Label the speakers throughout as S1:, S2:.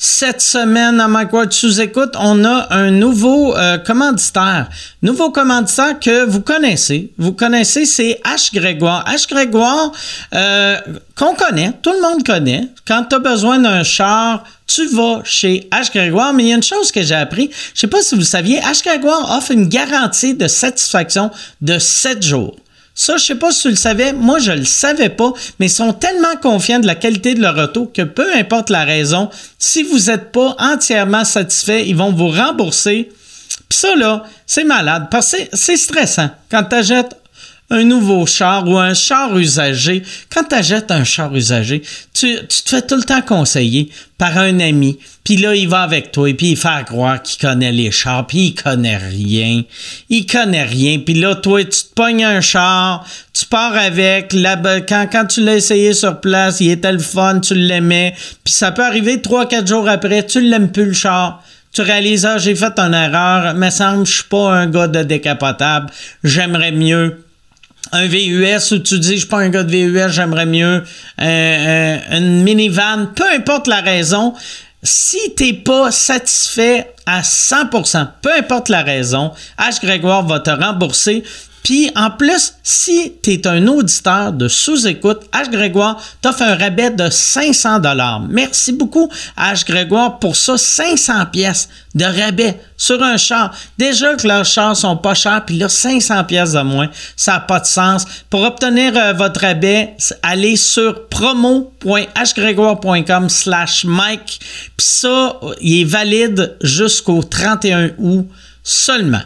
S1: Cette semaine à Mike Ward sous-écoute, on a un nouveau euh, commanditaire. Nouveau commanditaire que vous connaissez. Vous connaissez, c'est H. Grégoire. H. Grégoire, euh, qu'on connaît, tout le monde connaît. Quand tu as besoin d'un char, tu vas chez H. Grégoire. Mais il y a une chose que j'ai appris. Je sais pas si vous le saviez, H. Grégoire offre une garantie de satisfaction de 7 jours. Ça, je sais pas si tu le savais, moi je le savais pas, mais ils sont tellement confiants de la qualité de leur auto que peu importe la raison, si vous n'êtes pas entièrement satisfait, ils vont vous rembourser. Puis ça là, c'est malade parce que c'est- c'est stressant quand tu achètes un nouveau char ou un char usagé. Quand tu achètes un char usagé, tu, tu te fais tout le temps conseiller par un ami. Puis là, il va avec toi, puis il fait croire qu'il connaît les chars, puis il connaît rien. Il connaît rien. Puis là, toi, tu te pognes un char, tu pars avec. là-bas- quand, quand tu l'as essayé sur place, il était le fun, tu l'aimais. Puis ça peut arriver trois, quatre jours après, tu l'aimes plus le char tu réalises, ah, j'ai fait une erreur, me semble, je suis pas un gars de décapotable, j'aimerais mieux un VUS où tu dis, je suis pas un gars de VUS, j'aimerais mieux euh, euh, une minivan, peu importe la raison, si t'es pas satisfait à 100%, peu importe la raison, H. Grégoire va te rembourser. Puis en plus, si tu es un auditeur de sous-écoute, H. Grégoire t'offre un rabais de 500 dollars. Merci beaucoup H. Grégoire pour ça, 500 pièces de rabais sur un char. Déjà que leurs chars sont pas chers, puis là 500 pièces de moins, ça n'a pas de sens. Pour obtenir euh, votre rabais, s- allez sur promo.hgrégoire.com slash Mike. Puis ça, euh, il est valide jusqu'au 31 août seulement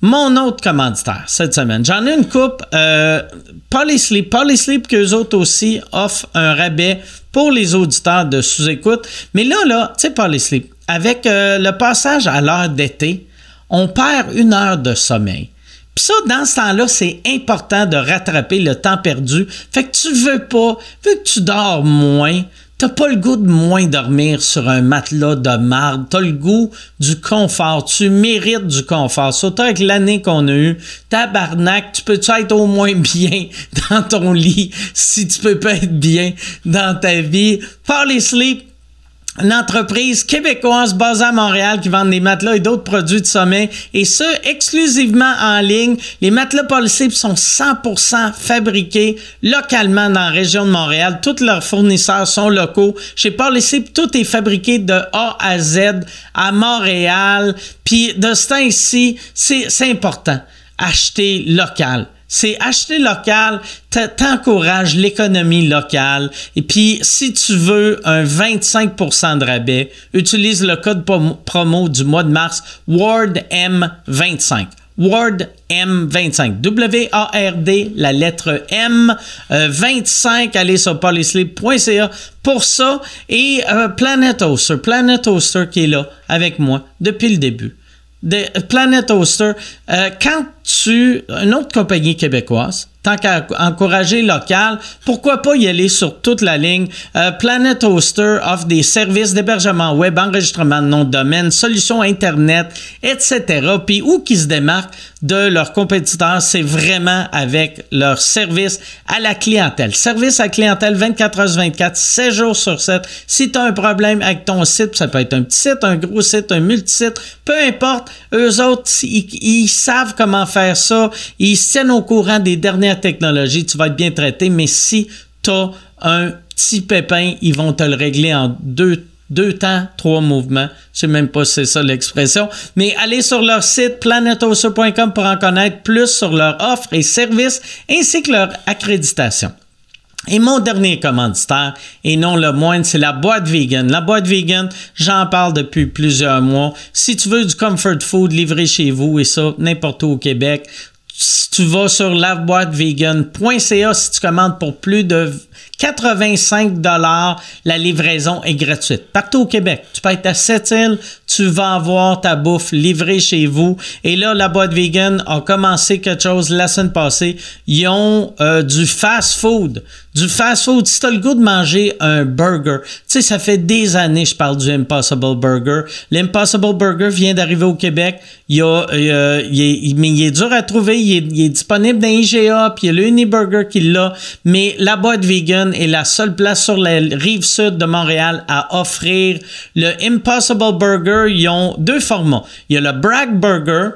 S1: mon autre commanditaire cette semaine. J'en ai une coupe. Euh, Polysleep. Polysleep, qu'eux autres aussi offrent un rabais pour les auditeurs de sous-écoute. Mais là, là, tu sais, Polysleep, avec euh, le passage à l'heure d'été, on perd une heure de sommeil. Puis ça, dans ce temps-là, c'est important de rattraper le temps perdu. Fait que tu veux pas, vu que tu dors moins, t'as pas le goût de moins dormir sur un matelas de marde. T'as le goût du confort. Tu mérites du confort. Surtout avec l'année qu'on a eue. Tabarnak, tu peux-tu être au moins bien dans ton lit si tu peux pas être bien dans ta vie? Fall sleep une entreprise québécoise basée à Montréal qui vend des matelas et d'autres produits de sommeil, et ce, exclusivement en ligne. Les matelas Polysleep sont 100% fabriqués localement dans la région de Montréal. Tous leurs fournisseurs sont locaux. Chez Polysleep, tout est fabriqué de A à Z à Montréal. Puis de ce temps ici, c'est c'est important. Acheter local. C'est acheter local, t- t'encourages l'économie locale. Et puis, si tu veux un 25 de rabais, utilise le code pom- promo du mois de mars, WARDM25. WARDM25. W-A-R-D, la lettre M, euh, 25. Allez sur polysleep.ca pour ça. Et euh, Planet Oster, Planet Oster qui est là avec moi depuis le début de Planet Oster, euh, quand tu. Une autre compagnie québécoise, tant qu'à encourager local, pourquoi pas y aller sur toute la ligne? Euh, Planet Oster offre des services d'hébergement web, enregistrement de nom de domaine, solutions Internet, etc. Puis où qui se démarquent de leurs compétiteurs, c'est vraiment avec leur service à la clientèle. Service à clientèle 24 heures sur 24, 7 jours sur 7. Si tu as un problème avec ton site, ça peut être un petit site, un gros site, un multisite, peu importe, eux autres, ils, ils savent comment faire ça. Ils se tiennent au courant des dernières technologies. Tu vas être bien traité, mais si tu as un petit pépin, ils vont te le régler en deux deux temps, trois mouvements. Je sais même pas si c'est ça l'expression. Mais allez sur leur site planetoser.com pour en connaître plus sur leur offre et services ainsi que leur accréditation. Et mon dernier commanditaire, et non le moindre, c'est la boîte vegan. La boîte vegan, j'en parle depuis plusieurs mois. Si tu veux du comfort food livré chez vous et ça, n'importe où au Québec, si tu vas sur lavoitevegan.ca, si tu commandes pour plus de 85 dollars, la livraison est gratuite. Partout au Québec, tu peux être à Sept-Îles, tu vas avoir ta bouffe livrée chez vous. Et là, la boîte vegan a commencé quelque chose la semaine passée. Ils ont euh, du fast-food. Du fast-food, si tu as le goût de manger un burger, tu sais, ça fait des années que je parle du Impossible Burger. L'Impossible Burger vient d'arriver au Québec. Il y a, euh, il est- il- mais il est dur à trouver. Il est, il est disponible dans IGA, puis il y a le Uniburger qui l'a. Mais la boîte vegan, Vegan est la seule place sur la rive sud de Montréal à offrir le Impossible Burger. Ils ont deux formats. Il y a le Bragg Burger,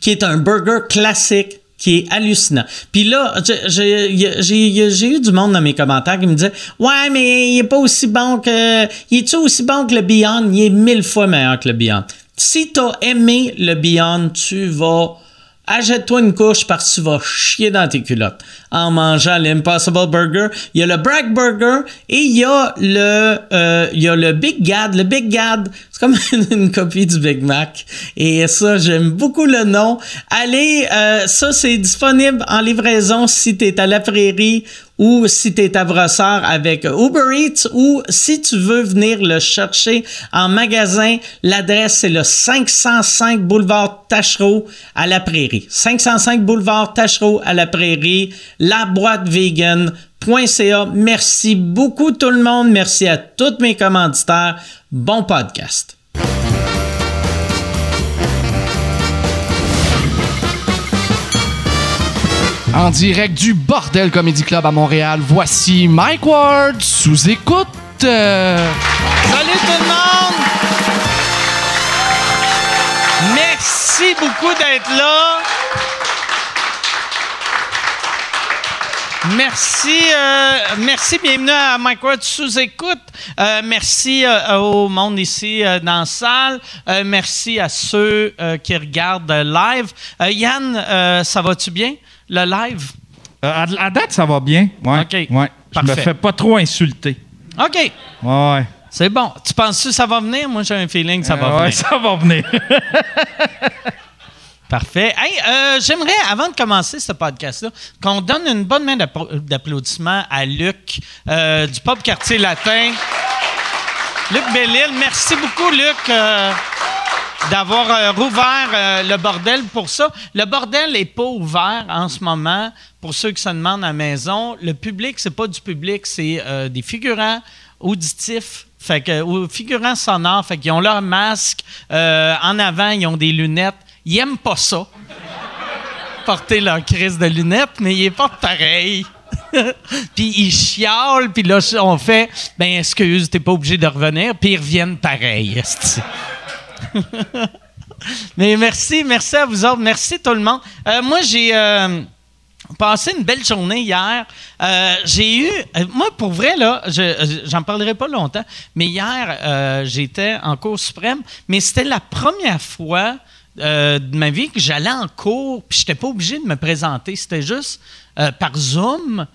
S1: qui est un burger classique qui est hallucinant. Puis là, j'ai j'ai eu du monde dans mes commentaires qui me disait Ouais, mais il est pas aussi bon que. Il est-tu aussi bon que le Beyond Il est mille fois meilleur que le Beyond. Si t'as aimé le Beyond, tu vas. Achète-toi une couche parce que tu vas chier dans tes culottes en mangeant l'Impossible Burger. Il y a le Bragg Burger et il y a le, euh, il y a le Big Gad. Le Big Gad, c'est comme une copie du Big Mac. Et ça, j'aime beaucoup le nom. Allez, euh, ça, c'est disponible en livraison si tu es à la prairie ou si tu es à Brossard avec Uber Eats ou si tu veux venir le chercher en magasin, l'adresse c'est le 505 boulevard Tachereau à la Prairie. 505 boulevard Tachereau à la Prairie, la boîte vegan. Merci beaucoup tout le monde. Merci à tous mes commanditaires. Bon podcast.
S2: En direct du Bordel Comedy Club à Montréal, voici Mike Ward sous écoute. Euh...
S1: Salut tout le monde! Merci beaucoup d'être là. Merci, euh, merci, bienvenue à Mike Ward sous écoute. Euh, merci euh, au monde ici euh, dans la salle. Euh, merci à ceux euh, qui regardent live. Euh, Yann, ça va-tu bien, le live?
S3: Euh, à, à date, ça va bien. Ouais.
S1: OK.
S3: Ouais. Je me
S1: Parfait.
S3: fais pas trop insulter.
S1: OK,
S3: Ouais.
S1: c'est bon. Tu penses que ça va venir? Moi, j'ai un feeling que ça va
S3: Euh, ouais,
S1: venir.
S3: ça va venir.
S1: Parfait. Hey, euh, j'aimerais, avant de commencer ce podcast-là, qu'on donne une bonne main d'app- d'applaudissements à Luc euh, du Pop Quartier Latin. Luc Bellil, merci beaucoup, Luc. euh, d'avoir euh, rouvert euh, le bordel pour ça. Le bordel n'est pas ouvert en ce moment. Pour ceux qui se demandent à la maison, le public, c'est pas du public, c'est euh, des figurants auditifs. Fait que, ou figurants sonores, fait qu'ils ont leur masque euh, en avant, ils ont des lunettes. Ils aiment pas ça porter leur crise de lunettes, mais ils les portent pareil. puis ils chialent, puis là, on fait « Ben, excuse, t'es pas obligé de revenir », puis ils reviennent pareil. esti. mais merci, merci à vous autres, merci tout le monde. Euh, moi, j'ai... euh, passé une belle journée hier. Euh, j'ai eu, euh, moi pour vrai là, je- je- j'en parlerai pas longtemps, mais hier euh, j'étais en cours suprême, mais c'était la première fois euh, de ma vie que j'allais en cours, puis j'étais pas obligé de me présenter, c'était juste euh, par Zoom,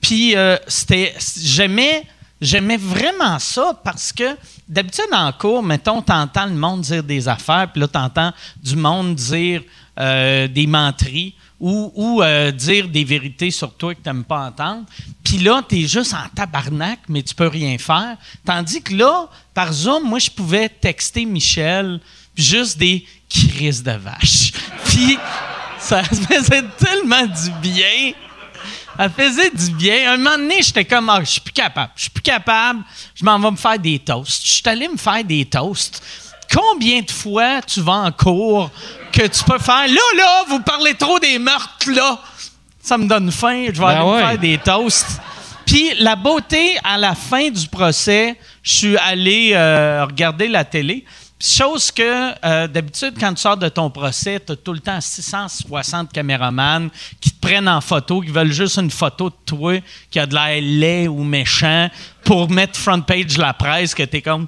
S1: puis euh, c'était, j'aimais. J'aimais vraiment ça parce que d'habitude en cours, mettons, t'entends le monde dire des affaires, puis là t'entends du monde dire euh, des menteries ou, ou, euh, dire des vérités sur toi que t'aimes pas entendre. Puis là, t'es juste en tabarnak, mais tu peux rien faire. Tandis que là, par Zoom, moi, je pouvais texter Michel juste des crises de vache. Puis ça me faisait tellement du bien. Elle faisait du bien. Un moment donné, j'étais comme, ah, je suis plus capable. Je suis plus capable. Je m'en vais me faire des toasts. Je suis allé me faire des toasts. Combien de fois tu vas en cours que tu peux faire, là, là, vous parlez trop des meurtres, là. Ça me donne faim. Je vais aller me
S3: ouais.
S1: faire des toasts. Puis la beauté, à la fin du procès, je suis allé euh, regarder la télé. Chose que, euh, d'habitude, quand tu sors de ton procès, tu as tout le temps 660 caméramans qui te prennent en photo, qui veulent juste une photo de toi qui a de l'air laid ou méchant pour mettre front page de la presse que tu es comme.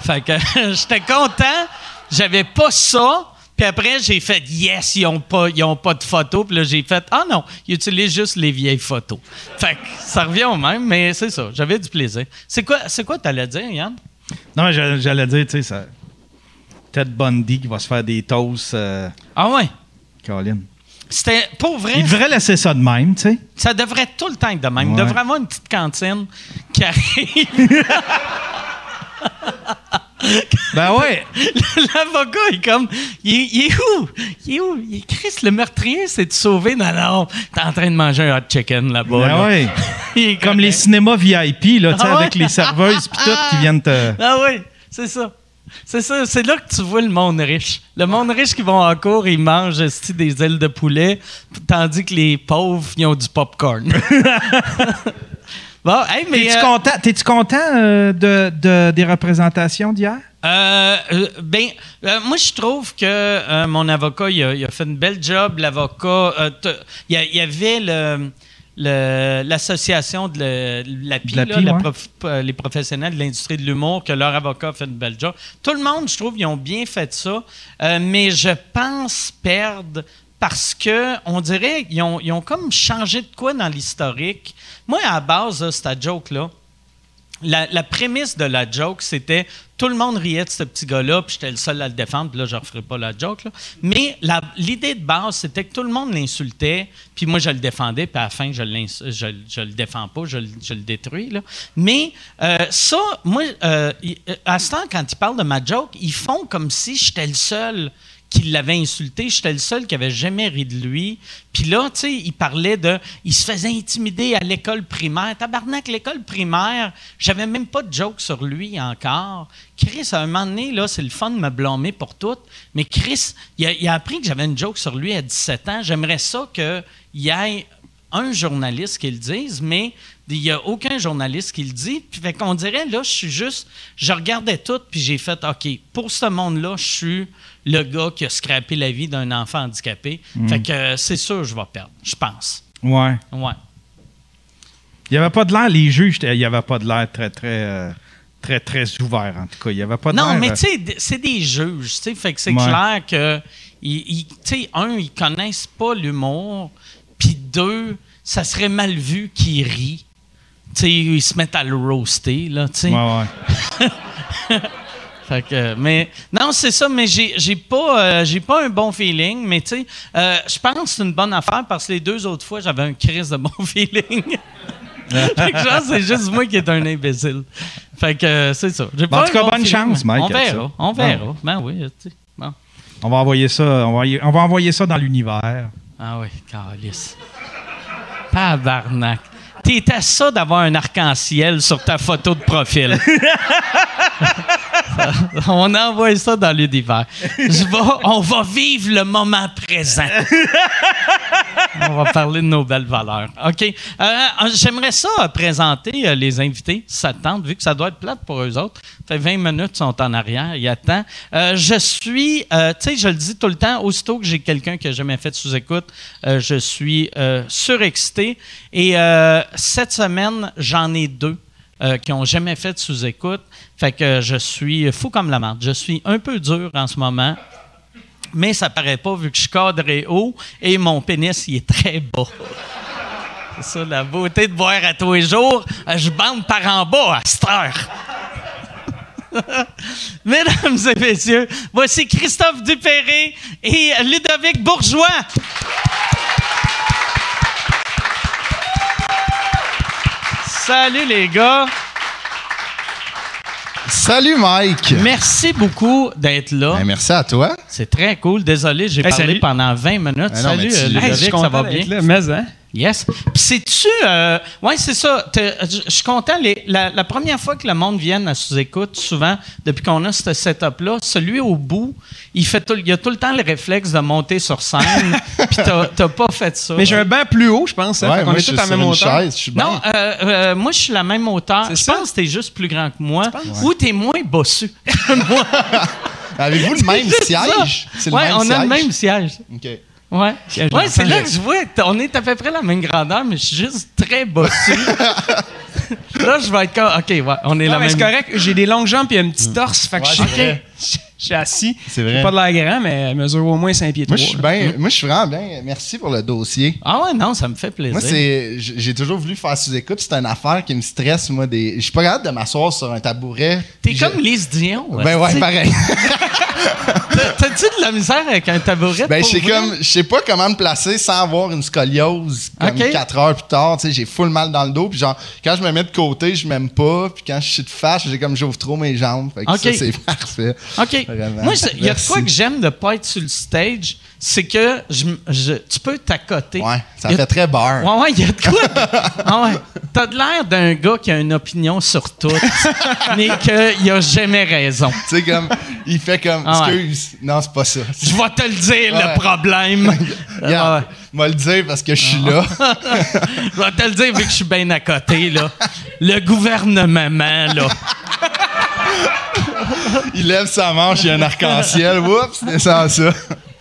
S1: Fait que j'étais content. J'avais pas ça. Puis après, j'ai fait yes, ils ont pas, ils ont pas de photos. Puis là, j'ai fait ah non, ils utilisent juste les vieilles photos. Fait que ça revient au même, mais c'est ça. J'avais du plaisir. C'est quoi, c'est quoi t'allais dire, Yann?
S3: non, mais j'a- j'allais dire, tu sais, ça... Ted Bundy qui va se faire des toasts, euh,
S1: Ah ouais.
S3: Colin. Eh?
S1: C'était pour vrai.
S3: Il devrait laisser ça de même, tu sais.
S1: Ça devrait tout le temps être de même. Il
S3: Ouais.
S1: devrait avoir une petite cantine qui arrive.
S3: Ben ouais.
S1: L'avocat est comme, il, est- il est où? Il est où? Il est Chris, le meurtrier, c'est de sauver. Non, non, t'es en train de manger un hot chicken là-bas.
S3: Ben
S1: là.
S3: ouais.
S1: Il est
S3: Comme les
S1: correct.
S3: cinémas VIP, là, tu sais,
S1: Ah ouais?
S3: avec les serveuses pis tout qui viennent te...
S1: Ah oui, c'est ça. C'est ça, c'est là que tu vois le monde riche. Le monde riche qui vont en cours, ils mangent esti, des ailes de poulet, tandis que les pauvres, ils ont du popcorn. bon, hey, mais.
S3: T'es-tu
S1: euh,
S3: content, t'es-tu content, euh, de, de- des représentations d'hier?
S1: Euh, euh, ben, euh, moi, je trouve que euh, mon avocat, il a, il a fait une belle job. L'avocat, euh, t- il y, a- il y avait le- le- l'association de le- l'API,
S3: De l'API,
S1: là, la
S3: ouais.
S1: prof- euh, les professionnels de l'industrie de l'humour, que leur avocat a fait une belle job. Tout le monde, je trouve, ils ont bien fait ça, euh, mais je pense perdre parce que on dirait qu'ils ont, ils ont comme changé de quoi dans l'historique. Moi, à la base, là, cette joke-là, la, la prémisse de la joke, c'était tout le monde riait de ce petit gars-là, puis j'étais le seul à le défendre, puis là, je ne referai pas la joke. là. Mais la- l'idée de base, c'était que tout le monde l'insultait, puis moi, je le défendais, puis à la fin, je ne je, le- je le défends pas, je, le- je le détruis. là. Mais euh, ça, moi, euh, il- euh, à ce temps, quand ils parlent de ma joke, ils font comme si j'étais le seul qui l'avait insulté. J'étais le seul qui avait jamais ri de lui. Puis là, tu sais, il parlait de... Il se faisait intimider à l'école primaire. Tabarnak, l'école primaire, j'avais même pas de joke sur lui encore. Chris, à un moment donné, là, c'est le fun de me blâmer pour tout. Mais Chris, il a, il a appris que j'avais une joke sur lui à 17 ans. J'aimerais ça qu'il y ait un journaliste qui le dise, mais il n'y a aucun journaliste qui le dit. Puis fait qu'on dirait, là, je suis juste, je regardais tout, puis j'ai fait, OK, pour ce monde-là, je suis le gars qui a scrappé la vie d'un enfant handicapé.
S3: Hmm.
S1: Fait que euh, c'est sûr, je vais perdre, je pense.
S3: Ouais.
S1: Ouais.
S3: Il n'y avait pas de l'air, les juges, il n'y avait pas de l'air très, très, euh, très, très ouvert, en tout cas. Il n'y avait pas de
S1: Non,
S3: l'air,
S1: mais
S3: euh,
S1: tu sais, d- c'est des juges, tu sais, fait que c'est
S3: Ouais.
S1: clair que, ils, ils- tu sais, un, ils connaissent pas l'humour, puis deux, ça serait mal vu qu'ils rient. Tu sais, ils se mettent à le roaster, là, tu sais.
S3: Ouais, ouais.
S1: Fait que, mais non, c'est ça, mais j'ai j'ai pas, euh, j'ai pas un bon feeling, mais tu sais, euh, je pense que c'est une bonne affaire parce que les deux autres fois, j'avais un crise de bon feeling. fait que genre, c'est juste moi qui est un imbécile. Fait que, euh, c'est ça. J'ai
S3: Bon, en
S1: pas
S3: tout
S1: un
S3: cas,
S1: bon
S3: bonne
S1: feeling,
S3: chance,
S1: mais
S3: Mike,
S1: On
S3: avec
S1: verra,
S3: ça.
S1: on verra. Ben oui, tu sais. Bon.
S3: On va envoyer ça, on va, envoyer- on va envoyer ça dans l'univers.
S1: Ah oui, calice. Tabarnak. T'es à ça d'avoir un arc-en-ciel sur ta photo de profil. on envoie ça dans l'univers. Je vais- on va vivre le moment présent. on va parler de nos belles valeurs. OK. Euh, J'aimerais ça euh, présenter euh, les invités, si ça te tente, vu que ça doit être plate pour eux autres. Ça fait 20 minutes ils sont en arrière, ils attendent. Euh, je suis, euh, tu sais, je le dis tout le temps, aussitôt que j'ai quelqu'un que j'ai jamais fait sous-écoute, euh, je suis euh, surexcité. Et euh, cette semaine, j'en ai deux. euh, qui n'ont jamais fait de sous-écoute. Fait que euh, je suis fou comme la marde. Je suis un peu dur en ce moment mais ça paraît pas vu que je cadre haut et mon pénis il est très bas. C'est ça la beauté de boire à tous les jours. Euh, Je bande par en bas à cette heure. Mesdames et messieurs, voici Christophe Dupéré et Ludovic Bourgeois. Salut les gars.
S4: Salut Mike!
S1: Merci beaucoup d'être là.
S4: Ben, merci à toi.
S1: C'est très cool. Désolé, j'ai parlé
S3: salut.
S1: pendant 20 minutes.
S4: Ah non,
S1: salut,
S4: mais tu-
S1: euh,
S4: Hey,
S1: Ludovic,
S3: Hey, je suis
S1: ça
S3: content
S1: va
S3: d'être
S1: bien?
S3: là, mais, hein?
S1: Yes. Puis c'est-tu... euh, ouais, c'est ça. T'es- Je je suis content. les- la, la première fois que le monde vient à sous-écoute, souvent, depuis qu'on a ce setup-là, celui au bout, il, fait tout- il a tout le temps le réflexe de monter sur scène. Puis t'as t'as pas fait ça.
S5: Mais j'ai un banc plus haut, je pense. Hein,
S4: Ouais,
S5: Fait qu'on
S4: moi,
S5: est
S4: je
S5: tous
S4: suis
S5: à la
S4: sur
S5: même
S4: une
S5: hauteur.
S4: chaise. Je suis
S1: Non,
S4: bien.
S1: euh, euh, moi, je suis la même hauteur.
S5: C'est
S1: Je
S5: ça?
S1: pense que t'es juste plus grand que moi. Ou t'es moins bossu que moi.
S4: Avez-vous le même siège?
S1: C'est ouais, on a le même siège.
S4: OK.
S1: Ouais.
S5: Siège
S1: Ouais, c'est
S5: d'enfant.
S1: là que je vois. t- On est à peu près la même grandeur, mais je suis juste très bossu. là, je vais être comme. OK, ouais, on est
S5: Non,
S1: la
S5: mais
S1: même.
S5: c'est correct. J'ai des longues jambes et un petit torse. Fait que je suis- je je suis assis.
S4: C'est
S5: J'ai
S4: vrai.
S5: pas de l'air grand, mais elle mesure au moins 5 pieds 3.
S4: Moi, je suis bien. Moi, je suis vraiment bien. Merci pour le dossier.
S1: Ah ouais, non, ça me fait plaisir.
S4: Moi, c'est, j- j'ai toujours voulu faire sous-écoute. C'est une affaire qui me stresse, moi. Des, je suis pas capable de m'asseoir sur un tabouret.
S1: T'es
S4: Je-
S1: comme Lise Dion.
S4: Ben ouais,
S1: t'sais.
S4: pareil.
S1: T'as- T'as-tu de la misère avec un tabouret?
S4: Ben,
S1: pour
S4: c'est
S1: vrai?
S4: comme, je sais pas comment me placer sans avoir une scoliose. Comme
S1: Ok.
S4: 4 heures plus tard, tu sais, j'ai full mal dans le dos. Puis genre, quand je me mets de côté, je m'aime pas. Puis quand je suis de face, j'ai comme, j'ouvre trop mes jambes. Fait que
S1: Ok.
S4: ça, c'est parfait.
S1: OK.
S4: Vraiment.
S1: Moi, c'est- il y a de quoi
S4: Merci.
S1: que j'aime de pas être sur le stage, c'est que je m- je- tu peux t'accoter.
S4: Ouais, ça
S1: Il y a-
S4: fait très beurre.
S1: Ouais, ouais, il y a de quoi. ah ouais. T'as de l'air d'un gars qui a une opinion sur tout, mais qu'il a jamais raison.
S4: Tu sais, comme, il fait comme,
S1: Ah ouais.
S4: excuse, non, c'est pas ça.
S1: Je vais te le dire,
S4: Ouais.
S1: le problème. Ah
S4: Regarde,
S1: ouais.
S4: moi le dire parce que je suis là.
S1: Je vais te le dire, vu que je suis bien à côté, là. Le gouvernement, là.
S4: Il lève sa manche, il y a un arc-en-ciel. Oups, c'est ça, ça.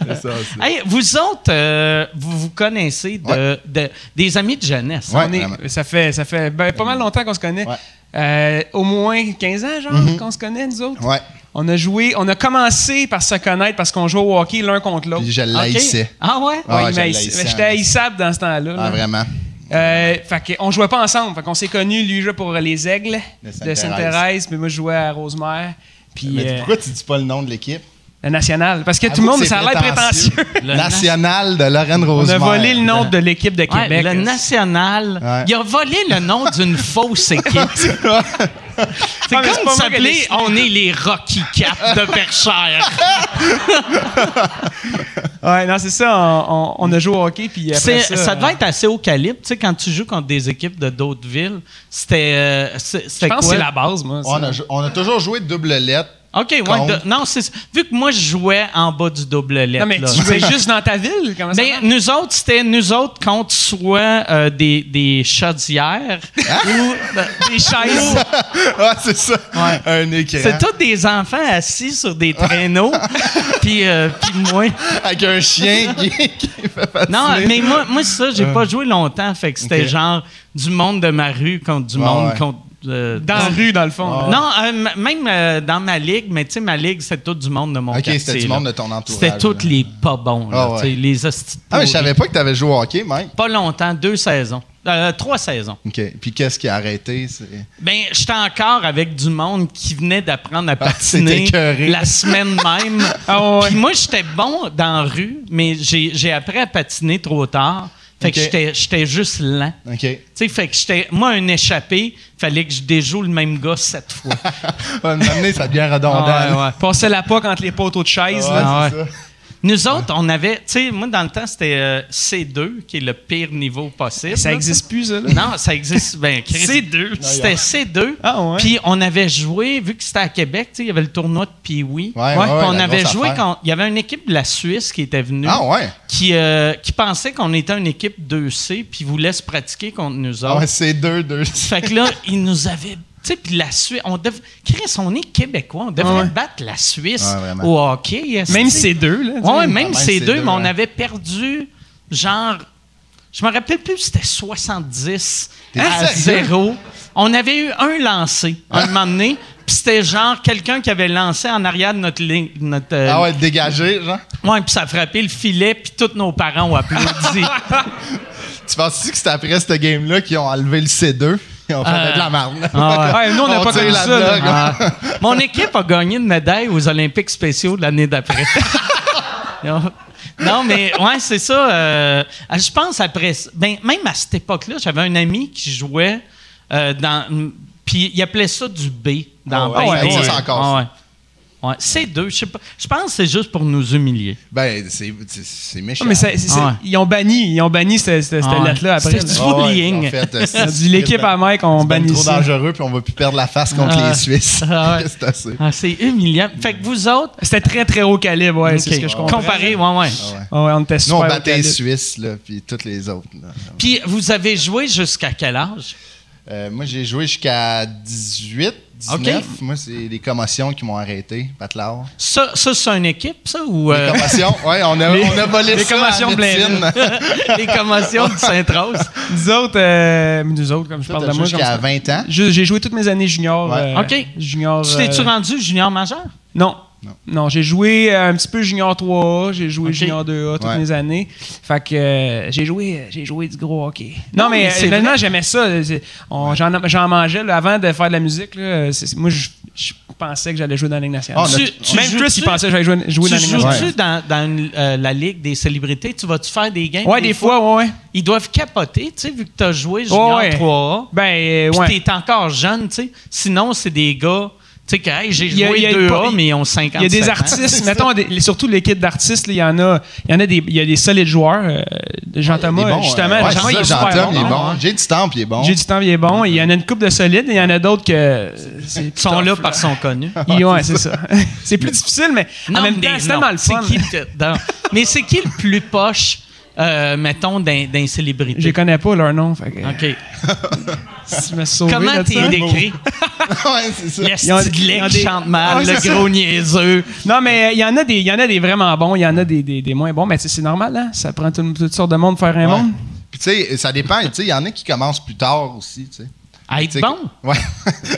S4: C'est ça, ça.
S1: Hey, vous autres, euh, vous vous connaissez de,
S4: Ouais.
S1: de- des amis de jeunesse. hein?
S4: Ouais,
S5: On est-
S4: vraiment.
S5: ça fait, ça fait ben, pas mal longtemps qu'on se connaît.
S4: Ouais. Mhm.
S5: Euh, au moins 15 ans, genre, qu'on se connaît, nous autres.
S4: Ouais.
S5: On a joué, on a commencé par se connaître parce qu'on jouait au hockey l'un contre l'autre.
S4: Puis je
S1: OK.
S4: l'haïssais.
S1: Ah ouais?
S4: Ah ouais,
S5: Ouais,
S4: je
S5: mais
S4: l'haïssais,
S5: mais
S4: en
S5: j'étais
S4: plus.
S5: haïssable dans ce temps-là.
S4: Ah,
S5: là.
S4: vraiment.
S5: Euh, fait qu'on jouait pas ensemble. Fait qu'on s'est connus, lui jouait pour les Aigles
S4: De
S5: de
S4: Sainte-Thérèse.
S5: Sainte-Thérèse, mais moi je jouais à Rosemère. Puis
S4: Mais
S5: euh,
S4: pourquoi tu dis pas le nom de l'équipe?
S5: la nationale. Parce que tout le monde, ça a l'air prétentieux.
S1: Le
S4: National de Lorraine
S5: On
S4: Rosemary.
S5: a volé le nom de l'équipe de
S1: Ouais,
S5: Québec. hein.
S1: le national.
S4: Ouais.
S1: Il a volé le nom d'une fausse équipe. C'est
S5: Ah, mais
S1: comme
S5: c'est pas moi qui ai
S1: s'appeler
S5: décidé.
S1: On est les Rocky Cats de Perchère.
S5: Ouais, non, c'est ça. On, on- on a joué au hockey, puis après
S1: C'est-
S5: ça... hein.
S1: ça, devait être assez au calibre. Tu sais, quand tu joues contre des équipes de d'autres villes, c'était. euh, c'est-
S5: Je
S1: c'était
S5: pense que
S1: quoi?
S5: c'est la base, moi. ça.
S4: On a, jou- on a toujours joué double lettre.
S1: OK, ouais.
S4: Contre.
S1: de- non, c'est Vu que moi, je jouais en bas du double lettre.
S5: Non, mais
S1: là.
S5: tu jouais juste dans ta ville? Comment ça
S1: Ben,
S5: marche?
S1: nous autres, c'était nous autres contre soit euh, des, des chaudières
S4: Hein?
S1: ou ben, des chaises.
S4: Ah, c'est ça. Un écran.
S1: C'est tous des enfants assis sur des
S4: Ah.
S1: traîneaux. puis, euh, puis moi.
S4: Avec un chien qui, qui fait pas
S1: Non, mais moi, moi c'est ça, j'ai pas joué longtemps. Fait que c'était
S4: Euh. Ok.
S1: genre du monde de ma rue contre du
S4: Ouais,
S1: monde
S4: ouais. Ah.
S1: contre. euh,
S5: dans la rue, dans le fond. là.
S1: Non, euh, m- même euh, dans ma ligue, mais tu sais, ma ligue, c'était tout du monde de mon
S4: Ok,
S1: quartier.
S4: c'était du monde
S1: là.
S4: de ton entourage.
S1: C'était tous
S4: là.
S1: les pas bons, là,
S4: Ah ouais.
S1: tu sais, les hosties de
S4: Ah, mais je
S1: pourris.
S4: savais pas que t'avais joué au hockey, Mike.
S1: Pas longtemps, deux saisons. Euh, trois saisons.
S4: OK. Puis qu'est-ce qui a arrêté? C'est...
S1: Ben, j'étais encore avec du monde qui venait d'apprendre à
S4: Ah, c'était
S1: patiner
S4: écœuré.
S1: la semaine même.
S5: Ah ouais.
S1: Puis moi, j'étais bon dans la rue, mais j'ai j'ai appris à patiner trop tard. Fait que
S4: Ok.
S1: j'étais- j'étais juste lent.
S4: OK. Ouais,
S1: Tu sais, fait que j'étais. Moi, un échappé, fallait que je déjoue le même gars sept fois.
S4: m'amener, ça devient redondant.
S5: Ah, ouais,
S4: là.
S5: ouais. Passait la POC entre les poteaux de chaise. là.
S4: Ah, c'est
S1: Ah,
S4: ça.
S1: Nous autres, on avait. Tu sais, moi, dans le temps, c'était euh, C2, qui est le pire niveau possible.
S5: Ça
S1: là.
S5: existe plus, ça. là.
S1: Non, ça existe. Ben, C2. C'était C2.
S5: Ah ouais?
S1: Puis on avait joué, vu que c'était à Québec, tu sais, il y avait le tournoi de Pee-Wee.
S4: Ouais, ouais,
S1: Puis
S4: ouais,
S1: on
S4: la
S1: avait
S4: grosse
S1: joué
S4: affaire.
S1: contre- Il y avait une équipe de la Suisse qui était venue.
S4: Ah, ouais.
S1: Qui, euh, qui pensait qu'on était une équipe 2C, puis voulait se pratiquer contre nous
S4: Ah,
S1: autres.
S4: ouais, c'est deux, deux.
S1: Fait que là, ils nous avaient. Tu sais, puis la Suisse. On dev... Chris, on est Québécois. On devrait battre la Suisse
S4: Ouais, vraiment.
S1: au hockey. est-ce
S5: Ah, Même
S1: que-
S5: si c'est deux, là. tu sais.
S1: Ouais, même
S4: Ah,
S1: ces
S4: ben,
S1: deux,
S4: c'est
S1: mais on
S4: deux, hein.
S1: avait perdu, genre, je me rappelle plus, c'était 70
S4: T'es
S1: à
S4: sérieux? Ah.
S1: 0. On avait eu un lancé, un moment donné, puis c'était genre quelqu'un qui avait lancé en arrière de notre ligne. Notre, euh,
S4: Ah, ouais, dégagé, genre.
S1: ouais, puis ça a frappé le filet, puis tous nos parents ont applaudi. Ah
S4: Tu penses-tu que c'est après cette game-là qu'ils ont enlevé le C2? Ils ont fait
S1: Euh,
S4: de la marne.
S1: Ah
S5: Ouais, nous, on n'a
S4: On
S5: pas
S4: tire
S5: connu
S4: la
S5: ça. là.
S4: blague.
S1: Mon équipe a gagné une médaille aux Olympiques spéciaux de l'année d'après. non, non, mais ouais, c'est ça. euh, je pense après. ça- Ben, même à cette époque-là, j'avais un ami qui jouait euh, dans. Puis il appelait ça du B dans
S4: Ah ouais,
S1: baseball.
S4: ça, c'est encore
S1: Ah ouais. Ouais, c'est deux. Je sais pas. Je pense que c'est juste pour nous humilier.
S4: Ben, c'est- c'est c'est méchant.
S5: Ah, mais c'est- c'est- c'est-
S1: Ah ouais.
S5: Ils ont banni, ils ont banni cette, cette, cette
S1: Ah ouais.
S5: lettre-là après.
S1: C'est-
S5: là.
S4: Ah, ouais,
S1: bullying.
S4: en fait, euh,
S5: On
S4: c'est-
S5: a dit, L'équipe à Mike, on
S4: C'est ben
S5: bannit
S4: trop
S5: ça.
S4: dangereux, puis on va plus perdre la face contre
S1: Ah.
S4: les Suisses.
S1: Ah ouais.
S4: Qu'est-ce que c'est assez.
S1: Ah, c'est humiliant. Fait que vous autres.
S5: C'était très, très haut calibre, ouais, c'est
S1: ok,
S5: ce que je comprends.
S1: Comparé, ouais, ouais.
S5: Ah ouais, on était
S4: Nous,
S5: super
S4: on
S5: haut
S4: battait les
S5: calibre.
S4: Suisses, là, puis toutes les autres. là.
S1: Puis vous avez joué jusqu'à quel âge?
S4: Euh, moi, j'ai joué jusqu'à 18, 19. Moi, c'est les commotions qui m'ont arrêté, Patelard.
S1: Ça, ça c'est une équipe, ça? Ou,
S4: Les
S1: euh,
S4: commotions, ouais, on a,
S5: Les-
S4: on a volé
S5: les
S4: ça
S5: commotions
S4: à
S5: de Blainville.
S4: médecine.
S1: les commotions du Saint-Rose.
S5: Nous autres, euh, nous autres, comme je
S4: Toi,
S5: parle
S4: t'as
S5: de
S4: joué
S5: moi, comme
S4: jusqu'à
S5: ça.
S4: 20 ans.
S5: Je- J'ai joué toutes mes années junior.
S4: Ouais.
S5: euh,
S1: Ok.
S5: Junior.
S1: Tu t'es-tu
S5: euh,
S1: rendu junior majeur?
S5: Non.
S4: Non.
S5: Non, j'ai joué euh, un petit peu junior 3A, j'ai joué
S1: Ok.
S5: junior 2A toutes
S4: Ouais.
S5: mes années. Fait que euh, j'ai joué j'ai joué du gros hockey. Non,
S1: Non, mais
S5: mais,
S1: c'est
S5: euh, honnêtement, j'aimais ça. C'est- on- J'en j'en mangeais là, avant de faire de la musique. là, c'est- moi, je, je pensais que j'allais jouer dans la Ligue nationale.
S4: Ah, on a-
S1: Tu, tu
S5: Même
S1: joues-tu-
S5: Chris, il pensait que j'allais jouer, jouer dans
S1: Tu
S5: la Ligue nationale.
S1: joues-tu dans, dans une- euh, la ligue des célébrités? Tu vas-tu faire des games?
S5: Ouais, des fois, ouais, ouais.
S1: Ils doivent capoter, tu sais, vu que tu as joué junior
S5: Ouais, ouais.
S1: 3A.
S5: Ben, euh,
S1: Puis
S5: ouais.
S1: t'es encore jeune, tu sais. Sinon, c'est des gars sais, que hey, j'ai
S5: Il y a-
S1: joué
S5: il y a
S1: 2A,
S5: pas-
S1: mais ils ont 50
S5: Il y a des artistes, mettons, des- surtout les kits d'artistes, là, il y en a, il y en a des, il y a des solides joueurs. euh, Jean-Thomas,
S4: Il est bon,
S5: justement,
S4: euh, ouais,
S5: Jean-Thomas,
S4: c'est
S5: il est
S4: ça,
S5: super
S4: Jean-Tom,
S5: bon.
S4: il est
S5: hein.
S4: bon. J'ai du temps, puis il est bon.
S5: J'ai du temps, il est bon. Il y en a une couple de solides, et il y en a d'autres que. c'est-
S1: Ils sont là par son connu.
S5: Ils- ouais, c'est ça. c'est plus difficile, mais en même
S1: mais
S5: temps, c'est
S1: non,
S5: tellement le fun.
S1: qui le- dans- mais c'est qui le plus poche, euh, mettons, d'un, d'un célébrité?
S5: Je les connais pas leur nom. Fait que,
S1: OK.
S5: tu m'as sauvé
S1: Comment
S5: de
S1: t'es
S5: ça.
S1: décrit?
S4: ouais, c'est ça.
S1: Le
S5: ont-
S1: style
S5: ils ont
S1: qui
S5: des-
S1: chante mal,
S4: Ouais,
S1: le
S4: c'est
S1: gros niaiseux.
S5: Non, mais euh, il y en a des, il y en a des vraiment bons, il y en a des, des, des moins bons, mais tu sais, c'est normal, hein? Ça prend tout- toutes sortes de monde pour faire un
S4: Ouais.
S5: monde.
S4: Puis tu sais, ça dépend. Tu sais, il y en a qui commencent plus tard aussi, tu sais.
S1: À être
S4: Tu sais,
S1: bon.
S4: Ouais.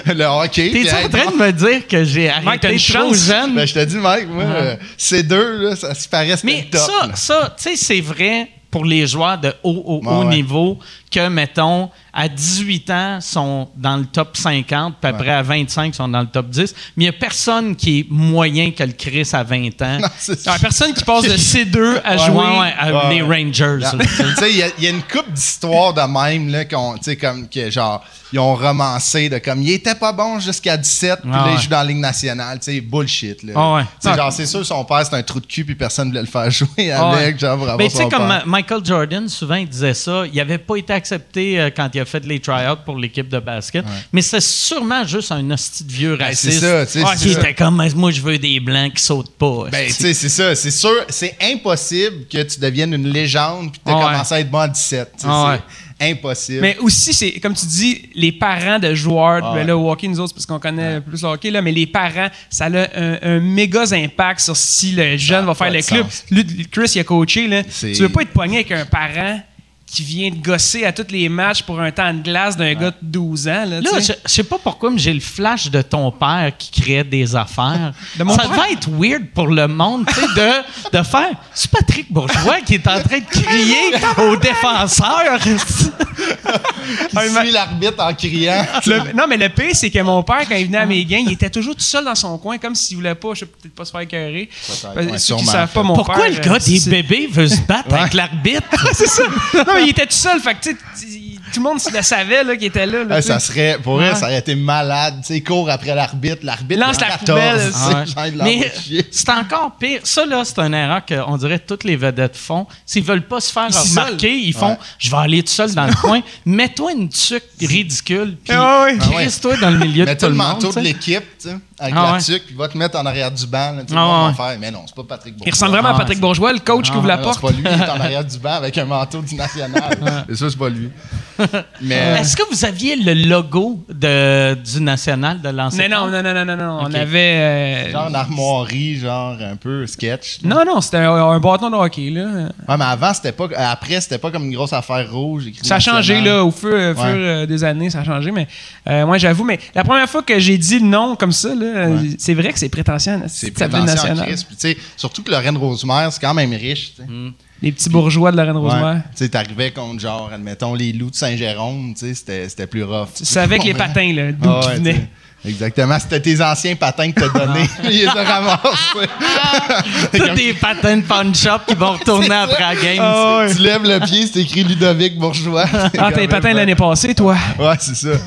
S4: le hockey. puis
S1: T'es-tu en
S4: être
S1: train de me dire que j'ai
S5: Mike, t'as
S1: arrêté
S5: une
S1: trop
S5: chance.
S1: jeune?
S4: Ben, je te dis, Mike,
S5: Ah.
S4: moi, euh, ces deux, là, ça se paraît c'était
S1: Mais
S4: le top.
S1: ça,
S4: là.
S1: ça tu sais, c'est vrai pour les joueurs de haut, haut,
S4: Ouais,
S1: haut
S4: ouais.
S1: niveau que, mettons, à 18 ans, sont dans le top 50, puis après, à 25, sont dans le top 10. Mais il n'y a personne qui est moyen que le Chris à 20 ans.
S4: Non, c'est-
S5: Alors, personne qui passe de C2 à
S1: Ouais,
S5: jouer.
S1: ouais, à-
S4: Ouais.
S1: les Rangers.
S4: Là,
S1: là, tu sais.
S4: tu sais, il y, a- il y a une coupe d'histoires de même, là, qu'on, tu sais, comme, que genre, ils ont romancé de comme, il était pas bon jusqu'à 17, puis
S1: Ah
S4: là,
S1: ouais.
S4: il joue dans la Ligue nationale, tu sais, bullshit, là.
S1: Ah ouais.
S4: Tu sais,
S1: Ah.
S4: genre, c'est sûr, son père, c'est un trou de cul, puis personne voulait le faire jouer avec, genre, pour avoir
S1: Ben, tu sais,
S4: son
S1: comme
S4: père.
S1: Ma- Michael Jordan, souvent, il disait ça. Il n'avait pas été accepté euh, quand il a fait les try-outs pour l'équipe de basket. Mais c'est sûrement juste un hostie de vieux
S4: Ben, c'est
S1: raciste. Ah,
S4: ça, tu sais, c'est
S1: qui
S4: ça.
S1: était comme, moi, je veux des blancs qui sautent pas.
S4: Ben, tu
S1: hostie.
S4: sais, c'est ça. C'est sûr, c'est impossible que tu deviennes une légende puis que tu
S5: Ah ouais.
S4: commencé à être bon à 17. tu sais,
S5: Ah
S4: c'est impossible.
S5: Mais aussi, c'est comme tu dis, les parents de joueurs,
S4: Ah
S5: ben
S4: ouais.
S5: là, au hockey, nous autres, c'est parce qu'on connaît plus le hockey, là, mais les parents, ça a un, un méga impact sur si le jeune
S4: a
S5: va faire
S4: Ah, pas
S5: le
S4: de
S5: club.
S4: sens.
S5: Lui, Chris, il a coaché. Là.
S4: C'est-
S5: Tu veux pas être pogné avec un parent qui vient te gosser à tous les matchs pour un temps de glace d'un gars de 12 ans. Là,
S1: Là,
S5: tu
S1: je,
S5: sais.
S1: je sais pas pourquoi, mais j'ai le flash de ton père qui créait des affaires.
S5: De mon
S1: ça
S5: père?
S1: devait être weird pour le monde, tu sais, de, de faire. C'est Patrick Bourgeois qui est en train de crier aux défenseurs.
S4: Qui suit l'arbitre en criant.
S5: Le- non, mais le pire, c'est que mon père, quand il venait à mes gains, il était toujours tout seul dans son coin, comme s'il voulait pas, je sais peut-être pas se faire écœurer. Parce-
S4: ouais,
S5: Ceux
S4: sûrement,
S5: qui savent pas, mon
S1: Pourquoi
S5: père,
S1: le gars
S5: euh,
S1: des
S5: c'est-
S1: bébés veut se battre avec l'arbitre?
S5: c'est ça. Non, mais il était tout seul. Fait que, tu sais, t- tout le monde se le savait, là, qu'il était là. là,
S4: Ah,
S5: tu sais.
S4: ça serait, pour vrai,
S5: Ouais.
S4: ça aurait été malade. Tu sais, il court après l'arbitre, l'arbitre
S5: Lance
S4: il a
S5: la
S4: 14,
S5: poubelle,
S4: tu
S5: ah
S4: sais,
S1: Ouais.
S4: genre, il
S1: Mais
S4: l'envoie chier.
S1: c'est encore pire. Ça, là, c'est une erreur qu'on dirait que toutes les vedettes font. S'ils veulent pas se faire
S5: s'isolent.
S1: remarquer, ils font
S4: Ouais.
S1: Je vais aller tout seul dans le coin, mets-toi une tuque ridicule, puis
S5: Ouais, ouais.
S4: Ah ouais.
S1: crisse-toi dans le milieu
S4: Mets
S1: de tout
S4: tout
S1: le
S4: le
S1: monde.
S4: manteau
S1: tu
S4: de
S1: sais.
S4: l'équipe, tu sais, avec
S1: Ah
S4: la
S1: ouais.
S4: tuque, puis va te mettre en arrière du banc. Là, tu sais, le
S1: Ah
S4: monde
S1: ouais.
S4: va faire, mais non, c'est pas Patrick Bourgeois.
S5: Il ressemble vraiment à Patrick Bourgeois, le coach qui ouvre la
S4: Ah, Non, C'est
S5: porte.
S4: pas lui, il est en arrière du banc avec un manteau du national. Et ça, c'est pas lui. Mais.
S1: Est-ce que vous aviez le logo de- du national de l'ancien
S5: Mais non, non, non, non, non, non.
S1: Ok.
S5: On avait. euh,
S4: Genre une armoirie, genre un peu sketch. là.
S5: Non, non, c'était un, un bâton de hockey, là.
S4: Ouais, mais avant, c'était pas. euh, Après, c'était pas comme une grosse affaire rouge. écrit
S5: Ça a
S4: national.
S5: changé, là, au fur, au fur,
S4: Ouais.
S5: euh, des années, ça a changé, mais euh, moi, j'avoue, mais la première fois que j'ai dit le nom comme ça, là,
S4: Ouais.
S5: c'est vrai que c'est prétentieux, là,
S4: C'est
S5: de s'appeler
S4: prétentieux en
S5: national. Mm.
S4: Christ. Puis, tu sais, surtout que Lorraine Rosemère, c'est quand même riche. tu sais.
S5: Les petits bourgeois de Lorraine
S4: Ouais.
S5: Rosemère.
S4: Tu sais, t'arrivais contre, genre, admettons, les loups de Saint-Jérôme, tu sais, c'était c'était plus rough.
S5: Tu savais que les patins, là, d'où
S4: Ah
S5: qu'ils
S4: ouais,
S5: venaient.
S4: tu sais. Exactement, c'était tes anciens patins que t'as donnés.
S5: Ah.
S4: Ils les ont ramassés.
S1: Tous des patins de pawn shop qui vont retourner après la game.
S4: Ah Tu lèves le pied, c'est écrit Ludovic Bourgeois.
S5: Ah, t'as les patins de l'année passée, toi.
S4: Ouais, c'est ça.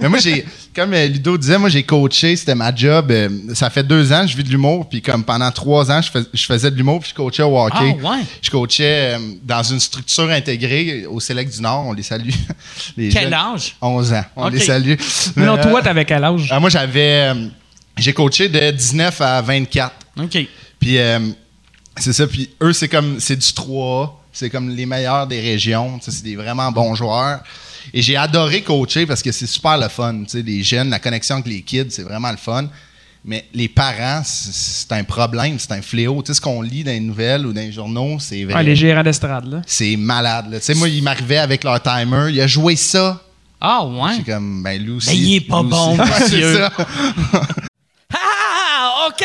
S4: Mais moi, j'ai, comme euh, Ludo disait, moi, j'ai coaché, c'était ma job. Euh, ça fait deux ans, je vis de l'humour, puis comme pendant trois ans, je, fais- je faisais de l'humour, puis je coachais au hockey.
S1: Ah, ouais?
S4: Je coachais euh, dans une structure intégrée au Select du Nord, on les salue. Les
S1: Quel
S4: jeunes.
S1: âge?
S4: 11 ans, on
S1: Ok.
S4: les salue.
S5: Mais non,
S4: Euh,
S5: toi, t'avais quel âge?
S4: ah, moi, j'avais. euh, j'ai coaché de 19 à 24.
S1: OK.
S4: Puis, euh, c'est ça. Puis, eux, c'est comme. C'est du 3 C'est comme les meilleurs des régions. Tu sais, C'est des vraiment bons joueurs. Et j'ai adoré coacher parce que c'est super le fun. Tu sais, les jeunes, la connexion avec les kids, c'est vraiment le fun. Mais les parents, c'est- c'est un problème, c'est un fléau. Tu sais, ce qu'on lit dans les nouvelles ou dans les journaux, c'est vrai.
S5: Ah, les gérants d'estrade, là.
S4: C'est malade. là. Tu sais, moi, il m'arrivait avec leur timer. Il a joué ça.
S1: Ah, ouais.
S4: J'ai comme, ben, lui aussi.
S1: Ben, il est pas
S4: lui
S1: bon,
S4: aussi. Ouais, c'est
S1: monsieur.
S4: ça.
S6: Ah, OK.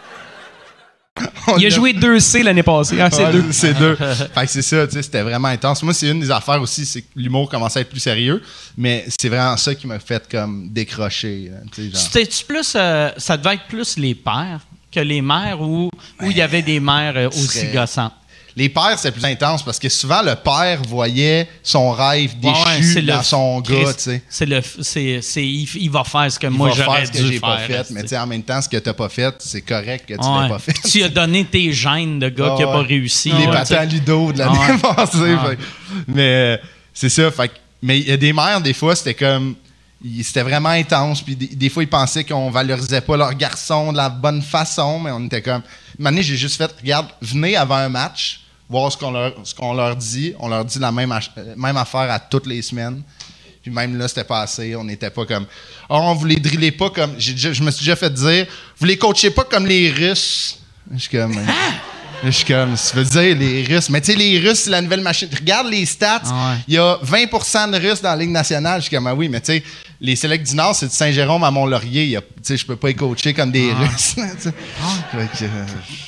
S5: Il a joué 2C l'année passée. Ah, c'est
S4: Ouais,
S5: deux.
S4: C'est deux. fait que c'est ça, tu sais, c'était vraiment intense. Moi, c'est une des affaires aussi, c'est que l'humour commençait à être plus sérieux, mais c'est vraiment ça qui m'a fait comme décrocher. là, tu sais, genre.
S1: C'était-tu plus. euh, ça devait être plus les pères que les mères ou où il y avait des mères euh, aussi
S4: serait-
S1: gossantes.
S4: Les pères, c'est plus intense parce que souvent, le père voyait son rêve
S1: Ouais,
S4: déchu
S1: c'est
S4: dans
S1: le-
S4: son
S1: Chris,
S4: gars, tu sais.
S1: C'est le. c'est- c'est- il, il va faire ce que
S4: Il
S1: moi
S4: va
S1: j'aurais
S4: faire ce que
S1: dû
S4: j'ai
S1: faire.
S4: pas fait,
S1: tu
S4: mais
S1: sais.
S4: tu sais, en même temps, ce que t'as pas fait, c'est correct que tu
S1: Ouais.
S4: l'as pas fait.
S1: Tu as donné tes gènes de gars qui n'a
S4: Ah
S1: pas
S4: ouais.
S1: réussi.
S4: Les
S1: là, tu sais.
S4: patins Ludo de l'année
S1: Ah ouais.
S4: passée. fait que- Mais euh, c'est ça. fait que- mais il y a des mères, des fois, c'était comme. il- C'était vraiment intense. Puis des, des fois, ils pensaient qu'on valorisait pas leur garçon de la bonne façon. Mais on était comme. Une année, j'ai juste fait regarde, venez avant un match, voir ce qu'on leur, ce qu'on leur dit. On leur dit la même, ach- euh, même affaire à toutes les semaines. Puis même là, c'était passé. On n'était pas comme. Oh, on vous les drillez pas comme. j'ai déjà- je me suis déjà fait dire vous les coachez pas comme les Russes. Je suis comme. Là, Je suis comme, ça veut dire les Russes. Mais tu sais, les Russes, c'est la nouvelle machine. Regarde les stats.
S1: Ah ouais.
S4: Il y a 20 de Russes dans la Ligue nationale. Je suis comme, ah oui, mais tu sais, les sélects du Nord, c'est de Saint-Jérôme à Mont-Laurier. Il y a- Tu sais, je peux pas les coacher comme des
S1: Ah.
S4: Russes. tu sais. Fait que, euh,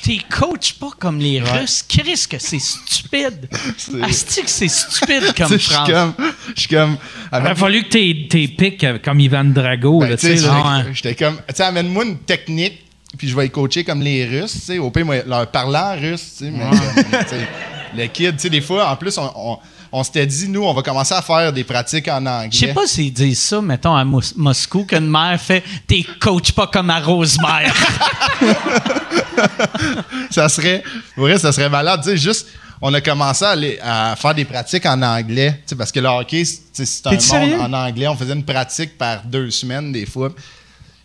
S1: T'es coach pas comme les Russes. Chris, que c'est stupide.
S4: C'est-
S1: Asti que c'est stupide
S4: tu sais,
S1: comme
S4: je suis
S1: France.
S4: comme, je suis comme,
S3: Il aurait
S4: avec-
S3: fallu que t'aies t'aies piques euh, comme Ivan Drago.
S4: Ben,
S3: là,
S4: tu sais,
S3: tu sais,
S4: j'étais-
S3: là.
S4: J'étais comme, tu sais, amène-moi une technique, puis je vais les coacher comme les Russes, tu sais. Au pire, moi, leur parlant russe, tu sais. mais comme, tu sais, le kid, tu sais, des fois, en plus, on, on- on s'était dit, nous, on va commencer à faire des pratiques en anglais.
S1: Je sais pas s'ils disent ça, mettons, à Mos- Moscou, qu'une mère fait « T'es coach pas comme à Rosemère.
S4: ça serait pour vrai, ça serait malade tu sais juste on a commencé à, aller- à faire des pratiques en anglais tu sais, parce que le hockey c'est tu sais, c'est un monde
S5: T'es-tu sérieux?
S4: en anglais on faisait une pratique par deux semaines des fois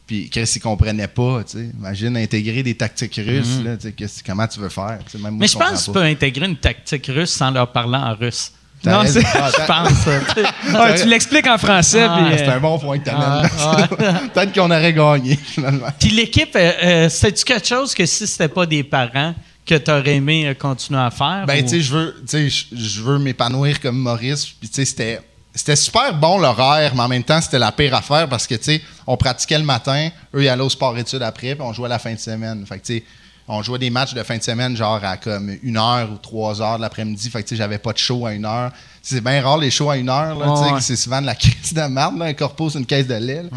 S4: puis qu'est-ce qu'ils comprenaient pas tu sais imagine intégrer des tactiques russes
S5: Mhm.
S4: là, tu sais, qu'est-ce- comment tu veux faire tu sais, même » moi,
S1: Mais je pense que tu
S4: comprends
S1: peux intégrer une tactique russe sans leur parler en russe.
S4: T'as
S5: Non,
S4: raison.
S5: c'est-
S4: Ah,
S1: Je
S4: t'as-
S1: pense. euh, tu sais.
S5: Ah, tu l'expliques en français.
S1: Ah,
S5: puis, euh,
S4: c'est un bon point que tu
S1: Ah,
S4: peut-être qu'on aurait gagné finalement
S1: Puis l'équipe, c'est-tu quelque chose que si c'était pas des parents que t'aurais aimé euh, continuer à faire?
S4: Ben,
S1: ou-
S4: tu sais, je veux, tu sais, je- je veux m'épanouir comme Maurice. Puis, tu sais, c'était, c'était super bon l'horaire, mais en même temps, c'était la pire affaire parce que, tu sais, on pratiquait le matin, eux, ils allaient au sport-études après, puis on jouait la fin de semaine. Fait que, tu sais, on jouait des matchs de fin de semaine, genre à comme une heure ou trois heures de l'après-midi. Fait que, tu sais, j'avais pas de show à une heure. C'est bien rare les shows à une heure, là. tu sais,
S1: Ouais.
S4: que C'est souvent de la caisse de marde, là. Un corpo, c'est une caisse de lait. là.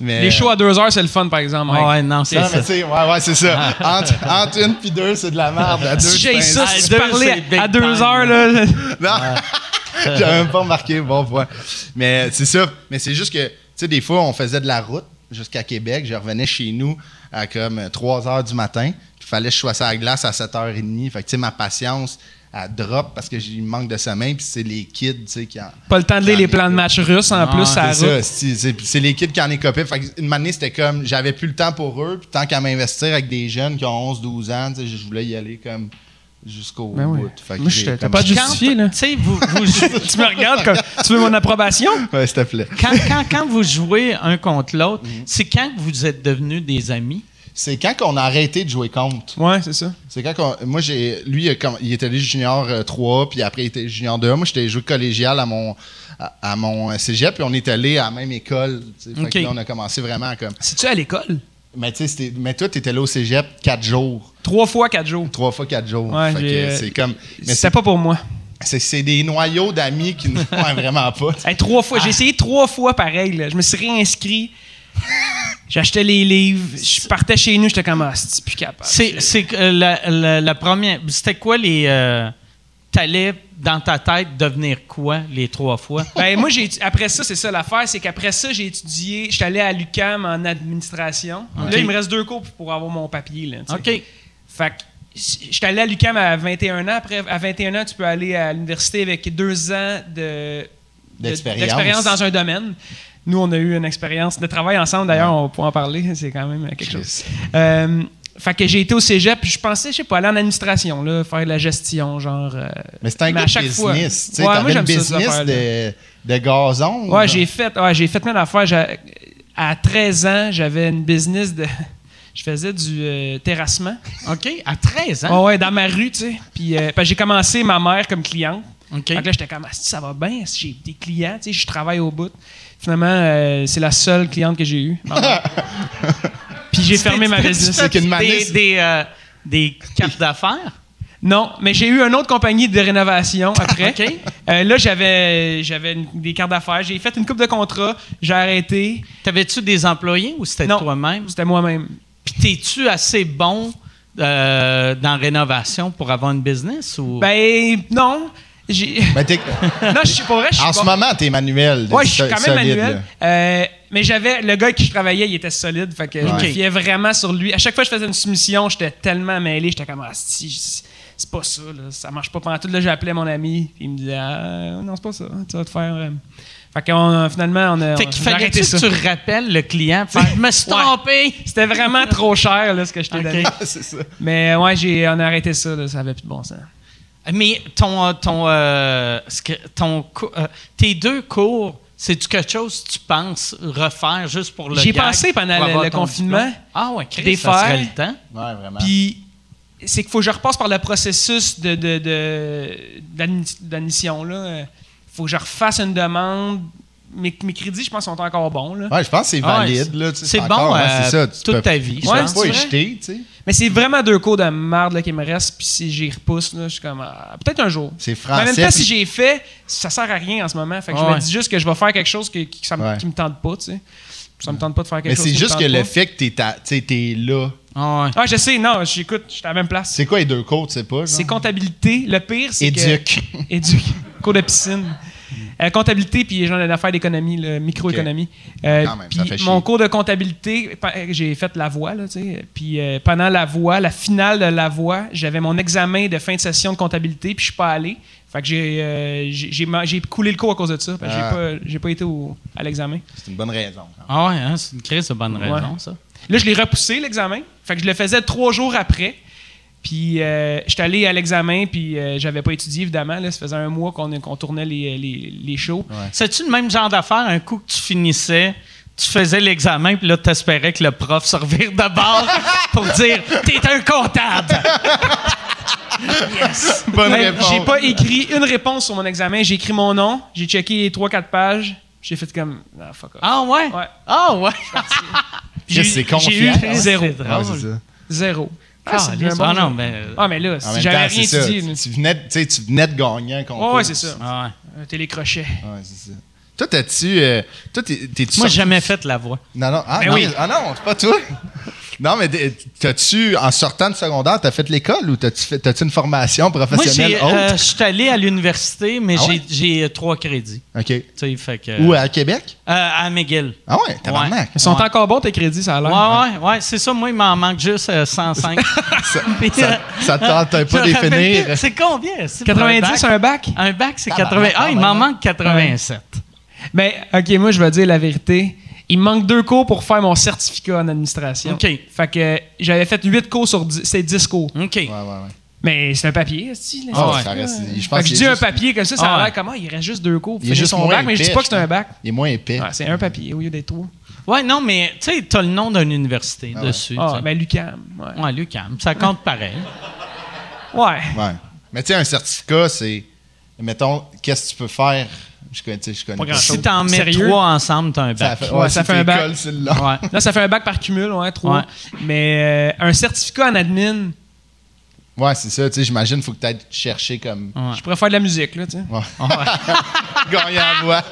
S4: Mais,
S5: Les shows à 2 heures, c'est le fun, par exemple. Mike.
S1: Ah ouais, non, c'est
S4: Non, mais
S1: ça.
S4: tu sais, ouais, ouais, c'est ça. Entre, entre une puis deux, c'est de la merde. À deux,
S5: Si j'ai
S4: c'est
S5: ça,
S1: À
S5: si tu
S1: deux,
S5: parlais
S1: c'est big
S5: à 2
S1: time.
S5: heures, là.
S4: Non. Ah. J'avais même pas remarqué. Bon point. Mais c'est ça. Mais c'est juste que, tu sais, des fois, on faisait de la route jusqu'à Québec. Je revenais chez nous à comme 3 heures du matin. Il fallait que je sois à la glace à 7h30. Fait que, tu sais, ma patience, elle drop parce que j'ai manque de sommeil. Puis c'est les kids, tu sais, qui en.
S5: Pas le temps de lire les plans de match russes en plus, ça
S4: C'est ça,
S5: route.
S4: c'est- c'est c'est les kids qui en écopaient. Fait que une année, c'était comme, j'avais plus le temps pour eux, puis tant qu'à m'investir avec des jeunes qui ont 11, 12 ans, tu sais, je voulais y aller comme jusqu'au
S5: Ben oui.
S4: bout. Fait que
S5: Moi,
S4: j'ai
S5: je- t'as
S4: comme-
S5: pas de
S1: Quand-
S5: justifié, là.
S1: Tu sais, vous, vous jouez-
S5: Tu me regardes comme. Tu veux mon approbation?
S4: Ouais, s'il te plaît.
S1: quand, quand- quand vous jouez un contre l'autre, c'est quand que vous êtes devenus des amis?
S4: C'est quand qu'on a arrêté de jouer contre.
S5: Ouais, c'est ça.
S4: C'est quand qu'on- moi j'ai lui il a comm- il était allé junior euh, 3 puis après il était junior 2. Moi j'étais joué collégial à mon à, à mon euh, cégep puis on est allé à la même école, tu sais. Fait que
S1: Ok.
S4: là, on a commencé vraiment comme
S5: C'est-tu à l'école?
S4: mais tu sais c'était- mais toi t'étais là au cégep 4 jours,
S5: Trois fois quatre jours.
S4: trois fois 4 jours.
S5: Ouais,
S4: Fait que,
S5: j'ai,
S4: euh,
S5: euh,
S4: c'est comme mais
S5: C'était pas pour moi.
S4: c'est c'est des noyaux d'amis qui ne ouais, vraiment pas. tu sais.
S5: Hey, trois fois. J'ai essayé trois fois pareil. là. Je me suis réinscrit. J'achetais les livres. Je partais chez nous. J'étais comme, ah, c'est plus capable.
S1: C'est, c'est que, euh, la, la- la première. C'était quoi les. euh, t'allais dans ta tête devenir quoi les trois fois?
S5: Ben, moi, j'ai, étu- après ça, c'est ça l'affaire. C'est qu'après ça, j'ai étudié. Je suis allé à l'UCAM en administration. Là, il me reste deux cours pour- pour avoir mon papier. Là, tu sais.
S1: OK.
S5: Fait que je suis allé à l'UCAM à 21 ans. Après, à 21 ans, tu peux aller à l'université avec deux ans de, de-
S4: D'expérience.
S5: d'expérience dans un domaine. Nous, on a eu une expérience de travail ensemble. D'ailleurs, on pourra en parler. C'est quand même quelque chose.
S4: Chris.
S5: Euh, Fait que j'ai été au cégep, puis je pensais, je sais pas, aller en administration, là, faire de la gestion, genre. euh,
S4: Mais c'est un
S5: à
S4: gars de
S5: chaque fois-
S4: business. Tu sais,
S5: Ouais, moi,
S4: t'avais le
S5: j'aime ça, ces
S4: business
S5: affaires-là.
S4: de, de gazon.
S5: Ouais, j'ai fait, ouais, j'ai fait plein d'affaires. J'a- À 13 ans, j'avais une business de. Je faisais du euh, terrassement.
S1: OK? À 13 ans?
S5: Ouais, ouais, dans ma rue, tu sais. Puis euh, parce que j'ai commencé ma mère comme cliente.
S1: OK.
S5: Fait que là, j'étais comme, Ah, si, ça va bien, j'ai des clients, tu sais, je travaille au bout. Finalement, euh, c'est la seule cliente que j'ai eue. ma mère. Puis j'ai fermé ma business.
S4: avec une manisse.
S1: Des, des, euh, des cartes d'affaires?
S5: Non, mais j'ai eu une autre compagnie de rénovation après.
S1: Ah, OK.
S5: Euh, là, j'avais j'avais une- des cartes d'affaires. J'ai fait une coupe de contrats. J'ai arrêté.
S1: T'avais-tu des employés ou c'était
S5: Non.
S1: toi-même?
S5: C'était moi-même.
S1: Puis t'es-tu assez bon euh, dans rénovation pour avoir une business? Ou...
S5: Ben, non. J'ai...
S4: Ben, t'es-
S5: non, je suis pas vrai. Je suis
S4: en ce
S5: pas-
S4: moment, t'es manuel.
S5: Ouais, je suis quand même
S4: solide,
S5: manuel.
S4: là.
S5: Euh, mais j'avais le gars avec qui je travaillais, il était solide, fait que je me
S4: Ouais.
S5: fiais vraiment sur lui. À chaque fois que je faisais une soumission, j'étais tellement mêlé, j'étais comme ah, si, c'est- c'est pas ça, là, ça marche pas pendant tout. Là, j'appelais mon ami, puis il me disait ah, non, c'est pas ça, tu vas te faire. euh. Fait que finalement, on a,
S1: fait
S5: on
S1: qu'il
S5: a
S1: fallait
S5: arrêté
S1: Euh, que
S5: ça.
S1: tu rappelles le client. Faire, je me suis
S5: Ouais.
S1: trompé!
S5: C'était vraiment trop cher là, ce que je t'ai
S1: OK.
S5: donné.
S4: C'est ça.
S5: Mais ouais, j'ai, on a arrêté ça, là, ça avait plus de bon sens.
S1: Mais ton, euh, ton, euh, ce que- ton cou- euh, tes deux cours, c'est-tu quelque chose que tu penses refaire juste pour le
S5: J'ai
S1: gag,
S5: pensé pendant
S1: pour
S5: le-
S1: avoir
S5: le
S1: ton
S5: confinement,
S1: diplôme? Ah ouais, Chris,
S5: des
S1: ça serait
S5: faire.
S1: le temps.
S4: Ouais, vraiment.
S5: Puis c'est qu'il faut que je repasse par le processus de, de, de- d'admi- d'admission. là. Euh, faut que je refasse une demande. Mes, mes crédits, je pense, sont encore bons. Là.
S4: Ouais, je pense que c'est
S1: Ah ouais,
S4: valide.
S1: c'est-
S4: là, tu sais,
S1: c'est bon,
S4: encore, ouais,
S1: euh,
S4: c'est ça. Tu
S1: toute
S4: peux-
S1: ta vie,
S4: Tu
S1: je
S4: peux
S5: pense.
S4: pas
S5: Ouais.
S4: y jeter, tu sais.
S5: Mais c'est vraiment deux cours de merde là, qui me restent. Puis si j'y repousse, là, je suis comme. ah, peut-être un jour.
S4: C'est
S5: Mais en même
S4: français,
S5: temps, si
S4: puis-
S5: j'ai fait, ça sert à rien en ce moment. Fait que je
S1: Ouais.
S5: me dis juste que je vais faire quelque chose que, qui, ça me,
S4: Ouais.
S5: qui me tente pas. tu sais. Ça me tente pas de faire quelque
S4: Mais
S5: chose.
S4: c'est
S5: qui me
S4: juste que
S5: tente
S4: le
S5: pas.
S4: fait que t'es ta- tu sais, t'es là.
S1: Ah ouais.
S5: Ah, je sais, non, j'écoute, je suis à la même place.
S4: C'est quoi les deux cours, tu sais pas? genre?
S5: C'est comptabilité. Le pire, c'est. que-
S4: Éduque.
S5: Éduc, cours de piscine. Euh, comptabilité, puis genre d'affaires d'économie, là, microéconomie. Euh,
S4: Quand même,
S5: puis
S4: ça fait chier.
S5: mon cours de comptabilité, pa- j'ai fait la voix, là, tu sais. Puis euh, pendant la voix, la finale de la voix, j'avais mon examen de fin de session de comptabilité, puis je suis pas allé. Fait que j'ai, euh, j'ai, j'ai ma- j'ai coulé le cours à cause de ça. parce que
S4: Ah.
S5: j'ai, pas, j'ai pas été au- à l'examen.
S4: C'est une bonne raison.
S1: Ah ouais, hein, c'est une crise de bonne raison,
S5: Ouais.
S1: ça.
S5: Là, je l'ai repoussé, l'examen. Fait que je le faisais trois jours après. Puis, euh, j'étais allé à l'examen, puis euh, j'avais pas étudié, évidemment. Là, ça faisait un mois qu'on, qu'on tournait les, les, les shows.
S1: C'est-tu le même genre d'affaire, un coup que tu finissais, tu faisais l'examen, puis là, t'espérais que le prof se revire de bord pour dire « T'es un comptable!
S4: Bonne
S5: Ouais,
S4: réponse.
S5: J'ai pas écrit une réponse sur mon examen. J'ai écrit mon nom, j'ai checké les 3-4 pages, j'ai fait comme. Ah, fuck off. »
S1: Ah ouais?
S5: Ouais.
S1: Ah ouais?
S4: Qu'est-ce que c'est confiant.
S5: j'ai eu
S4: hein?
S5: zéro.
S1: C'est drôle.
S4: Ouais, c'est ça.
S5: Zéro.
S1: Ah,
S5: c'est
S1: lisse.
S5: un bon
S1: Ah non,
S5: jeu.
S1: mais... euh,
S5: Ah, mais là,
S4: En
S5: si
S4: même
S5: j'avais
S4: temps, c'est
S5: rien
S4: ça.
S5: étudié.
S4: Tu
S5: là.
S4: tu venais, de- tu sais, tu venais de gagner un concours.
S5: Ouais, ouais, c'est ça.
S1: ah ouais.
S5: Un télécrochet.
S4: Ouais, c'est ça. Toi, t'as-tu. euh, toi, t'es- t'es-tu.
S1: Moi,
S4: sorti-
S1: j'ai jamais fait la voix.
S4: Non, non. Ah,
S5: Ben
S4: non,
S5: oui.
S4: ah non, c'est pas toi. Non, mais t'es- t'as-tu, en sortant de secondaire, t'as fait l'école ou t'as-tu, fait- t'as-tu une formation
S1: Moi,
S4: professionnelle
S1: j'ai, euh, je suis allé à l'université, mais
S4: Ah ouais?
S1: j'ai- j'ai euh, trois crédits.
S4: autre? OK.
S1: Tu sais, fait que...
S4: Ou
S1: euh,
S4: à Québec?
S1: à McGill.
S4: Ah ouais, tabarnak.
S5: Ils sont
S1: Ouais.
S5: encore bons tes crédits, ça a l'air.
S1: Ouais, ouais, ouais, c'est ça. Moi, il m'en manque juste euh, 105.
S4: Ça,
S1: Puis,
S4: ça,
S1: euh,
S4: ça tente un
S1: Je
S4: pas
S1: me
S4: de les
S1: rappelle
S4: finir.
S1: plus. C'est combien? c'est pour un
S5: 90,
S1: bac?
S5: un bac?
S1: Un bac, c'est
S4: Tabarnak,
S1: 80.
S4: quand
S1: Ah, il
S4: même,
S1: m'en
S4: hein.
S1: manque 87.
S5: Mais, Ben, ok, moi, je vais dire la vérité. Il me manque deux cours pour faire mon certificat en administration.
S1: OK.
S5: Fait que euh, j'avais fait 8 cours sur 10, c'est 10 cours.
S1: OK.
S4: Ouais, ouais, ouais.
S5: Mais c'est un papier, est-ce-tu, là,
S4: Ah
S5: c'est
S4: ouais, ça reste- je
S5: Fait
S4: pense
S5: que je
S4: qu'il
S5: dis
S4: est
S5: un
S4: juste-
S5: papier comme ça, ça
S1: Ah
S5: a
S1: ouais.
S5: l'air comment? Il reste juste deux cours. pour
S4: Il est
S5: finir
S4: juste
S5: son
S4: moins
S5: bac, mais je dis
S4: épais,
S5: pas que c'est
S4: je
S5: un
S4: pense.
S5: bac.
S4: Il est moins épais.
S5: Ouais, c'est un papier au lieu des trois.
S1: Ouais, non, mais tu sais, t'as le nom d'une université
S4: Ah ouais.
S1: dessus.
S5: Ah,
S1: tu sais.
S5: ben Lucam. Ouais.
S1: Ouais, Lucam, ça compte pareil.
S5: Ouais.
S4: Ouais. Mais tu sais, un certificat, c'est. Mettons, qu'est-ce que tu peux faire? Je connais, tu sais, je connais
S5: Pas
S4: pas.
S5: grand-chose.
S1: Si t'en mets
S5: Sérieux?
S1: trois ensemble, t'as un
S4: Ça
S1: bac.
S4: fait,
S5: Ouais, ça
S4: c'est
S5: fait un bac.
S4: l'école, c'est le long.
S1: Ouais.
S5: Là, ça fait un bac par cumul, ouais, trois.
S1: Ouais.
S5: Mais euh, un certificat en admin,
S4: Ouais, c'est ça. Tu sais, j'imagine, faut que tu ailles chercher comme.
S1: Ouais.
S5: je pourrais faire de la musique, là, tu sais.
S4: Gagner à voix.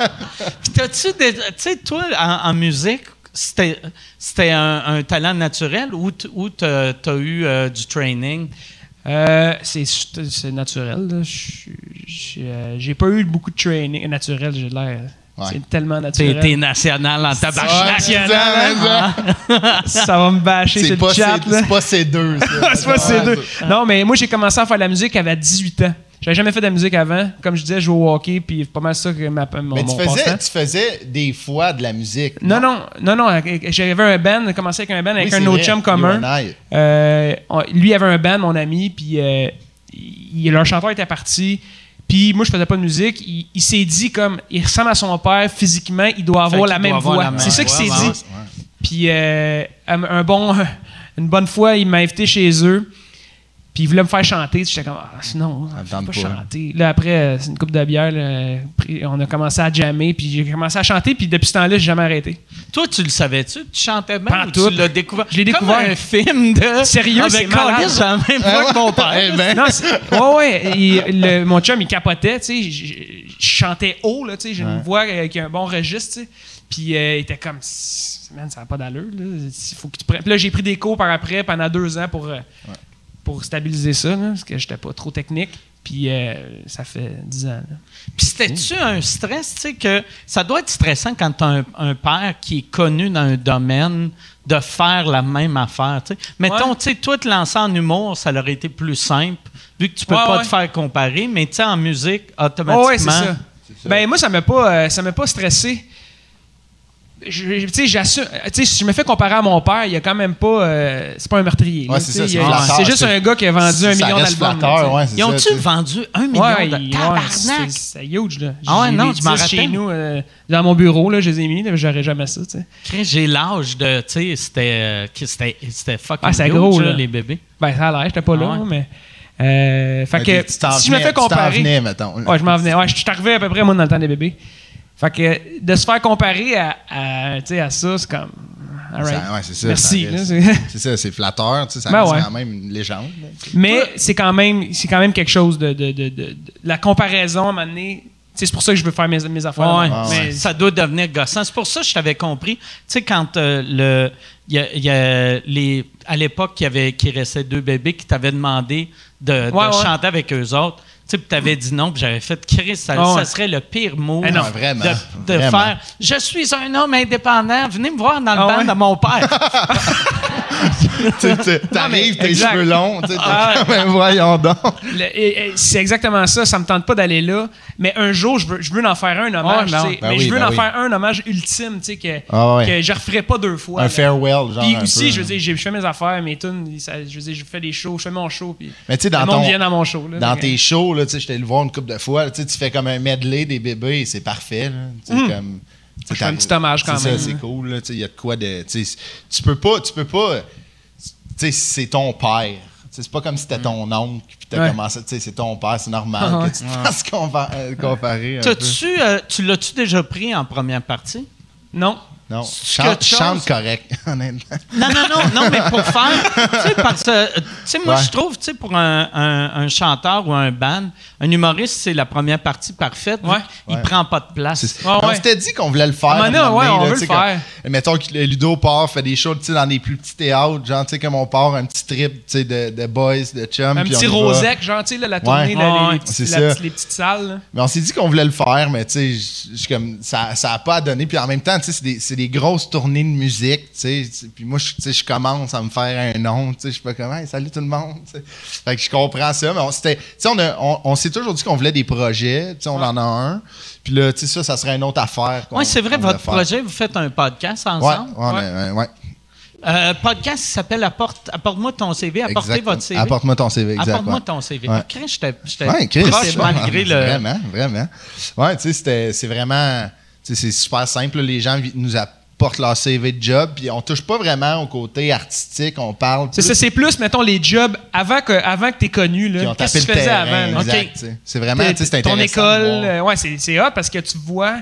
S1: Puis t'as-tu des. Tu sais, toi, en, en musique, c'était c'était un, un talent naturel ou t- ou t'as t'as eu euh, du training?
S5: Euh, c'est c'est naturel. là. Je- je- euh, J'ai pas eu beaucoup de training naturel, j'ai l'air.
S4: Ouais.
S5: C'est tellement
S1: T'es t'es
S5: naturel.
S1: national en
S5: Ah,
S4: Ouais,
S1: tabarnak.
S4: c'est ça, mais ça.
S5: Ça va me bâcher
S4: C'est
S5: sur
S4: pas
S5: hein? Ah, le chat.
S4: ces-
S5: là.
S4: c'est pas ces deux. ça.
S5: C'est pas ces deux. Non, mais moi, j'ai commencé à faire de la musique à 18 ans. J'avais jamais fait de la musique avant. Comme je disais, je jouais au hockey, puis c'est pas mal ça que ma, mon,
S4: Mais tu
S5: mon
S4: faisais,
S5: passe-temps.
S4: tu faisais des fois de la musique.
S5: Non, non, non, non. J'avais un band, commencé avec un band, avec
S4: Oui,
S5: un
S4: c'est
S5: autre
S4: vrai,
S5: chum
S4: You
S5: commun.
S4: and I.
S5: Euh, on- lui avait un band, mon ami, puis euh, il- leur chanteur était parti. Puis moi, je faisais pas de musique. Il, il s'est dit comme, il ressemble à son père physiquement, il doit avoir
S1: qu'il
S5: la
S1: doit
S5: même
S1: avoir
S5: voix.
S1: la même
S5: C'est ça qu'il
S1: voix,
S5: s'est
S1: ouais,
S5: dit. Puis euh, un un bon, une bonne fois, il m'a invité chez eux. Puis il voulait me faire chanter. J'étais comme, ah, sinon,
S4: me
S5: je
S4: tente
S5: peux pas
S4: pas.
S5: chanter. Là, après, euh, c'est une coupe de bière, là, pris- on a commencé à jammer. Puis j'ai commencé à chanter. Puis depuis ce temps-là, j'ai jamais arrêté.
S1: Toi, tu le savais-tu? que Tu chantais bien
S5: Pas
S1: ou
S5: tout.
S1: tu l'as découvert?
S5: Je l'ai
S1: Comme
S5: découvert.
S1: un film de...
S5: Sérieux,
S1: Ah, ben,
S5: c'est malade. Ah
S1: Caliste, j'ai la même voix que mon père.
S4: Eh ben,
S5: Non, c'est- ouais, ouais. il- le- mon chum, il capotait, tu sais. Je- Je je chantais haut, là, tu sais. J'ai une voix euh, qui a un bon registre, tu sais. Puis euh, il était comme, man, ça n'a pas d'allure, là. Il faut que tu prennes. Puis là, j'ai pris des cours par après pendant deux ans pour, euh, pour stabiliser ça, là, parce que j'étais pas trop technique. Puis euh, ça fait dix ans, là.
S1: Puis c'était-tu un stress, tu sais, que ça doit être stressant quand t'as un, un père qui est connu dans un domaine de faire la même affaire, tu sais. Mettons,
S5: Ouais.
S1: tu sais, toi, te lancer en humour, ça aurait été plus simple, vu que tu peux
S5: Ouais,
S1: pas
S5: ouais.
S1: te faire comparer, mais tu sais, en musique, automatiquement...
S5: Oh, ouais, c'est ça. Ben, moi, ça m'a pas, euh, ça m'a pas stressé. Je- je- Tu sais, j'assume. euh, Tu sais, si je me fais comparer à mon père, il y a quand même pas. euh, c'est pas un meurtrier. là,
S4: Ouais,
S5: tu
S4: c'est
S5: sais,
S4: ça,
S5: il
S4: c'est
S5: y a-
S4: flatteur,
S5: c'est juste
S4: c'est-
S5: un gars qui a vendu
S4: ça
S5: un million
S4: reste
S5: d'albums.
S4: flatteur,
S5: là,
S4: ouais, c'est
S1: Ils
S4: ça, tu
S1: ont-tu
S4: sais.
S1: vendu un
S5: tu sais.
S1: million
S5: Ouais,
S1: de
S5: il- ouais,
S1: tabarnak?
S5: c'est- c'est huge, là.
S1: Ah ouais,
S5: J'ai
S1: non,
S5: les
S1: je m'en
S5: 10 chez
S1: rappelle.
S5: nous, euh, dans mon bureau, là, je les ai mis, là, j'aurais jamais ça, tu sais.
S1: Chris, J'ai l'âge de, tu sais, c'était, euh, que c'était, c'était fucking
S5: Ah, c'est
S1: huge,
S5: gros, là.
S1: les bébés.
S5: Ben, ça a l'air, j'étais pas là,
S1: Ah ouais.
S5: mais. euh, fait
S4: Ok,
S5: que,
S4: tu t'en
S5: si je me
S4: venais-
S5: fais
S4: Tu t'en
S5: comparer.
S4: venais, mettons.
S5: Ouais, je m'en venais. Ouais, je suis arrivé à peu près, moi, dans le temps des bébés. Fait que euh, de se faire comparer à, à, tu sais, à ça, c'est comme. all right.
S4: Ça- ouais, c'est ça,
S5: Merci.
S4: ça
S5: là,
S4: reste.
S5: c'est-
S4: C'est ça, c'est flatteur, tu sais, ça
S5: Ben
S4: reste
S5: ouais.
S4: quand même une légende. là, tu sais.
S5: Mais c'est quand, même- c'est quand même quelque chose de. de- de- de- de- la comparaison à un moment donné. tu sais, C'est pour ça que je veux faire mes, mes affaires.
S1: Ouais,
S4: Ah,
S1: mais
S4: ouais.
S1: ça doit devenir gossant. C'est pour ça que je t'avais compris. Tu sais, quand euh, le. il y a- il y a les, à l'époque, il y avait qui restait deux bébés qui t'avaient demandé de, de
S5: Ouais, ouais.
S1: chanter avec eux autres. Tu sais, puis t'avais dit non, puis j'avais fait Chris, ça,
S5: Ah ouais.
S1: ça serait le pire mot
S5: Ah non,
S1: de-
S4: vraiment,
S1: de,
S4: vraiment.
S1: faire Je suis un homme indépendant, venez me voir dans le
S5: Ah
S1: band
S5: ouais.
S1: de mon père.
S4: Tu- tu- T'arrives, tes
S5: exact. Ah.
S4: cheveux longs, tu sais, t'es comme, Ben voyons donc.
S5: Le- et- et c'est exactement ça. Ça me tente pas d'aller là. Mais un jour, je veux, je veux en faire un hommage.
S1: Ouais, non.
S5: tu sais.
S4: Ben
S5: mais
S4: oui,
S5: je veux
S4: ben
S5: en
S4: oui.
S5: faire un hommage ultime, tu sais, que,
S4: Ah ouais.
S5: que je referai pas deux fois.
S4: Un
S5: là.
S4: farewell, genre.
S5: Puis
S4: un
S5: aussi,
S4: peu. hein.
S5: je veux dire, j'ai- je fais mes affaires, mes tunes, ça- je veux dire, je fais des shows, je fais mon show, puis
S4: Mais tu sais, dans
S5: le monde
S4: ton-
S5: vient dans mon show. là.
S4: Dans
S5: Fait
S4: tes
S5: que-
S4: shows, là, tu sais, j'étais le voir une couple de fois, là, tu sais, tu fais comme un medley des bébés, c'est parfait. là. Tu sais, comme, tu sais,
S5: Mm. Je fais un
S4: t'as-
S5: petit hommage quand
S4: c'est ça,
S5: même,
S4: C'est
S5: hein.
S4: cool, là, tu sais, il y a de quoi de... Tu sais, tu peux pas... Tu peux pas tu sais, c'est ton père. Tu sais, C'est pas comme si c'était ton oncle, puis t'as
S5: Mm. Ouais.
S4: commencé... Tu sais, c'est ton père, c'est normal
S5: Ah ouais.
S4: que tu te fasses compa- euh, comparer un peu.
S1: T'as-tu, euh, tu l'as-tu déjà pris en première partie?
S5: Non.
S4: Non,
S1: C'est
S4: chante,
S1: quelque chose-
S4: chante correct, honnêtement.
S1: Non, non, non, non, mais pour faire. Tu sais, parce que. euh, Tu sais, moi,
S4: Ouais.
S1: je trouve, tu sais, pour un, un- un chanteur ou un band, un humoriste, c'est la première partie parfaite. vu
S5: Ouais.
S1: qu'il
S4: Ouais.
S1: prend pas de place.
S4: C'est-
S5: Ah
S4: on
S5: ouais.
S4: s'était dit qu'on voulait le faire.
S5: Ah, mais non,
S4: un moment
S5: ouais,
S4: donné,
S5: on veut
S4: tu sais,
S5: le faire.
S4: comme- mettons que le Ludo part, fait des shows tu sais, dans des plus petits théâtres, genre, tu sais, comme on part un petit trip tu sais, de, de boys, de chums.
S5: Un
S4: puis
S5: petit
S4: on y va.
S5: Rosec, genre, tu sais, là, la tournée,
S4: Ouais.
S5: là,
S1: Ouais,
S5: les,
S1: ouais,
S5: petits-
S4: c'est
S5: la
S4: ça.
S5: petite- les petites salles. là.
S4: Mais on s'est dit qu'on voulait le faire, mais tu sais, je- je suis comme, ça n'a pas donné. Puis en même temps, tu sais, c'est des, c'est des grosses tournées de musique, tu sais. tu- Puis moi, je- tu sais, je commence à me faire un nom, tu sais. Je suis pas comme, Hey, salut tout le monde, tu sais. Fait que je comprends ça, mais on s'était, tu sais, on, a- on, on s'est toujours dit qu'on voulait des projets, tu sais, on en a un. Puis là, tu sais, ça, ça serait une autre affaire. qu'on-
S1: Oui, c'est vrai,
S4: qu'on voulait
S1: votre
S4: faire.
S1: projet, vous faites un podcast
S4: Ouais,
S1: ensemble.
S4: ouais, ouais, ouais.
S1: Euh, podcast qui s'appelle Apporte, Apporte-moi ton CV, apportez
S4: Exactement.
S1: votre CV.
S4: Apporte-moi ton CV, exactement.
S1: Apporte-moi ton CV.
S4: Ouais.
S1: Ah, Chris, j'étais- j'étais
S4: Ouais, Chris,
S1: proche
S4: ouais,
S1: malgré le.
S4: Vraiment, vraiment. Ouais, tu sais, c'était- c'est vraiment. tu sais, c'est super simple. là. Les gens vi- nous apportent leur CV de job, puis on touche pas vraiment au côté artistique. On parle.
S5: C'est ça, c'est plus, mettons, les jobs avant que, avant que tu connu.
S4: Puis on
S5: là. Qu'est-ce
S4: tapait
S5: que
S4: le
S5: tu faisais
S4: terrain.
S5: avant? là?
S4: exact,
S5: Ok.
S4: tu sais. C'est vraiment, tu sais, c'est
S5: Ton
S4: intéressant.
S5: école,
S4: de voir.
S5: euh, ouais, c'est c'est hot parce que tu vois,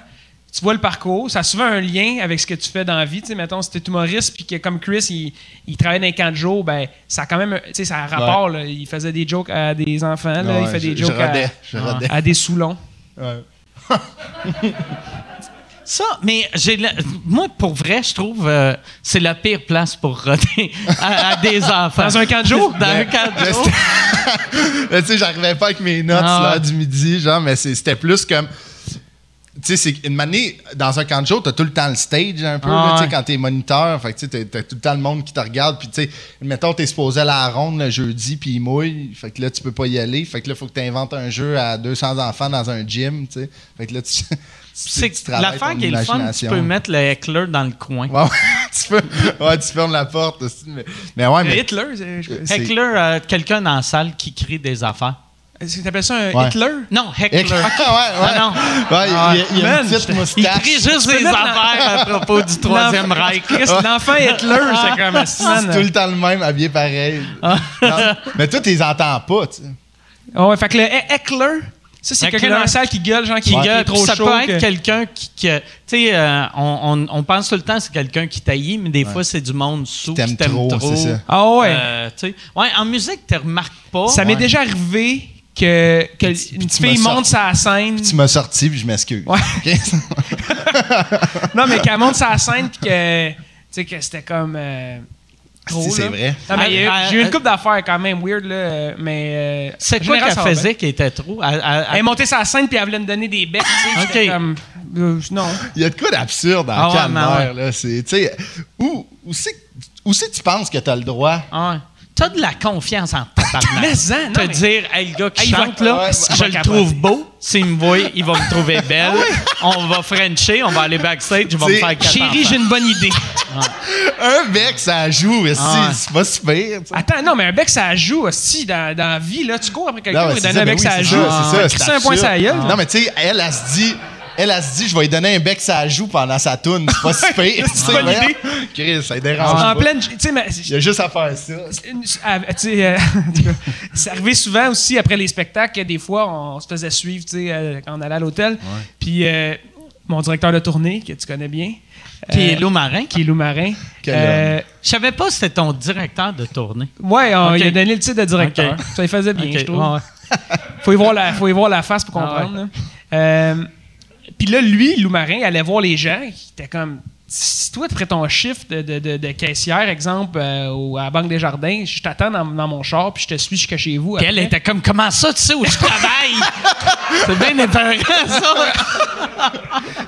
S5: tu vois le parcours, ça a souvent un lien avec ce que tu fais dans la vie. Tu sais, mettons, si t'es humoriste puis que comme Chris, il, il travaille dans les camps de jour, ben, ça a quand même, un- tu sais, ça a un rapport. là. Il faisait des jokes à des enfants, là, il
S4: Ouais,
S5: fait des
S4: je-
S5: jokes
S4: Je rodais,
S5: à,
S4: je rodais.
S5: à des soulons.
S4: Ouais.
S1: Ça, mais j'ai le- moi, pour vrai, je trouve euh, c'est la pire place pour roder à, à des enfants.
S5: Dans un camp de jour?
S1: Dans un camp de jour.
S4: Là, tu sais, j'arrivais pas avec mes notes
S1: Ah ouais.
S4: là, du midi, genre, mais c'est- c'était plus comme. tu sais, c'est une année, dans un camp de jour, t'as tout le temps le stage un peu,
S1: Ah
S4: là, tu sais,
S1: ouais.
S4: quand t'es moniteur. Fait que tu sais, t'as- t'as tout le temps le monde qui te regarde. Puis, tu sais, mettons, t'es supposé aller à la ronde le jeudi, puis il mouille. Fait que là, tu peux pas y aller. Fait que là, faut que t'inventes un jeu à 200 enfants dans un gym, tu sais. Fait que là, tu.
S1: C'est
S4: tu
S1: que
S4: travailles
S1: l'affaire
S4: ton
S1: qui est le fun, tu
S4: imagination.
S1: peux mettre le heckler dans le coin.
S4: Ouais, ouais, tu, peux- ouais, tu fermes la porte. aussi, Mais, mais ouais, mais.
S5: Hitler, c'est- je-
S4: c'est-
S1: Heckler, euh, quelqu'un dans la salle qui crie des affaires.
S5: est-ce que t'appelles ça un
S4: Ouais.
S5: Hitler?
S1: Non,
S4: Ouais,
S1: heckler.
S4: ouais.
S1: Ah Non, Ah, non.
S4: Ouais, il y a- il y a,
S5: Man,
S4: une petite
S1: Il
S4: moustache.
S1: crie juste des
S5: mettre
S1: affaires à propos du Troisième Reich.
S5: Chris, l'enfant Hitler, c'est comme un
S4: C'est tout le temps le même, habillé pareil.
S5: Ah.
S4: Non, mais toi, tu les entends pas, tu sais.
S5: ouais, fait que le he- heckler, ça, c'est
S1: Heckler.
S5: quelqu'un dans la salle qui gueule, genre qui
S1: Qui
S5: gueule
S1: gueule,
S5: trop
S1: ça
S5: chaud.
S1: peut être
S5: que-
S1: quelqu'un qui. que- tu sais, euh, on, on- on pense tout le temps que c'est quelqu'un qui taillit, mais des fois, c'est du monde sous
S4: T'aimes
S1: qui t'aime
S4: trop,
S1: trop.
S4: c'est ça.
S5: Ah ouais.
S1: Euh, tu sais. ouais, en musique, tu remarques pas.
S5: ça m'est
S4: ouais.
S5: déjà arrivé que, que une
S4: tu
S5: fille
S4: m'as
S5: monte sa scène.
S4: Tu m'as sorti, puis je m'excuse.
S5: Ouais.
S4: OK?
S5: Non, mais qu'elle monte sa scène, puis que. Tu sais, que c'était comme. euh, gros,
S4: Si,
S5: là.
S4: c'est vrai.
S5: Non, mais il y a eu-
S1: Ah, ah,
S5: j'ai eu une
S1: ah.
S5: couple d'affaires quand même weird, là, euh, mais. euh, en
S1: C'est quoi qu'elle
S5: général, ça va Eh, bien.
S1: faisait qui était trop? Elle- elle-
S5: Elle est montée sa scène, puis elle voulait me donner des becs, tu sais.
S1: Ok.
S5: j'étais comme, euh, non.
S4: Il y a de quoi d'absurde dans
S1: Ah ouais,
S4: Calmer,
S1: mais
S4: là. C'est, tu sais, où, où c'est où c'est que tu penses que t'as le droit?
S1: Ah, Ouais. T'as de la confiance en tabarnak.
S5: Mais en, non,
S1: Te
S5: mais-
S1: dire, hey, le gars qui
S5: Hey, il va-
S1: chante, là,
S4: Ouais, ouais.
S1: je le trouve beau. S'il me voit, il va me trouver belle. On va Frencher, on va aller backstage, je vais me
S4: C'est-
S1: faire quatre
S5: Chérie, j'ai
S1: enfants.
S5: une bonne idée.
S4: Un mec, ça joue, mais si,
S1: Ah ouais.
S4: c'est pas super. tu sais.
S5: Attends, non, mais un bec, ça joue aussi dans, dans la vie. Là. Tu cours après quelqu'un
S4: Non, mais
S5: pour lui donner
S4: c'est ça,
S5: un
S4: ben
S5: bec,
S4: oui,
S5: ça
S4: c'est
S5: joue. Ah,
S4: ça, c'est ça, c'est
S5: Crisser un point,
S4: absurde.
S5: ça gueule.
S4: Non, mais tu sais, elle, elle se dit. Elle, elle se dit, je vais lui donner un bec, ça joue pendant sa toune. C'est pas super.
S5: C'est une bonne idée.
S4: Chris, ça dérange.
S5: En
S4: pas.
S5: pleine. Tu sais, mais.
S4: Il y a juste à faire ça.
S5: une- ah, tu sais, euh, en tout cas, c'est arrivé souvent aussi après les spectacles que des fois on se faisait suivre tu sais, euh, quand on allait à l'hôtel. Puis euh, mon directeur de tournée, que tu connais bien,
S1: Qui est
S5: euh,
S1: Lou Marin.
S5: qui est Lou Marin.
S4: Quel
S5: euh,
S1: Je savais pas si c'était ton directeur de tournée.
S5: ouais, on-
S1: Ok.
S5: il a donné le titre de directeur.
S1: Ok.
S5: Ça il faisait bien,
S1: Ok,
S5: je trouve.
S1: ouais, ouais.
S5: faut y voir la, faut y voir la face pour
S1: Ah
S5: comprendre. là. Euh, Puis là, lui, Lou Marin, allait voir les gens. Il était comme, si toi, tu ferais ton chiffre de, de- de- de caissière, exemple, euh, au- à la Banque des Jardins, je t'attends dans, dans mon char, puis je te suis jusqu'à chez vous.
S1: Puis elle
S5: après.
S1: était comme, comment ça, tu sais où je travaille? c'est bien épeurant, ça.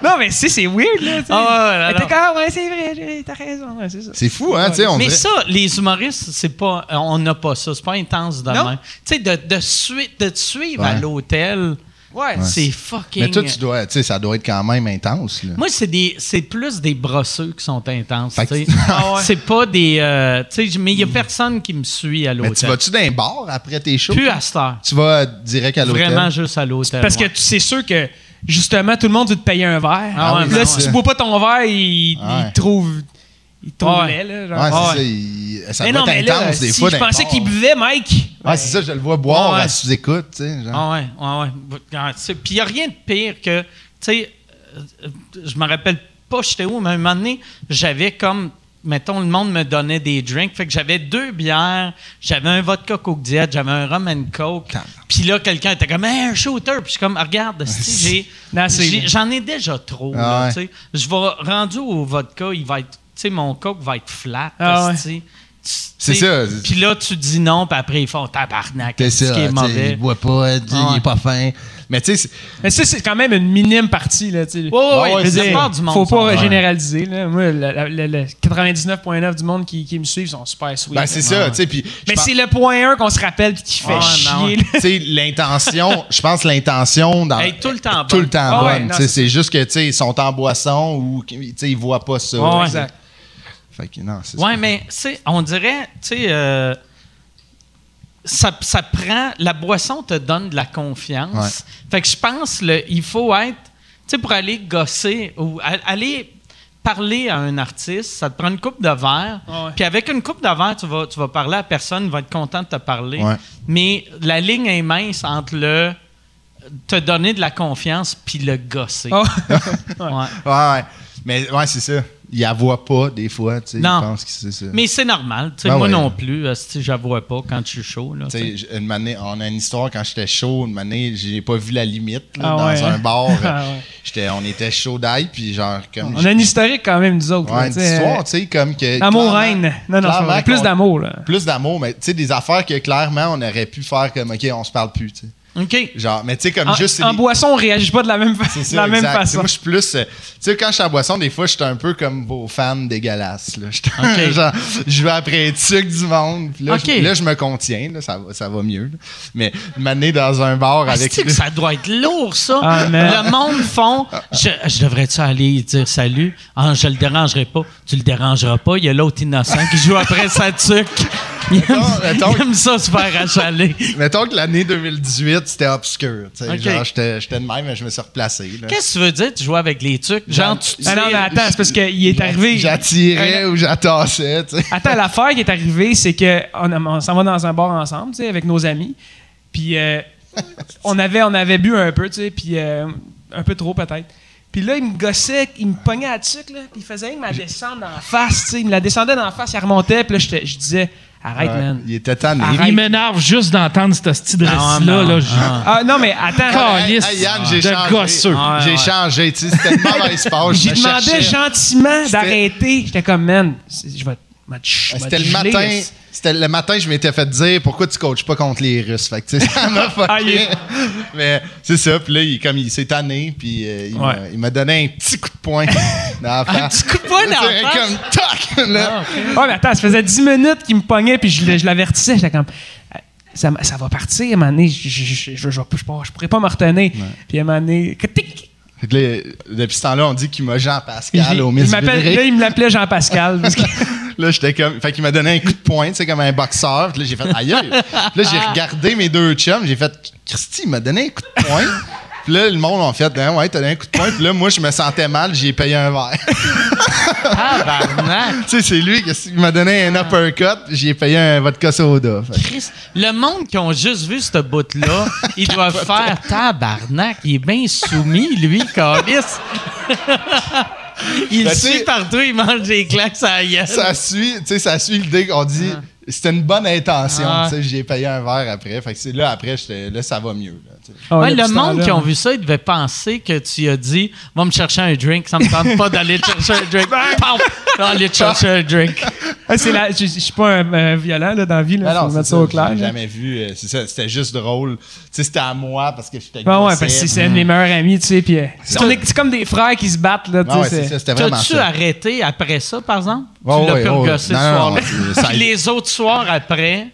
S5: Non, mais si, c'est weird, là. tu sais.
S1: Ah ouais, ouais,
S5: elle
S1: non.
S5: était comme, Ah ouais, c'est vrai, j'ai- t'as raison. ouais, c'est ça.
S4: C'est fou, hein, tu sais. on
S1: Mais
S4: dirait-
S1: ça, les humoristes, c'est pas, euh, on n'a pas ça. C'est pas intense de
S5: Non.
S1: même. Tu sais, de, de, sui- de te suivre à
S4: Ouais.
S1: l'hôtel,
S5: Ouais.
S1: c'est fucking.
S4: Mais toi, tu dois, tu sais, ça doit être quand même intense. Là.
S1: Moi, c'est des, c'est plus des brosseux qui sont intenses.
S4: Fait que-
S1: tu sais.
S5: Ah
S1: C'est pas des, euh, tu sais, j- mais il y a personne qui me suit à
S4: Mais tu
S1: l'hôtel.
S4: vas-tu dans un bar après tes shows?
S1: Plus à cette heure.
S4: Tu vas direct à l'hôtel?
S1: Vraiment juste à
S4: Euh,
S1: l'hôtel.
S5: Parce que
S1: ouais.
S5: tu- c'est sûr que, justement, tout le monde veut te payer un verre.
S1: Ah ouais,
S5: là,
S1: ben
S5: si
S4: ouais.
S5: tu bois pas ton verre, il,
S4: Ah ouais.
S5: il trouve. Il trouve
S1: Ouais.
S5: laid, là. genre.
S4: Ouais, c'est
S5: Ah ouais.
S4: ça. il- ça
S5: mais
S4: doit
S5: non, mais
S4: être
S5: là,
S4: intense des
S5: si
S4: fois.
S5: je
S4: dans un
S5: pensais
S4: bar.
S5: qu'il buvait, Mike.
S4: Ouais, c'est ça, je le vois boire
S1: Ouais, ouais.
S4: à sous-écoute, tu sais. genre.
S1: Ah ouais, ouais, ouais. Ah, tu sais, Puis il n'y a rien de pire que, tu sais, euh, euh, je me rappelle pas j'étais où, mais à un moment donné, j'avais comme, mettons, le monde me donnait des drinks, fait que j'avais deux bières, j'avais un vodka Coke Diet, j'avais un rum and Coke, puis là, quelqu'un était comme, hey, un shooter, puis je suis comme, Ah, regarde, si, j'ai-
S5: Non, c'est-
S1: j'ai- j'en ai déjà trop, là,
S4: Ah ouais.
S1: tu sais. Je vais rendu au vodka, il va être, tu sais, mon Coke va être flat,
S5: Ah ouais.
S1: esti. Tu-
S4: C'est
S1: tu sais,
S4: ça.
S1: Puis là, tu dis non, puis après, ils font tabarnak.
S4: C'est
S1: esti,
S4: ça,
S1: qui est
S4: tu sais,
S1: mauvais.
S4: il boit pas, tu
S1: Ah
S4: sais,
S1: ouais.
S4: il est pas fin. Mais tu sais, c'est-
S5: Mais ça, c'est quand même une minime partie. Là, tu
S1: Ouais,
S5: sais.
S1: ouais,
S4: Ouais,
S1: ouais,
S4: ouais,
S1: la
S4: c'est-
S1: plupart du monde
S5: Faut
S1: sont-
S5: pas
S4: ouais.
S5: généraliser. Là. Moi, le, le- le- le 99,9 du monde qui, qui me suivent sont super sweet.
S1: ah
S4: ben, c'est ça, tu sais. Puis, je
S5: Mais
S4: pense-
S5: c'est le point 1 qu'on se rappelle et qui fait
S1: Ouais, non, ouais.
S5: chier. là.
S4: tu sais, l'intention, je pense l'intention dans
S1: Elle est tout le temps
S4: tout
S1: bonne.
S4: le temps
S5: Ah ouais, non,
S4: bonne, tu sais,
S5: c'est-
S4: c'est juste que tu sais, ils sont en boisson ou tu sais, ils voient pas ça.
S1: Ouais, ouais.
S5: Exact.
S4: Fait que non, c'est
S1: Ouais, mais tu sais, on dirait, tu sais, euh, ça, ça prend. La boisson te donne de la confiance. Fait que je pense le, il faut être, tu sais, pour aller gosser ou a- aller parler à un artiste, ça te prend une coupe de verre.
S5: Ouais.
S1: Puis avec une coupe de verre, tu vas, tu vas parler à personne, il va être content de te parler.
S4: Ouais.
S1: Mais la ligne est mince entre le te donner de la confiance puis le gosser.
S5: Oh.
S1: Ouais.
S4: Ah Ouais, ouais. Mais ouais, c'est ça. Ils la voient pas des fois, tu sais, ils
S1: Non.
S4: pensent que c'est ça.
S1: Mais c'est normal. tu sais,
S4: Ben
S1: moi
S4: ouais.
S1: non plus, euh, si j'avoue pas quand je suis chaud. Là,
S4: Tu
S1: tu sais.
S4: sais, j- une manée, on a une histoire quand j'étais chaud, une manée, j'ai pas vu la limite là,
S5: Ah
S4: dans
S5: ouais.
S4: un bar.
S5: Ah ouais.
S4: J'étais, on était chaud d'ail, puis genre comme
S5: On a une historique quand même, nous autres. là,
S4: ouais, une
S5: tu sais, euh,
S4: histoire, tu sais, comme que
S5: Amour,
S4: clairement-
S5: reine. Non, non, c'est pas
S4: clairement
S5: vrai. plus
S4: qu'on-
S5: d'amour. là.
S4: Plus d'amour, mais tu sais, des affaires que clairement on aurait pu faire comme OK, on se parle plus, tu sais.
S1: OK.
S4: Genre, mais tu sais, comme
S5: En,
S4: juste. c'est
S5: en
S4: des-
S5: boisson, on réagit pas de la même, fa-
S4: C'est ça,
S5: la même
S4: exact.
S5: façon.
S4: Moi, je suis plus. euh, tu sais, quand je suis à boisson, des fois, je suis un peu comme vos fans dégueulasses. Là. Je suis un- genre, je vais après les trucs du monde. Puis là,
S1: Ok.
S4: je, là, je me contiens. Là, ça, va, ça va mieux. là. Mais m'amener dans un bar
S1: Ah,
S4: avec.
S1: c'est-tu que ça doit être lourd, ça.
S5: Ah, mais-
S1: Le monde font.
S4: Ah.
S1: Je, je devrais-tu aller dire salut? Ah, je le dérangerai pas. Tu le dérangeras pas. Il y a l'autre innocent qui joue après sa tuque. Il aime,
S4: Mettons- mettons-
S1: il aime ça se faire achaler.
S4: Mettons que l'année 2018, c'était obscur. tu sais,
S1: Ok.
S4: Genre, j'étais j'étais de même, mais je me suis replacé. là.
S1: Qu'est-ce que tu veux dire, tu joues avec les tuques? Genre, tu
S5: Ah non, mais
S1: tires-
S5: attends, c'est parce qu'il est arrivé.
S4: J'attirais ou j'attassais. tu sais.
S5: Attends, l'affaire qui est arrivée, c'est que on, a- on s'en va dans un bar ensemble, tu sais, avec nos amis. Puis euh, on avait on avait bu un peu, tu sais, puis euh, un peu trop peut-être. Puis là, il me gossait, il me pognait à la tuque, là, puis il faisait il me la descendre en face, tu sais, il me la descendait en face, il remontait, puis là, j'étais- je disais, arrête, man.
S4: Il était tanné.
S5: Arrête.
S7: Il m'énerve juste d'entendre cette hostie de récit-là.
S1: non,
S7: là, je-
S5: Ah non, mais attends.
S7: Quand-
S4: Hey,
S7: Calice
S4: hey, Yann, j'ai
S7: de
S4: changé.
S7: gosseux.
S4: J'ai
S1: Ouais, ouais.
S4: changé. tu sais, C'était une mauvaise passe.
S5: J'y
S4: je me
S5: demandais
S4: cherchais.
S5: gentiment d'arrêter. J'étais comme, man, c'est- je vais. je vais te- je vais
S4: C'était
S5: te
S4: Ah, le
S5: geler,
S4: matin.
S5: là.
S4: C'était le matin, je m'étais fait dire pourquoi tu coaches pas contre les Russes. Fait que, tu sais, ça m'a
S1: Ah,
S4: fucké. Mais c'est ça. Puis là, il, comme il s'est tanné, puis euh, il m'a- il m'a donné un petit coup de poing dans la face.
S1: petit coup de poing dans la
S4: C'est
S1: face?
S4: Comme toc, là.
S5: Ouais, Ah, mais attends, ça faisait 10 minutes qu'il me pognait, puis je, le- je l'avertissais. J'étais comme, Euh, ça, ça va partir, à un moment donné, je, je, je, je, je, je pourrais- je pourrais pas me retenir. Puis à un moment donné, que tic,
S4: Fait que là, depuis ce temps-là, on dit qu'il m'a Jean-Pascal
S5: il-
S4: au
S5: il
S4: Miss
S5: m'appelle-
S4: Villeray.
S5: Là, il me l'appelait Jean-Pascal. parce que-
S4: Là, j'étais comme. Fait qu'il m'a donné un coup de poing, tu sais, comme un boxeur. Puis là, j'ai fait aïe. aïe. Puis là, j'ai
S5: Ah.
S4: regardé mes deux chums. J'ai fait Christy, il m'a donné un coup de poing. Puis là, le monde en fait, Ah ouais, t'as donné un coup de poing. Puis là, moi, je me sentais mal, j'ai payé un verre.
S1: Tabarnak.
S4: tu sais, c'est lui qui m'a donné
S5: Ah.
S4: un uppercut, j'ai payé un vodka soda. Fait que-
S1: Christ, Le monde qui ont juste vu ce bout-là, ils doivent faire tabarnak. Il est bien soumis, lui, Calice. il
S4: Ben, tu
S1: suit
S4: sais-
S1: partout, il mange des claques à la gueule.
S4: Ça suit, tu sais, ça suit l'idée qu'on dit.
S5: Ah.
S4: C'était une bonne intention,
S1: Ah.
S4: tu sais, j'ai payé un verre après. Fait que c'est là, après, j'étais là, ça va mieux. là, tu sais.
S5: Ah,
S1: Ouais,
S5: là,
S1: le
S5: depuis ce
S1: monde
S5: temps-là,
S1: qui ont vu ça, il devait penser que tu as dit Va me chercher un drink, ça me tente pas d'aller te chercher un drink.
S4: Ben!
S1: Pam! Va aller te chercher un drink.
S5: Ah, c'est la- je, je suis pas un euh, violent là, dans la vie, là,
S4: Ah
S5: faut
S4: non, c'est
S5: mettre ça au clair. hein.
S4: J'ai
S5: là.
S4: jamais vu. euh, c'est ça, c'était juste drôle. Tu sais, c'était à moi parce que j'étais
S5: Ah Ouais, ouais,
S4: gossé,
S5: parce que
S4: puis-
S5: c'est un de mes meilleurs amis, tu sais. Puis, euh,
S4: C'est
S5: on
S4: ça.
S5: est- c'est comme des frères qui se battent, là, tu
S4: Ah
S5: sais.
S4: ouais, c'est
S5: c'est-
S4: ça, c'était vraiment
S1: T'as-tu
S4: ça.
S1: arrêté après ça, par exemple
S4: Ouais,
S1: Tu l'as
S4: ouais,
S1: pu
S4: ouais,
S1: regosser
S4: ouais.
S1: ce
S4: Non, non,
S1: soir-là.
S4: non, ça-
S1: Puis les autres soirs après,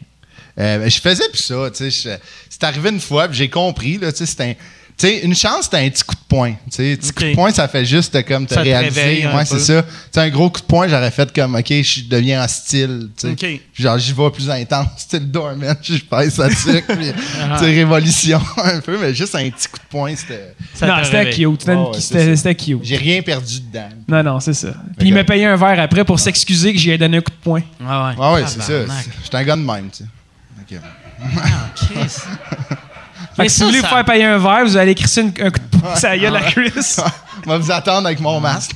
S4: Euh, je faisais plus ça, tu sais. je- C'est arrivé une fois, puis j'ai compris, là, tu sais, c'était un- tu sais, une chance, c'était un petit coup de poing. Tu sais, un petit coup de
S1: Ok.
S4: poing, ça fait juste euh, comme te
S1: Ça te
S4: réaliser.
S1: réveille un
S4: ouais, c'est
S1: peu.
S4: ça. Tu sais, un gros coup de poing, j'aurais fait comme, OK, je deviens hostile. Tu sais.
S1: Ok.
S4: Puis Genre, j'y vais plus intense. Tu sais, le doorman, je pèse ça dessus. puis,
S1: Ah.
S4: tu sais, révolution un peu, mais juste un petit coup de poing, c'était.
S1: ça
S5: non,
S1: te
S5: c'était
S1: réveille.
S5: cute. c'était-
S4: Ah Ouais, ouais, c'est
S5: c'était- C'était cute.
S4: J'ai rien perdu dedans.
S5: Non, non, c'est ça. Puis il
S4: que-
S5: m'a payé un verre après pour s'excuser que j'y ai donné un coup de poing.
S1: Ah ouais,
S4: Ouais, ouais, c'est ça.
S1: Tabarnak.
S4: c'est- J'étais un gars de même, tu sais. Ok.
S1: Christ.
S5: Fait
S1: Mais
S5: que si
S1: ça,
S5: vous voulez
S1: ça-
S5: vous faire payer un verre, vous allez crisser une- un coup de pouce à la gueule à
S4: Ah.
S5: Chris.
S4: On va vous attendre avec mon
S1: Ah.
S4: masque.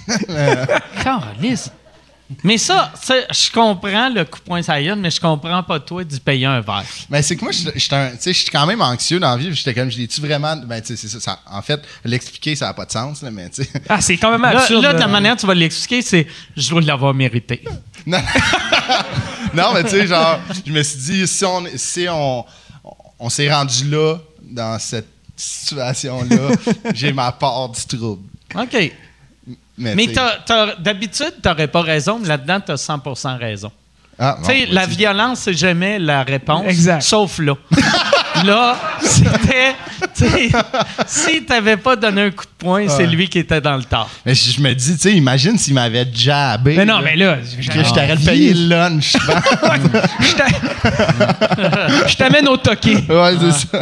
S1: Calisse. Mais ça, ça, je comprends le coup de poing ça gueule, mais je comprends pas toi d'y payer un verre.
S4: Mais c'est que moi, je- j'étais un- tu sais, je suis quand même anxieux dans la vie. puis J'étais comme, je l'ai-tu vraiment. Ben, tu sais, c'est ça, ça- En fait, l'expliquer, ça n'a pas de sens, là, mais tu sais.
S5: Ah, c'est quand même
S1: Là,
S5: absurde.
S1: là, de la manière que tu vas l'expliquer, c'est je dois l'avoir mérité.
S4: Non, Non, mais tu sais, genre, je me suis dit, si on, si on, on s'est rendu là, dans cette situation-là, j'ai ma part du trouble.
S1: OK.
S4: Mais,
S1: Mais
S4: tu sais-
S1: t'as- t'as- d'habitude, t'aurais pas raison, mais là-dedans, t'as 100 raison.
S4: Ah,
S1: tu sais,
S4: bon,
S1: la
S4: vas-y.
S1: violence, c'est jamais la réponse.
S5: Exact.
S1: Sauf là. là, c'était. tu sais, Si t'avais pas donné un coup de poing, c'est lui qui était dans le tort.
S4: Mais je je me dis, tu sais, imagine s'il m'avait jabé.
S5: Mais non,
S4: là,
S5: mais là,
S4: Que je t'aurais payé le lunch.
S5: je t'a- je t'amène au toqué.
S4: ouais, c'est ça.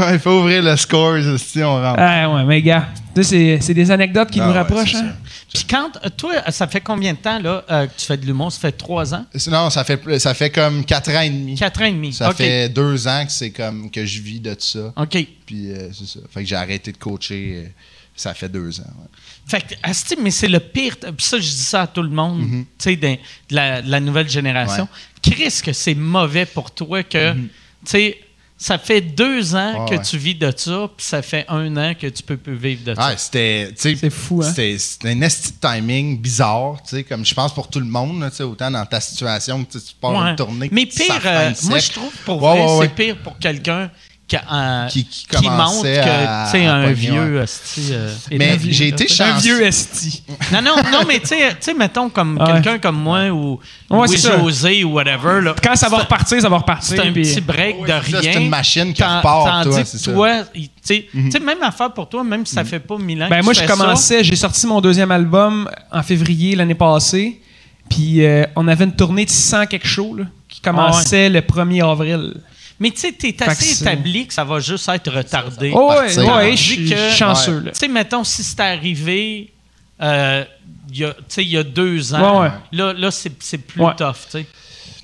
S4: Ouais, Il faut ouvrir le score, si on rentre.
S5: Ah ouais, mais gars, tu sais, c'est- c'est des anecdotes qui
S4: Ah
S5: nous
S4: ouais,
S5: rapprochent.
S4: c'est
S5: hein.
S1: Puis quand. Toi, ça fait combien de temps là, euh, que tu fais de l'humour? Ça fait trois ans?
S4: Non, ça fait, plus- ça fait comme 4 ans et demi.
S1: Quatre ans et demi.
S4: Ça
S1: OK.
S4: fait deux ans que c'est comme que je vis de ça.
S1: OK.
S4: Puis euh, c'est ça. Fait que j'ai arrêté de coacher. euh, ça fait deux ans. ouais.
S1: Fait que, asti, mais c'est le pire. Puis ça, je dis ça à tout le monde,
S4: Mm-hmm.
S1: tu sais, des- de, la, de la nouvelle génération. Chris, que c'est mauvais pour toi que, tu sais, ça fait deux ans
S4: Ah
S1: que
S4: Mm-hmm. ouais.
S1: tu vis de ça, puis ça fait un an que tu peux plus vivre de ça.
S4: Ah, c'était. tu sais,
S5: C'est fou, hein?
S4: C'était c'était un esti de timing bizarre, tu sais, comme je pense pour tout le monde, là, tu sais, autant dans ta situation que tu sais, tu pars
S1: Ouais.
S4: une tournée.
S1: Mais
S4: que tu
S1: pire,
S4: sors fin
S1: euh,
S4: de
S1: moi,
S4: sec.
S1: je trouve pour
S4: Ouais,
S1: vrai,
S4: ouais, ouais.
S1: c'est pire pour quelqu'un qui, euh,
S4: Qui- qui
S1: qui montre
S4: commençait à-
S1: que tu sais,
S4: à
S1: un
S4: pogner,
S1: vieux. esti, euh, est
S4: Mais
S1: un vieux,
S4: j'ai été
S1: là,
S4: chanceux.
S5: esti.
S1: non, non, non, mais tu sais- tu sais, mettons comme
S5: Ouais.
S1: quelqu'un comme moi ou
S5: Ouais,
S1: Louis
S5: c'est ça.
S1: José ou whatever. là,
S5: Quand ça va
S1: c'est-
S5: repartir, ça va repartir.
S1: C'est un
S5: puis-
S1: petit break
S4: Ouais,
S1: de
S4: c'est ça,
S1: rien.
S4: c'est une machine qui
S1: Tan-
S4: repart, toi,
S1: Tandis
S4: c'est
S1: que
S4: ça.
S1: toi, il- tu sais, tu sais, même affaire pour toi, même si ça fait pas mille ans que
S5: Ben
S1: tu
S5: moi, je
S1: fais ça,
S5: commençais, j'ai sorti mon deuxième album en février l'année passée. Puis euh, on avait une tournée de 100 quelque chose là, qui
S1: Ah
S5: commençait le 1er avril.
S1: Mais tu sais, t'es
S5: que
S1: assez
S5: c'est-
S1: établi que ça va juste être retardé.
S5: Oh, ouais,
S4: partir.
S5: ouais, je suis
S1: Tandis que-
S5: chanceux.
S1: Tu sais, mettons, si c'est arrivé euh, il y a- tu sais, il y a deux ans,
S5: Ouais, ouais.
S1: là, là c'est c'est plus
S5: Ouais.
S1: tough. tu sais.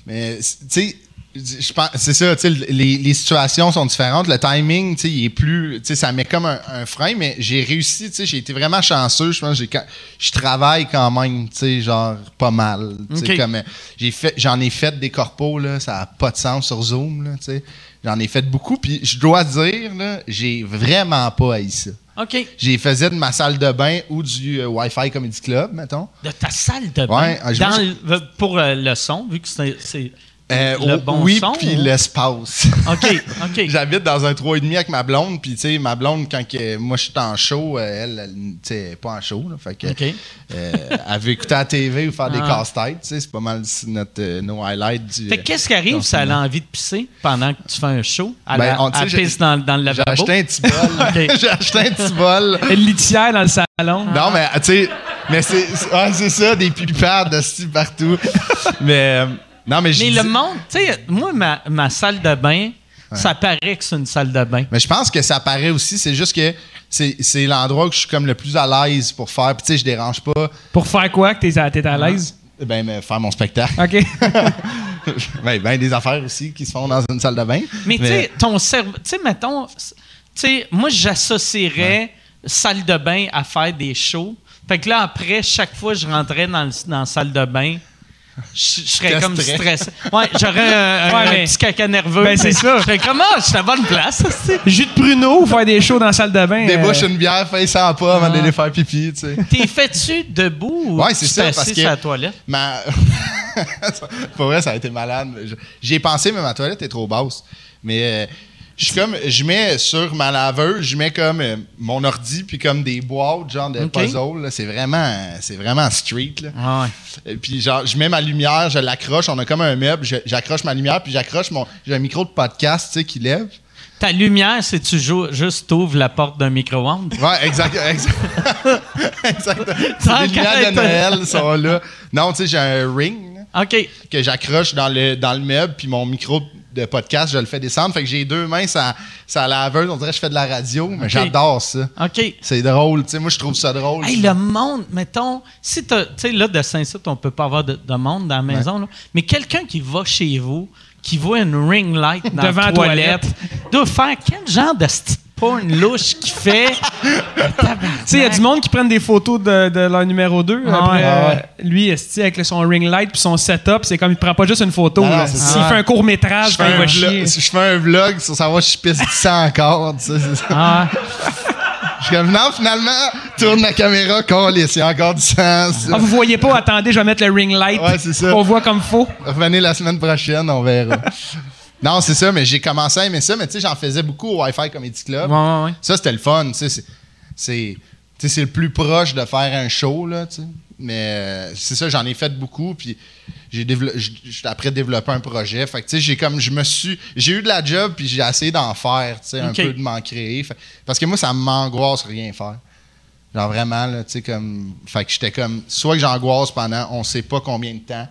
S4: Mais, tu sais, je pense- c'est ça, tu sais, les, les situations sont différentes. Le timing, tu sais, il est plus. Tu sais, ça met comme un, un frein, mais j'ai réussi, tu sais, j'ai été vraiment chanceux. Je pense que j'ai quand- je travaille quand même, tu sais, genre pas mal. tu sais,
S1: Ok.
S4: comme, euh, j'ai fait- J'en ai, fait des corpos, là, ça n'a pas de sens sur Zoom, là, tu sais. J'en ai fait beaucoup, puis je dois dire, là, j'ai vraiment pas haï ça.
S1: OK.
S4: J'ai faisais de ma salle de bain ou du euh, Wi-Fi Comedy Club, mettons.
S1: De ta salle de bain.
S4: Ouais, ah, je-
S1: dans le- pour euh, le son, vu que c'est c'est
S4: Euh,
S1: le
S4: au-
S1: bon
S4: oui,
S1: son.
S4: puis
S1: hein?
S4: l'espace.
S1: OK, OK.
S4: J'habite dans un 3,5 avec ma blonde, puis tu sais, ma blonde, quand que, moi je suis en show, euh, elle, elle, tu sais, elle est pas en show, là, fait que,
S1: OK.
S4: euh, elle veut écouter la TV ou faire des
S1: Ah.
S4: casse-têtes, tu sais, c'est pas mal c'est notre, euh, nos highlights du... euh,
S1: Fait que qu'est-ce qui arrive si elle a envie de pisser pendant que tu fais un show? Elle,
S4: Ben,
S1: elle
S4: on- tu sais,
S1: pisse
S4: j'ai-
S1: dans, dans le
S4: J'ai
S1: lavabo?
S4: acheté un petit bol.
S1: Ok. Ah.
S4: J'ai acheté un petit bol.
S5: Une litière dans le salon.
S4: Non, mais tu sais, mais c'est ah, c'est ça, des pipades de style partout. mais euh, non, mais je
S1: Mais
S4: dis-
S1: le monde, tu sais, moi, ma, ma salle de bain, ça paraît que c'est une salle de bain.
S4: Mais je pense que ça paraît aussi, c'est juste que c'est c'est l'endroit que je suis comme le plus à l'aise pour faire, puis tu sais, je dérange pas,
S5: Pour faire quoi que t'es à, t'es à
S1: Ah.
S5: l'aise?
S4: ben, mais faire mon spectacle.
S5: OK.
S4: ben, ben, des affaires aussi qui se font dans une salle de bain.
S1: Mais, tu sais, ton cerveau, tu sais, mettons, tu sais, moi, j'associerais salle de bain à faire des shows. Fait que là, après, chaque fois que je rentrais dans, le- dans la salle de bain, je je serais comme
S4: Stresserais.
S1: stressé. Ouais, j'aurais un, un-
S5: Ouais,
S1: un
S5: mais-
S1: petit caca nerveux.
S5: Ben, c'est ça.
S1: Je serais comme, ah, je suis à la bonne place, tu sais.
S5: Jus de pruneau ou faire des shows dans la salle de bain.
S4: Débouche
S5: euh,
S4: une bière, fais ça pas avant d'aller faire pipi, tu sais.
S1: T'es fait-tu debout Ah. ou
S4: Ouais, c'est
S1: tu
S4: ça,
S1: t'es
S4: parce
S1: assis
S4: que-
S1: sur la toilette?
S4: Ma... Pour vrai, ça a été malade. Je- J'y ai pensé, mais ma toilette est trop basse. Mais euh, je suis comme, je mets sur ma laveuse, je mets comme euh, mon ordi, puis comme des boîtes, genre de
S1: Ok.
S4: puzzle. là. C'est vraiment, c'est vraiment street. Là.
S1: Ah ouais.
S4: Euh, Puis genre, je mets ma lumière, je l'accroche, on a comme un meuble, je- j'accroche ma lumière, puis j'accroche mon, j'ai un micro de podcast, tu sais, qui lève.
S1: Ta lumière, c'est tu jou- juste ouvres la porte d'un micro-ondes.
S4: Ouais, exact. exact. exact.
S1: Sans
S4: Les lumières
S1: qu'arrête.
S4: de Noël sont là. Non, tu sais, j'ai un ring là,
S1: OK.
S4: que j'accroche dans le, dans le meuble, puis mon micro de podcast, je le fais descendre. Fait que j'ai deux mains, ça, ça laveuse. On dirait que je fais de la radio, mais j'adore ça.
S1: OK.
S4: C'est drôle, tu sais, moi, je trouve ça drôle.
S1: Hey, le monde, mettons, si t'as- tu sais, là, de Saint-Cyr, on peut pas avoir de, de monde dans la maison, là, mais quelqu'un qui va chez vous, qui voit une ring light dans
S5: Devant
S1: la
S5: la
S1: toilette, doit faire quel genre de petite porn louche qui fait.
S5: Tu sais, il y a du monde qui prennent des photos de, de leur numéro 2. après,
S4: Ah ouais.
S5: euh, Lui, esti, avec le- son ring light puis son setup, c'est comme il prend pas juste une photo.
S4: Non, non,
S5: là.
S4: c'est
S5: S'il
S4: ça.
S5: fait un court métrage,
S4: je fais,
S5: il
S4: un
S5: va chier.
S4: vlog, je fais un vlog sur savoir si je pisse du sang encore. tu sais, c'est ça. Je suis comme, non, finalement, tourne la caméra, les il y a encore du sang. ça.
S5: Ah, vous voyez pas, attendez, je vais mettre le ring light.
S4: Ouais, c'est ça.
S5: On voit comme faux.
S4: Revenez la semaine prochaine, on verra. non, c'est ça, mais j'ai commencé à aimer ça, mais tu sais, j'en faisais beaucoup au Wi-Fi Comedy Club.
S1: ouais, ouais.
S4: Ça, c'était le fun, tu sais. c'est- C'est. tu sais, c'est le plus proche de faire un show, là, tu sais. Mais euh, c'est ça, j'en ai fait beaucoup, puis j'ai dévelop- j- j'ai après développé un projet. Fait que, tu sais, j'ai comme, je me suis, j'ai eu de la job, puis j'ai essayé d'en faire, tu sais, un
S1: Ok.
S4: peu de m'en créer. Fait- parce que moi, ça m'angoisse rien faire. Genre vraiment, là, tu sais, comme. Fait que j'étais comme. Soit que j'angoisse pendant on sait pas combien de temps,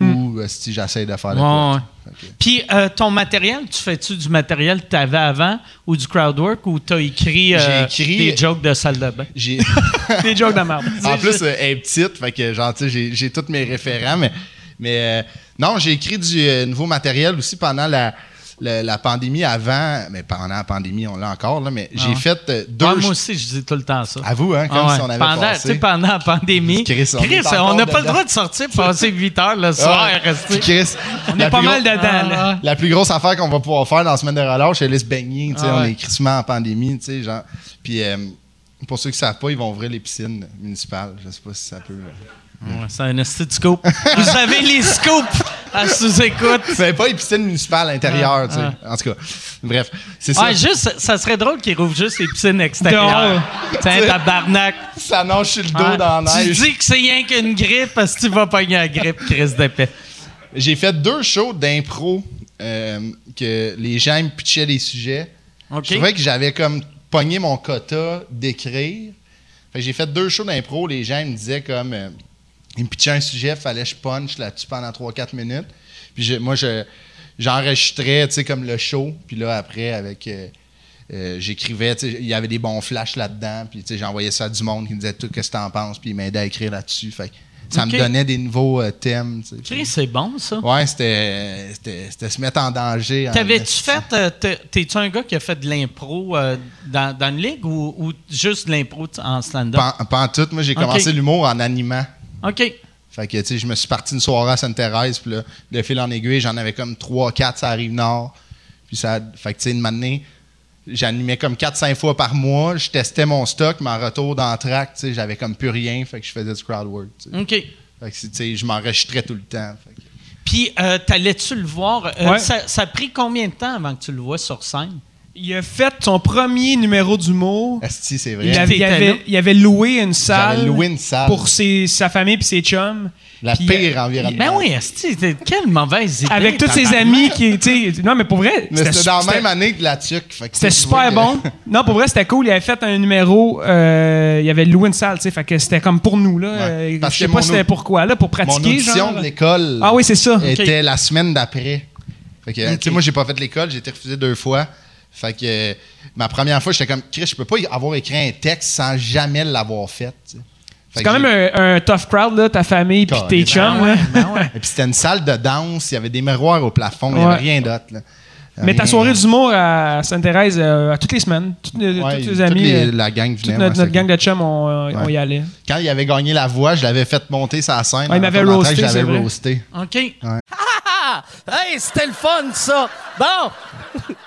S4: ou euh, si j'essaie de faire de quoi. Fait que-
S1: Puis euh, ton matériel, tu fais-tu du matériel que tu avais avant ou du crowdwork ou tu as écrit, euh,
S4: J'ai écrit-
S1: des jokes de salle de bain?
S4: J'ai.
S5: Des jokes de merde.
S4: en plus, euh, elle est petite, fait que, genre, tu sais, j'ai- j'ai tous mes référents, mais. mais euh, non, j'ai écrit du euh, nouveau matériel aussi pendant la. la- la pandémie avant, mais pendant la pandémie, on l'a encore, là, mais j'ai fait euh, deux.
S1: Ah Ouais, moi aussi, je dis tout le temps ça.
S4: À vous, hein, comme
S1: Ah ouais.
S4: si on avait
S1: pendant, tu
S4: passé.
S1: sais, pendant la pandémie,
S4: Chris, on est
S1: on
S4: encore
S1: n'a pas le
S4: dedans.
S1: droit de sortir passer 8 heures le soir.
S4: Ah,
S1: rester.
S4: Chris,
S5: On
S4: la
S5: est pas
S4: plus
S5: mal
S4: gro-
S5: dedans, là.
S1: Ah,
S4: La plus grosse affaire qu'on va pouvoir faire dans la semaine de relâche, c'est aller se baigner. tu sais,
S1: Ah
S4: On
S1: ouais.
S4: est crissement en pandémie. tu sais, genre. Puis euh, pour ceux qui ne savent pas, ils vont ouvrir les piscines municipales. Je sais pas si ça peut. euh.
S1: ah. Ouais, C'est un esti de scoop. Vous avez les scoops à sous-écoute.
S4: C'est pas piscine municipale intérieure, tu sais. En tout cas, bref, c'est ça.
S1: Ah, Ouais, juste, ça serait drôle qu'ils rouvrent juste les piscines extérieures. Tiens, tabarnak.
S4: Ça nage sur le dos
S1: Ouais.
S4: dans la
S1: Tu
S4: neige.
S1: dis que c'est rien qu'une grippe parce que tu vas pogner la grippe, Chris d'épais.
S4: J'ai fait deux shows d'impro euh, que les gens me pitchaient des sujets.
S1: OK.
S4: Je trouvais que j'avais comme pogné mon quota d'écrire. Fait que j'ai fait deux shows d'impro, les gens ils me disaient comme euh, ils me pitchaient un sujet, fallait que je punch là-dessus pendant 3-4 minutes. Puis je- moi je j'enregistrais, tu sais comme le show, puis là après avec euh, euh, j'écrivais, tu sais, il y avait des bons flashs là-dedans, puis tu sais, j'envoyais ça à du monde qui me disait tout qu'est-ce que t'en penses, puis ils m'aidaient à écrire là-dessus. Fait que ça
S1: OK.
S4: me donnait des nouveaux euh, thèmes. tu sais.
S1: Chris, c'est bon, ça.
S4: Ouais, c'était c'était- c'était se mettre en danger. en
S1: T'avais-tu
S4: esti.
S1: fait. euh, t'es- T'es-tu un gars qui a fait de l'impro euh, dans, dans une ligue ou, ou juste de l'impro t- en stand-up?
S4: Pas pas en tout, moi j'ai commencé l'humour en animant.
S1: OK.
S4: Fait que, tu sais, je me suis parti une soirée à Sainte-Thérèse, puis là, de fil en aiguille, j'en avais comme 3, 4, ça arrive nord. Puis ça, fait que, tu sais, une année, j'animais comme 4, 5 fois par mois, je testais mon stock, mais en retour dans le track, tu sais, j'avais comme plus rien, fait que je faisais du crowd work. tu sais.
S1: OK.
S4: Fait que, tu sais, je m'enregistrais tout le temps. fait que-
S1: Puis, euh, t'allais-tu le voir? Euh,
S5: Ouais.
S1: ça, ça a pris combien de temps avant que tu le vois sur scène?
S5: Il a fait son premier numéro d'humour.
S4: Asti, c'est vrai.
S5: Il avait, il,
S1: T'étais là?
S5: avait, il avait loué une
S4: J'avais
S5: salle
S4: loué une salle.
S5: pour ses- sa famille et ses chums.
S4: La
S5: Puis,
S4: pire
S5: euh,
S4: environnement.
S1: Ben oui, Esti, t'es- quelle mauvaise idée.
S5: Avec tous ses amis qui. tu sais, Non, mais pour vrai,
S4: Mais c'était
S5: su-
S4: dans la
S5: c'était-
S4: même année que la tuque. fait que,
S5: c'était
S4: tu vois
S5: super
S4: que-
S5: bon. Non, pour vrai, c'était cool. Il avait fait un numéro. euh, il avait loué une salle, tu sais. Fait que c'était comme pour nous, là.
S4: Ouais.
S5: Euh,
S4: Parce
S5: je sais
S4: que
S5: pas
S4: mon
S5: c'était
S4: au-
S5: pourquoi, là, pour
S4: Mon
S5: pratiquer.
S4: audition
S5: genre.
S4: de l'école.
S5: Ah oui, c'est ça.
S4: était la semaine d'après. Fait que, tu sais, moi, j'ai pas fait l'école, j'ai été refusé deux fois. Fait que euh, ma première fois, j'étais comme, Chris, je peux pas y avoir écrit un texte sans jamais l'avoir fait. tu sais. Fait
S5: C'est
S4: que
S5: quand
S4: j'ai-
S5: même un, un tough crowd, là, ta famille puis tes
S4: Caliste.
S5: chums.
S1: Ah ouais,
S5: là.
S1: ben ouais.
S4: Et puis c'était une salle de danse, il y avait des miroirs au plafond, il y
S5: Ouais.
S4: avait rien d'autre. là.
S5: Mais ta
S4: Rien.
S5: soirée d'humour à Sainte-Thérèse, euh, à toutes les semaines, toutes, les-
S4: Ouais,
S5: tous
S4: toutes
S5: les amis,
S4: les-
S5: euh,
S4: la gang
S5: toute
S4: venait.
S5: notre,
S4: ouais,
S5: notre gang de chums, on, euh, on
S4: Ouais.
S5: y allait.
S4: Quand il avait gagné la voix, je l'avais fait monter sa scène.
S5: Ouais, il m'avait
S4: En rentrant,
S5: roasté,
S4: Je l'avais
S5: c'est vrai.
S4: roasté.
S1: OK.
S6: Ah! Hey, c'était le fun, ça! Bon!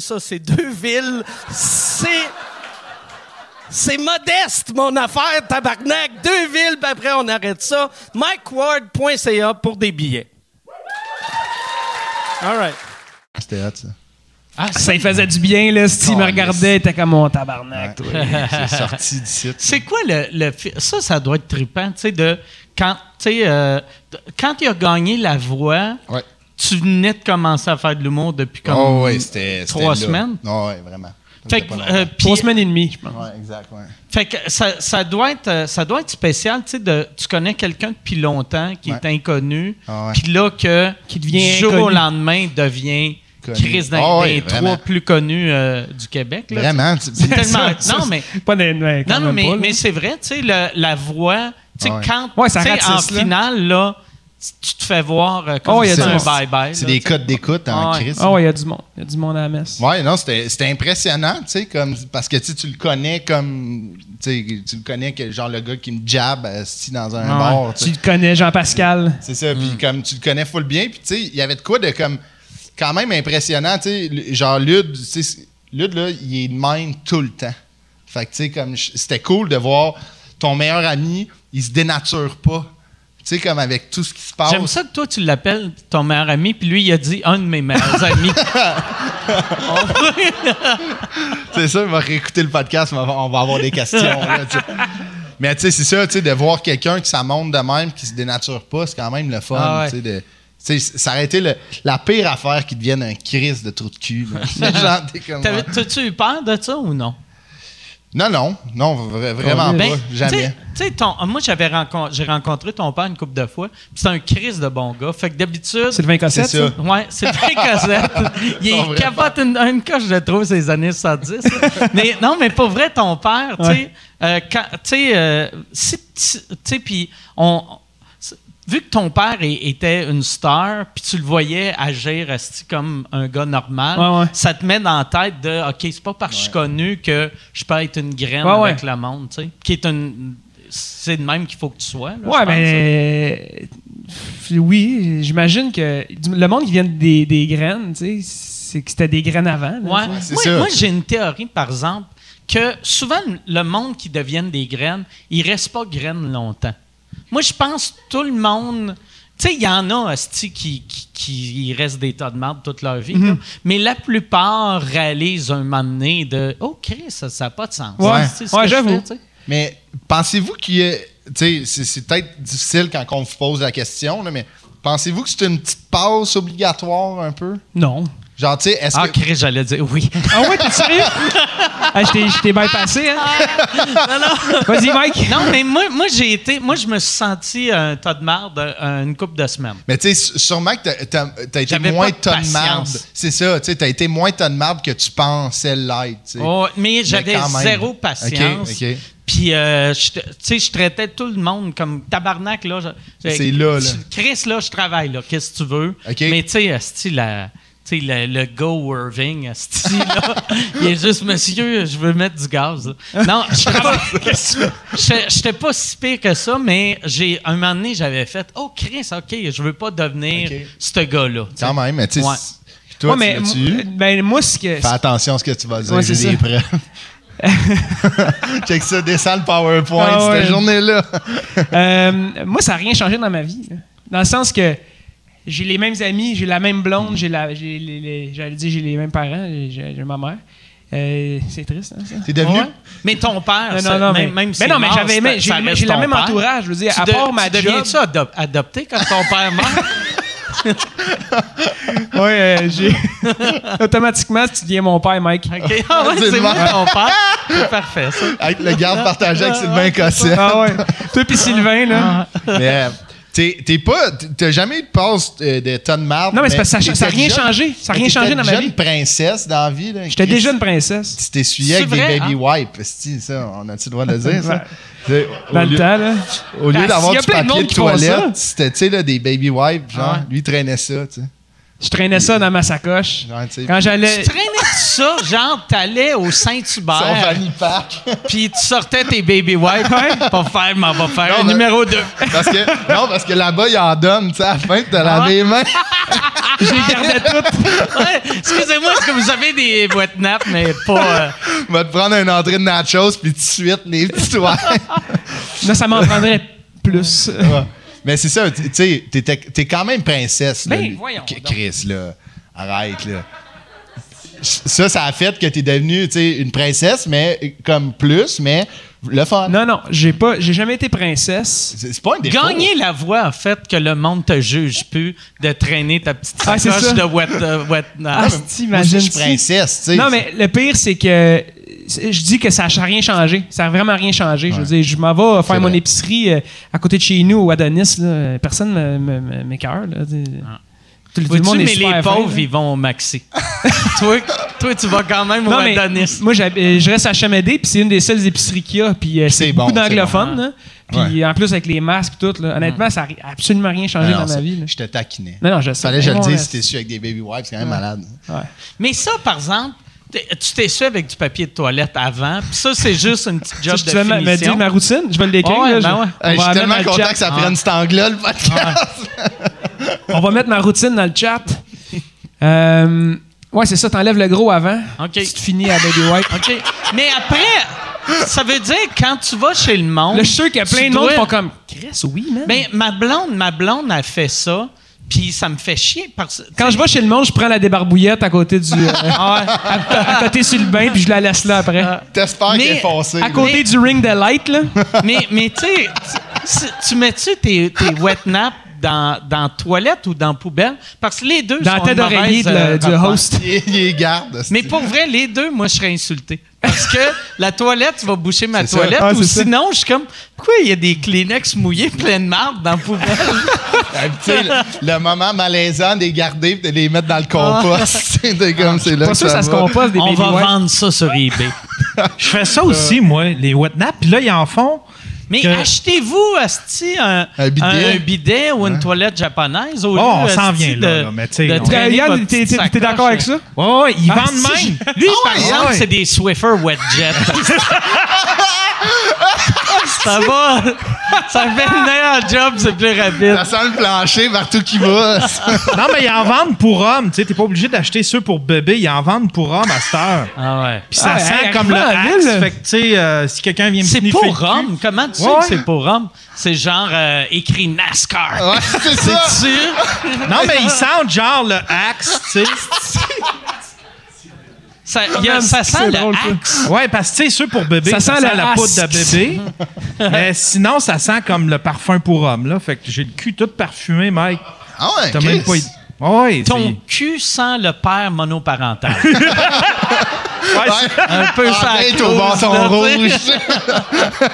S6: ça, c'est deux villes. C'est. C'est modeste, mon affaire, tabarnak. Deux villes, puis après, on arrête ça. MikeWard.ca pour des billets. All right.
S4: C'était hot, ça. Ah,
S5: Ça, il faisait du bien, là. Si il me
S4: Caliste.
S5: regardait, il était comme mon tabarnak. toi.
S4: C'est sorti d'ici.
S1: C'est quoi le, le fi- ça ça doit être trippant, tu sais de quand tu sais euh, de- quand il a gagné la voix,
S4: Ouais.
S1: tu venais de commencer à faire de l'humour depuis comme
S4: Oh, ouais, c'était. c'était
S1: trois
S4: là.
S1: semaines?
S4: Oh, ouais, vraiment.
S1: Fait
S4: C'était
S1: que,
S4: pas longtemps.
S1: euh, puis-
S5: Trois semaines et demie, je pense.
S4: Ouais, exact, ouais.
S1: fait que ça, ça doit être euh, ça doit être spécial, tu sais de tu connais quelqu'un depuis longtemps qui est
S4: Ouais.
S1: inconnu,
S4: Ah ouais.
S1: puis là que
S5: Qui devient
S1: du jour au
S5: inconnu.
S1: lendemain il devient
S4: Connu.
S1: Chris d'un
S4: Ah ouais,
S1: des trois
S4: vraiment.
S1: plus connus euh, du Québec là.
S4: Vraiment. tu-
S1: C'est tellement
S5: Ça,
S1: non
S5: ça,
S1: mais
S5: c'est Pas des- ouais, quand
S1: Non, non,
S5: même
S1: mais,
S5: pas, là.
S1: mais c'est vrai, tu sais, le- la voix, tu sais,
S4: Ah ouais.
S1: quand,
S5: Ouais, ça
S1: tu sais, en
S5: ratisse, là.
S1: finale, là, tu- tu te fais voir euh, comme
S5: Oh, il y a
S1: si
S5: du
S1: c'était un
S5: monde.
S1: bye-bye.
S4: C'est
S1: là,
S4: des
S1: tu sais.
S4: codes d'écoute en
S1: Ah ouais.
S4: Chris.
S5: Ah ouais, il y a du monde. Il y a du monde à la messe.
S4: Ouais, non, c'était c'était impressionnant, tu sais, comme parce que tu sais, tu le connais comme tu sais, tu le connais que genre le gars qui me jab euh, si dans un bar, tu
S5: Tu
S4: sais.
S5: le connais, Jean-Pascal.
S4: c'est ça, puis comme tu le connais full bien, puis tu sais, il y avait de quoi de comme quand même impressionnant, tu sais, l- genre Lud, tu sais, Lud là, il est de même tout le temps. Fait que tu sais comme je- c'était cool de voir ton meilleur ami, il se dénature pas. Tu sais comme avec tout ce qui se passe.
S1: J'aime ça que toi, tu l'appelles ton meilleur ami, puis lui, il a dit un de mes meilleurs amis.
S4: C'est ça, il va réécouter le podcast, on va- on va avoir des questions. là, tu sais. mais tu sais, c'est ça, tu sais, de voir quelqu'un qui ça monte de même, qui se dénature pas, c'est quand même le fun.
S1: Ah ouais.
S4: tu sais, de- tu sais, ça aurait été le- la pire affaire qui devienne un crise de trou de cul. là. Genre, t'es comme,
S1: T'avais- T'as-tu eu peur de ça ou non?
S4: non, non, non, vra- vraiment
S1: Ben,
S4: pas,
S1: tu sais-
S4: Ah, jamais.
S1: tu sais, ton- moi, j'avais rencon- j'ai rencontré ton père une couple de fois, puis c'est un Chris de bon gars. Fait que d'habitude.
S5: Sylvain Cossette.
S4: C'est ça.
S1: Ouais, c'est très Cosette. Il
S4: Son
S1: est
S4: vrai
S1: capote une, une coche, je trouve, ces années 70. mais non, mais pour vrai, ton père, tu sais,
S5: Ouais.
S1: euh, quand- tu sais, euh, si- si- tu sais, puis on. vu que ton père é- était une star, puis tu le voyais agir asti, comme un gars normal,
S5: Ouais, ouais.
S1: ça te met dans la tête de OK, c'est pas parce que je suis connu que je peux être une graine
S5: Ouais,
S1: avec
S5: ouais.
S1: le monde, tu sais. Qui est une. C'est de même qu'il faut que tu sois. là, je
S5: Ouais,
S1: pense, ça.
S5: mais euh, oui, j'imagine que du- le monde qui vient des, des graines, tu sais, c'est que c'était des graines avant. là,
S1: Ouais.
S5: tu sais.
S4: c'est
S1: moi,
S4: ça.
S1: moi, j'ai une théorie, par exemple, que souvent, le monde qui deviennent des graines, il reste pas graines longtemps. Moi, je pense que tout le monde. Tu sais, il y en a, asti, qui, qui, qui- il reste des tas de marde toute leur vie. là. Mais la plupart réalisent un moment donné de Oh, Chris, ça n'a pas de sens.
S5: Ouais.
S1: C'est ce que
S5: Ouais,
S1: je
S5: j'avoue.
S1: fais, tu sais.
S4: Mais pensez-vous qu'il y ait. Tu sais, c'est- c'est peut-être difficile quand on vous pose la question, là, mais pensez-vous que c'est une petite pause obligatoire un peu?
S5: Non.
S4: Genre, tu sais, est-ce
S1: Ah,
S4: que.
S1: Chris, j'allais dire oui.
S5: Ah ouais, t'es sérieux? ah, je t'ai- je t'ai bien passé, hein? Vas-y, Mike.
S1: Ah, non, mais moi, moi j'ai été. Moi, je me suis senti un tas de marde euh, une couple de semaines.
S4: Mais tu sais, s- sûrement que t'as- t'as t'as été
S1: J'avais
S4: moins
S1: pas de
S4: tonne marbre.
S1: patience.
S4: C'est ça, tu sais, t'as été moins tonne marbre que tu pensais l'être, tu sais.
S1: Oh, mais j'avais
S4: quand même.
S1: zéro patience.
S4: Ok, ok.
S1: Puis, euh, je te- tu sais, je traitais tout le monde comme tabarnak, là. je-
S4: C'est là, là.
S1: Tu- Chris, là, je travaille, là. Qu'est-ce que tu veux?
S4: Ok.
S1: Mais, tu sais, esti, la- tu sais, le, le go Irving, esti, là, il est juste, monsieur, je veux mettre du gaz. là. Non, je travaille- je- j'étais pas si pire que ça, mais j'ai un moment donné, j'avais fait, oh Chris, ok, je veux pas devenir
S4: Ok.
S1: ce gars-là. tu sais.
S4: Quand même, mais tu sais.
S1: Ouais.
S4: c'est- puis Toi,
S5: Ouais, mais
S4: tu l'as-tu
S5: m-
S4: eu?
S5: ben, moi, ce que.
S4: Fais attention à ce que tu vas dire,
S5: Ouais,
S4: j'ai
S5: c'est
S4: des
S5: ça.
S4: preuves. Check ça, descends le PowerPoint
S5: Ah ouais.
S4: cette journée-là.
S5: Euh, moi, ça n'a rien changé dans ma vie. là. Dans le sens que j'ai les mêmes amis, j'ai la même blonde, j'ai la, j'ai les, les- j'allais dire j'ai les mêmes parents, j'ai, j'ai- j'ai ma mère. Euh, c'est triste, hein, ça?
S4: T'es devenu.
S5: Ouais.
S1: Mais ton père,
S5: Non,
S1: ça,
S5: non, non,
S1: même,
S5: mais,
S1: même
S5: mais
S1: s'il
S5: non, mais
S1: est mort,
S5: j'avais aimé-
S1: ça-
S5: j'ai,
S1: ça reste
S5: j'ai le
S1: ton
S5: même
S1: père.
S5: entourage. Je veux dire,
S1: Tu
S5: à
S1: de-
S5: part ma
S1: tu
S5: job.
S1: deviens-tu adop- adopté quand ton père meurt?
S5: Ouais, euh, j'ai- automatiquement, tu deviens mon père, Mike.
S1: OK. Ah ouais,
S4: C'est
S1: c'est
S4: moi.
S1: moi ton père. C'est parfait, ça.
S4: Avec le garde partagé avec Sylvain Cosset.
S5: Ah ouais. Toi pis Sylvain, là.
S4: Mais euh, t'es t'es pas. T'as jamais eu de passe euh, de tonne marbre.
S5: Non, mais c'est parce que ça- ça a
S4: t'étais
S5: rien
S4: jeune.
S5: changé. Ça a
S4: Mais
S5: rien changé
S4: t'étais
S5: dans ma vie.
S4: jeune princesse dans la vie. là.
S5: J'étais
S4: Chris,
S5: déjà une princesse.
S4: Tu t'essuyais avec
S1: C'est vrai,
S4: des
S5: hein?
S4: baby wipes. esti, ça, on a-tu le droit de le dire, ça? T'sais, au
S5: Dans le
S4: lieu-
S5: temps, là.
S4: Au lieu
S5: Ah,
S4: d'avoir
S5: s'il y a
S4: du
S5: plein de
S4: papier
S5: monde
S4: de
S5: qui font
S4: toilette, c'était, tu sais, là, des baby wipes, genre,
S1: Ouais.
S4: lui traînait ça, tu sais.
S5: Je traînais ça dans ma sacoche.
S4: Genre, tu sais,
S5: Quand j'allais.
S1: Tu traînais ça, genre, t'allais au
S4: Son
S1: Saint-Hubert,
S4: fanny pack.
S1: puis tu sortais tes baby wipes. Pas faire, m'en va faire
S4: Non,
S1: un
S4: mais-
S1: numéro 2.
S4: parce que, non, parce que là-bas, il en donne, tu sais, à la fin, t'as
S5: ouais?
S4: lavé les mains.
S1: Ouais, Excusez-moi, est-ce que vous avez des boîtes nappes, mais pas. euh,
S4: Va te prendre une entrée de nachos, puis tout de suite, les petits wipes.
S5: Non, ça m'en prendrait plus.
S4: Ouais. Mais c'est ça, tu tu sais, t'étais- t'es quand même princesse, là.
S5: Ben,
S4: lui.
S5: voyons
S4: Qu-
S5: donc.
S4: Chris, là, arrête, là. Ça, ça a fait que t'es devenue, tu sais, une princesse, mais comme plus, mais le fun.
S5: Non, non, j'ai pas, j'ai jamais été princesse.
S4: C'est c'est pas un défaut.
S1: Gagner la voix, en fait, que le monde te juge plus de traîner ta petite
S5: Ah, c'est
S1: sacoche
S5: ça.
S1: de wet, euh, wet
S5: Ah,
S1: nap.
S5: si,
S4: Moi, je suis
S5: imagine-tu.
S4: princesse, tu sais.
S5: Non, mais le pire, c'est que c'est- je dis que ça n'a rien changé. Ça n'a vraiment rien changé. Je veux dire, je m'en vais faire mon
S4: vrai.
S5: épicerie euh, à côté de chez nous, au Adonis. là. Personne ne me- me- m'écœure. là. Tout, tout le
S1: Ah. Vois-tu,
S5: monde est
S1: mais
S5: super
S1: les
S5: fin,
S1: pauvres,
S5: là.
S1: ils vont au maxi. toi, toi, tu vas quand même au
S5: Non, mais
S1: Adonis.
S5: moi, j'hab- euh, je reste à Chamédé, puis c'est une des seules épiceries qu'il y a. Puis euh,
S4: c'est
S5: c'est
S4: bon,
S5: beaucoup
S4: c'est
S5: d'anglophones. là. Puis en plus, avec les masques et tout, là, honnêtement, ça n'a absolument rien changé
S4: Non,
S5: dans ma
S4: c'est-
S5: vie. là.
S4: Je te taquinais.
S5: Non, non, je sais.
S4: Fallait que je le
S5: Ouais,
S4: dise
S5: ouais.
S4: si t'es su avec des baby wipes, c'est quand même malade.
S1: Mais ça, par exemple, t'es- tu t'es su avec du papier de toilette avant, puis ça, c'est juste une petite job
S5: Ça,
S1: de
S5: tu veux me- me dire
S1: finition.
S5: ma routine? Je vais le décrire.
S1: Ouais, ben
S5: là, je-
S1: ouais.
S5: on
S4: Hey,
S5: va
S4: je suis
S5: la
S4: tellement
S5: mettre dans le
S4: content
S5: chat.
S4: que ça prenne cet angle-là, le podcast.
S5: On va mettre ma routine dans le chat. Euh, ouais, c'est ça, t'enlèves le gros avant.
S1: OK.
S5: Tu te finis à Baby White.
S1: OK. Mais après, ça veut dire quand tu vas chez le monde...
S5: Là, je suis sûr qu'il y a
S1: tu
S5: plein de monde
S1: dois-
S5: qui font comme Chris, oui, man.
S1: Ben, ma blonde, ma blonde a fait ça, puis ça me fait chier parce que...
S5: quand je vais chez le monde, je prends la débarbouillette à côté du. euh, à, à côté sur le bain, puis je la laisse là après.
S4: T'espères qu'il
S1: Mais-
S4: est foncé.
S5: à côté
S1: Ah. mais-
S5: du ring de light, là.
S1: Mais, mais tu sais, tu- tu- tu mets-tu tes, tes wet naps dans, dans toilette ou dans poubelle? Parce que les deux
S5: Dans la
S1: sont
S5: tête
S1: une mauvaise,
S5: d'oreiller de
S1: euh,
S5: le- du
S1: affaire.
S5: host.
S4: Il, est- il est garde. c'est-
S1: Mais pour vrai, les deux, moi, je serais insulté. Parce que la toilette, tu vas boucher ma
S4: C'est ça.
S1: toilette.
S5: Ah,
S1: ou
S5: c'est ça.
S1: sinon, je suis comme, pourquoi il y a des Kleenex mouillés pleins de marde dans la poubelle?
S4: Ah, tu sais, le, le moment malaisant de les garder et de les mettre dans le
S5: Ah.
S4: compost. c'est comme c'est là
S5: Pas
S4: que
S5: sûr que ça
S4: ça
S5: se
S4: va.
S5: compose des
S1: On
S5: Baby
S1: va
S5: White.
S1: vendre ça sur eBay.
S3: Je fais ça aussi, moi, les whatnaps. Puis là, ils en font
S1: Mais
S3: Que-
S1: achetez-vous, Asti, un,
S4: Un bidet.
S1: un- un bidet ou une toilette japonaise au
S3: Bon, on
S1: lieu,
S3: s'en
S1: asti,
S3: vient
S1: de,
S3: là, là, mais tu sais,
S1: de
S3: on-
S1: traîner
S5: Yann,
S1: votre
S5: t'es-
S1: petite
S5: t'es- t'es d'accord avec
S1: sacoche.
S5: ça?
S3: Ouais, ouais, ils
S1: Ah,
S3: vendent
S1: si,
S3: même.
S1: Lui, par exemple,
S4: ouais.
S1: c'est des Swiffer Wet Jet. ça va. Ça fait le meilleur job, c'est plus rapide.
S4: Ça sent le plancher partout qui va.
S3: Non, mais ils en vendent pour hommes. Tu sais, t'es pas obligé d'acheter ceux pour bébé. Ils en vendent pour hommes à cette heure.
S1: Ah ouais.
S3: Puis ça
S5: Ah,
S3: sent
S5: hey,
S3: comme le
S5: arrivant à la
S3: axe.
S5: ville.
S3: Fait que, tu sais, euh, si quelqu'un vient me
S1: C'est
S3: sniffer
S1: pour
S3: le cul-
S1: Rome. Comment tu sais
S3: Ouais.
S1: que c'est pour Rome? C'est genre euh, écrit NASCAR.
S4: Ouais, c'est ça.
S1: Tu-
S3: Non, mais ils sentent genre le axe, tu sais.
S1: Ça, il y a- ça sent
S5: Ah, c'est
S1: le
S5: drôle, ça.
S1: axe.
S3: Ouais, parce que, tu sais, ceux pour bébé,
S5: Ça
S3: ça,
S5: sent
S3: sent,
S5: le
S3: la poudre de
S5: axe.
S3: bébé. mais sinon, ça sent comme le parfum pour homme, là. Fait que j'ai le cul tout parfumé, Mike.
S4: Ah ouais,
S3: T'as
S4: Chris.
S3: même pas... Oh, Ouais, c'est-
S1: Ton cul sent le père monoparental.
S3: Ouais,
S4: Ouais.
S1: Un peu
S4: Ah,
S1: ça.
S4: arrête au
S1: cause,
S4: bâton
S1: là, tu sais.
S4: rouge.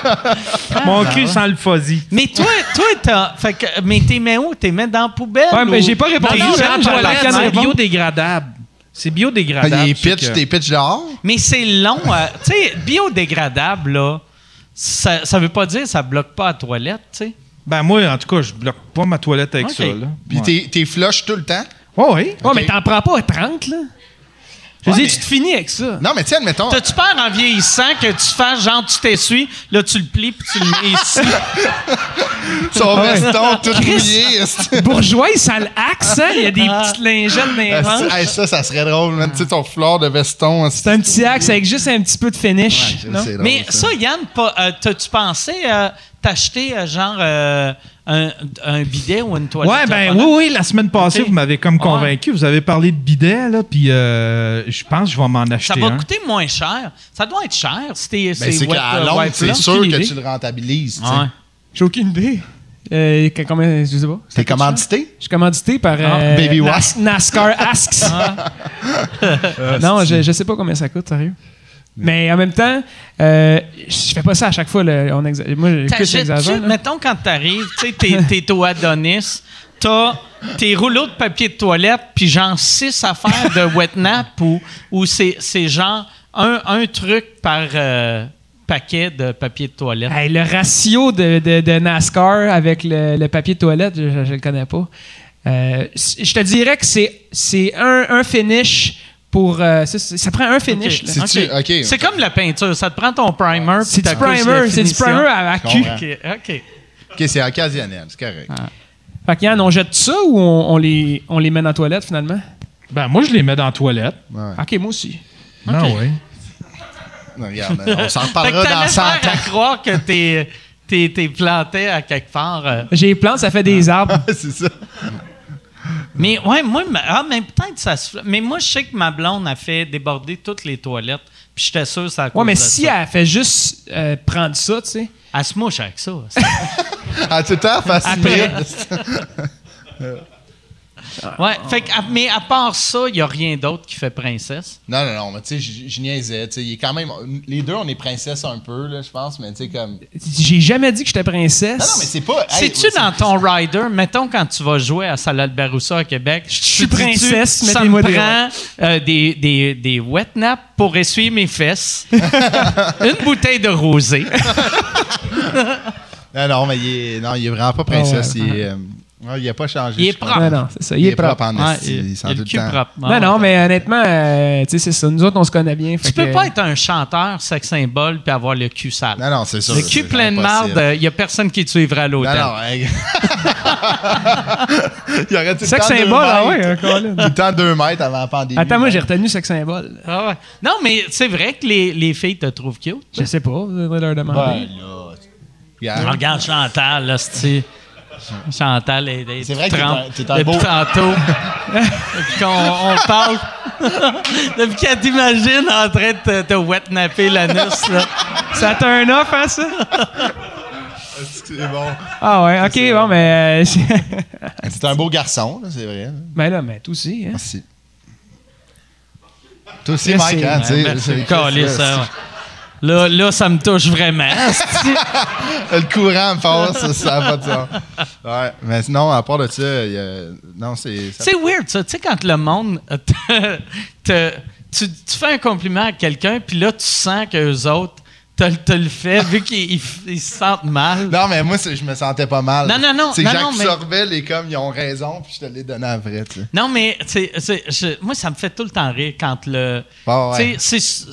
S4: Ah,
S3: c'est- Mon cul sent le fuzzy.
S1: Mais toi, toi, t'as. Fait que, mais t'es mets où? T'es mets dans la poubelle?
S5: Ouais, mais
S1: ou-
S5: j'ai pas répondu.
S1: Non, non,
S5: Yann,
S1: non,
S5: je vois
S1: non,
S5: la
S1: non,
S5: canne
S1: non,
S3: C'est
S5: répondre.
S3: biodégradable. C'est biodégradable.
S4: Il
S3: c'est
S4: pitch,
S3: que-
S4: t'es pitch dehors.
S1: Mais c'est long. euh, tu sais, biodégradable, là, ça, ça veut pas dire que ça bloque pas la toilette, tu sais.
S3: Ben moi, en tout cas, je bloque pas ma toilette avec
S1: Ok.
S3: ça. Là.
S4: Puis
S3: ouais.
S4: t'es- t'es flush tout le temps.
S3: Ouais, ouais.
S5: Ouais, mais t'en prends pas à 30, là. Je veux dire, tu te finis avec ça.
S4: Non, mais tiens, admettons.
S1: T'as-tu peur en vieillissant que tu fasses genre tu t'essuies, là tu le plies puis tu le mets ici?
S4: Son veston tout mouillé.
S5: Bourgeois, il sent l'axe, hein? Il y a des
S1: Ah.
S5: petites lingettes dans les
S4: Ah,
S5: hanches.
S4: c'est- hey, ça, ça serait drôle, man. Tu sais, ton fleur de veston. hein,
S5: C'est un petit axe avec juste un petit peu de finish.
S4: c'est-
S5: non?
S4: c'est drôle,
S1: Mais ça, Yann, pas- euh, t'as-tu pensé euh, t'acheter euh, genre euh, un, un bidet ou une toilette?
S3: Ouais, ben oui,
S1: japonaise?
S3: oui, la semaine passée,
S1: Ok.
S3: vous m'avez comme
S1: Ouais.
S3: convaincu. Vous avez parlé de bidet, là, puis euh, je pense que je hein. vais m'en acheter
S1: Ça va
S3: un.
S1: coûter moins cher. Ça doit être cher si t'es.
S4: Ben, c'est
S1: wet,
S4: qu'à
S1: euh,
S4: longue,
S1: wipe, là.
S4: c'est sûr
S5: Aucune
S4: que
S5: idée.
S4: tu le rentabilises. tu sais.
S1: Ouais.
S5: J'ai aucune idée. Euh, que- combien, je sais pas.
S4: T'es commandité?
S5: Je suis commandité par euh,
S4: Baby
S5: Nas-
S4: Wasp. Ah.
S5: NASCAR Asks. non, je, je sais pas combien ça coûte, sérieux. Mais en même temps, euh, je fais pas ça à chaque fois. là. On exa- Moi, je- Chris
S1: T'achètes-tu,
S5: exagère. là.
S1: mettons quand t'arrives, tu sais, t'es, t'es au Adonis, t'as tes rouleaux de papier de toilette, puis genre six affaires de wet nap ou, ou c'est, c'est genre un, un truc par euh, paquet de papier de toilette.
S5: Hey, le ratio de, de- de NASCAR avec le, le papier de toilette, je, je, je le connais pas. Euh, c- je te dirais que c'est, c'est un, un finish pour. euh, ça, ça- ça prend un finish.
S1: Ok.
S5: là.
S4: C'est-tu-
S1: Ok.
S4: ok.
S1: C'est comme la peinture, ça te prend ton primer. puis
S5: C'est
S1: ta
S5: du
S1: couche de
S5: primer, c'est du
S1: finition.
S5: primer à, à cul.
S4: comprends.
S1: Ok, ok.
S4: Ok, c'est occasionnel, c'est correct.
S5: Fait que Yann, on jette ça ou on, on les, on les met dans la toilette finalement?
S7: Ben, moi, je les mets dans la toilette.
S5: Ok, moi aussi.
S4: Ah,
S3: Non, ouais.
S4: Non, regarde, on s'en
S1: Fait que
S4: reparlera dans
S1: t'allais
S4: 100
S1: faire à
S4: ans.
S1: croire que t'es, t'es, t'es planté à quelque part. euh,
S5: J'ai les plantes, ça fait des
S4: Ah.
S5: arbres.
S4: c'est ça.
S1: Mais ouais, moi, ma- ah, mais peut-être ça se. fla- Mais moi, je sais que ma blonde a fait déborder toutes les toilettes. Puis j'étais sûr que ça.
S5: Ouais, mais si elle fait juste euh, prendre ça, tu sais.
S1: Elle se mouche avec ça.
S4: À tout temps,
S5: Après.
S4: facile.
S1: ouais, fait que, mais à part ça, il n'y a rien d'autre qui fait princesse.
S4: Non, non, non, mais tu sais, je je niaisais. Tu sais, il est quand même. Les deux, on est princesse un peu, là, je pense, mais tu sais, comme. Non,
S5: J'ai jamais dit que j'étais
S4: non,
S5: princesse.
S4: mais c'est pas. hey,
S1: C'est-tu dans ton rider, mettons quand tu vas jouer à Salade Baroussa à Québec, je
S5: suis princesse,
S1: ça me
S5: mettez-moi des-
S1: prend euh, des, des, des wet naps pour essuyer mes fesses, une bouteille de rosée.
S4: Ah, Non, non, mais il est, non, il est vraiment pas princesse.
S5: Ah ouais.
S4: il, est, euh, ouais, il a pas changé.
S1: Il est
S4: je crois.
S1: propre.
S5: Non, non, c'est ça. Il, est propre.
S4: en
S1: Ouais,
S4: esti, il sent
S1: a
S4: tout
S1: le
S4: le
S1: cul
S4: temps.
S1: propre.
S5: Non, non, mais honnêtement, euh, tu sais, c'est ça. Nous autres, on se connaît bien.
S1: Tu peux pas être un chanteur sex symbole puis avoir le cul sale.
S4: Non, non, c'est sûr.
S1: le cul
S4: c'est
S1: plein de
S4: impossible.
S1: marde, il n'y a personne qui te suivra à
S4: Non,
S1: l'hôtel.
S4: non, hey. Il aurait tout le
S5: Sex
S4: temps deux
S5: symbole, ah ouais,
S4: mètres.
S5: encore
S4: Tout le temps deux mètres avant la pandémie.
S5: Attends, moi, j'ai retenu sex symbole.
S1: Ah ouais. Non, mais c'est vrai que les, les filles te trouvent cute.
S5: Je sais pas, je devrais leur demander.
S4: Ben là. regarde.
S1: Regarde Chantal, là, c'est. Chantal est. est
S4: C'est vrai que
S1: trempe
S4: t'es un- t'es un beau-
S1: Depuis tantôt. depuis qu'on on parle. depuis qu'elle t'imagine en train de te, te wet-napper l'anus, là.
S5: Ça t'a un off, hein, ça?
S4: C'est bon.
S5: Ah ouais, ok, bon, mais. euh,
S4: C'est Ah, un beau garçon, là, c'est vrai. hein. là.
S5: ben là, mais tout aussi, hein.
S4: Merci. Toi aussi,
S5: Merci.
S4: Mike, hein, tu sais,
S1: Merci,
S4: c'est-
S1: câlisse,
S4: c'est-
S1: hein, ouais. Là, là, ça me touche vraiment.
S4: Le courant me passe, ça, ça a pas de sens. Ouais, mais sinon, à part de ça, il y a- non, c'est. ça-
S1: C'est weird, ça. Tu sais, quand le monde. euh, te- te- tu, tu fais un compliment à quelqu'un, puis là, tu sens qu'eux autres te, le- te le fais, vu qu'ils ils- ils se sentent mal.
S4: Non, mais moi, c'est- je me sentais pas mal.
S1: Non, non, non,
S4: C'est
S1: non,
S4: que
S1: non, mais-
S4: j'absorbais les comme, ils ont raison, puis je te les donnais à vrai, tu sais.
S1: Non, mais c'est- c'est- je- moi, ça me fait tout le temps rire quand le.
S4: Ah ouais.
S1: tu sais, C'est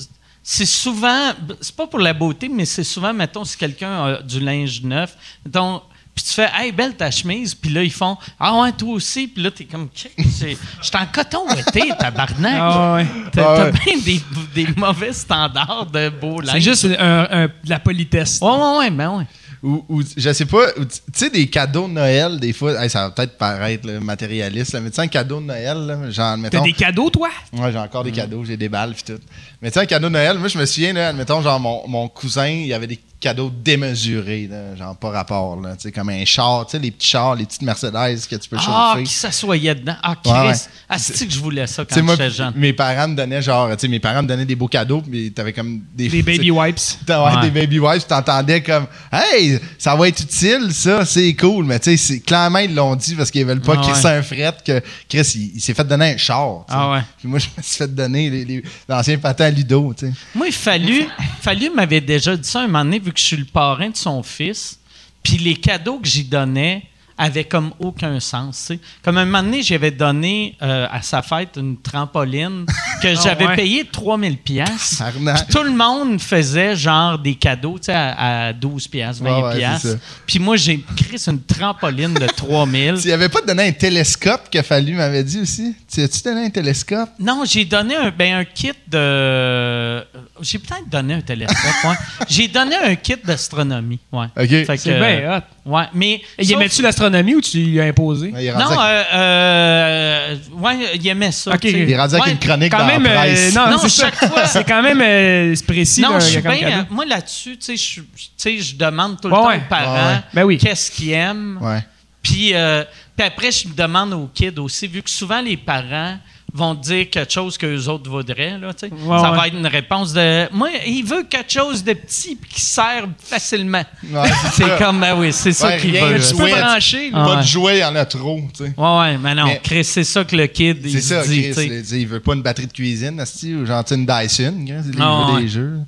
S1: c'est souvent. C'est pas pour la beauté, mais c'est souvent, mettons, si quelqu'un a du linge neuf, mettons. Puis tu fais, hey, belle ta chemise. Puis là, ils font, ah ouais, toi aussi. Puis là, t'es comme, Christ, c'est- je suis en coton ouaté, tabarnak.
S5: Ah ouais.
S4: Ah
S1: T'as t'as
S4: ouais.
S1: bien des, des mauvais standards de beau linge.
S5: C'est juste un- un- de la politesse.
S1: Ouais, ouais, ouais, ben ouais.
S4: Ou, ou, je sais pas, ou tu tu sais, des cadeaux de Noël, des fois, hey, ça va peut-être paraître là, matérialiste, là, mais tu sais, un cadeau de Noël, là, genre,
S5: T'as
S4: mettons.
S5: des cadeaux, toi?
S4: Moi, j'ai
S1: Mm.
S4: encore des cadeaux, j'ai des balles, puis tout. Mais tu sais, un cadeau de Noël, moi, je me souviens, là, admettons, genre, mon, mon cousin, il avait des cadeaux démesurés, là, genre, pas rapport, là, tu sais, comme un char, tu sais, les petits chars, les petites Mercedes que tu peux
S1: Ah,
S4: chauffer.
S1: qui s'assoyait dedans. Ah, Chris.
S4: Ouais, ouais.
S1: Asti que je voulais ça
S4: Tu
S1: quand
S4: sais, moi,
S1: j'étais jeune.
S4: mes parents me donnaient genre, tu sais, mes parents me donnaient des beaux cadeaux, mais t'avais comme des,
S5: Des baby wipes.
S4: T'as- ouais,
S1: Ouais.
S4: des baby wipes, t'entendais comme Hey, ça va être utile, ça, c'est cool. Mais tu sais, c'est- clairement, ils l'ont dit parce qu'ils veulent pas
S1: Ah
S4: Chris
S1: ouais.
S4: un fret que Chris, il, il s'est fait donner un char. tu sais.
S1: Ah ouais.
S4: Puis moi, je me suis fait donner les- les- l'ancien patin à Ludo, tu sais.
S1: Moi, Fallu, Fallu m'avait déjà dit ça un moment donné, vu que je suis le parrain de son fils. Puis les cadeaux que j'y donnais avaient comme aucun sens. tu sais. Comme un moment donné, j'avais donné euh, à sa fête une trampoline que
S4: Ah
S1: j'avais
S5: ouais.
S1: payé 3000 pièces.
S4: Arnaque.
S1: Tout le monde faisait genre des cadeaux tu sais, à, à 12 pièces, 20
S4: Ouais, ouais, c'est ça.
S1: pièces. Puis moi, j'ai créé une trampoline de 3000.
S4: Il avait pas donné un télescope que Fallu m'avait dit aussi. Tu as-tu donné un télescope?
S1: Non, j'ai donné un, ben, un kit de. J'ai peut-être donné un télescope, ouais. J'ai donné un kit d'astronomie, ouais.
S4: OK.
S1: Fait que,
S5: C'est bien hot.
S1: Ouais, mais.
S5: Et
S1: sauf-
S5: aimais-tu l'astronomie ou tu lui as imposé?
S4: Ouais, il est rendu
S1: Non,
S4: avec-
S1: euh, euh, ouais, il aimait ça.
S5: Ok.
S1: tu sais.
S4: il est rendu avec
S1: Ouais.
S4: une chronique
S5: Quand
S4: dans
S5: même,
S4: la
S5: euh,
S4: presse.
S5: non,
S1: Non,
S5: c'est ça.
S1: chaque fois.
S5: C'est quand même euh, c'est précis.
S1: Non,
S5: là,
S1: je suis
S5: il y a comme
S1: bien- hein.
S5: cadeau.
S1: moi là-dessus, tu sais, je- tu sais, je demande tout le
S5: Ouais,
S1: temps
S5: ouais.
S1: aux parents
S4: Ouais, ouais.
S5: Ben oui.
S1: qu'est-ce qu'ils aiment.
S4: Ouais.
S1: Puis, euh, puis après, je me demande aux kids aussi, vu que souvent les parents vont te dire quelque chose qu'eux autres voudraient. Là, tu sais.
S5: Ouais,
S1: ça
S5: ouais.
S1: va être une réponse de. Moi, il veut quelque chose de petit puis qui sert facilement.
S4: Ouais, c'est
S1: c'est
S4: ça.
S1: comme, ben oui, c'est ça
S4: Ouais,
S1: qu'il
S4: rien,
S1: veut.
S4: là,
S1: là.
S4: tu peux Ouais.
S5: brancher, là.
S1: Ah,
S4: Pas
S1: ouais.
S4: de jouets, il y en a trop, tu sais.
S1: Ouais, ouais, mais non,
S4: Mais-
S1: Chris, c'est ça que le kid, il
S4: C'est ça,
S1: se dit.
S4: Chris.
S1: tu sais.
S4: il dit, Il veut pas une batterie de cuisine, asti, ou genre tu sais, une Dyson. Chris, Il
S1: Ah,
S4: veut
S1: ouais.
S4: des jeux.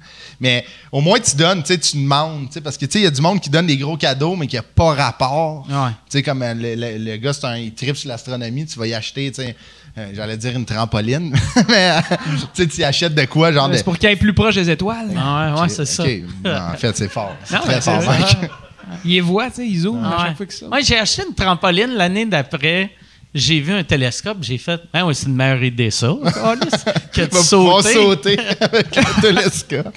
S4: Mais au moins, tu donnes, tu sais, tu demandes. tu sais, Parce que tu sais, il y a du monde qui donne des gros cadeaux, mais qui n'a pas rapport.
S1: Ah Ouais.
S4: Tu sais, comme euh, le, le- le gars, c'est un, il tripe sur l'astronomie, tu vas y acheter, tu sais, euh, j'allais dire une trampoline. mais euh, tu sais, tu y achètes de quoi, genre de.
S5: C'est pour qu'il aille plus proche des étoiles.
S1: Ah ouais, ouais, c'est ça.
S4: Ok, ben, En fait, c'est fort. C'est
S1: Non, mais
S4: très
S1: c'est
S4: fort,
S1: vrai.
S4: Mike.
S5: Il les voit, tu sais, ils ouvrent
S1: Ah
S5: à
S1: ouais.
S5: chaque fois que ça.
S1: Ouais, j'ai acheté une trampoline l'année d'après. J'ai vu un télescope, j'ai fait, ben oui, c'est une meilleure idée ça. câlisse, que
S4: Il
S1: de
S4: va pouvoir
S1: sauter.
S4: sauter avec le télescope.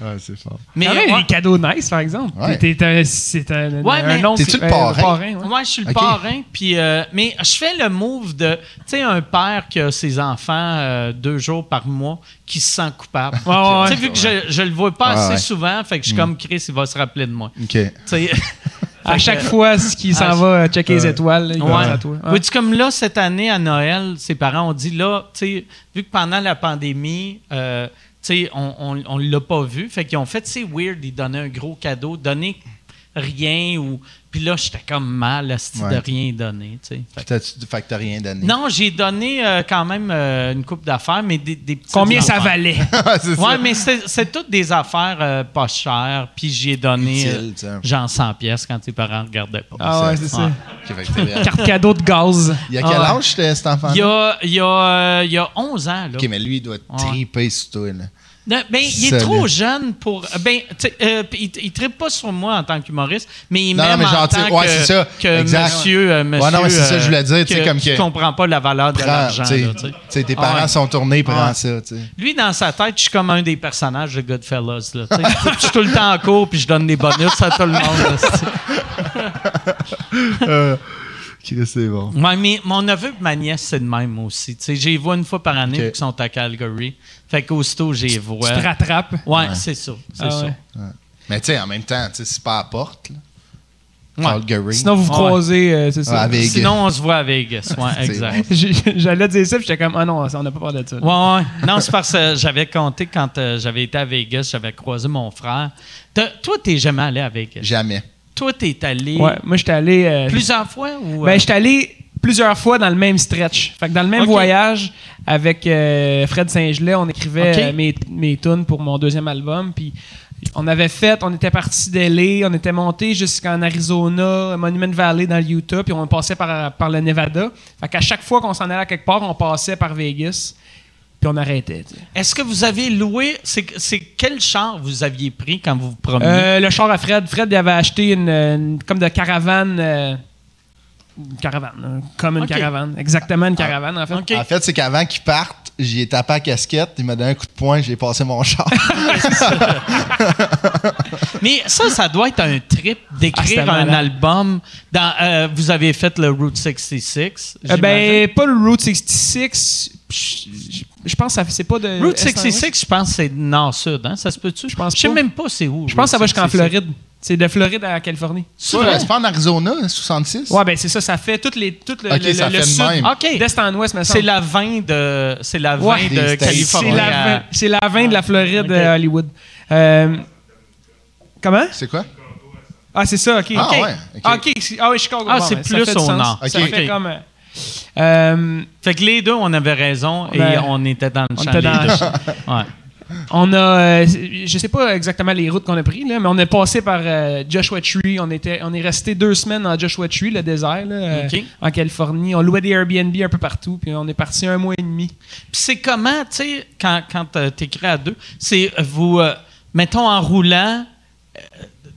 S4: Ah, c'est fort.
S1: Mais
S5: Quand même,
S1: ouais,
S5: les cadeaux nice, par exemple.
S4: Ouais.
S5: T'es- t'es un- C'est un,
S1: Ouais,
S5: un
S1: mais-
S5: nom-
S4: T'es-tu le
S5: euh,
S4: parrain?
S5: ouais.
S1: ouais, je suis le
S4: Ok.
S1: parrain, puis euh, mais je fais le move de, tu sais, un père qui a ses enfants euh, deux jours par mois, qui se sent coupable.
S5: Ouais, ouais,
S1: Tu
S5: ouais.
S1: sais, vu que je, je le vois pas
S4: Ouais,
S1: assez
S4: Ah, ouais. Hmm.
S1: souvent, fait que je suis comme Chris, il va se rappeler de moi.
S4: OK.
S1: Tu sais,
S5: À chaque fois qu'il
S1: Ah,
S5: s'en
S1: je-
S5: va euh, checker les étoiles, là, il
S1: Ouais.
S5: pense à toi. Ouais.
S1: Vois-tu, comme là, cette année, à Noël, ses parents ont dit, là, tu sais, vu que pendant la pandémie, euh, tu sais, on- on on l'a pas vu, fait qu'ils ont fait, c'est weird, ils donnaient un gros cadeau, donner rien ou... Puis là, j'étais comme mal à ce
S4: Ouais.
S1: de rien donner, tu sais. Fait que-
S4: T'as-tu- Fait que t'as rien donné.
S1: Non, j'ai donné euh, quand même euh, une coupe d'affaires, mais des, des petites
S5: Combien ça
S1: affaires.
S5: valait?
S4: c'est ça.
S1: Ouais, mais c'est c'est toutes des affaires euh, pas chères, puis j'ai donné euh,
S4: Utile, tu sais.
S1: genre 100 pièces quand tes parents regardaient pas.
S5: Ah ouais, c'est ça.
S4: Ok, fait que t'es vrai.
S5: Carte cadeau de gaz.
S4: Il y a quel
S1: Ah ouais.
S4: âge c'était, cet enfant?
S1: Il y a, il y a, euh, il y a 11 ans, là.
S4: Ok, mais lui, il doit triper sur toi. Là.
S1: Non, ben, il est
S4: Salut.
S1: trop jeune pour. Ben, tu sais, euh, pis il, il trippe pas sur moi en tant qu'humoriste, mais il
S4: Non, non,
S1: m'aime
S4: mais
S1: en
S4: genre, tu sais,
S1: tant
S4: ouais,
S1: que,
S4: c'est ça.
S1: que
S4: Exact.
S1: monsieur, euh, monsieur. euh,
S4: Ouais, non, mais c'est ça, je voulais dire, tu sais,
S1: que-
S4: comme
S1: qui
S4: que-
S1: comprend pas la valeur de
S4: Prends,
S1: l'argent.
S4: tu sais,
S1: là, tu sais.
S4: tu sais, tes
S1: Ah,
S4: parents
S1: ouais.
S4: sont tournés, prends
S1: Ouais.
S4: ça. tu sais.
S1: Lui, dans sa tête, je suis comme un des personnages de Goodfellas. Là, tu sais. je suis tout le temps en cours puis je donne des bonus à tout le monde. là, tu sais.
S4: Chris, c'est bon.
S1: Ouais, mais mon neveu et ma nièce, c'est de même aussi. Tu sais, j'y vois une fois par année
S4: Ok.
S1: vu qu'ils sont à Calgary. Fait qu'aussitôt, j'y vois.
S5: Tu te rattrapes.
S1: Ouais, c'est ça. C'est
S5: Ah
S1: ça.
S5: ouais.
S4: Mais tu sais, en même temps, tu sais, c'est pas à la porte. Là.
S1: Ouais.
S4: Calgary.
S5: Sinon, vous vous
S1: Ouais.
S5: croisez, euh, c'est
S4: Ouais,
S5: ça.
S4: avec...
S1: Sinon, on se voit à Vegas. Ouais, exact.
S5: J'ai- J'allais dire ça, puis j'étais comme, ah non, on n'a pas parlé de ça.
S1: Ouais, ouais. Non, c'est parce que j'avais compté quand euh, j'avais été à Vegas, j'avais croisé mon frère. T'as- toi, t'es jamais allé à Vegas.
S4: Jamais.
S1: Toi, t'es allé
S5: Ouais, moi, j'étais allé. euh,
S1: plusieurs fois ou. euh,
S5: Ben, j'étais allé plusieurs fois dans le même stretch. Fait que dans le même
S1: Ok.
S5: voyage, avec euh, Fred Saint-Gelais, on écrivait
S1: Ok.
S5: euh, mes, mes tunes pour mon deuxième album. Puis On avait fait, on était parti d'LA, on était monté jusqu'en Arizona, Monument Valley dans le Utah, puis on passait par, par le Nevada. Fait qu'à chaque fois qu'on s'en allait à quelque part, on passait par Vegas, puis on arrêtait. tu sais.
S1: Est-ce que vous avez loué. C'est c'est quel char vous aviez pris quand vous vous promeniez?
S5: Euh, le char à Fred, Fred il avait acheté une, une- comme de caravane. euh, une caravane, hein, comme une
S1: Ok.
S5: caravane. Exactement une caravane, en fait.
S1: OK.
S4: En fait, c'est qu'avant qu'il parte, j'y ai tapé à casquette, il m'a donné un coup de poing, j'ai passé mon char.
S1: Mais ça, ça doit être un trip d'écrire
S5: Ah, c'était
S1: un
S5: malade.
S1: album. Dans, euh, vous avez fait le Route 66.
S5: Euh,
S1: j'imagine.
S5: ben, pas le Route 66. Je, je- je pense que euh, ça- c'est pas de.
S1: Route
S5: S101.
S1: 66, je pense que c'est nord-sud. Hein? Ça se peut-tu? Je
S5: pense
S1: Je sais
S5: pas.
S1: même pas c'est où.
S5: Je pense que ça va jusqu'en Floride. C'est de Floride à la Californie.
S4: C'est pas en Arizona, hein, 66?
S5: Ouais, ben c'est ça, ça fait toutes les, tout le,
S4: Ok,
S5: le-
S4: ça
S5: le- le
S4: fait de
S5: sud,
S4: même.
S1: OK.
S5: d'est en ouest, mais
S1: C'est la 20 de, c'est la 20
S5: Ouais.
S4: Des
S1: de
S4: States.
S1: Californie.
S5: C'est la,
S1: à-
S5: vin- c'est la vin de la
S1: Ok.
S5: Floride à Hollywood. Euh, comment?
S4: C'est quoi?
S5: Ah, c'est ça, ok.
S4: Ah,
S5: ok.
S4: ouais, ok.
S5: Ah, ok, c'est- ah oui, Chicago.
S1: Ah,
S5: Bon,
S1: c'est
S5: ben, ça
S1: plus
S5: fait du
S1: au
S5: sens.
S1: nord.
S5: Ça
S4: Ok.
S5: fait comme. euh, euh,
S1: Fait que les deux, on avait raison et
S5: Ben,
S1: on était dans le
S5: on
S1: champ.
S5: était dans-
S1: les deux. Ouais.
S5: on a, euh, je sais pas exactement les routes qu'on a prises, là, mais on est passé par euh, Joshua Tree. On, était, on est resté deux semaines dans Joshua Tree, le désert, là, euh,
S1: Ok.
S5: en Californie. On louait des Airbnb un peu partout, puis on est parti un mois et demi.
S1: Puis c'est comment, tu sais, quand, quand euh, t'écris à deux, c'est euh, vous, euh, mettons en roulant, euh,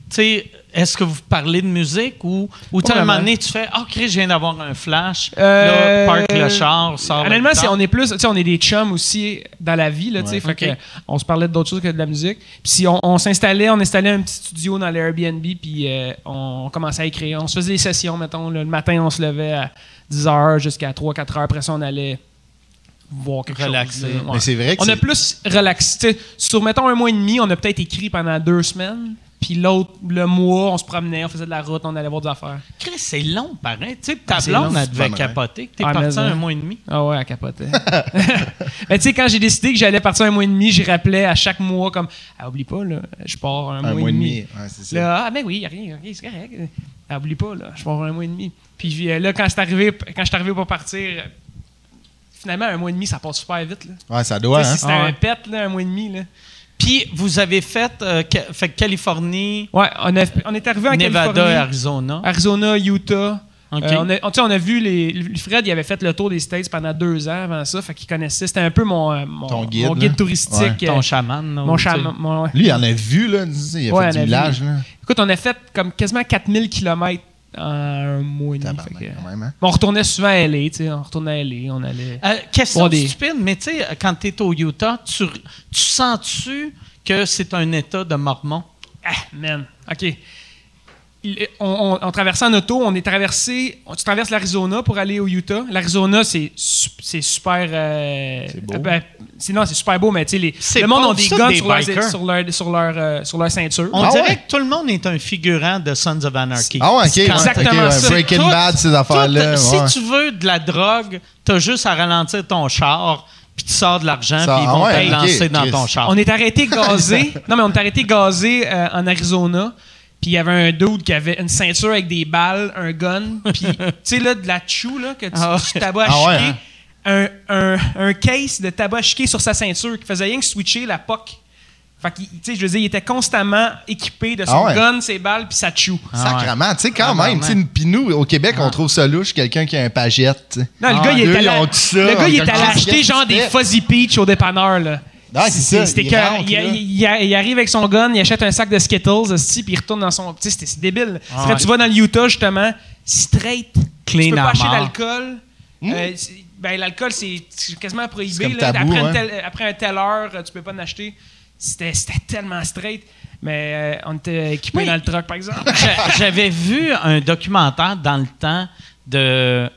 S1: tu sais, est-ce que vous parlez de musique ou, ou tu sais,
S5: Pas
S1: à un moment
S5: vraiment.
S1: donné, tu fais, ah, Chris, je viens d'avoir un flash,
S5: Euh,
S1: là, park le char, sort.
S5: Honnêtement,
S1: le
S5: c'est-
S1: char.
S5: on est plus, tu sais, on est des chums aussi dans la vie, là, tu sais, fait
S1: Ok.
S5: que, euh, on se parlait d'autres choses que de la musique. Puis si on, on s'installait, on installait un petit studio dans l'Airbnb, puis euh, on commençait à écrire. On se faisait des sessions, mettons, là. le matin, on se levait à 10h jusqu'à 3-4h. Après ça, on allait voir quelque
S1: Relaxer.
S5: chose. là. Ouais.
S4: Mais c'est vrai que
S5: On a
S4: c'est-
S5: plus relaxé. tu sais, Sur, mettons, un mois et demi, on a peut-être écrit pendant deux semaines. Puis l'autre, le mois, on se promenait, on faisait de la route, on allait voir des affaires.
S1: Chris, c'est long, pareil. Tu sais, ta
S5: Ah, c'est
S1: blonde,
S5: long,
S1: elle
S4: c'est pas
S1: devait
S4: mal.
S1: capoter, que t'es
S5: Ah, mais
S1: parti
S5: hein.
S1: un mois et demi.
S5: Ah ouais, elle capotait. Mais tu sais, quand j'ai décidé que j'allais partir un mois et demi, j'y rappelais à chaque mois comme Ah, oublie pas, là, je pars un,
S4: Un
S5: mois et demi.
S4: Ouais, c'est ça.
S5: Là, ah ben oui, y a rien, ok, c'est correct. Ah, oublie pas, là, je pars un mois et demi. Puis euh, là, quand c'est arrivé, quand je suis arrivé pour partir, euh, finalement, un mois et demi, ça passe super vite. Là.
S4: Ouais, ça
S5: Tu
S4: doit,
S5: sais,
S4: hein?
S5: Si c'était
S1: Ah ouais.
S5: un pet, là, un mois et demi, là.
S1: Puis vous avez fait, euh, Ca- fait que Californie,
S5: Ouais, on, a- on est arrivé en
S1: Nevada,
S5: Californie. Ah,
S1: Arizona.
S5: Arizona, Utah.
S1: Ah. Ok.
S5: Euh, on, a, on- tu sais, on a vu les. le- Fred, il avait fait le tour des States pendant deux ans avant ça, fait qu'il connaissait. C'était un peu mon, euh, mon,
S4: Ton guide,
S5: mon
S4: là.
S5: touristique. euh,
S1: ton chaman. là,
S5: mon
S1: ou, tu sais.
S5: cham- mon-
S4: Lui, il en a vu, là. tu sais, Il a
S5: Ouais,
S4: fait
S5: on a
S4: du
S5: vu.
S4: village, là.
S5: Écoute, on a fait comme quasiment 4000 km en un mois et demi.
S4: Tabarnak,
S5: fait que-
S4: quand même, hein?
S5: Bon, on retournait souvent à LA, tu sais, on retournait à LA, on allait.
S1: Euh, question
S5: Bon, des-
S1: stupide, mais tu sais, quand tu es au Utah, tu, tu sens-tu que c'est un état de mormon?
S5: Ah, man. OK. Il- on, on- on traversait en auto, on est traversé. on- tu traverses l'Arizona pour aller au Utah. L'Arizona, c'est su- c'est super. euh,
S4: beau.
S5: euh, ben, c'est- non, c'est super beau, mais tu sais, les-
S1: C'est
S5: le monde
S1: pas
S5: ont des
S1: ça,
S5: guns
S1: des
S5: sur leur,
S1: bikers.
S5: sur, leur, sur, leur, euh, sur leur ceinture.
S1: On
S4: Ah
S1: dirait
S4: ouais?
S1: que tout le monde est un figurant de Sons of Anarchy.
S4: Ah ouais, ok. ouais,
S5: exactement
S4: ok, ouais,
S5: ça.
S4: Breaking
S1: Tout-
S4: Bad, ces
S1: Toi,
S4: affaires-là.
S1: t'as-
S4: ouais.
S1: Si tu veux de la drogue, t'as juste à ralentir ton char, puis tu sors de l'argent,
S4: Ça-
S1: puis ils
S4: ah
S1: vont
S4: ouais,
S1: te
S4: ok,
S1: lancer dans
S4: Chris.
S1: ton char.
S5: On est arrêté gazé. non, mais on est arrêté gazé euh, en Arizona. Puis il y avait un dude qui avait une ceinture avec des balles, un gun. Puis, tu sais, là, de la chou, là, que tu,
S1: Ah
S5: du tabac à
S4: Ah ouais,
S5: chiquer.
S4: hein?
S5: un, un, un case de tabac à chiquer sur sa ceinture qui faisait rien que switcher la POC. Fait que, tu sais, je veux dire, il était constamment équipé de son
S4: Ah ouais.
S5: gun, ses balles, puis sa chou.
S4: Sacrement, tu sais, quand
S1: Ah,
S4: même. Tu sais, une- puis nous, au Québec, on trouve ça louche, quelqu'un qui a un pagette. tu sais.
S5: Ah. Non, le
S4: Ah,
S5: gars, il
S4: eux,
S5: est
S4: ils
S5: allé,
S4: ont tout ça,
S5: le gars, il est
S4: comme
S5: allé
S4: ça,
S5: acheter
S4: qu'est-ce
S5: genre
S4: que tu
S5: des
S4: fais?
S5: Fuzzy Peach au dépanneur, là.
S4: Ah, c'est ça,
S5: C'était
S4: il
S5: que-
S4: rentre,
S5: il,
S4: là.
S5: il- il- il arrive avec son gun, il achète un sac de Skittles, aussi, puis il retourne dans son. Tu sais, c'était- c'est débile.
S4: Ah,
S5: Fred,
S1: ouais.
S5: tu vas dans le Utah, justement, straight.
S1: Clean
S5: tu peux
S1: à
S5: pas acheter
S1: mort.
S5: d'alcool. Euh, c'est- ben, l'alcool, c'est c'est quasiment
S4: Hmm? C'est
S5: prohibé.
S4: comme
S5: là.
S4: tabou,
S5: après, une
S4: hein.
S5: telle, après une telle heure, euh, tu peux pas en acheter. C'était c'était tellement straight. Mais euh, on était équipés
S1: Oui.
S5: dans le truck, par exemple.
S1: J'a- J'avais vu un documentaire dans le temps de.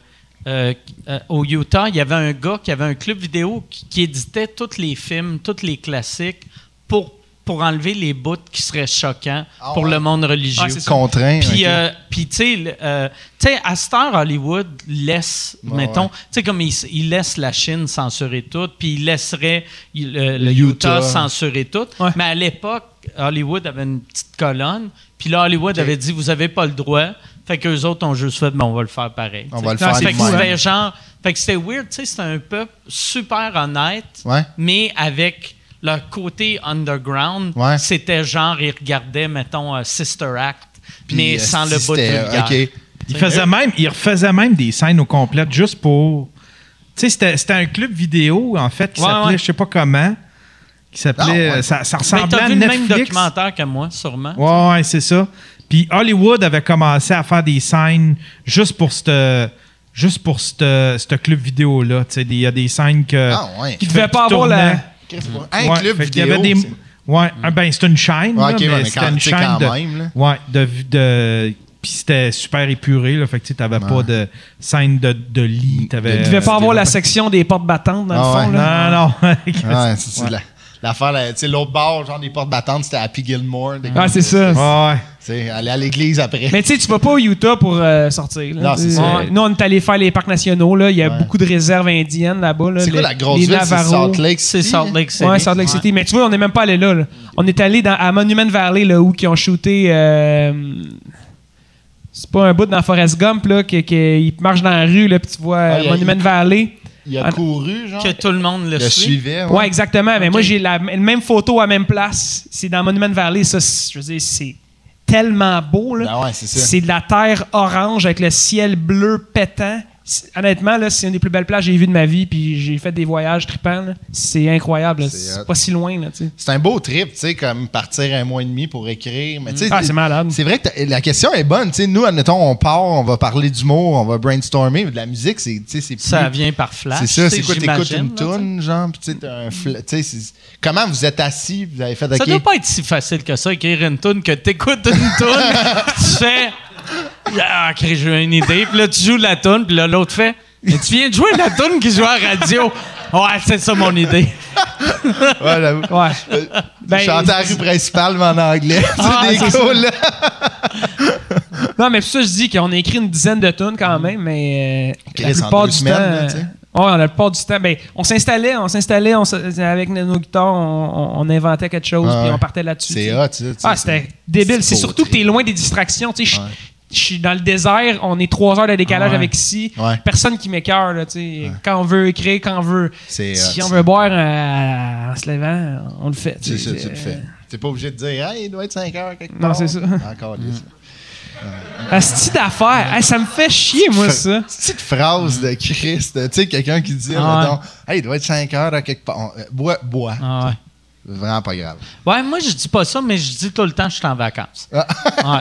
S1: euh, euh, au Utah, il y avait un gars qui avait un club vidéo qui, qui éditait tous les films, tous les classiques pour, pour enlever les bouts qui seraient choquants
S4: Ah
S1: pour
S4: ouais.
S1: le monde religieux.
S5: Ah, c'est ça.
S4: Contraint.
S1: Puis,
S4: ok.
S1: euh, puis, tu sais, le- euh, tu sais, à cette heure, Hollywood laisse,
S4: Ouais,
S1: mettons,
S4: ouais.
S1: tu sais, comme il, il laisse la Chine censurer tout, puis il laisserait il- le, le
S4: Utah.
S1: Utah censurer tout.
S5: Ouais.
S1: Mais à l'époque, Hollywood avait une petite colonne, puis là, Hollywood avait dit, vous avez pas le droit. Fait qu'eux autres ont juste fait, ben, on va le faire pareil.
S4: On
S1: tu
S4: va le
S1: sais.
S4: faire
S1: Fait que
S4: nous-mêmes.
S1: c'était genre, fait que c'était weird, tu sais, c'était un peuple super honnête,
S4: Ouais.
S1: mais avec leur côté underground,
S4: Ouais.
S1: c'était genre, ils regardaient, mettons, euh, Sister Act,
S4: Puis,
S1: mais
S4: euh,
S1: sans
S4: si
S1: le bout de
S4: c'était-
S1: vulgaire.
S4: OK.
S3: Il faisait même, il refaisait même des scènes au complet juste pour. Tu sais, c'était- c'était un club vidéo, en fait, qui
S1: Ouais,
S3: s'appelait,
S1: ouais.
S3: je sais pas comment, qui s'appelait. euh,
S4: Ah, ouais.
S3: ça,
S1: Mais
S3: ça ressemblait
S1: t'as
S3: à
S1: vu le même
S3: Netflix.
S1: documentaire que moi, sûrement.
S3: Ouais, ouais, c'est ça. Puis Hollywood avait commencé à faire des scènes juste pour ce juste pour ce ce club vidéo là, tu sais, des- il y a des scènes que
S4: Ah, ouais.
S5: Qui devait pas avoir la.
S4: Un
S3: Ouais,
S4: club
S3: fait qu'il y
S4: vidéo.
S3: avait des- Ouais, ah, ben c'est une chaîne, là,
S4: Ouais, ok, ouais,
S3: mais
S4: mais
S3: c'était
S4: quand-
S3: une
S4: tu sais,
S3: chaîne
S4: quand
S3: de,
S4: même, là.
S3: ouais, de, de- puis c'était super épuré, là, fait que tu sais, t'avais pas de scène de, de lit, t'avais.
S5: Il devait pas avoir la section des portes battantes, dans
S4: Euh,
S5: le
S4: Ah
S5: fond.
S4: ouais.
S5: là.
S3: Non, non.
S4: Ouais, c'est- c'est de la- L'affaire, la- tu sais, l'autre bar, genre des portes battantes, c'était Happy Gilmore. des-
S5: Ah, c'est ça.
S3: Ouais.
S4: Tu sais, aller à l'église après.
S5: Mais tu sais, tu vas pas au Utah pour euh, sortir. là.
S4: Non, c'est ça.
S5: Ouais. Nous, on est allé faire les parcs nationaux. Là. Il y a
S4: Ouais.
S5: beaucoup de réserves indiennes là-bas. là.
S4: C'est quoi
S5: euh, Les-
S4: la grosse
S5: les
S4: ville? C'est
S5: Navarro.
S4: Salt Lake City?
S1: C'est Salt Lake City.
S5: Ouais, Salt Lake City. Mais tu vois, on n'est même pas allé là, là. On est allé dans- à Monument Valley, là, où ils ont shooté. euh, c'est pas un bout dans Forest Gump, là, que- que- il marche dans la rue, là, puis tu vois euh,
S4: il y a-
S5: Monument
S4: il-
S5: Valley.
S4: Il a
S5: Ah,
S4: couru, genre.
S1: Que tout le monde le,
S4: Il le
S1: suit.
S4: suivait.
S5: Ouais, exactement. Mais moi, j'ai la la même photo à même place. C'est dans Monument Valley. Ça, c'est- je veux dire, c'est tellement beau, là.
S4: Ah ouais, c'est ça.
S5: C'est de la terre orange avec le ciel bleu pétant. C'est- Honnêtement, là, c'est une des plus belles plages que j'ai vues de ma vie. Puis j'ai fait des voyages tripants. là. C'est incroyable. là.
S4: C'est hot.
S5: C'est pas si loin. Là, tu sais.
S4: C'est un beau trip, tu sais, comme partir un mois et demi pour écrire. Mais, tu sais,
S5: Ah, c'est malade.
S4: C'est vrai que t'as- la question est bonne. tu sais, nous, admettons, on part, on va parler d'humour, on va brainstormer, mais de la musique, c'est tu sais, c'est plus-
S1: Ça vient par flash.
S4: C'est ça, c'est
S1: tu sais,
S4: quoi, t'écoutes
S1: j'imagine,
S4: une
S1: là, tu sais.
S4: toune, genre, pis tu sais, t'as un fla- tu sais, c'est- comment vous êtes assis, vous avez fait, OK,
S1: Ça doit pas être si facile que ça, écrire une toune, que t'écoutes une toune, pis tu fais Ah, ok, j'ai une idée, puis là, tu joues la toune, puis là, l'autre fait Mais tu viens de jouer la toune qui joue à la radio. Ouais, c'est ça mon idée.
S4: ouais, j'avoue.
S5: Ouais.
S4: Euh,
S5: Ben,
S4: je chantais à la rue principale, mais en anglais, tu sais,
S5: Ah,
S4: des
S5: c'est ça.
S4: gars, là.
S5: Non, mais pour ça, je dis qu'on a écrit une dizaine de tonnes quand même, mais euh,
S4: Mm-hmm. Chris,
S5: la
S4: en
S5: plupart
S4: deux
S5: du
S4: semaines,
S5: temps.
S4: là, tu sais.
S5: euh, ouais, la plupart du temps, ben, on s'installait, on s'installait, on se- avec nos nos guitares, on, on- on inventait quelque chose,
S4: Ah,
S5: puis
S4: ouais.
S5: on partait là-dessus. tu
S4: C'est
S5: sais.
S4: hot, ça, tu sais,
S5: Ah,
S4: c'est-
S5: c'était débile. C'est
S4: c'est beau,
S5: surtout que
S4: tu sais.
S5: t'es loin des distractions. Tu sais, je-
S4: Ouais.
S5: je suis dans le désert, on est trois heures de décalage
S1: Ouais.
S5: avec ici.
S4: Ouais.
S5: Personne qui m'écœure. là, tu sais. Quand on veut écrire, quand on veut.
S4: C'est
S5: Si
S4: hot,
S5: on
S4: ça.
S5: veut boire euh, en se levant, on le fait.
S4: C'est
S5: tu
S4: ça,
S5: sais.
S4: tu le fais. T'es pas obligé de dire, hey, il doit être 5 heures quelque part.
S5: Non, c'est ça.
S4: Encore des
S5: Asti d'affaires. Ah, Hey, ça me fait chier, moi, ça.
S4: Petite phrase de Christ, tu sais, quelqu'un qui dit,
S1: Ah ouais.
S4: mettons, hey, il doit être 5 heures à quelque part. On- euh, Bois, bois.
S1: Ah ouais.
S4: Vraiment pas grave.
S1: Ouais, moi, je dis pas ça, mais je dis tout le temps, je suis en vacances. Ouais.
S5: Ah,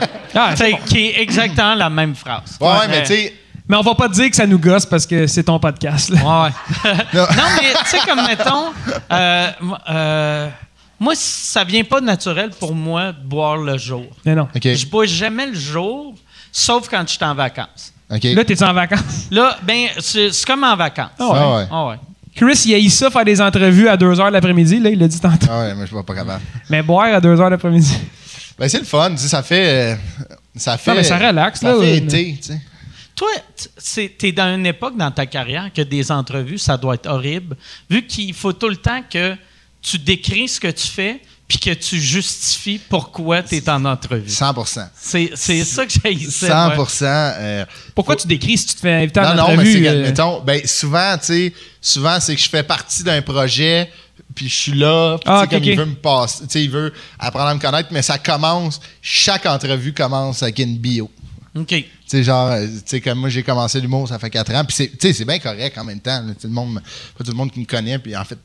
S1: Fait que- qui est exactement la même phrase.
S4: Ouais, ouais, mais tu sais,
S5: Mais on va pas te dire que ça nous gosse parce que c'est ton podcast. là.
S1: Ouais. non, mais tu sais, comme mettons, euh, euh, moi, ça vient pas naturel pour moi de boire le jour.
S5: Mais non.
S4: OK,
S1: Je bois jamais le jour, sauf quand je suis en vacances.
S4: OK.
S5: Là, t'es en vacances.
S1: Là, ben, c'est c'est comme en vacances.
S5: Ah ouais.
S4: Ah ouais.
S1: Ah ouais.
S5: Chris, il a eu ça faire des entrevues à 2 h l'après-midi. Là, il l'a dit tantôt.
S4: Ah ouais, mais je vois pas capable.
S5: Mais boire à 2 h l'après-midi.
S4: Ben, c'est le fun, tu sais, ça fait. euh, ça fait
S5: mais ça relaxe,
S4: ça
S5: là,
S4: fait
S5: une-
S4: été, tu sais.
S1: Toi, t- c'est- t'es dans une époque dans ta carrière que des entrevues, ça doit être horrible, vu qu'il faut tout le temps que tu décris ce que tu fais puis que tu justifies pourquoi tu es en entrevue.
S4: 100
S1: C'est c'est ça que j'ai
S4: 100 euh,
S5: Pourquoi tu décris si tu te fais inviter à
S4: Non,
S5: une
S4: non, mais
S5: entrevue?
S4: c'est que,
S5: euh,
S4: admettons, ben, souvent, tu sais, souvent, c'est que je fais partie d'un projet, puis je suis là, puis tu sais,
S5: Ah, ok,
S4: comme il
S5: ok.
S4: veut me passer, tu sais, il veut apprendre à me connaître, mais ça commence, chaque entrevue commence avec une bio.
S1: OK.
S4: Tu sais, genre, euh, tu sais, comme moi, j'ai commencé l'humour, ça fait 4 ans, puis c'est, tu sais, c'est bien correct en même temps, là, tu sais, le monde, me- pas tout le monde qui me connaît, puis en fait,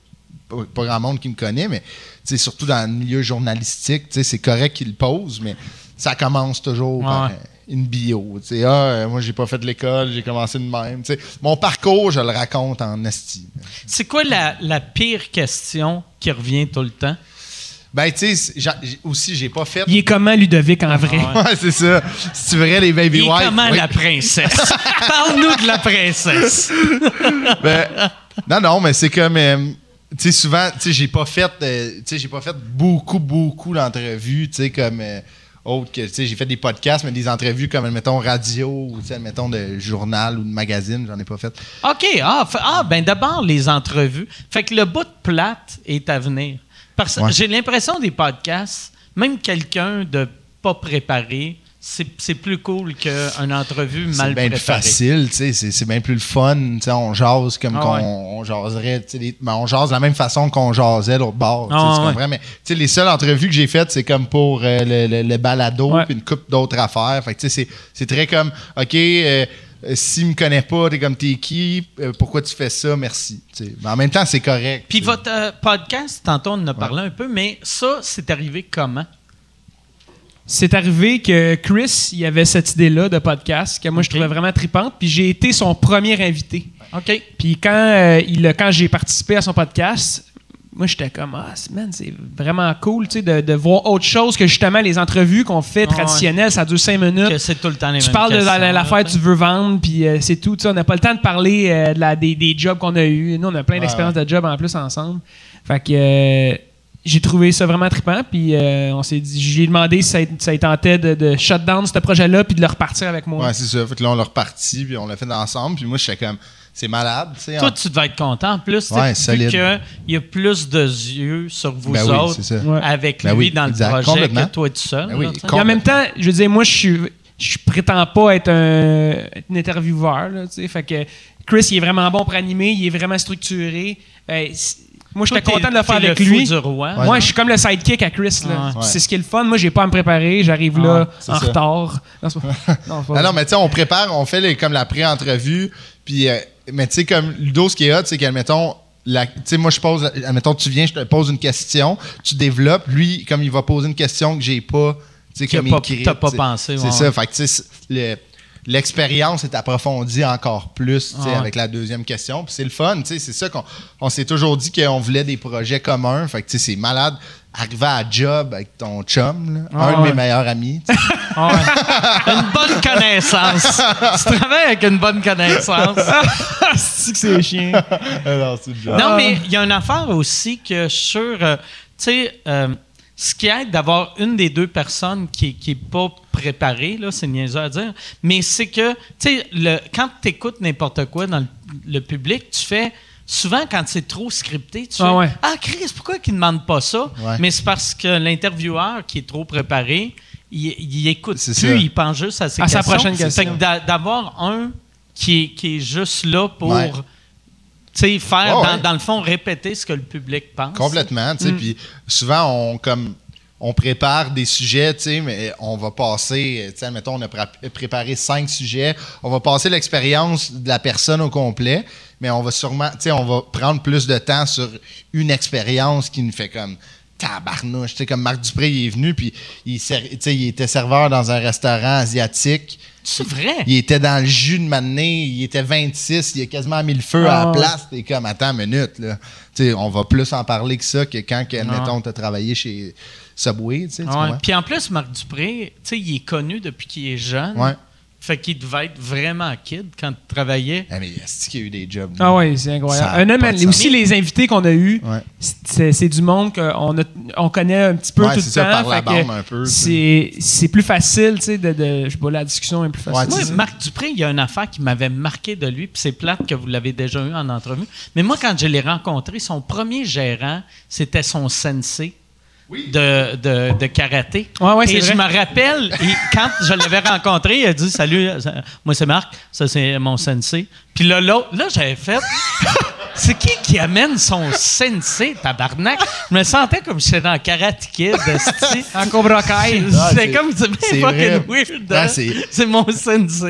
S4: pas, pas grand monde qui me connaît, mais, tu sais, surtout dans le milieu journalistique, tu sais, c'est correct qu'il pose, mais ça commence toujours par
S1: Ouais.
S4: euh, une bio, tu sais, ah, euh, moi, j'ai pas fait de l'école, j'ai commencé de même, tu sais, mon parcours, je le raconte en esti.
S1: C'est quoi la, la pire question qui revient tout le temps?
S4: Ben, tu sais, c'est- j'a- j'ai- aussi, j'ai pas fait...
S5: Il est comment Ludovic en vrai?
S4: Ouais, c'est ça. Si tu verrais les baby
S1: Et
S4: wives,
S1: comment
S4: oui.
S1: la princesse? Parle-nous de la princesse.
S4: Ben, non, non, mais c'est comme. euh, tu sais, souvent, tu sais, j'ai pas fait. euh, tu sais, j'ai pas fait beaucoup, beaucoup d'entrevues, tu sais, comme. euh, autre que, tu sais, j'ai fait des podcasts, mais des entrevues comme, mettons, radio ou, tu sais, mettons, de journal ou de magazine, j'en ai pas fait.
S1: OK. Ah, fa- ah, ben d'abord, les entrevues. Fait que le bout de plate est à venir. Parce que
S4: Ouais.
S1: j'ai l'impression des podcasts, même quelqu'un de pas préparé c'est c'est plus cool qu'une entrevue mal
S4: C'est
S1: préparée.
S4: bien plus facile, tu sais, c'est c'est bien plus le fun. tu sais, On jase comme
S1: Ah
S4: qu'on
S1: ouais.
S4: on jaserait. tu sais, les- ben, on jase de la même façon qu'on jasait l'autre bord. tu sais,
S1: Ah
S4: tu
S1: ouais.
S4: comprends? Mais tu sais, les seules entrevues que j'ai faites, c'est comme pour euh, le, le- le balado puis une couple d'autres affaires. Fait que, tu sais, c'est- c'est très comme OK, euh, euh, s'il me connaît pas, t'es comme t'es qui, Euh, pourquoi tu fais ça, merci. tu sais. Mais en même temps, c'est correct.
S1: Puis
S4: tu sais.
S1: votre euh, podcast, tantôt on en a parlé un peu, mais ça, c'est arrivé comment?
S5: C'est arrivé que Chris, il avait cette idée-là de podcast que moi je
S1: Ok.
S5: trouvais vraiment tripante, puis j'ai été son premier invité.
S1: OK.
S5: Puis quand euh, il a- quand j'ai participé à son podcast, moi j'étais comme ah man, c'est vraiment cool, tu sais, de, de voir autre chose que justement les entrevues qu'on fait
S1: Ah ouais.
S5: traditionnelles, ça dure cinq minutes.
S1: Que c'est tout le temps les
S5: Tu
S1: mêmes
S5: parles de la-
S1: questions,
S5: la- l'affaire
S1: là,
S5: que tu veux vendre, puis euh, c'est tout. tu sais, on n'a pas le temps de parler euh, de la- des, des jobs qu'on a eus. Nous, on a plein d'expériences de jobs en plus ensemble. Fait que euh, j'ai trouvé ça vraiment trippant. Puis euh, on s'est dit, j'ai demandé si ça, ça lui tentait de, de shut down ce projet-là, puis de le repartir avec moi.
S4: Ouais, c'est ça. Fait que là, on l'a reparti, puis on l'a fait ensemble. Puis moi, j'étais comme, c'est malade. tu sais, en-
S1: Toi, tu devais être content. En plus, tu sais,
S4: Ah. Ouais,
S1: vu
S4: solide.
S1: qu'il y a plus de yeux sur vous
S4: Ben oui,
S1: autres
S4: c'est ça.
S5: Ouais.
S1: avec
S4: Ben
S1: lui
S4: oui,
S1: dans le
S4: exact,
S1: projet que
S4: complètement.
S1: toi tout seul.
S4: Ben oui,
S1: là, tu sais.
S4: com-
S5: Et en même temps, je veux dire, moi, je suis. Je prétends pas être un, un intervieweur. Là, tu sais. fait que Chris, il est vraiment bon pour animer, il est vraiment structuré. Euh, c'est- moi,
S1: Toi,
S5: j'étais
S1: t'es-
S5: content de le faire
S1: t'es
S5: avec
S1: le fou
S5: lui.
S1: du roi.
S5: Moi, je suis comme le sidekick à Chris. là.
S1: Ah
S4: ouais.
S5: C'est ce qui est le fun. Moi, j'ai pas à me préparer. J'arrive là
S4: c'est
S5: en
S4: ça.
S5: retard. Non, c'est pas... non, c'est pas
S4: Ah
S5: vrai.
S4: non, mais tu sais, on prépare, on fait les- comme la pré-entrevue. Puis, euh, mais tu sais, comme Ludo, ce qui est hot, c'est qu'admettons, la- tu sais, moi, je pose, admettons, tu viens, je te pose une question, tu développes. Lui, comme il va poser une question que j'ai pas, tu sais,
S1: Qu'il a
S4: comme
S1: pas-
S4: écrite,
S1: t'as pas
S4: tu sais.
S1: pensé,
S4: C'est
S1: ouais,
S4: ça.
S1: ouais.
S4: Fait que, tu sais, c'est- le- L'expérience est approfondie encore plus tu sais,
S1: Ouais.
S4: avec la deuxième question. Puis c'est le fun, tu sais, c'est ça qu'on on s'est toujours dit qu'on voulait des projets communs. Fait que tu sais, c'est malade. Arriver à job avec ton chum, là, un de mes meilleurs amis. tu sais.
S1: Une bonne connaissance. tu travailles avec une bonne connaissance.
S5: C'est que c'est chiant.
S4: Alors, c'est le genre.
S5: Ah.
S1: Non, mais il y a une affaire aussi que sur. euh, tu sais, euh, ce qui aide d'avoir une des deux personnes qui n'est pas préparée, là, c'est niaiseux à dire, mais c'est que, tu sais, le- quand tu écoutes n'importe quoi dans le, le public, tu fais. Souvent, quand c'est trop scripté, tu fais
S5: Ah ouais.
S1: Ah, Chris, pourquoi qu'il ne demande pas ça
S4: Ouais.
S1: Mais c'est parce que l'intervieweur qui est trop préparé, il, il écoute plus,
S4: C'est ça.
S1: il pense juste à ses
S5: À sa
S1: questions.
S5: prochaine
S1: Fait que
S5: question.
S1: d'a- D'avoir un qui est, qui est juste là pour
S4: Ouais.
S1: tu sais,
S5: Ah
S1: faire,
S4: Ouais,
S1: dans,
S4: ouais.
S1: dans le fond, répéter ce que le public pense.
S4: Complètement, tu sais. Puis souvent, on, comme, on prépare des sujets, tu sais, mais on va passer, tu sais, mettons, on a pré- préparé cinq sujets, on va passer l'expérience de la personne au complet, mais on va sûrement, tu sais, on va prendre plus de temps sur une expérience qui nous fait comme tabarnouche, tu sais, comme Marc Dupré, il est venu, puis il, ser- tu sais, il était serveur dans un restaurant asiatique.
S1: C'est vrai.
S4: Il était dans le jus de matinée, il était 26, il a quasiment mis le feu à la place. T'es comme, attends une minute, là. Tu sais, on va plus en parler que ça que quand, que, admettons, t'as travaillé chez Subway, tu sais, tu
S1: Ah Ouais.
S4: comprends?
S1: Puis en plus, Marc Dupré, tu sais, il est connu depuis qu'il est jeune.
S4: Ouais.
S1: Fait qu'il devait être vraiment kid quand il travaillait.
S4: Ah, mais est-ce qu'il y a eu des jobs?
S5: Ah ouais, c'est
S4: Ça a
S5: incroyable. Un homme,
S4: pas de sens.
S5: aussi les invités qu'on a eus,
S4: Ouais.
S5: c'est c'est du monde qu'on a- on connaît un petit peu
S4: Ouais,
S5: tout le
S4: c'est ça,
S5: temps.
S4: par la
S5: fait que
S4: bande un peu, tu sais.
S5: C'est c'est plus facile, tu sais, de, de- je sais pas, la discussion est plus
S4: Ouais,
S5: facile.
S4: tu
S1: Moi,
S4: c'est ça.
S1: Marc Dupré, il y a une affaire qui m'avait marqué de lui, puis c'est plate que vous l'avez déjà eu en entrevue. Mais moi, quand je l'ai rencontré, son premier gérant, c'était son sensei. De, de- de karaté.
S5: Ouais, ouais,
S1: Et
S5: c'est
S1: je
S5: vrai.
S1: me rappelle, il- quand je l'avais rencontré, il a dit Salut, euh, moi c'est Marc, ça c'est mon sensei. Puis là, l'autre, là, j'avais fait C'est qui qui amène son sensei, tabarnak Je me sentais comme si j'étais dans Karate Kid. esti.
S5: En Cobra Kai.
S4: Ah,
S1: C'était
S4: c'est-
S1: comme c'est
S4: c'est
S1: bien fucking
S4: vrai.
S1: weird.
S4: Ah,
S1: hein?
S4: c'est-
S1: c'est mon sensei.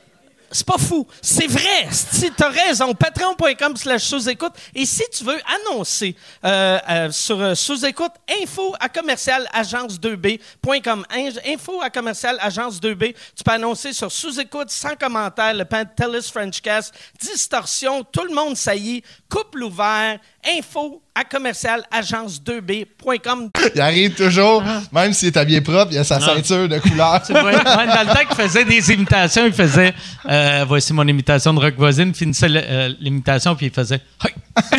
S6: C'est pas fou. C'est vrai. Si t'as raison, patreon.com slash sous-écoute. Et si tu veux annoncer euh, euh, sur euh, sous-écoute, info à commercial agence2b.com. In- Info à commercial agence2b. Tu peux annoncer sur sous-écoute, sans commentaire, le pan Frenchcast, distorsion, tout le monde saillit, couple ouvert, info à commercial agence2b.com.
S4: Il arrive toujours, même s'il est habillé propre, il a sa ceinture de couleur.
S1: Ouais, ouais, dans le temps qu'il faisait des imitations, il faisait euh, Voici mon imitation de Rock Voisine, finissait le- euh, l'imitation, puis il faisait Hey,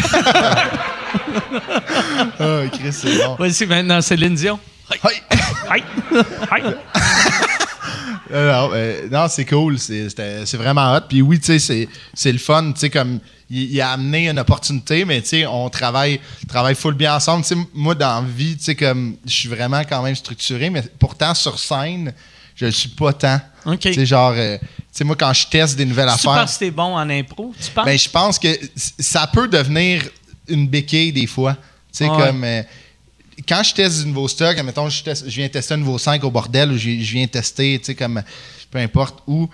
S4: Ah, Chris, c'est bon.
S1: Voici maintenant Céline Dion.
S4: Hey! Alors, euh, non, c'est cool. C'est c'était- c'est vraiment hot. Puis oui, tu sais, c'est- c'est le fun. Tu sais, comme il, il a amené une opportunité, mais tu sais, on travaille, travaille full bien ensemble. Tu sais, moi, dans la vie, tu sais, comme je suis vraiment quand même structuré, mais pourtant, sur scène, je le suis pas tant.
S1: OK.
S4: Tu sais, genre, euh, tu sais, moi, quand je teste des nouvelles
S1: Tu
S4: affaires.
S1: penses que t'es bon en impro? Tu penses?
S4: Ben, je pense que c- ça peut devenir une béquille des fois. Tu sais,
S1: Ouais.
S4: comme. euh, quand je teste du nouveau stock, admettons, je, teste- je viens tester un nouveau 5 au bordel ou je, je viens tester, tu sais, comme. Peu importe où.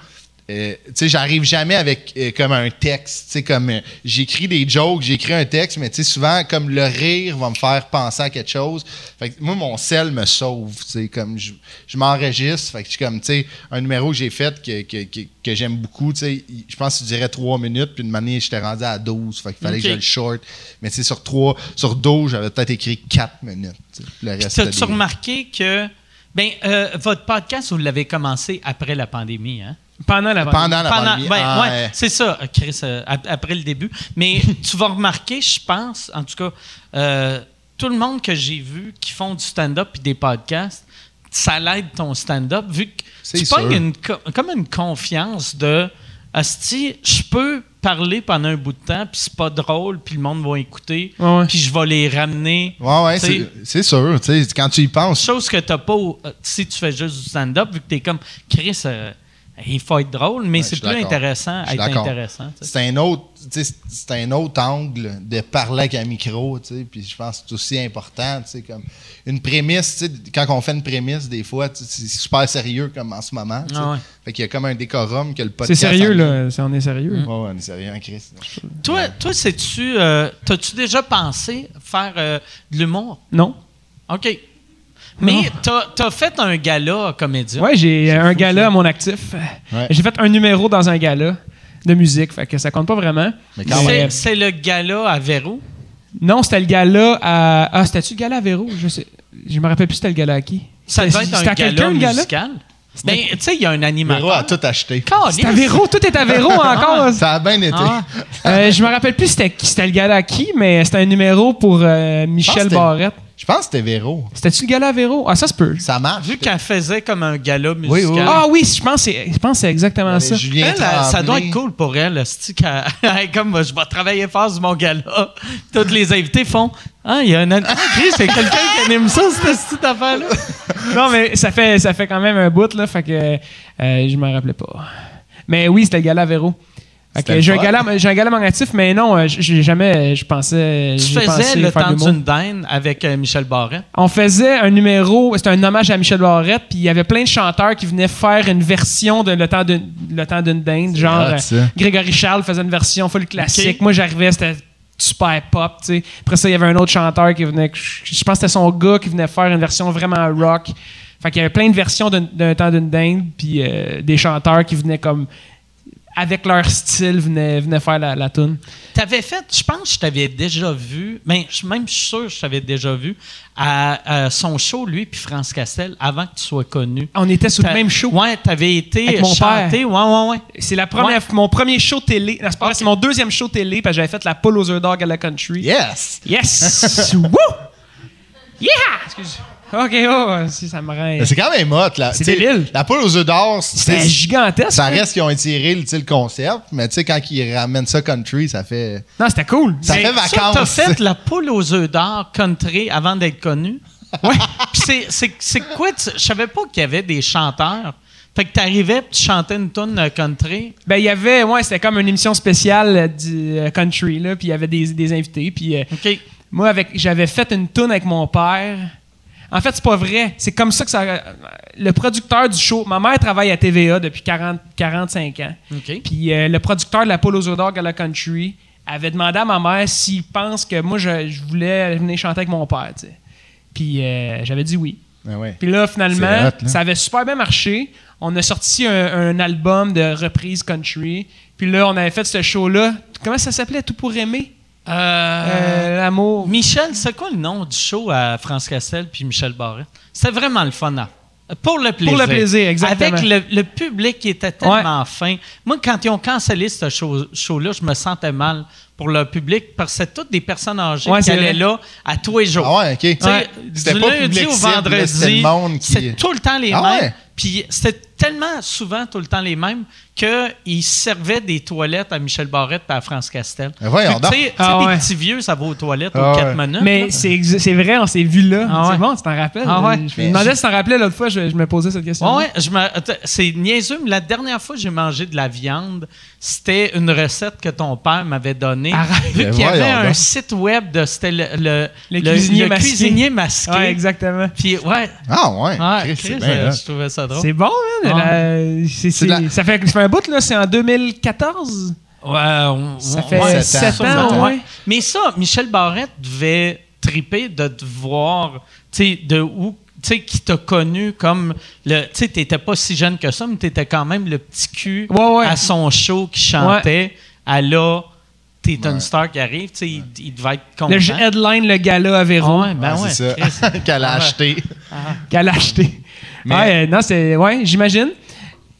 S4: euh, tu sais, j'arrive jamais avec euh, comme un texte. Tu sais, comme. euh, j'écris des jokes, j'écris un texte, mais tu sais, souvent, comme le rire va me faire penser à quelque chose. Fait que moi, mon sel me sauve. Tu sais, comme. Je, je m'enregistre. Fait que je suis comme, tu sais, un numéro que j'ai fait que, que- que- que j'aime beaucoup, tu sais, il- je pense que tu dirais 3 minutes, puis une manière, j'étais rendu à 12. Fait qu'il fallait que
S1: Ok.
S4: je le short. Mais tu sais, sur 3, sur 12, j'avais peut-être écrit 4 minutes. tu sais. Le reste,
S1: T'as-tu
S4: c'était des-
S1: remarqué que ben, euh, votre podcast, vous l'avez commencé après la pandémie, hein?
S5: Pendant la pandémie.
S4: Pendant la pandémie.
S1: ben,
S4: ah,
S1: ouais,
S4: euh,
S1: c'est ça, euh, Chris, euh, ap- après le début. Mais tu vas remarquer, je pense, en tout cas, euh, tout le monde que j'ai vu qui font du stand-up et des podcasts, ça l'aide ton stand-up, vu que
S4: C'est
S1: tu
S4: sûr.
S1: pognes une co- comme une confiance de Asti, je peux parler pendant un bout de temps, puis c'est pas drôle, puis le monde va écouter,
S5: Ouais, ouais.
S1: puis je vais les ramener.
S4: Ouais, ouais,
S1: Tu
S4: c'est,
S1: sais,
S4: c'est sûr. tu sais, Quand tu y penses,
S1: chose que t'as pas au- euh, si tu fais juste du stand-up, vu que t'es comme Chris, euh, il faut être drôle, mais
S4: Ouais, je
S1: c'est
S4: suis
S1: plus
S4: d'accord.
S1: intéressant
S4: Je
S1: à
S4: suis
S1: être
S4: d'accord.
S1: intéressant. tu sais.
S4: c'est un autre. tu sais, C'est un autre angle de parler avec un micro, tu sais, puis je pense que c'est aussi important, tu sais, comme une prémisse, tu sais, quand on fait une prémisse, des fois, tu sais, c'est super sérieux comme en ce moment, tu sais.
S1: Ah ouais.
S4: fait qu'il y a comme un décorum que le podcast...
S5: C'est sérieux,
S4: amène.
S5: là. C'est- On est sérieux.
S4: Ouais, ouais, on est sérieux hein, en crise.
S1: Toi, toi, sais-tu, euh, t'as-tu déjà pensé faire euh, de l'humour?
S5: Non?
S1: OK. Mais t'as, t'as fait un gala à comédien.
S5: Ouais, j'ai un gala à mon actif.
S4: Ouais.
S5: J'ai fait un numéro dans un gala de musique, fait que ça compte pas vraiment.
S4: Mais quand même.
S1: c'est,
S5: Mais-
S1: c'est le gala à Véro.
S5: Non, c'était le gala à. Ah, c'était-tu le gala à Véro? Je sais. Je me rappelle plus c'était le gala à qui.
S1: Ça
S5: C'était-
S1: devait être
S5: c'était
S1: un
S5: à
S1: gala
S5: quelqu'un, le gala?
S1: musical. Ben, tu sais, il y a un
S4: Véro a
S1: animateur.
S4: tout acheté.
S5: C'était à Véro, tout est à Véro encore.
S4: Ça a bien été.
S1: Ah.
S5: Euh, je me rappelle plus c'était qui, c'était le gala à qui, mais c'était un numéro pour euh,
S4: Je pense
S5: Michel
S4: que c'était-
S5: Barrette.
S4: Je pense que c'était Véro.
S5: C'était-tu le gala à Véro? Ah, ça se peut.
S4: Ça marche.
S1: Vu qu'elle faisait comme un gala
S4: oui.
S1: musical.
S5: Ah oui, je pense que c'est- je pense que c'est exactement ça.
S4: Mais Julien
S1: Elle, elle, ça
S4: Tremblay.
S1: doit être cool pour elle, hostie, qu'elle- elle, comme je vais travailler fort sur mon gala. Toutes les invités font Ah, il y a un an. Ah, Chris, c'est quelqu'un qui anime ça, cette petite affaire-là.
S5: Non, mais ça fait, ça fait quand même un bout, là. Fait que euh, je m'en rappelais pas. Mais oui, c'était le gala à Véro. Fait
S4: C'était
S5: que
S4: le
S5: j'ai un
S4: fun.
S5: gala, j'ai un gala mangatif, mais non, euh, j- j'ai jamais, euh, je pensais.
S1: Tu
S5: j'ai pensé
S1: faisais le
S5: faire de
S1: temps
S5: l'humour.
S1: d'une dinde avec euh, Michel Barret.
S5: On faisait un numéro, c'était un hommage à Michel Barrette, puis il y avait plein de chanteurs qui venaient faire une version de Le temps d'une, le temps d'une dinde, genre
S4: hot,
S5: euh,
S4: ça.
S5: Grégory Charles faisait une version full classique.
S1: Ok.
S5: Moi j'arrivais, c'était super pop, tu sais. Après ça, il y avait un autre chanteur qui venait, je je pense que c'était son gars qui venait faire une version vraiment rock. Fait qu'il y avait plein de versions d'un, d'un temps d'une dinde, puis euh, des chanteurs qui venaient comme avec leur style venaient, venaient faire la, la tune.
S1: T'avais fait, je pense que je t'avais déjà vu, mais je- même je suis sûr que je t'avais déjà vu, à, à son show, lui puis France Castel, avant que tu sois connu.
S5: On était sur le
S1: T'as-
S5: même show.
S1: Ouais, t'avais été
S5: Avec mon
S1: chanté. Ouais, ouais, ouais.
S5: C'est la première, mon premier show télé. Non, c'est pas vrai, c'est mon deuxième show télé parce que j'avais fait la poule aux œufs d'or à la country.
S4: Yes!
S5: Yes! Woo! Yeah! Excuse. Ok, oh, si ça me rend.
S4: Mais C'est quand même hot, là.
S5: C'est
S4: Tu sais,
S5: débile.
S4: La poule aux œufs d'or,
S5: C'était
S4: c'est-
S5: gigantesque.
S4: ça
S5: là.
S4: reste qu'ils ont étiré le, tu sais, le concept, mais tu sais, quand ils ramènent ça country, ça fait.
S5: Non, c'était cool. Ben,
S4: Ça
S5: Mais-
S4: fait
S1: Ben, Ça, t'as
S4: vacances.
S1: fait la poule aux œufs d'or country avant d'être connu. Ouais. Puis c'est, c'est, c'est quoi? tu- Je savais pas qu'il y avait des chanteurs. Fait que t'arrivais pis tu chantais une tune euh, country.
S5: Ben, il y avait, ouais, c'était comme une émission spéciale euh, du euh, country, là, puis il y avait des, des invités, puis euh,
S1: OK.
S5: Moi, avec, j'avais fait une toune avec mon père. En fait, c'est pas vrai. C'est comme ça que ça. Le producteur du show. Ma mère travaille à TVA depuis 40, 45 ans.
S1: OK.
S5: Puis euh, le producteur de la Polo Zodor Gala Country avait demandé à ma mère s'il pense que moi, je, je voulais venir chanter avec mon père. tu sais. Puis euh, j'avais dit oui.
S4: Ah ouais.
S5: Puis là, finalement,
S4: C'est hot, là.
S5: ça avait super bien marché. On a sorti un, un album de reprise country. Puis là, on avait fait ce show-là. Comment ça s'appelait? Tout pour aimer? Euh, L'amour.
S1: Michel, c'est quoi le nom du show à France Castel puis Michel Barrette? C'était vraiment le fun. hein? Pour le plaisir.
S5: Pour le plaisir, exactement.
S1: Avec le, le public qui était tellement fin. Moi, quand ils ont cancellé ce show- show-là, je me sentais mal pour le public parce que c'était toutes des personnes âgées
S5: Ouais,
S1: qui
S5: c'est
S1: allaient
S5: vrai.
S1: là à tous les jours.
S4: Ah ouais, ok.
S1: Tu sais,
S4: Ouais. C'était
S1: Du
S4: pas
S1: lundi
S4: public
S1: au
S4: cible, là, c'était
S1: vendredi,
S4: le monde qui-
S1: c'était tout le temps les
S4: Ah
S1: mêmes.
S4: ouais?
S1: Puis c'était tellement souvent tout le temps les mêmes qu'ils servaient des toilettes à Michel Barrette et à France Castel.
S4: Ben voyons
S1: Fait que, Tu sais, tu sais,
S5: Ah
S1: des
S5: ouais.
S1: petits vieux, ça va aux toilettes
S4: Ah
S1: aux 4
S4: ouais.
S1: minutes. là.
S5: Mais c'est ex- c'est vrai, on s'est vu là.
S1: Ah ouais.
S5: C'est bon, tu t'en rappelles.
S1: Ah ouais.
S5: Je me demandais si tu t'en rappelais l'autre fois, je, je me posais cette question.
S1: Ouais, ouais, je me- attends, c'est niaiseux, mais la dernière fois que j'ai mangé de la viande, c'était une recette que ton père m'avait donnée.
S5: Arrête.
S1: Vu
S4: Ben
S1: qu'il y avait
S4: voyons
S1: un
S4: donc.
S1: site web de c'était le, le,
S5: Le cuisinier masqué.
S1: cuisinier masqué.
S5: Ouais, exactement.
S1: Puis ouais,
S4: Ah ouais,
S1: ah,
S4: Chris,
S1: Chris,
S4: c'est bien hein.
S1: euh,
S4: là.
S1: je trouvais ça drôle.
S5: C'est bon, man.
S1: Ah.
S5: la- c'est- c'est-
S4: de la-
S5: ça, fait, ça fait un bout, là. C'est en 2014.
S1: Ouais, on-
S5: Ça
S1: on-
S5: fait
S1: ouais,
S4: sept
S5: sept ans,
S1: sûrement,
S5: ouais.
S1: Mais ça, Michel Barrette devait triper de te voir, tu sais, de où, tu sais, qui t'a connu comme le. Tu sais, t'étais pas si jeune que ça, mais t'étais quand même le petit cul
S5: Ouais, ouais.
S1: à son show qui chantait à là, t'es une star qui arrive, tu sais, il, il devait être content.
S5: Le je headline, le gala à Véron,
S1: ouais, ben
S4: Ouais,
S1: ouais.
S4: Ah, c'est
S1: Chris.
S4: ça qu'elle a acheté.
S5: qu'elle a acheté.
S4: Mais-
S5: Ouais, euh, non, c'est. Ouais, j'imagine.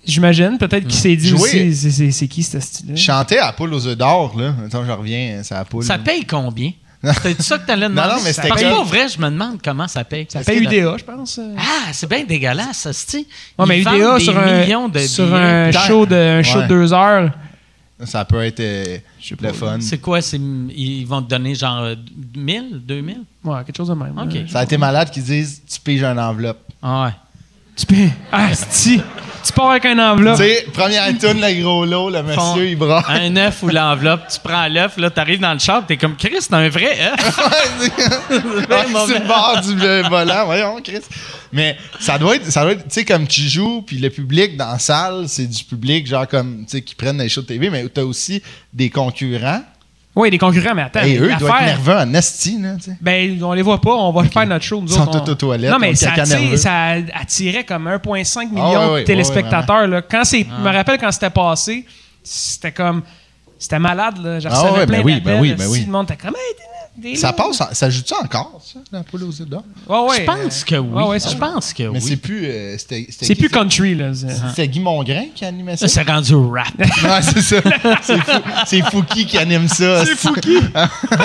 S5: J'imagine. Peut-être qu'il s'est dit
S4: Jouer.
S5: aussi. c'est- C'est c'est qui, ce style-là?
S4: Chanter à la poule aux œufs d'or, là. Attends, je reviens, c'est à la poule.
S1: Ça paye combien? C'était ça que t'allais demander?
S4: non, mais c'était
S1: Parce que
S4: comme-
S1: pour vrai, je me demande comment ça paye.
S5: Ça fait UDA, je pense. euh.
S1: Ah, c'est bien dégueulasse, ça, c'est
S5: Ouais, mais UDA sur un,
S1: de
S5: sur
S1: billets.
S5: un show de un show de deux heures.
S4: Ça peut être euh, le fun.
S1: C'est quoi? c'est- ils vont te donner genre euh, 1000, 2000?
S5: Ouais, quelque chose de même.
S1: OK.
S5: hein.
S4: Ça a été malade qu'ils disent tu piges une enveloppe.
S1: Ah ouais.
S5: Tu peux. Ah, si. Tu pars avec un enveloppe.
S4: Tu sais, première tune, le gros lot, le
S1: Font
S4: monsieur, il brasse.
S1: Un œuf ou l'enveloppe, tu prends l'œuf, là, t'arrives dans le char, t'es comme Chris, t'as un vrai œuf.
S4: Ouais, sur Ah, le bord du euh, volant, voyons, Chris. Mais ça doit être, ça doit être, tu sais, comme tu joues, puis le public dans la salle, c'est du public, genre comme, tu sais, qui prennent les shows de TV, mais t'as aussi des concurrents.
S5: Oui, des concurrents, mais attends.
S4: Et eux, ils
S5: l'affaire-
S4: doivent être nerveux en esti, là, tu sais.
S5: Ben, on les voit pas, on va faire notre show. Nous
S4: Ils sont
S5: autres, on-
S4: tous aux toilettes,
S5: Non, mais
S4: ils ont
S5: ça,
S4: caca
S5: attire-
S4: nerveux.
S5: ça attirait comme 1,5 million
S4: Ah ouais, ouais, Ah.
S5: de téléspectateurs. là. Quand c'est, Je me rappelle quand c'était passé, c'était comme. C'était malade, là. J'ai
S4: Ah
S5: recevais
S4: ouais,
S5: plein
S4: ben oui, ben
S5: d'appels,
S4: oui,
S5: là,
S4: ben
S5: si
S4: oui.
S5: Le monde était comme. Hey, t'es- t'es
S4: Ça
S5: là.
S4: passe, en- ça joue-tu encore, ça, la poule aux œufs d'or?
S5: Ouais, ouais,
S1: Je pense que oui. Ah.
S5: Ouais, ouais, ça-
S1: je pense que
S4: Mais c'est
S1: oui.
S4: plus. euh, c'était- c'était
S5: C'est
S4: qui,
S5: plus
S4: ça?
S5: country, là. c'est-
S4: C'était Guy Mongrain qui animait ça.
S1: Ça, c'est rendu rap.
S4: Ouais, c'est ça. C'est fou- C'est Fouki qui anime ça. C'est Fouki.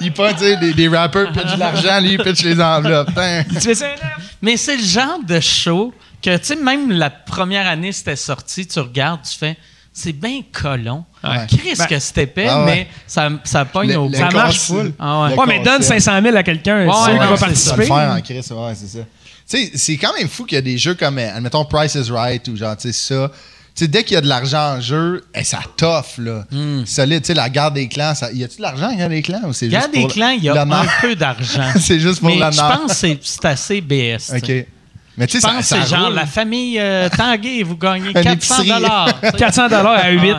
S4: il pas, tu sais, des, des rappers pitchent de l'argent, lui, il pitch les enveloppes. Hein. Tain.
S5: Tu fais ça, là?
S1: Mais c'est le genre de show que, tu sais, même la première année c'était sorti, tu regardes, tu fais, c'est bien colon. Chris,
S5: Ben-
S1: que c'était épais,
S4: Ah ouais.
S1: mais ça, ça pogne
S4: Le-
S1: au
S4: le
S1: Ça marche.
S4: concept-
S5: full.
S1: Ah ouais.
S4: le
S5: Ouais, mais donne
S4: concept.
S5: 500 000 à quelqu'un.
S1: Ouais,
S5: c'est
S1: ouais,
S5: sûr qu'il
S1: ouais,
S5: va
S4: c'est ça,
S5: participer.
S4: le faire en crise, ouais, c'est ça. Tu sais, c'est quand même fou qu'il y a des jeux comme, euh, admettons, Price is Right ou genre, tu sais, ça. Tu sais, dès qu'il y a de l'argent en jeu, eh, ça toffe, là. Solide, tu sais, la guerre des clans, ça, y a-tu de l'argent, la guerre des clans? Ou c'est
S1: Hmm. Garde
S4: juste
S1: des
S4: pour
S1: clans, il y a
S4: l'honneur?
S1: un peu d'argent.
S4: c'est juste pour
S1: Mais
S4: l'honneur.
S1: je pense que c'est- c'est assez BS. tu sais.
S4: OK. Mais tu sais,
S1: Je
S4: ça,
S1: pense
S4: ça
S1: que c'est genre
S4: roule.
S1: la famille euh, Tanguay, vous gagnez
S4: Une
S1: 400
S4: épicerie.
S1: dollars.
S5: 400 à 8.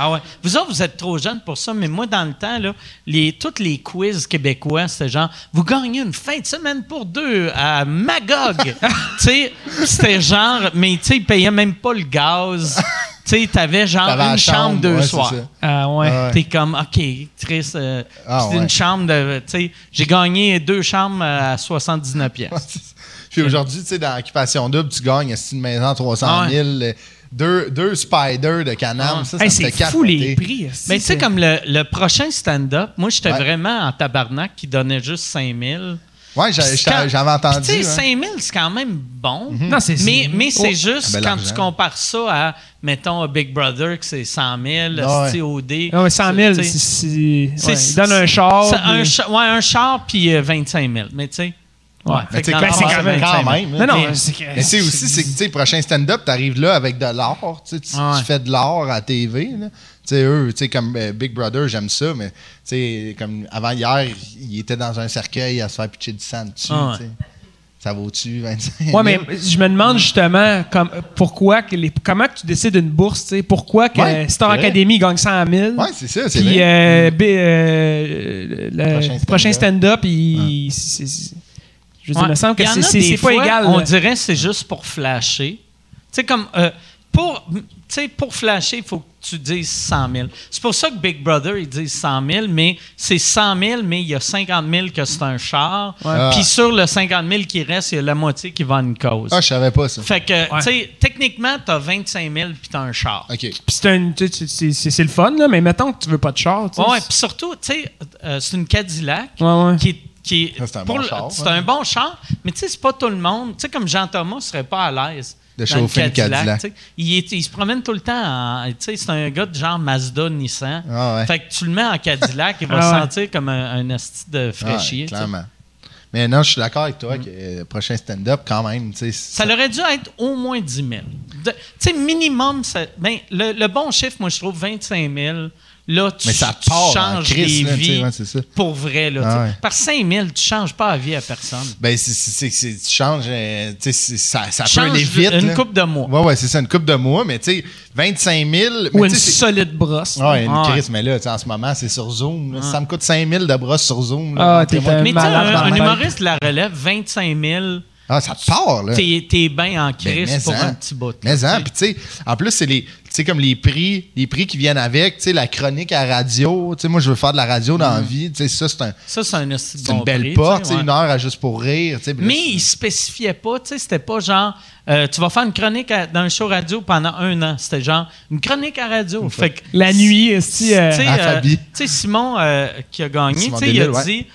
S1: Ah ouais. Vous autres, vous êtes trop jeunes pour ça, mais moi, dans le temps, là, les, tous les quiz québécois, c'était genre, vous gagnez une fin de semaine pour deux à Magog. tu sais, c'était genre, mais tu sais, ils payaient même pas le gaz. Tu sais, t'avais genre
S4: T'avais la
S1: une chambre, deux
S4: ouais, c'est
S1: soirs.
S4: ça.
S5: Ah, ouais.
S4: Ah ouais.
S1: T'es comme, OK, Chris, euh,
S4: Ah,
S1: c'est
S4: ouais.
S1: une chambre de. Tu sais, j'ai gagné deux chambres à 79 pièces.
S4: Puis aujourd'hui, tu sais, dans l'occupation double, tu gagnes c'est une
S1: Ah
S4: maison à 300 000. euh, Deux, deux spiders de Canam,
S1: Ah.
S4: ça, ça
S5: Hey,
S4: me fait
S5: c'est fou
S4: capoter.
S5: les prix.
S1: Mais tu sais, comme le, le prochain stand-up, moi, j'étais
S4: Ouais.
S1: vraiment en tabarnak qui donnait juste 5000.
S4: Ouais, j'a- j'a-
S1: Quand-
S4: j'avais entendu.
S1: Tu sais,
S4: hein.
S1: 5000, c'est quand même bon.
S5: Non, c'est-
S1: Mais,
S5: c'est-
S1: mais c'est juste
S4: Ah, ben,
S1: quand
S4: l'argent.
S1: tu compares ça à, mettons, à Big Brother, que c'est 100 000,
S4: Ah, ouais.
S1: c'est OD.
S5: Ah ouais, 100 000,
S1: tu
S5: c'est.
S1: sais,
S5: c'est-
S1: c'est-
S5: ouais, il donne un char.
S1: c'est
S5: puis-
S1: un, char- ouais, un char, puis euh, 25 000. Mais tu sais, ouais.
S5: Ouais.
S4: Mais
S1: Fait que
S4: tu sais,
S1: dans
S4: quand,
S1: le fond,
S4: c'est
S1: c'est
S4: quand même.
S1: 25 000.
S4: là.
S5: Non, non,
S1: Mais-
S5: c'est que.
S4: Mais c'est aussi, c'est que, tu sais, prochain stand-up, t'arrives là avec de l'art. Tu, sais, tu-
S1: Ouais.
S4: tu fais de l'art à TV. là. Tu sais, eux, tu sais, comme euh, Big Brother, j'aime ça, mais tu sais, comme avant hier, il était dans un cercueil à se faire pitcher du sang dessus.
S1: Ah,
S4: tu sais. Ça vaut-tu 25 000?
S5: Ouais, mais je me demande justement comme, pourquoi que les, comment que tu décides une bourse, tu sais, pourquoi que
S4: Ouais,
S5: Star
S4: c'est vrai.
S5: Academy gagne 100 000,
S4: Ouais, c'est ça, c'est
S5: puis
S4: vrai. Mm.
S5: euh, B- euh, le
S4: Prochain
S5: prochain stand-up,
S4: stand-up.
S5: il, c'est- c'est- je veux dire,
S1: Ouais.
S5: il me semble que
S1: Il y en
S5: c'est-
S1: a
S5: c'est
S1: des
S5: c'est pas
S1: fois,
S5: égal.
S1: On
S5: là.
S1: dirait que c'est juste pour flasher. Tu sais, comme. euh, pour, tu sais, pour flasher, il faut que tu dises 100 000. C'est pour ça que Big Brother, ils disent 100 000, mais c'est 100 000, mais il y a 50 000 que c'est un char.
S4: Ah.
S1: Puis sur le 50 000 qui reste, il y a la moitié qui va à une cause.
S4: Ah, je savais pas ça.
S1: euh, Fait que, tu sais, techniquement, t'as 25 000 puis t'as un char.
S4: OK.
S5: Puis c'est un- tu sais, c'est c'est- c'est le fun, là, mais mettons que tu veux pas de char. tu sais.
S1: Ouais, ouais, puis surtout, tu sais, euh, c'est une Cadillac
S5: Ouais, ouais.
S1: qui est. qui est-
S4: Ça, c'est un
S1: pour
S4: bon
S1: le-
S4: char,
S1: c'est
S4: ouais.
S1: un bon char, mais tu sais, c'est pas tout le monde. Tu sais, comme Jean-Thomas serait pas à l'aise.
S4: De
S1: dans le
S4: chauffer une Cadillac.
S1: tu sais. Il, est- il se promène tout le temps en. Tu sais, c'est un gars de genre Mazda, Nissan.
S4: Ah ouais.
S1: Fait que tu le mets en Cadillac, il va
S5: Ah ouais.
S1: sentir comme un, un asti de
S4: Ah,
S1: fraîchier. tu sais.
S4: clairement. Mais non, je suis d'accord avec toi que le prochain stand-up, quand même, tu sais.
S1: ça
S4: ça-
S1: aurait dû être au moins 10 000. De- Tu sais, minimum, ça- ben, le, le bon chiffre, moi, je trouve 25 000. Là, tu,
S4: Mais ça
S1: tu
S4: part en
S1: changes des
S4: crise, là, tu sais,
S1: vies
S4: ouais, c'est ça.
S1: pour vrai. Là, tu
S4: Ah
S1: sais.
S4: ouais.
S1: Par 5 000, tu changes pas la vie à personne.
S4: Ben, c'est- c'est- c'est- c'est- tu changes, euh, tu sais, c'est- ça, ça peut
S1: Change
S4: aller vite.
S1: une
S4: là.
S1: coupe de mois.
S4: Ouais, ouais, c'est ça, une coupe de mois, mais tu sais, 25 000.
S5: Ou
S4: mais
S5: une
S4: tu sais, c'est-
S5: solide brosse.
S4: Ouais, une
S1: Ah ouais.
S4: crise, mais là, tu sais, en ce moment, c'est sur Zoom. là. Ça me coûte 5 000 de brosse sur Zoom. là.
S5: Ah, t'es un
S1: Mais tu sais, un,
S5: malade. dans
S1: un
S5: la tête.
S1: humoriste de la relève, 25 000,
S4: Ah, ça te part, là.
S1: t'es es bien en
S4: Ben,
S1: crise
S4: mais
S1: pour
S4: en.
S1: un petit bout. là,
S4: Mais
S1: tu
S4: en,
S1: sais.
S4: puis tu sais, en plus, c'est les, tu sais, comme les prix, les prix qui viennent avec, tu sais, la chronique à radio. Tu sais, moi, je veux faire de la radio dans la vie. Tu sais, ça, c'est un-
S1: Ça, c'est un asti de Mm.
S4: c'est
S1: bon
S4: une belle
S1: prix, tu sais,
S4: porte, tu sais,
S1: ouais.
S4: une heure à juste pour rire. tu sais, puis là,
S1: Mais
S4: c'est-
S1: il spécifiait pas, tu sais, c'était pas genre, euh, tu vas faire une chronique à- dans un show radio pendant un an. C'était genre, une chronique à radio. Fait que-
S5: La nuit, est-ce
S1: Tu
S5: que, euh,
S1: sais,
S4: à
S1: euh,
S4: Fabi.
S1: tu sais, Simon euh, qui a gagné,
S4: Simon
S1: tu sais, il a
S4: Delille, ouais.
S1: dit, tu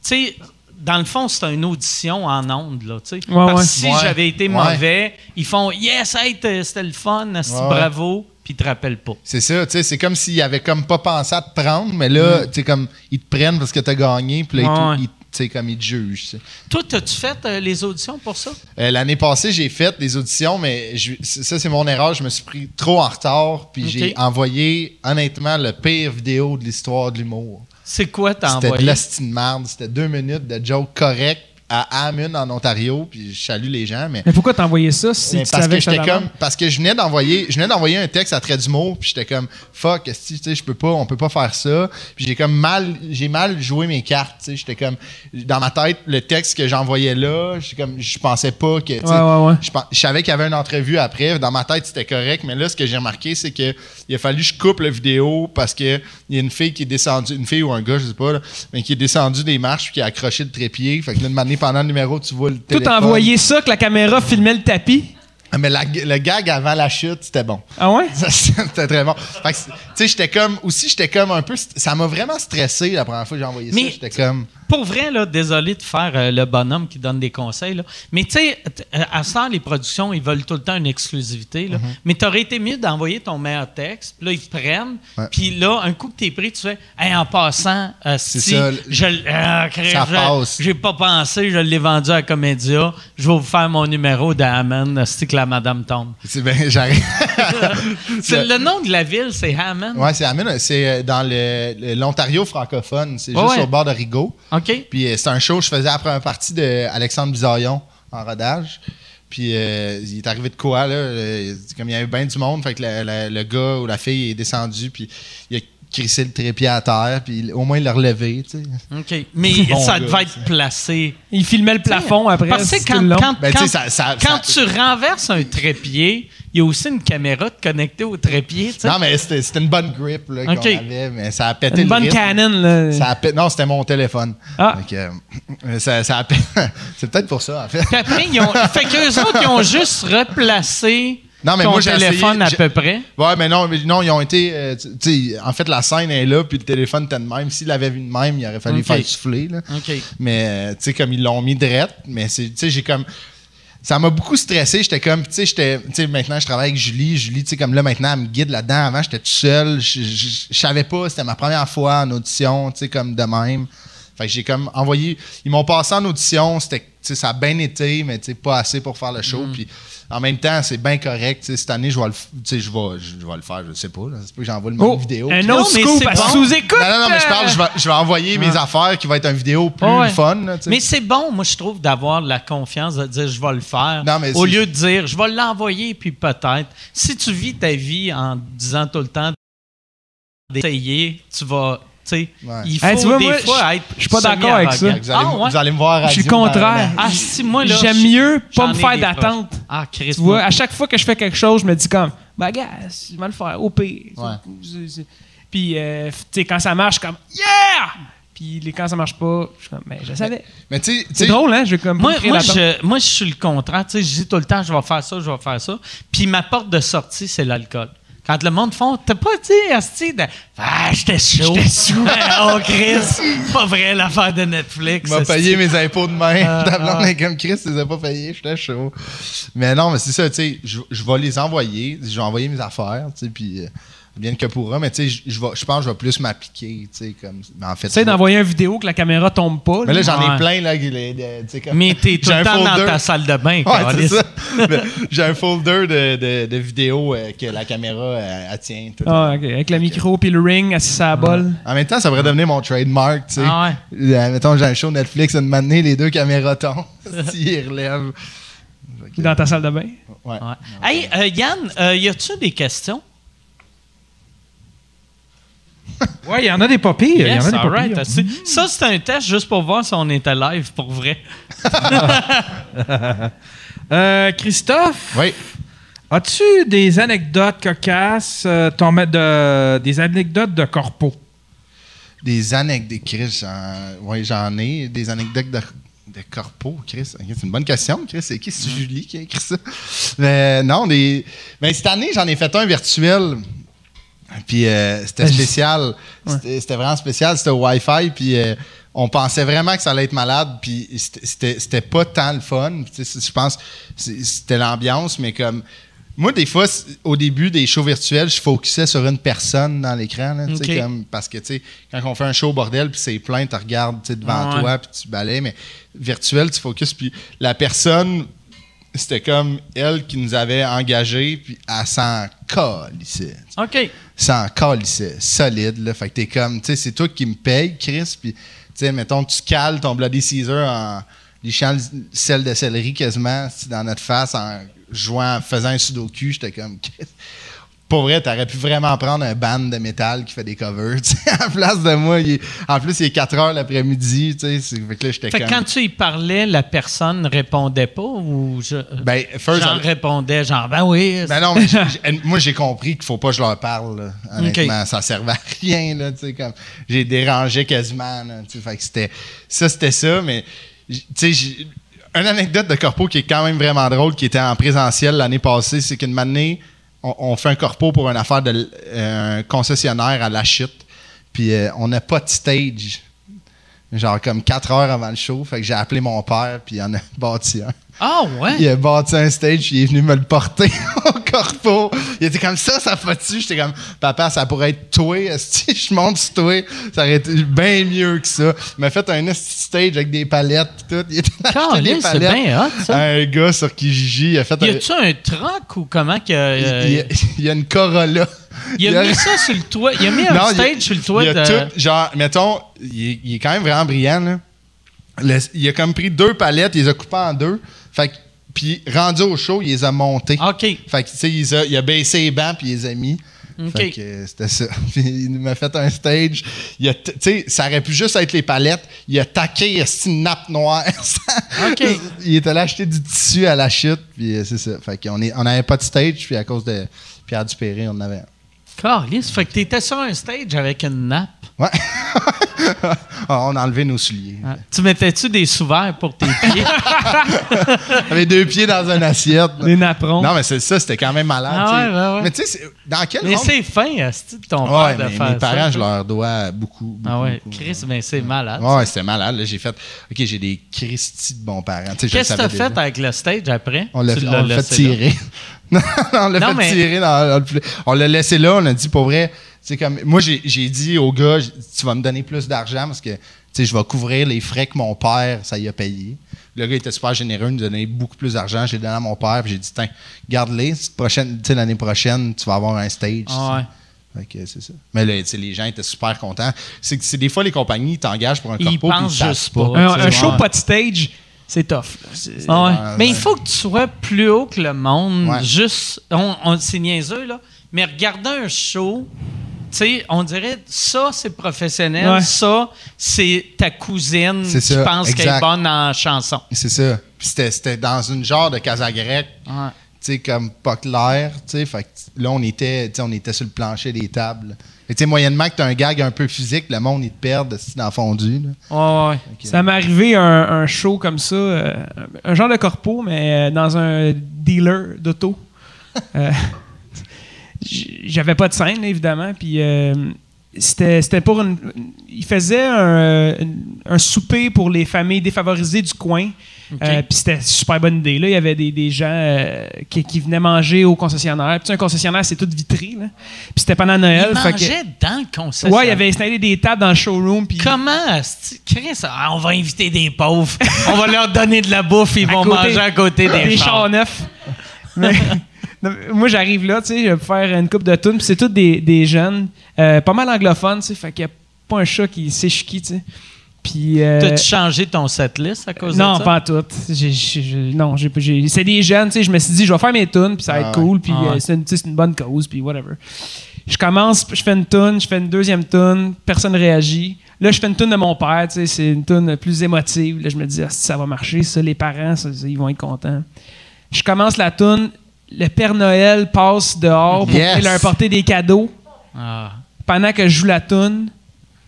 S1: sais, dans le fond, c'est une audition en ondes, là, tu sais.
S5: Ouais,
S1: Parce que
S5: ouais.
S1: si
S4: Ouais.
S1: j'avais été
S4: Ouais.
S1: mauvais, ils font « Yes, hey, t'es- c'était le fun, asti,
S4: Ouais, ouais.
S1: bravo », puis ils te rappellent pas.
S4: C'est ça, tu sais, c'est comme s'il avait comme pas pensé à te prendre, mais là, tu sais, comme, ils te prennent parce que t'as gagné, puis là, ils te-
S1: Mm. Ouais.
S4: ils- tu sais, comme, ils te jugent. tu sais.
S1: Toi, t'as-tu fait euh, les auditions pour ça?
S4: Euh, L'année passée, j'ai fait des auditions, mais je- ça, c'est mon erreur. Je me suis pris trop en retard, puis
S1: Ok.
S4: j'ai envoyé, honnêtement, le pire vidéo de l'histoire de l'humour.
S1: C'est quoi t'as
S4: C'était de
S1: envoyé?
S4: l'hostie de marde. C'était deux minutes de joke correct à Hammond, en Ontario, puis je salue les gens, mais...
S5: Mais pourquoi t'as envoyé ça si
S4: mais
S5: tu
S4: parce
S5: savais
S4: que
S5: que
S4: j'étais
S5: t'allais
S4: comme parce que je venais d'envoyer je venais d'envoyer un texte à trait d'humour puis j'étais comme fuck esti, tu sais je peux pas on peut pas faire ça puis j'ai comme mal j'ai mal joué mes cartes tu sais j'étais comme dans ma tête le texte que j'envoyais là j'étais comme je pensais pas que tu sais,
S5: Ouais, ouais, ouais.
S4: je, pen- je savais qu'il y avait une entrevue après dans ma tête c'était correct mais là ce que j'ai remarqué c'est que il a fallu que je coupe la vidéo parce que il y a une fille qui est descendue une fille ou un gars je sais pas là, mais qui est descendue des marches puis qui a accroché le trépied fait que là de manière pendant le numéro tu vois le
S5: Tout
S4: téléphone.
S5: envoyé ça, que la caméra filmait le tapis.
S4: Ah, mais la- le gag avant la chute c'était bon
S5: Ah ouais?
S4: ça, C'était très bon. Fait que, tu sais, j'étais comme. Aussi, j'étais comme un peu. Ça m'a vraiment stressé la première fois que j'ai envoyé
S1: Mais-
S4: ça. J'étais comme.
S1: Pour vrai, là, désolé de faire euh, le bonhomme qui donne des conseils, là. mais tu sais, t- euh, à ça, les productions, ils veulent tout le temps une exclusivité. Là.
S4: Mm-hmm.
S1: Mais t'aurais été mieux d'envoyer ton meilleur texte, puis là, ils te prennent,
S4: Ouais.
S1: puis là, un coup que t'es pris, tu fais Hey, en passant, euh, si
S4: ça, le-
S1: je l- ah, crée,
S4: Ça
S1: je-
S4: passe.
S1: j'ai pas pensé, je l'ai vendu à Comédia, je vais vous faire mon numéro d'Amen, si que la madame tombe.
S4: C'est ben, j'arrive. »
S1: C'est- Le nom de la ville, c'est Hammond.
S4: Ouais, c'est Amine, C'est euh, dans le- le- l'Ontario francophone. C'est juste
S1: Ouais.
S4: sur le bord de Rigaud.
S1: OK?
S4: Puis euh, c'est un show que je faisais après un parti de Alexandre Bizarion en rodage. Puis euh, il est arrivé de quoi, là? euh, comme il y avait bien du monde, fait que la- la- le gars ou la fille est descendu, puis il a crissé le trépied à terre, puis il- au moins il l'a relevé, tu sais.
S1: OK. Mais
S4: Bon
S1: ça
S4: gars,
S1: devait être placé.
S5: Il filmait le plafond après.
S1: Parce que
S5: c'est tout le
S1: quand,
S5: long.
S1: quand,
S4: Ben, tu
S1: quand-
S4: sais, ça- ça-
S1: quand
S4: ça-
S1: tu renverses un trépied, il y a aussi une caméra de connectée au trépied. tu sais.
S4: Non, mais c'était c'était une bonne grip là,
S1: Ok.
S4: qu'on avait, mais ça a pété
S5: Une
S4: le
S5: bonne
S4: rythme.
S5: canon, là.
S4: Ça a pé- Non, c'était mon téléphone.
S5: Ah.
S4: Fait que, euh, ça, ça a pé- C'est peut-être pour ça, en fait.
S1: Puis après, ils ont, fait qu'eux autres, ils ont juste replacé
S4: Non, mais
S1: ton
S4: moi, j'ai
S1: téléphone
S4: essayé-
S1: à
S4: j'ai-
S1: peu près.
S4: Ouais, mais non, mais non, ils ont été. euh, tu- tu sais, en fait, la scène est là, puis le téléphone était de même. S'il l'avait vu de même, il aurait fallu
S1: Ok.
S4: faire souffler. Là.
S1: OK.
S4: Mais, euh, tu sais, comme ils l'ont mis drette, mais c'est- tu sais, j'ai comme. Ça m'a beaucoup stressé. J'étais comme, tu sais, j'étais, tu sais, maintenant, je travaille avec Julie. Julie, tu sais, comme là, maintenant, elle me guide là-dedans. Avant, j'étais tout seul. Je- Je je savais pas. C'était ma première fois en audition, tu sais, comme de même. Fait que j'ai comme envoyé. Ils m'ont passé en audition. C'était, tu sais, ça a bien été, mais, tu sais, pas assez pour faire le show.
S5: Mm.
S4: Puis en même temps, c'est bien correct. Tu sais, cette année, je vais le, f- tu sais, je vais, je vais le faire. Je sais pas. là. C'est pas que j'envoie le même
S5: Oh,
S4: vidéo.
S5: un
S1: Non,
S5: autre
S1: mais
S5: scoop
S1: c'est
S5: parce que
S1: bon.
S5: sous-écoute. euh. Ah.
S4: Non, non, non, mais je parle, je vais, je vais envoyer mes affaires qui va être une vidéo plus
S1: Ouais.
S4: fun. là, tu sais.
S1: Mais c'est bon, moi, je trouve, d'avoir la confiance de dire je vais le faire.
S4: Non, mais
S1: au
S4: c'est-
S1: lieu de dire je vais l'envoyer, puis peut-être. Si tu vis ta vie en disant tout le temps d'essayer, tu vas. Tu sais,
S4: Ouais.
S1: il faut
S5: Hey, tu vois,
S1: des
S5: moi,
S1: fois être.
S5: je suis pas d'accord avec ça.
S4: Vous allez,
S1: Ah, ouais.
S4: vous allez me voir à
S5: Je suis le
S4: radio dans-
S5: contraire.
S4: dans-
S1: Ah, si, moi, là.
S5: J'aime
S1: je-
S5: mieux pas
S1: j'en
S5: me
S1: ai
S5: faire
S1: des
S5: d'attente.
S1: proches. Ah, Christ.
S5: Tu vois,
S1: moi-
S5: à chaque fois que je fais quelque chose, je me dis comme ben, gars, je vais le faire, au pire.
S4: Ouais.
S5: C'est- c'est- Puis, euh, tu sais, quand ça marche, je suis comme, yeah! Puis, les- quand ça marche pas, je suis comme, mais je savais.
S4: Mais tu sais- tu
S5: C'est
S4: sais,
S5: drôle, hein? Je vais comme,
S1: Moi,
S5: créer
S1: moi,
S5: l'attente.
S1: je, moi, je suis le contraire. Tu sais, je dis tout le temps, je vais faire ça, je vais faire ça. Puis ma porte de sortie, c'est l'alcool. Quand le monde font, t'as pas dit, Asti, de- ah, j'étais chaud. J'étais sous. oh, Chris, c'est pas vrai l'affaire de Netflix.
S4: Il m'a
S1: asti.
S4: payé mes impôts de
S1: Ah,
S4: main. Ta blonde est comme Chris, tu les as pas payés, j'étais chaud. Mais non, mais c'est ça, tu sais, je, je vais les envoyer, je vais envoyer mes affaires, tu sais, puis euh, bien que pourra, mais tu sais, je, je vais- je pense que je vais plus m'appliquer, tu sais, comme. Mais en fait,
S5: Essaye
S4: je vais-
S5: d'envoyer une vidéo que la caméra tombe pas.
S4: Mais là, j'en ai
S1: Ouais.
S4: plein, là, qui les- de- tu sais, comme.
S1: Mais t'es tout
S4: J'ai un
S1: le temps dans
S4: folder.
S1: ta salle de bain.
S4: Ouais, c'est
S1: câlisse.
S4: ça. Mais J'ai un folder de, de, de vidéos euh, que la caméra euh, elle tient. tout.
S5: Ah, ok. Avec le micro puis le ring assis à la bol.
S4: En même temps, ça pourrait devenir mon trademark, tu sais.
S1: Ah ouais.
S4: Euh, mettons, j'ai un show Netflix, une matinée, les deux caméras tombent. S'ils relèvent.
S5: Ou dans ta salle de bain.
S4: Ouais.
S1: Ouais. Hey, euh, Yann, euh, y a-tu des questions?
S3: Ouais, il y en a des pas pires. il y en a
S1: Yes,
S3: des pas
S1: alright,
S3: pires.
S1: asti. Ça, c'est un test juste pour voir si on était live pour vrai.
S3: Euh, Christophe,
S4: Oui.
S3: as-tu des anecdotes cocasses, euh, ton ma- de, des anecdotes de corpo?
S4: Des anecdotes, Chris, j'en, ouais, j'en ai. Des anecdotes de, de corpo, Chris. Ok, C'est une bonne question, Chris. C'est qui, c'est Julie qui a écrit ça? Mais non, des. Mais cette année, j'en ai fait un virtuel. Puis euh,
S1: Ben,
S4: c'était spécial. C'était, c'était vraiment spécial. C'était au Wi-Fi. Puis euh, on pensait vraiment que ça allait être malade. Puis c'était, c'était, c'était pas tant le fun. Puis, tu sais, Je pense c'est- c'était l'ambiance, mais comme. Moi, des fois, c'est- au début des shows virtuels, je focusais sur une personne dans l'écran. là, tu sais,
S1: Ok.
S4: comme- parce que, tu sais, quand on fait un show au bordel, puis c'est plein, tu regardes tu sais, devant
S1: Ouais.
S4: toi, puis tu balais, mais virtuel, tu focuses. Puis la personne, c'était comme elle qui nous avait engagés, puis elle s'en calissait.
S1: OK.
S4: S'en calissait, solide. Là. Fait que t'es comme, tu sais, c'est toi qui me paye, Chris, puis, tu sais, mettons, tu cales ton Bloody Caesar en lichant le- sel de céleri quasiment tu sais, dans notre face, en jouant, en faisant un sudoku, j'étais comme, Chris. Pour vrai, t'aurais pu vraiment prendre un band de métal qui fait des covers, tu sais, en place de moi. il est- en plus, il est 4 heures l'après-midi, tu sais. c'est- Fait que là, j'étais
S1: Fait
S4: comme...
S1: que quand tu y parlais, la personne répondait pas ou je.
S4: Ben, first,
S1: J'en
S4: elle-
S1: répondais, genre, ben oui.
S4: Ben non, mais j'ai- j'ai- moi j'ai compris qu'il faut pas que je leur parle. là. Honnêtement, ça servait à rien là, tu sais comme j'ai dérangé quasiment là, tu sais, fait que c'était ça c'était ça mais j- tu sais j'ai- une anecdote de corpo qui est quand même vraiment drôle qui était en présentiel l'année passée, c'est qu'une année on, on fait un corpo pour une affaire de l- euh, un concessionnaire à la chute. Puis euh, on n'a pas de stage. Genre comme quatre heures avant le show, fait que j'ai appelé mon père puis il en a bâti un.
S1: Ah ouais?
S4: Il a bâti un stage, il est venu me le porter au corpo. Il était comme ça, ça fait-tu? J'étais comme, papa, ça pourrait être toi, esti, je monte sur toi. Ça aurait été bien mieux que ça. Il m'a fait un esti stage avec des palettes pis tout. Il était acheté des
S1: Calais, c'est
S4: palettes.
S1: bien hot, ça.
S4: Un gars sur Kijiji, il a fait
S1: Y
S4: un-
S1: a-tu un troc ou comment que.
S4: il,
S1: euh,
S4: il a- il a une Corolla.
S1: il a, mis ça sur le toit. Il a mis un
S4: Non, il-
S1: stage sur le toit
S4: il a
S1: de.
S4: tout, genre, mettons, il, est- il est quand même vraiment brillant, là. Le- il a comme pris deux palettes, il les a coupées en deux. Fait que- puis rendu au show, il les a montées.
S1: OK.
S4: Fait que, tu sais, il, a- il a baissé les bancs puis il les a mis.
S1: OK.
S4: Fait que euh, c'était ça. Puis il m'a fait un stage. Il a, t- tu sais, ça aurait pu juste être les palettes. Il a taqué esti, une nappe noire.
S1: OK.
S4: Il est allé acheter du tissu à la chute. Puis euh, c'est ça. Fait qu'on est- on n'avait pas de stage. Puis à cause de Pierre Dupéré, on en avait un.
S1: Calais, fait que t'étais sur un stage avec une nappe.
S4: Ouais. on a enlevé nos souliers.
S1: Hein? Tu mettais-tu des sous-verts pour tes pieds?
S4: On avait deux pieds dans une assiette.
S5: Des napperons.
S4: Non, mais c'est ça. C'était quand même malade.
S1: Ah
S4: tu sais.
S1: ouais, ouais, ouais.
S4: Mais tu sais, c'est- dans quel
S1: mais
S4: monde...
S1: c'est fin, Asti, de ton
S4: Ouais,
S1: père de
S4: mais
S1: faire
S4: mes parents,
S1: ça.
S4: je leur dois beaucoup.
S1: Ah
S4: beaucoup,
S1: ouais,
S4: beaucoup.
S1: Chris, ben c'est malade.
S4: Ouais, c'était malade. là. J'ai fait, OK, j'ai des Christy de bons parents. Tu sais, je
S1: Qu'est-ce
S4: le
S1: que t'as
S4: savais
S1: fait
S4: déjà.
S1: avec le stage après?
S4: On l'a
S1: Tu
S4: on
S1: l'as
S4: l'a fait
S1: laissé là.
S4: tirer. Non, on l'a
S1: Non,
S4: fait
S1: mais-
S4: tirer dans, dans le poulet. On l'a laissé là, on a dit pour vrai. c'est Comme, moi, j'ai j'ai dit au gars, j- tu vas me donner plus d'argent parce que tu sais, je vais couvrir les frais que mon père, ça y a payé. Le gars était super généreux, il nous donnait beaucoup plus d'argent. J'ai donné à mon père, puis j'ai dit, tiens, garde-les. cette prochaine- tu sais, L'année prochaine, tu vas avoir un stage.
S1: Ah ouais.
S4: Fait que c'est ça. Mais là, tu sais, les gens étaient super contents. C'est que c'est des fois, les compagnies t'engagent pour un corpo,
S1: Ils
S4: puis
S1: pensent
S4: savent
S1: juste pas.
S5: Un,
S1: tu
S5: un
S1: sais,
S5: show
S1: ouais.
S5: pas de stage, c'est tough. là. C'est-
S1: Ah ouais.
S4: Ouais,
S1: Mais
S4: ouais.
S1: il faut que tu sois plus haut que le monde.
S4: euh, Ouais.
S1: Juste, on, on, c'est niaiseux, là. Mais regarder un show, tu sais, on dirait ça, c'est professionnel.
S5: Ouais.
S1: Ça, c'est ta cousine
S4: C'est
S1: qui
S4: ça,
S1: pense qu'elle est
S4: exact.
S1: bonne en chanson.
S4: C'est ça. Puis c'était, c'était dans une genre de casa grecque.
S1: Ouais.
S4: Tu tu sais, comme pas clair, tu sais. Fait que là, on était, tu sais, on était sur le plancher des tables. Et tu sais, moyennement que t'as un gag un peu physique, le monde, il te perd, c'est dans fondu, là.
S5: Ouais, ouais. Ça m'est arrivé un, un show comme ça, euh, un genre de corpo, mais euh, dans un dealer d'auto. Euh, j- J'avais pas de scène, là, évidemment, puis euh, c'était c'était pour une. Il faisait un, un souper pour les familles défavorisées du coin. Euh, puis c'était super bonne idée. Là. Il y avait des, des gens euh, qui, qui venaient manger au concessionnaire. Puis tu sais, un concessionnaire, c'est tout vitré. là. Puis c'était pendant Noël.
S1: Il
S5: fait que-
S1: mangeait dans le concessionnaire.
S5: Ouais, il avait installé des tables dans le showroom. Puis
S1: Comment, asti- Chris, ah, on va inviter des pauvres, on va leur donner de la bouffe, ils
S5: À
S1: vont
S5: côté-
S1: manger à côté des,
S5: des
S1: chars.
S5: chars neufs. Mais- non, mais moi, j'arrive là, tu sais, je vais faire une coupe de tunes, puis c'est tous des, des jeunes, euh, pas mal anglophones, tu sais, fait qu'il n'y a pas un chat qui sait je suis qui, tu sais. Puis. euh,
S1: T'as-tu changé ton setlist à cause de
S5: non,
S1: ça?
S5: pas en tout. J'ai- j'ai- j'ai- non, j'ai- j'ai- c'est des jeunes, tu sais. Je me suis dit, je vais faire mes tunes, puis ça va être
S4: Ah ouais.
S5: cool, puis
S1: Ah
S5: euh,
S1: ouais.
S5: c'est une, tu sais, c'est une bonne cause, puis whatever. Je commence, je fais une tune, je fais une deuxième tune, personne réagit. Là, je fais une tune de mon père, tu sais, c'est une tune plus émotive. Là, je me dis, Ah, ça va marcher, ça, les parents, ça, ils vont être contents. Je commence la tune, le Père Noël passe dehors pour
S4: Yes.
S5: aller leur porter des cadeaux
S1: Ah.
S5: pendant que je joue la toune,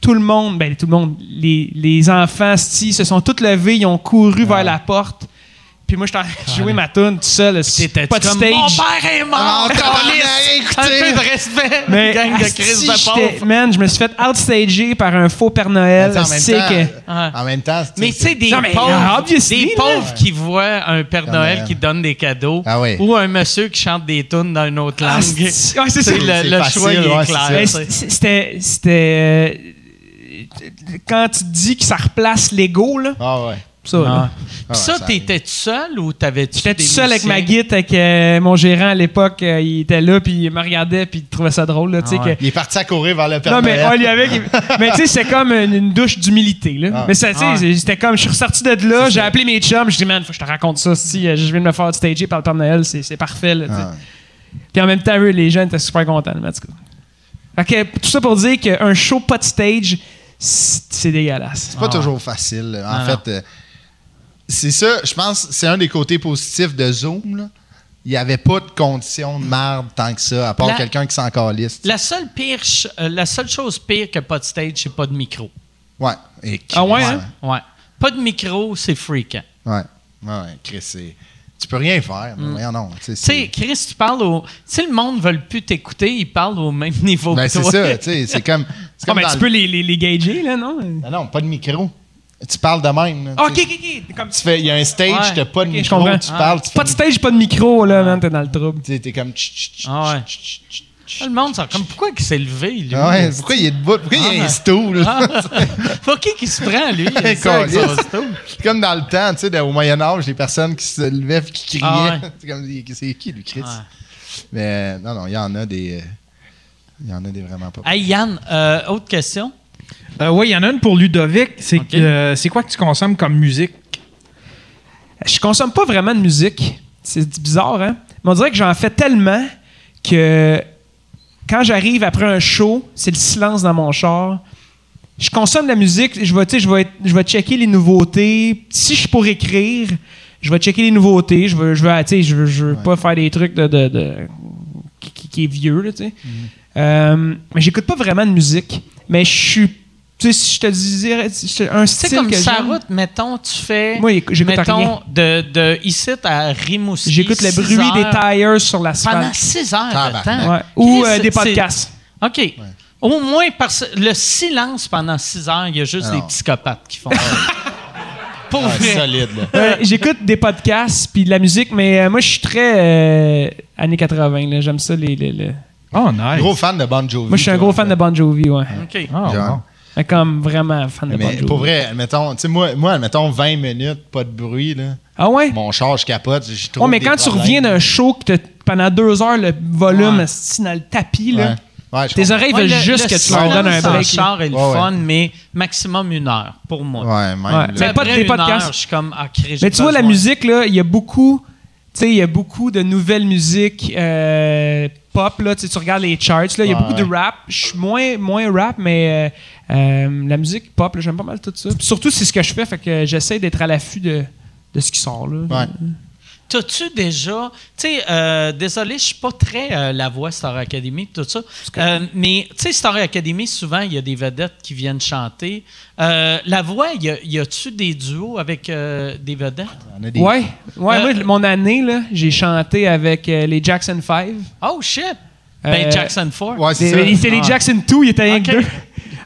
S5: tout le monde, ben tout le monde, les, les enfants si, se sont tous levés, ils ont couru
S1: Ah.
S5: vers la porte. Puis moi, je t'en joué ma toune tout seul.
S1: T'étais
S5: Pas de
S1: Ah. comme,
S5: stage.
S1: Mon père est mort!
S4: Ah, tabarnak,
S1: câlisse!
S4: écoutez!
S1: un peu de respect!
S5: mais
S1: gang de
S5: asti,
S1: Chris de
S5: j'étais-
S1: pauvres!
S5: Man, je me suis fait outstager par un faux Père Noël.
S4: Attends, en même
S5: c'est
S4: temps, euh,
S5: que...
S1: Ah.
S4: en même temps,
S1: Mais tu sais, des
S5: Non, mais,
S1: pauvres, des
S5: obviously, là.
S1: pauvres qui voient un Père
S4: Père
S1: Noël
S4: Noël.
S1: qui donne des cadeaux
S4: Ah oui.
S1: ou un monsieur qui chante des tunes dans une autre langue.
S5: Asti, ouais, Ah, c'est ça.
S1: C'est le,
S4: C'est
S1: le
S4: facile,
S1: choix il est
S4: ouais, c'est
S1: clair.
S4: ça.
S5: Mais
S1: tu sais.
S5: c- C'était... c'était, euh, Quand tu dis que ça replace l'ego, là,
S4: Ah ouais.
S5: ça, là.
S4: Ah ouais,
S1: Puis ça,
S4: ça
S1: t'étais tu seul ou t'avais-tu
S5: J'étais tout
S1: des
S5: seul avec
S1: musiciens?
S5: ma guide, avec euh, mon gérant à l'époque. euh, il était là, puis il me regardait, puis il trouvait ça drôle. Là, tu sais
S1: Ah ouais.
S5: que-
S4: Il est parti à courir vers le Père
S5: Non, mais
S4: Noël.
S5: on lui avait. mais tu sais, c'est comme une, une douche d'humilité. Là.
S4: Ah.
S5: Mais ça, tu sais,
S1: Ah.
S5: c'était comme. Je suis ressorti de là, j'ai appelé mes chums, je dis, man, faut que je te raconte ça. Si euh, je viens de me faire stager par le Père Noël, c'est, c'est parfait. Là, tu sais.
S4: Ah.
S5: Puis en même temps, eux, les jeunes étaient super contents. Là, en tout cas. Fait que, tout ça pour dire qu'un show pas de stage, c'est, c'est dégueulasse.
S4: C'est pas toujours facile. En fait, euh, c'est ça, je pense, c'est un des côtés positifs de Zoom. là. Il n'y avait pas de conditions de merde tant que ça, à part
S1: La-
S4: quelqu'un qui s'en calisse.
S1: La seule, pire, ch- euh, la seule chose pire que pas de stage, c'est pas de micro.
S4: Ouais. Et
S5: Ah ouais,
S4: Chris,
S5: hein?
S1: Ouais. Pas de micro, c'est freakant.
S4: Ouais. Ouais, ouais, Chris, c'est- Tu peux rien faire. mais voyons non. Tu sais,
S1: Tu sais,
S4: c'est-
S1: Chris, tu parles au. Si le monde ne veut plus t'écouter, il parle au même niveau
S4: Ben,
S1: que
S4: c'est
S1: toi.
S4: ça, tu sais, c'est comme. c'est
S5: Ah,
S4: comme
S5: mais
S4: dans
S5: tu
S4: le-
S5: peux les, les, les gager, là, non?
S4: Non, non, pas de micro. Tu parles de même. là,
S5: Ah,
S4: tu
S5: ok,
S4: sais.
S5: ok, ok. Comme
S4: Tu fais, il y a un stage,
S1: Ouais,
S4: t'as pas de
S5: ok, je
S4: micro,
S5: comprends.
S4: tu parles, tu
S5: Pas
S4: fais.
S5: de stage, pas de micro, là, man, t'es dans le trouble.
S4: tu sais, T'es comme. tch, tch, tch,
S1: Ah ouais.
S4: tch, tch, tch, tch.
S1: Ah, Le monde, c'est comme pourquoi il s'est levé, lui.
S4: Ah ouais, pourquoi il est debout? Pourquoi il y a un stool?
S1: Ah,
S4: là?
S1: Pour qui qui se prend, lui?
S4: Hey,
S1: ça, avec son
S4: câlisse.
S1: stool?
S4: C'est comme dans le temps, tu sais, de- au Moyen Âge, les personnes qui se levaient et qui criaient.
S1: Ah ouais.
S4: C'est comme, des- c'est qui, lui, Christ?
S1: Ouais.
S4: Mais euh, non, non, il y en a des... euh, Il y en a des vraiment pas.
S1: Hey, Yann, euh, autre question.
S3: Euh, oui, il y en a une pour Ludovic. C'est
S1: Ok.
S3: euh, c'est quoi que tu consommes comme musique?
S5: Je consomme pas vraiment de musique. C'est bizarre, hein? Mais on dirait que j'en fais tellement que quand j'arrive après un show, c'est le silence dans mon char. Je consomme de la musique, je vais, tu sais, je vais, être- je vais checker les nouveautés. Si je suis pour écrire, je vais checker les nouveautés. Je veux, je veux, tu sais, je veux, je veux pas faire des trucs de, de- de- qui, qui- qui est vieux, là, tu sais. Euh, mais j'écoute pas vraiment de musique. Mais je suis, tu sais, si je te disais, c'est un
S1: Tu
S5: style
S1: sais, comme
S5: que
S1: sa
S5: j'aime.
S1: route, mettons, tu fais.
S5: Moi, éc- j'écoute rien.
S1: mettons, de, de ici à Rimouski.
S5: J'écoute le
S1: six
S5: bruit
S1: heures,
S5: des tires sur
S1: Pendant
S5: l'asphalte.
S1: 6 heures de
S4: Tabarnak.
S1: temps.
S5: Ouais. Ou
S1: Chris,
S5: euh, des
S1: c'est-
S5: podcasts.
S1: OK. Au moins, parce le silence pendant 6 heures, il y a juste
S4: Ah non.
S1: des psychopathes qui font ça. Pour
S4: Ah,
S1: vrai.
S4: solide, là.
S5: Euh, J'écoute des podcasts puis de la musique, mais euh, moi, je suis très euh, années 80. là. J'aime ça. Les, les- les-
S3: Oh, nice.
S4: Gros fan de Bon Jovi.
S5: Moi, je suis un
S4: toi,
S5: gros
S4: en
S5: fan
S4: fait.
S5: de Bon Jovi, ouais.
S1: OK.
S3: Ah,
S4: Genre.
S3: bon.
S5: Mais Comme vraiment fan de Bon
S4: Mais
S5: Jovi.
S4: pour vrai, admettons, tu sais, moi, moi, admettons, 20 minutes, pas de bruit, là.
S5: Ah ouais?
S4: Mon char, je capote, j'y trouve
S5: Oh, mais
S4: des
S5: quand tu
S4: problèmes.
S5: reviens d'un show que t'as- pendant deux heures, le volume esti, dans le tapis, là,
S4: Ouais. Ouais, je
S5: tes
S4: comprends.
S5: oreilles
S1: Ouais,
S5: veulent
S1: le-
S5: juste
S1: le
S5: que tu leur donnes un
S1: silence en
S5: break. là.
S1: char est le
S4: Ouais, ouais.
S1: fun, mais maximum une heure, pour moi.
S4: Ouais, même.
S5: Ouais.
S4: là.
S5: Mais pas de-
S1: Après
S5: des
S1: une
S5: podcasts.
S1: heure, je suis comme ah, Chris, j'ai
S5: Mais tu vois, la
S1: besoin.
S5: musique, là, il y a beaucoup. Tu sais, il y a beaucoup de nouvelles musiques euh, pop, là. Tu sais, tu regardes les charts, là. Il y a
S4: Ouais,
S5: beaucoup de
S4: ouais.
S5: rap. Je suis moins, moins rap, mais euh, euh, la musique pop, là, j'aime pas mal tout ça. Puis surtout, c'est ce que je fais, fait que j'essaie d'être à l'affût de, de ce qui sort, là.
S4: Ouais.
S1: T'as-tu déjà. Tu sais, euh, désolé, je suis pas très euh, la voix Star Academy, tout ça. Euh, mais, tu sais, Star Academy, souvent, il y a des vedettes qui viennent chanter. Euh, la voix, y a- y a-tu des duos avec euh, des vedettes?
S4: On a des-
S5: Ouais, ouais,
S1: Euh,
S5: moi, mon année, là, j'ai chanté avec euh, les Jackson 5.
S1: Oh, shit! Ben,
S5: Euh,
S1: Jackson Ford.
S4: Ouais, Ah, c'est
S5: Des-
S4: ça.
S5: mais C'était les Jackson 2, il était rien que
S1: Ok.
S5: deux.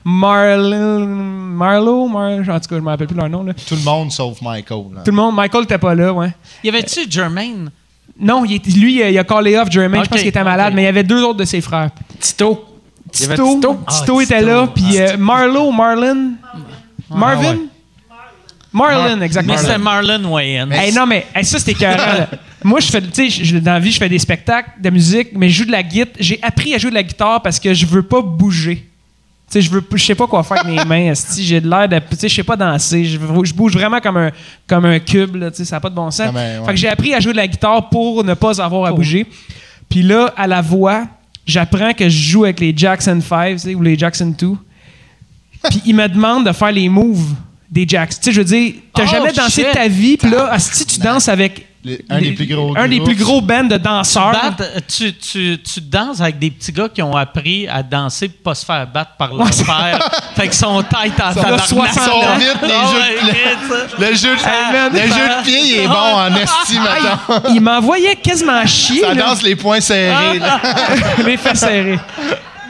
S5: Marlon, Marlowe, Mar- en tout cas, je me rappelle plus leur nom. Là.
S4: Tout le monde sauf Michael. là.
S5: Tout le monde, Michael était pas là, ouais.
S1: Y avait-tu Jermaine?
S5: Non, il était- lui, il a- il a callé off Jermaine, je
S1: Ok,
S5: pense qu'il était
S1: ok.
S5: malade, mais il y avait deux autres de ses frères.
S8: Tito. Il y
S5: Tito,
S8: avait
S5: Tito,
S8: Tito.
S1: Ah,
S5: était
S1: Tito. Ah,
S5: là, puis euh, Marlowe, Marlon, Marvin, Marlon, exactement.
S1: Mais c'était Marlon Wayans.
S5: Hey, non, mais hey, ça, c'était écœurant. là. Moi, je fais, tu sais, je- dans la vie, je fais des spectacles de musique, mais je joue de la guitare. J'ai appris à jouer de la guitare parce que je veux pas bouger. Tu sais, je veux, je sais pas quoi faire avec mes mains. esti. J'ai de l'air de, tu sais, je sais pas danser. Je, je bouge vraiment comme un, comme un cube, là, tu sais, ça n'a pas de bon sens.
S4: Ah ben, ouais.
S5: Fait que j'ai appris à jouer de la guitare pour ne pas avoir à bouger. Puis là, à la voix, j'apprends que je joue avec les Jackson 5, tu sais, ou les Jackson 2. Puis ils me demandent de faire les moves des Jacks. Tu sais, je veux dire, t'as
S1: Oh,
S5: jamais dansé de
S1: shit.
S5: ta vie, puis là, si tu danses avec
S4: Le- un des
S5: les-
S4: plus gros
S5: un des
S4: groupes.
S5: plus gros bands de danseurs.
S1: Bat, tu, tu, tu danses avec des petits gars qui ont appris à danser pour pas se faire battre par leur
S5: Ouais, c'est-
S1: père. fait qu'ils sont tête en
S5: a
S1: tabarnak.
S5: 60
S4: Ils sont
S5: ans.
S4: vite, les
S1: Ouais,
S4: jeux de-
S1: ouais, ça.
S4: Le jeu de,
S5: Ah man, Ah,
S4: le
S5: ça-
S4: jeu de pied il est bon en estime, attends.
S5: Il m'envoyait quasiment chier.
S4: Ça
S5: là.
S4: danse les points
S5: ah,
S4: serrés. là.
S5: les fesses serrées.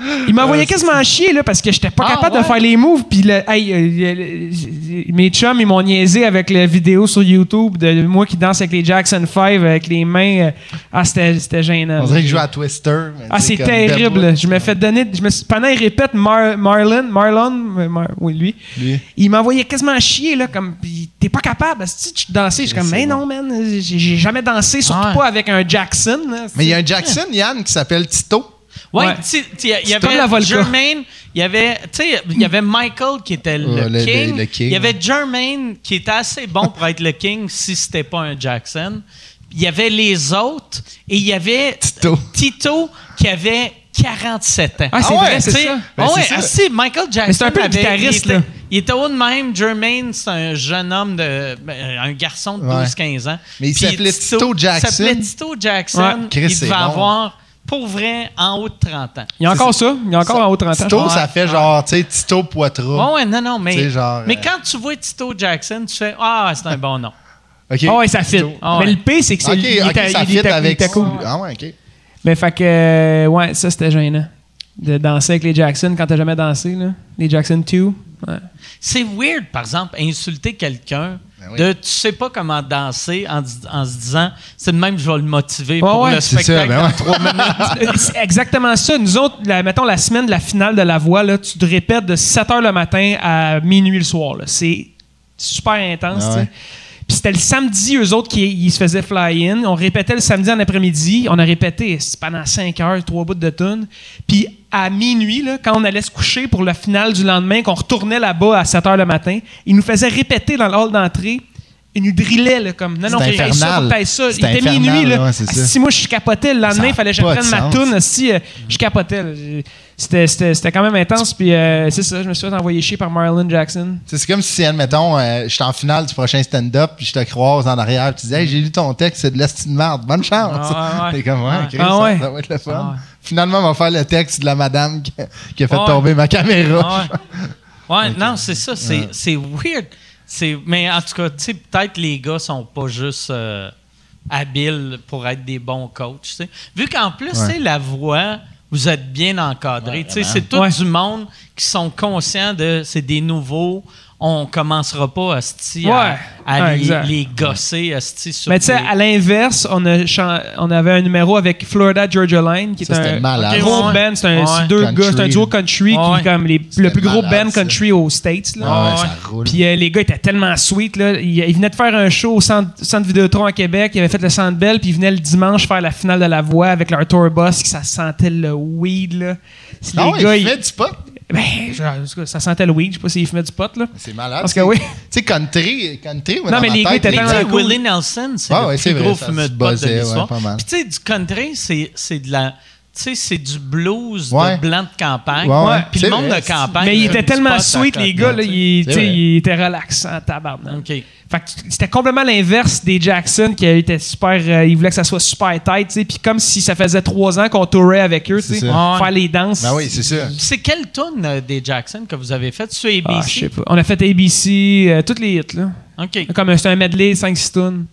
S5: Il
S4: Euh,
S5: m'envoyait quasiment à chier là, parce que j'étais pas
S1: Ah,
S5: capable
S1: ouais?
S5: de faire les moves. Puis le- hey, euh, le- le- mes chums, ils m'ont niaisé avec la vidéo sur YouTube de moi qui danse avec les Jackson 5 avec les mains. euh, Ah, c'était c'était gênant.
S4: On dirait que je joue à Twister. mais
S5: Ah,
S4: tu sais,
S5: c'est
S4: comme
S5: terrible.
S4: Deadwood.
S5: Je me fais donner. Je me suis, pendant il répète Mar- Marlon, Marlon, euh, Mar- oui, lui.
S4: Lui.
S5: Il m'envoyait quasiment chier, là, comme, pis t'es pas capable, si tu dansais, je suis comme, mais non, man, j'ai j'ai jamais dansé, surtout
S1: Ouais.
S5: pas avec un Jackson. là.
S4: Mais il y a un Jackson, Yann, qui s'appelle Tito.
S1: Ouais,
S5: Ouais.
S1: tu- tu- il y
S5: C'est comme
S1: avait
S5: la Volca.
S1: Jermaine, il y avait, tu sais, il y avait Michael qui était le,
S4: Ouais, le-
S1: king.
S4: le- le king,
S1: Il y avait Jermaine qui était assez bon pour être le king si c'était pas un Jackson. Il y avait les autres et il y avait
S4: Tito.
S1: Tito qui avait 47 ans.
S5: Ah, c'est
S4: Ah ouais,
S5: vrai, c'est
S1: T'sais,
S5: ça.
S1: ah ouais,
S4: c'est ça.
S1: ah, si, Michael Jackson.
S5: Mais c'est un peu le
S1: avait-
S5: guitariste,
S1: il était-
S5: là.
S1: Il était haut de même. Jermaine, c'est un jeune homme, de, ben, un garçon de
S4: Ouais.
S1: 12-15 ans.
S4: Mais il
S1: Puis
S4: s'appelait Tito Jackson.
S1: Il s'appelait Tito Jackson.
S5: Ouais.
S4: Chris,
S1: il
S4: c'est
S1: devait
S4: bon.
S1: avoir, pour vrai, en haut de 30 ans.
S5: Il y a encore ça, il y a encore en haut 30 ans.
S4: Tito, ça fait genre, tu sais, Tito Poitras.
S1: Ouais, ouais, non, non, mais,
S4: C'est genre,
S1: mais
S4: euh,
S1: quand tu vois Tito Jackson, tu fais Ah, c'est un bon nom.
S4: OK.
S5: Ah ouais, ça fit.
S1: Ah ouais.
S5: Mais le P, c'est que
S4: OK,
S5: c'est il
S4: ok,
S5: était-
S4: ça
S5: il
S4: fit
S5: était- il
S4: avec...
S5: était cool.
S4: Ah ouais, OK.
S5: Mais fait que, euh, ouais, ça, c'était gênant. De danser avec les Jackson quand t'as jamais dansé, là. Les Jackson 2. Ouais.
S1: C'est weird, par exemple, insulter quelqu'un
S4: Ben oui.
S1: de tu sais pas comment danser en, dis- en se disant c'est de même, je vais le motiver pour
S5: ouais,
S1: le
S4: C'est
S1: spectacle.
S4: ça, ben ouais.
S5: C'est exactement ça. Nous autres, la- mettons la semaine de la finale de la voix, là, tu te répètes de 7 h le matin à minuit le soir. là. C'est super intense.
S4: Ah
S5: tu sais.
S4: ouais.
S5: Puis c'était le samedi, eux autres, qui ils se faisaient fly-in. On répétait le samedi en après-midi. On a répété c'est pendant 5 heures, trois bouts de tonnes. Puis à minuit, là, quand on allait se coucher pour la finale du lendemain, qu'on retournait là-bas à 7 h le matin, ils nous faisaient répéter dans le hall d'entrée. Ils nous drillaient, là, comme non, non,
S4: C'est
S5: faut que t'ailles ça, faut que t'ailles ça.
S4: infernal.
S5: Il
S4: C'est
S5: était
S4: infernal,
S5: minuit, là.
S4: ouais, c'est ça.
S5: si moi, je capotais le lendemain,
S4: Ça a
S5: il fallait que je
S4: pas de
S5: prenne ma
S4: sens.
S5: toune. Si, euh, je capotais. là. J'ai- C'était, c'était, c'était quand même intense. Puis euh, c'est ça, je me suis fait envoyer chier par Marilyn Jackson.
S4: Tu sais, C'est comme si, admettons, euh, je suis en finale du prochain stand-up, puis je te croise en arrière, puis tu dis, hey, j'ai lu ton texte, c'est de l'estime de merde. Bonne chance.
S5: Ah, ouais, ouais.
S4: T'es comme, ouais,
S5: Ah,
S4: Chris,
S5: ah,
S4: ça-
S5: ouais.
S4: ça, va être le fun.
S5: Ah, ouais.
S4: Finalement, on va faire le texte de la madame qui, qui a fait
S1: Ouais.
S4: tomber ma caméra.
S1: Ah ouais, Ouais, non, c'est ça, c'est c'est weird. C'est- Mais en tout cas, tu sais, peut-être les gars sont pas juste euh, habiles pour être des bons coachs. tu sais. Vu qu'en plus,
S4: Ouais.
S1: tu sais, la voix, vous êtes bien encadrés. tu sais, c'est tout
S5: Ouais.
S1: du monde qui sont conscients de c'est des nouveaux. On commencera pas asti, à,
S5: Ouais.
S1: à
S5: Ouais,
S1: les,
S5: exact.
S1: les gosser asti, sur
S5: Mais tu sais,
S1: les-
S5: à l'inverse, on, a chan- on avait un numéro avec Florida Georgia Line, qui est
S4: Ça, c'était
S5: un
S4: malade.
S5: gros
S1: Ouais.
S5: band. C'est un, c'est
S1: Ouais.
S5: deux
S4: Country,
S5: gars, c'est un duo country qui
S1: Ouais.
S5: est comme les- le
S4: C'était
S5: plus gros
S4: malade,
S5: band
S4: ça.
S5: country aux States. Là.
S4: Ah ouais, ça roule.
S5: Puis euh, les gars étaient tellement sweet. Là. Ils, ils venaient de faire un show au centre, centre Vidéotron à Québec. Ils avaient fait le Centre Bell. Puis ils venaient le dimanche faire la finale de la voix avec leur tour bus qui ça sentait le weed. Là. Si
S4: Non,
S5: les gars,
S4: Ah il
S5: ils-
S4: fait du pot.
S5: ben, je- en tout cas, ça sentait le weed. Je sais pas s'ils fumaient du pot. Là.
S4: C'est malade.
S5: Parce que
S4: tu sais.
S5: oui.
S4: Tu sais, country, country, moi,
S5: Non,
S4: dans
S5: mais
S4: ma
S5: les gars
S4: tête,
S5: étaient
S4: les
S1: Mais tu
S5: tellement
S1: sais,
S5: cool.
S1: Willie Nelson, c'est
S4: Ah
S1: le
S4: ouais,
S1: plus
S4: c'est vrai,
S1: gros
S4: ça
S1: fumeur
S4: se
S1: de pot de
S4: buzzait, ouais,
S1: l'histoire.
S4: pas mal.
S1: Puis tu sais, du country, c'est, c'est de la... tu sais, c'est du blues
S4: Ouais.
S1: de blanc de campagne.
S4: Ouais, ouais.
S1: Puis le
S4: C'est
S1: monde
S4: vrai,
S1: de campagne.
S5: Mais il
S1: Ah, fait
S5: était
S1: du pot
S5: tellement
S1: à
S5: sweet,
S1: côté,
S5: les gars, là,
S1: tu sais.
S5: il, tu
S4: C'est
S5: sais,
S4: vrai.
S5: il était relaxant, tabarnak.
S1: OK.
S5: Fait que c'était complètement l'inverse des Jackson qui étaient super. euh, ils voulaient que ça soit super tight, tu sais. Puis comme si ça faisait trois ans qu'on tourait avec eux, tu sais.
S4: C'est
S1: ça.
S5: Faire les danses.
S4: Ben oui, c'est ça.
S1: C'est quelle tune euh, des Jackson que vous avez faite sur ABC?
S5: Ah, je sais pas. On a fait ABC, euh, toutes les hits, là.
S1: OK.
S5: Comme euh, un- c'était un medley, 5-6 tunes.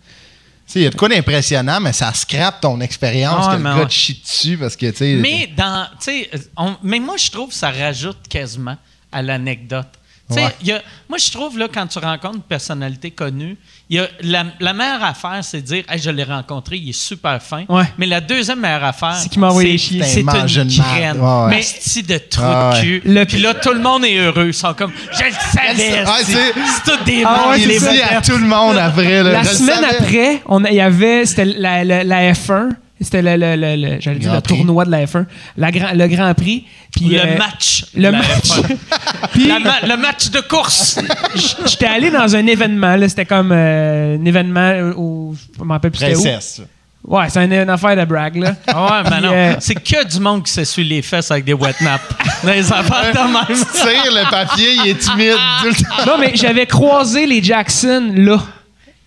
S4: Tu sais, il y a de quoi d'impressionnant, mais ça scrape ton expérience
S1: Ah,
S4: que le
S1: mais
S4: gars
S1: ouais.
S4: te chie dessus parce que, tu sais.
S1: Mais dans, tu sais, on- mais moi je trouve que ça rajoute quasiment à l'anecdote. Tu sais,
S4: Ouais.
S1: il y a- moi je trouve là quand tu rencontres une personnalité connue, il y a la, la meilleure affaire c'est de dire, hey, je l'ai rencontré, il est super fin.
S5: Ouais.
S1: Mais la deuxième meilleure affaire,
S5: C'est qu'il m'a envoyé chier.
S1: C'est une
S4: Putain, mange une marde.
S1: graine.
S4: Ouais, ouais.
S1: Mais c'est de trou
S4: Ah, ouais.
S1: de cul.
S5: Le-
S1: Puis là tout le monde est heureux, ils sont comme, je le savais.
S4: Ouais,
S1: c'est-
S4: c'est-
S1: c'est tout des
S5: Ah,
S1: morts,
S5: ouais,
S4: il
S1: les
S4: dit
S1: vedettes.
S4: à tout le monde après. Là,
S5: La
S4: je le
S5: semaine
S4: savais.
S5: après, on a- il y avait. C'était la, la- la F1. C'était le, le, le- le- j'allais dire
S4: Grand
S5: le
S4: Prix.
S5: tournoi de la F1. La grand- le Grand Prix. Puis,
S1: Le
S5: euh,
S1: match.
S5: Le
S1: La
S5: match.
S1: F1.
S5: Puis-
S1: La ma- le match de course.
S5: J- J'étais allé dans un événement, là, c'était comme euh, un événement où je me rappelle plus c'était où.
S4: Princesse.
S5: Ouais, c'est un- une affaire de brag là.
S1: Ah ouais, mais
S5: Puis,
S1: non.
S5: euh,
S1: C'est que du monde qui s'essuie les fesses avec des wet naps. Dans les affaires de
S5: Euh,
S1: même.
S4: Tu tires le papier, il est timide tout le temps.
S5: non mais j'avais croisé les Jackson là.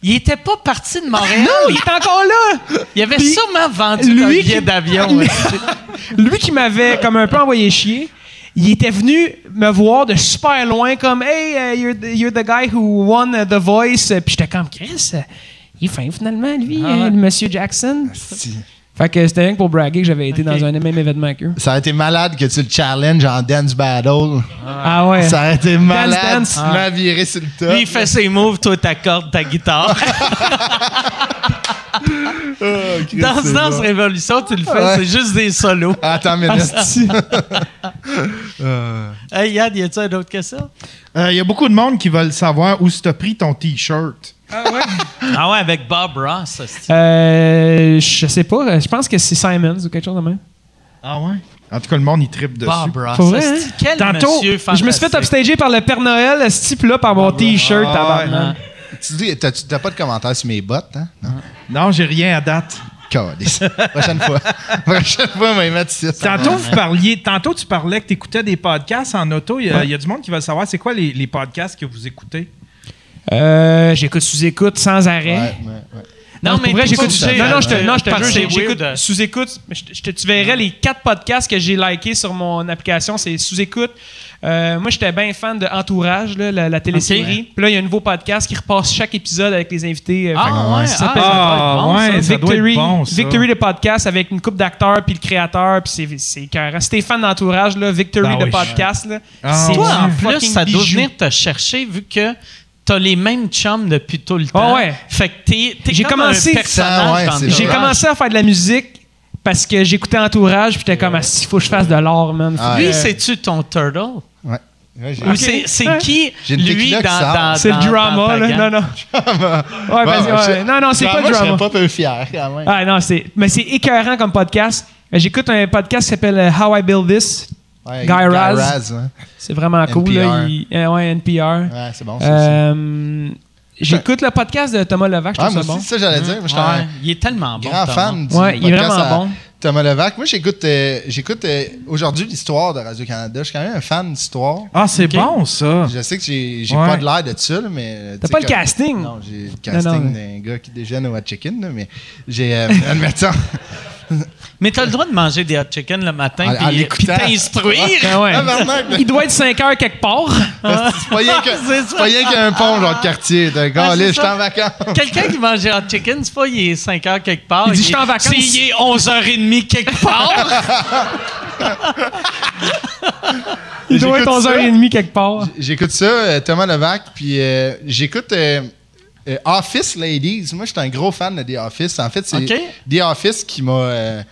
S1: Il était pas parti de Montréal.
S5: Non, il est encore là.
S1: Il avait
S5: Puis,
S1: sûrement vendu
S5: lui
S1: un
S5: qui-
S1: billet d'avion. ouais.
S5: Lui qui m'avait comme un peu envoyé chier. Il était venu me voir de super loin comme hey euh, you're, the, you're the guy who won euh, The Voice puis j'étais comme Chris, euh, il est fin finalement lui
S1: Ah
S5: euh, le monsieur Jackson. Fait que c'était rien que pour braguer que j'avais été dans un même événement qu'eux.
S4: Ça aurait été malade que tu le challenges en dance battle.
S5: Ah ouais.
S4: Ça aurait été malade.
S5: Dance,
S4: Tu
S5: dance.
S4: m'as viré sur le top.
S1: Lui, il fait ses moves, toi, t'accordes ta guitare.
S4: Oh, Christ,
S1: Dans
S4: c'est
S1: Dance
S4: bon.
S1: Révolution, tu le fais,
S4: Ouais.
S1: c'est juste des solos.
S4: Ah, Attends, mais
S5: Ah,
S1: Hey, Yann, y a-tu une autre question?
S3: Euh, Il y a beaucoup de monde qui veulent savoir où tu as pris ton T-shirt.
S1: Ah ouais, avec Bob Ross. hostie.
S5: Euh, je sais pas. euh, Je pense que c'est Simons ou quelque chose de même.
S3: Ah ouais? En tout cas, le monde, il tripe dessus.
S1: Bob Ross.
S5: Pour vrai, hein?
S1: hostie, Ah, Quel
S3: Tantôt,
S1: monsieur
S5: Je me suis fait
S1: fantastique. Ah,
S5: upstager par le Père Noël, ce type-là, par mon t-shirt.
S1: hein.
S5: tabarnak.
S4: Tu dis, t'as, t'as pas de commentaires sur mes bottes, hein? Non.
S3: Non, j'ai rien à date.
S4: Calisse. Prochaine fois. Prochaine fois, on va y mettre ici.
S3: Tantôt,
S1: Ah.
S3: vous parliez, tantôt, tu parlais que tu écoutais des podcasts en auto. Il y, a- il y a du monde qui veut savoir c'est quoi les, les podcasts que vous écoutez.
S5: Euh, j'écoute sous-écoute sans arrêt.
S4: Ouais, ouais, ouais.
S1: Non,
S5: pour
S1: mais
S5: vrai,
S1: t'es
S5: j'écoute
S1: pas
S5: sous-
S1: obligé,
S5: Non, non, je te,
S1: euh,
S5: non, je te
S1: parce que
S5: jure,
S1: c'est
S5: j'écoute
S1: weird. euh.
S5: sous-écoute. Je- je te- tu verrais les quatre podcasts que j'ai likés sur mon application, c'est sous-écoute. Euh, moi, j'étais bien fan de Entourage, là, la, la télésérie. Puis là, il y a un nouveau podcast qui repasse chaque épisode avec les invités. euh, fait que-
S1: Ah ouais,
S5: Ça
S1: ah,
S5: s'appelle-
S1: ça doit être bon, ça.
S3: ouais, ça doit
S5: Victory,
S3: être bon, ça.
S5: Victory le podcast avec une coupe d'acteurs puis le créateur puis c'est c'est écœurant. Si t'es fan d'entourage là, Victory
S3: Ben
S5: le
S3: oui.
S5: podcast là,
S3: Ah
S5: c'est
S3: ouais.
S1: Toi, en
S5: du
S1: plus,
S5: fucking
S1: ça doit
S5: bijou.
S1: venir te chercher vu que t'as les mêmes chums depuis tout le temps.
S5: Ah ouais.
S1: Fait que t'es, t'es
S5: J'ai
S1: comme
S5: commencé-
S1: un personnage
S4: Ça, ouais,
S1: dans
S4: c'est
S1: le
S4: vrai.
S5: J'ai
S1: tournage.
S5: commencé à faire de la musique parce que j'écoutais entourage puis j'étais comme ah, il faut que je fasse de l'art man. Faut
S4: Ah,
S5: que-
S1: Lui, c'est-tu ton turtle?
S4: ouais. Ouais, j'ai-
S1: Ou c'est, c'est
S5: Ouais.
S1: qui,
S4: J'ai une
S1: lui,
S4: tequila
S1: dans,
S4: qui sort.
S1: dans-
S5: Hein? c'est le
S1: dans- dans
S5: drama
S1: ta
S5: là.
S1: gang?
S5: Non non. Ouais, vas-y,
S4: Bon,
S5: ouais.
S4: je-
S5: Non non, c'est
S4: Ben,
S5: pas
S4: moi,
S5: le
S4: je serais
S5: drama.
S4: pas peu fier, quand même.
S5: Ah non, c'est mais c'est écœurant comme podcast. J'écoute un podcast qui s'appelle euh, How I Build This.
S4: Ouais,
S5: Guy Raz.
S4: ouais.
S5: C'est vraiment cool là,
S4: NPR.
S5: il- euh, ouais, NPR.
S4: Ouais, c'est bon, ça,
S5: Euh, J'écoute le podcast de Thomas Levac, je
S4: Ah,
S5: trouve
S4: moi
S5: ça
S4: aussi,
S5: bon.
S4: c'est ça, j'allais dire. Moi, je suis
S1: Ouais,
S4: un
S1: il est tellement bon.
S4: grand
S1: Thomas.
S4: fan du
S5: Ouais, il est
S4: podcast
S5: vraiment
S4: à
S5: bon.
S4: Thomas Levac. Moi, j'écoute, euh, j'écoute euh, aujourd'hui l'histoire de Radio-Canada. Je suis quand même un fan d'histoire.
S3: Ah, c'est bon, ça.
S4: Je sais que j'ai j'ai
S3: Ouais.
S4: pas de l'air de ça, là,
S5: T'as
S4: mais. tu sais,
S5: pas le
S4: comme-
S5: casting.
S4: Non, j'ai le casting
S5: Non, non,
S4: d'un gars qui déjeune au hot chicken, là, mais j'ai. euh, admettons.
S1: Mais t'as le droit de manger des hot chicken le matin
S4: En- en
S1: puis- puis
S4: l'écoutant.
S1: t'instruire.
S5: Ah ouais.
S4: Ah, Bernard,
S5: Il doit être 5 heures quelque part.
S4: c'est pas rien que-
S1: C'est
S4: c'est
S1: ça.
S4: pas rien qu'un pont, genre de quartier. T'es un gars,
S1: Ah, c'est
S4: là, je suis
S1: ça.
S4: en vacances.
S1: Quelqu'un qui mange des hot chicken, c'est pas il est 5 heures quelque part.
S5: Il dit, je suis en
S1: est-
S5: vacances.
S1: c'est il est 11h30 quelque part.
S5: Il doit être
S4: J'écoute
S5: 11h30 quelque part.
S4: J'écoute ça, euh, Thomas Levac, puis euh, j'écoute euh, euh, Office Ladies. Moi, je suis un gros fan de The Office. En fait, c'est
S1: Ok.
S4: The Office qui m'a euh,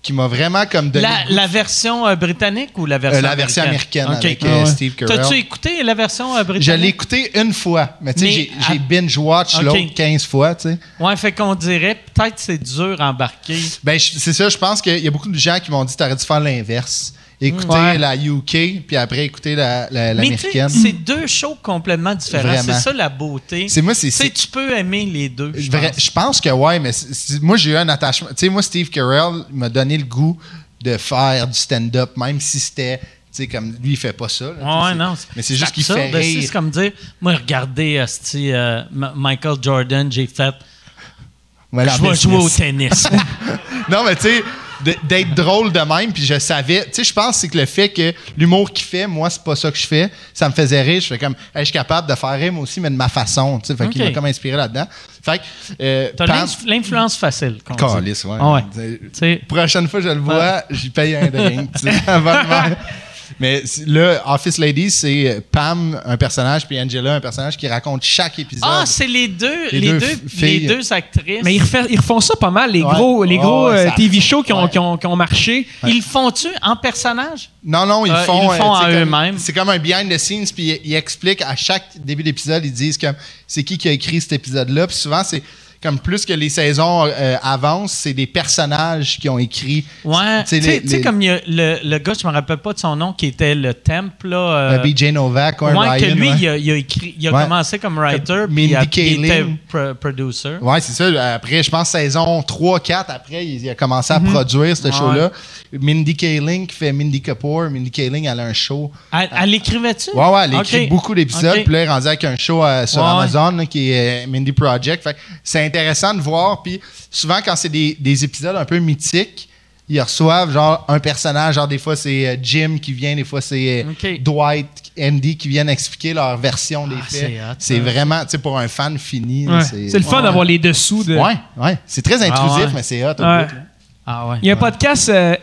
S4: qui m'a vraiment comme donné
S1: la, la version euh, britannique ou la version
S4: euh, la version américaine,
S1: Ok.
S4: avec euh, Steve
S1: T'as-tu
S4: Carell.
S1: écouté la version euh,
S4: Je l'ai
S1: britannique?
S4: écouté une fois, mais tu sais,
S1: Mais
S4: j'ai-
S1: à-
S4: j'ai binge-watch
S1: Ok.
S4: l'autre 15 fois, tu sais.
S1: Ouais, fait qu'on dirait peut-être c'est dur à embarquer.
S4: Ben, je- c'est ça, je pense qu'il y a beaucoup de gens qui m'ont dit t'aurais dû faire l'inverse. Écouter la UK, puis après écouter la- la-
S1: Mais tu sais,
S4: l'américaine.
S1: c'est deux shows complètement différents.
S4: Vraiment.
S1: C'est ça la beauté.
S4: c'est moi, c'est.
S1: Tu sais,
S4: c'est-
S1: tu peux aimer les deux. je
S4: vrai-
S1: pense.
S4: Je pense que ouais, mais c'est- c'est- moi, j'ai eu un attachement. Tu sais, moi, Steve Carell il m'a donné le goût de faire du stand-up, même si c'était. Tu sais, comme lui, il fait pas ça. là, tu sais,
S1: Ouais,
S4: c'est-
S1: non.
S4: Mais c'est juste qu'il
S1: absurde,
S4: fait
S1: tu sais,
S4: rire.
S1: C'est comme dire, moi, regardez, hostie, euh, M- Michael Jordan, j'ai fait,
S4: Voilà,
S1: je vais
S4: business.
S1: jouer au tennis.
S4: Non, mais tu sais, de- d'être drôle de même, puis je savais. Tu sais, je pense que c'est que le fait que l'humour qu'il fait, moi, c'est pas ça que je fais. Ça me faisait rire. Je fais comme, Hey, je suis capable de faire rire, moi aussi, mais de ma façon. Tu sais, fait qu'il
S1: Ok.
S4: m'a comme inspiré là-dedans. Fait que. euh,
S1: T'as
S4: Pam-
S1: l'inf- l'influence facile. qu'on dit.
S4: Calisse, ouais.
S1: Ah ouais.
S4: Tu sais,
S1: Tu sais,
S4: Prochaine fois que je le vois,
S1: Ouais.
S4: j'y paye un drink. tu sais, avant de voir. Mais c'est- là, Office Lady, c'est Pam, un personnage, puis Angela, un personnage qui raconte chaque épisode.
S1: Ah, c'est les deux,
S4: Les
S1: les,
S4: deux
S1: deux,
S4: f-
S1: les
S4: filles.
S1: deux actrices.
S5: Mais ils, refait- ils refont ça pas mal, les
S4: Ouais.
S5: gros, les
S4: Ouais,
S5: gros
S4: ouais,
S5: euh,
S4: ça-
S5: TV shows qui ont,
S4: ouais.
S5: qui ont- qui ont marché.
S1: ils le font-tu en personnage?
S4: Non, non, ils
S1: Euh,
S4: font,
S1: ils le font
S4: euh, tu sais,
S1: à
S4: comme-
S1: eux-mêmes.
S4: C'est comme un behind the scenes, puis ils- ils expliquent à chaque début d'épisode, ils disent comme c'est qui qui a écrit cet épisode-là. Puis souvent, c'est comme plus que les saisons euh, avancent, c'est des personnages qui ont écrit.
S1: Ouais.
S4: Tu sais,
S1: Tu
S4: les-
S1: sais, tu sais,
S4: les-
S1: comme il y a le, le gars, je me rappelle pas de son nom, qui était le temple, là.
S4: euh,
S1: euh,
S4: BJ Novak, ouais,
S1: ouais,
S4: Ryan,
S1: que lui,
S4: ouais.
S1: il, a, il a écrit, il a
S4: Ouais.
S1: commencé comme writer,
S4: Comme
S1: puis il, a-
S4: Mindy
S1: il était
S4: Kaling.
S1: pro- producer.
S4: Ouais, c'est ça. Après, je pense saison 3, 4, après, il il a commencé
S1: Mhm.
S4: à produire ce show-là. Mindy Kaling qui fait Mindy Kapoor. Mindy Kaling, elle a un show.
S1: Elle, elle écrivait-tu?
S4: Ouais, ouais, elle écrit
S1: Ok.
S4: beaucoup d'épisodes.
S1: Ok.
S4: Puis là, elle est rendue avec un show euh, sur
S1: Ouais, ouais.
S4: Amazon là, qui est euh, Mindy Project. Fait que c'est intéressant de voir. Puis souvent, quand c'est des, des épisodes un peu mythiques, ils reçoivent genre un personnage. Genre, des fois, c'est euh, Jim qui vient, des fois, c'est euh,
S1: Ok. Ah,
S4: Dwight, Andy qui viennent expliquer leur version des faits.
S1: c'est hot,
S4: C'est
S1: ça.
S4: vraiment, tu sais, pour un fan fini. là,
S5: Ouais. C'est le fun d'avoir les dessous de.
S4: Ouais, ouais. C'est très intrusif,
S1: Ah ouais.
S4: mais c'est hot. au
S5: Ouais.
S4: bout, là.
S1: Ah ouais.
S5: Il y a un podcast euh,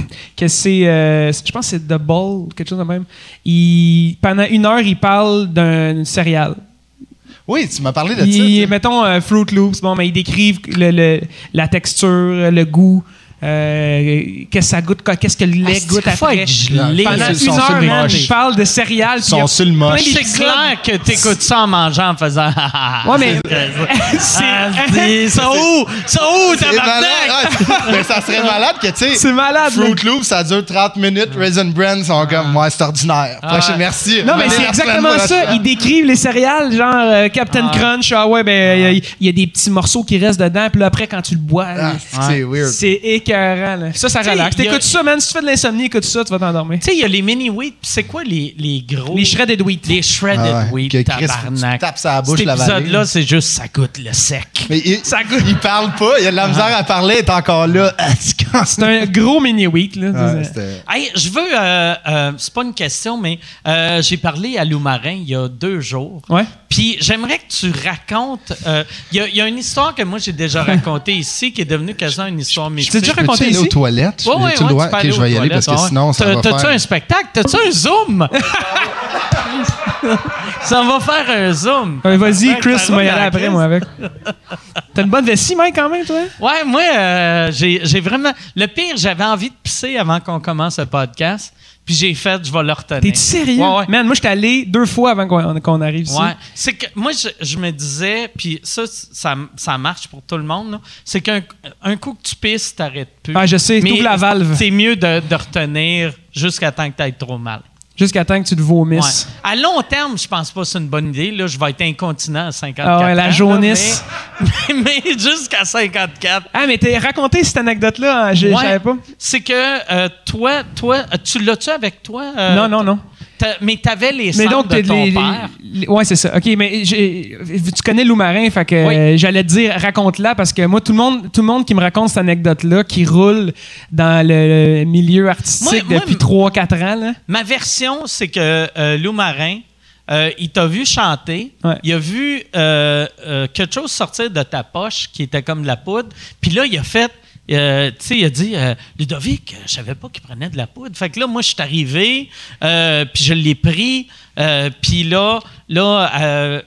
S5: que c'est, euh, je pense que c'est The Ball, quelque chose de même. Il, pendant une heure, il parle d'un céréale.
S4: Oui, tu m'as parlé de ça.
S5: Il,
S4: tu sais.
S5: mettons euh, Fruit Loops, bon, mais ils décrivent le- le- la texture, le goût, euh, qu'est-ce que ça goûte, quoi, qu'est-ce que le lait
S1: Asti,
S5: goûte
S1: Ah, faut
S5: après.
S1: être gelé.
S5: Pendant
S4: Ah, Ils
S5: une
S4: sont sur
S5: heure,
S4: le
S5: man,
S4: moche.
S5: je parle de céréales. puis il y
S4: sont
S5: a
S4: sur le moche.
S5: plein
S1: C'est
S5: d'épisodes.
S1: clair que t'écoutes ça en mangeant en faisant.
S5: Ouais, mais-
S1: Ah, dis, ça où? Ça où,
S4: C'est
S1: tabarnak?
S4: malade. Ouais, Mais ça serait malade que, tu sais,
S5: C'est malade. là.
S4: Fruit Loop, ça dure 30 minutes. Raisin Bran sont comme, ouais, c'est ordinaire. Prochain, merci.
S5: Non, mais
S4: Venez
S5: c'est
S4: la
S5: exactement
S4: semaine
S5: ça.
S4: prochaine.
S5: Ils décrivent les céréales, genre euh, Captain
S1: Ah.
S5: Crunch. Ah ouais, ben, il y, a- il y a des petits morceaux qui restent dedans. Puis là, après, quand tu le bois,
S4: Ah, C'est weird.
S5: c'est écœurant. là. Ça, ça
S1: T'sais,
S5: relaxe.
S1: il y a-
S5: T'écoutes ça, man. Si tu fais de l'insomnie, écoute ça, tu vas t'endormir.
S1: Tu sais, il y a les mini wheat, puis c'est quoi les, les gros?
S5: Les shredded wheat.
S1: Les shredded
S4: Ah ouais,
S1: wheat,
S4: que Chris, tu
S1: tabarnak.
S4: tapes sa bouche,
S1: Cet
S4: la vallée.
S1: épisode-là, c'est juste ça goûte le sec.
S4: Mais il,
S5: Ça goûte.
S4: il parle pas, il a de la misère à parler, il est encore là. Ah, c'est quand-
S5: C'est un gros mini wheat. Là,
S4: Ouais,
S5: C'est-
S4: c'était-
S1: Hey, je veux. euh, euh, c'est pas une question, mais euh, j'ai parlé à Lou Marin il y a deux jours.
S5: Ouais.
S1: Puis j'aimerais que tu racontes. euh, Il y a- il y, a une histoire que moi j'ai déjà racontée ici qui est devenue quasiment une histoire mythique.
S5: t'ai déjà
S4: Peux-tu
S5: raconté
S4: aller
S5: ici?
S4: aux toilettes?
S1: Ouais, ouais,
S4: J'ai-tu le
S1: ouais,
S4: droit?
S1: tu peux
S4: Ok,
S1: aller
S4: je vais y
S1: aux
S4: aller parce que
S1: toilettes, ouais.
S4: sinon, ça
S1: T'as-
S4: va
S1: T'as-tu
S4: faire...
S1: un spectacle? T'as-tu un zoom? ça va faire un zoom.
S5: Ouais, Vas-y,
S1: Ouais,
S5: Chris,
S1: ça
S5: tu m'as y
S1: roule
S5: aller
S1: la
S5: après,
S1: crise.
S5: moi, avec. T'as une bonne vessie, mec, quand même, toi?
S1: Ouais, moi, euh, j'ai j'ai vraiment. Le pire, j'avais envie de pisser avant qu'on commence le podcast. Puis j'ai fait, je vais le retenir.
S5: T'es-tu sérieux?
S1: Ouais, ouais.
S5: Man, moi, j'étais allé deux fois avant qu'on qu'on arrive ici.
S1: Ouais. C'est que moi, je, je me disais, puis ça, ça, ça marche pour tout le monde, là. c'est qu'un un coup que tu pisses, t'arrêtes plus.
S5: Ah, je sais,
S1: Mais
S5: t'ouvres la valve
S1: C'est mieux de, de retenir jusqu'à temps que t'ailles trop mal.
S5: jusqu'à temps que tu le vomisses.
S1: Ouais. À long terme, je pense pas que c'est une bonne idée. Là, je vais être incontinent à 54
S5: Ah ouais, la
S1: ans, là, mais-
S5: jaunisse.
S1: mais mais jusqu'à 54.
S5: Ah, mais t'as raconté cette anecdote-là, hein, je je
S1: Ouais.
S5: savais pas.
S1: C'est que euh, toi, toi, euh, tu l'as-tu avec toi? euh,
S5: non, non, non.
S1: t'as- Mais t'avais les
S5: Mais
S1: cendres
S5: donc,
S1: de
S5: t'es-
S1: ton
S5: les-
S1: père.
S5: les- les- ouais, c'est ça. OK, mais j'ai- tu connais Lou Marin, fait que
S1: Oui.
S5: euh, j'allais te dire, raconte-la, parce que moi, tout le monde, tout le monde qui me raconte cette anecdote-là, qui roule dans le milieu artistique
S1: Moi- moi,
S5: depuis
S1: m-
S5: 3-4 ans, là.
S1: Ma version, c'est que euh, Lou Marin, euh, il t'a vu chanter,
S5: Ouais.
S1: il a vu euh, euh, quelque chose sortir de ta poche qui était comme de la poudre, puis là, il a fait. euh, tu sais, il a dit, euh, Ludovic, euh, je savais pas qu'il prenait de la poudre. Fait que là, moi, je suis arrivé, euh, puis je l'ai pris, euh, puis là, là, euh,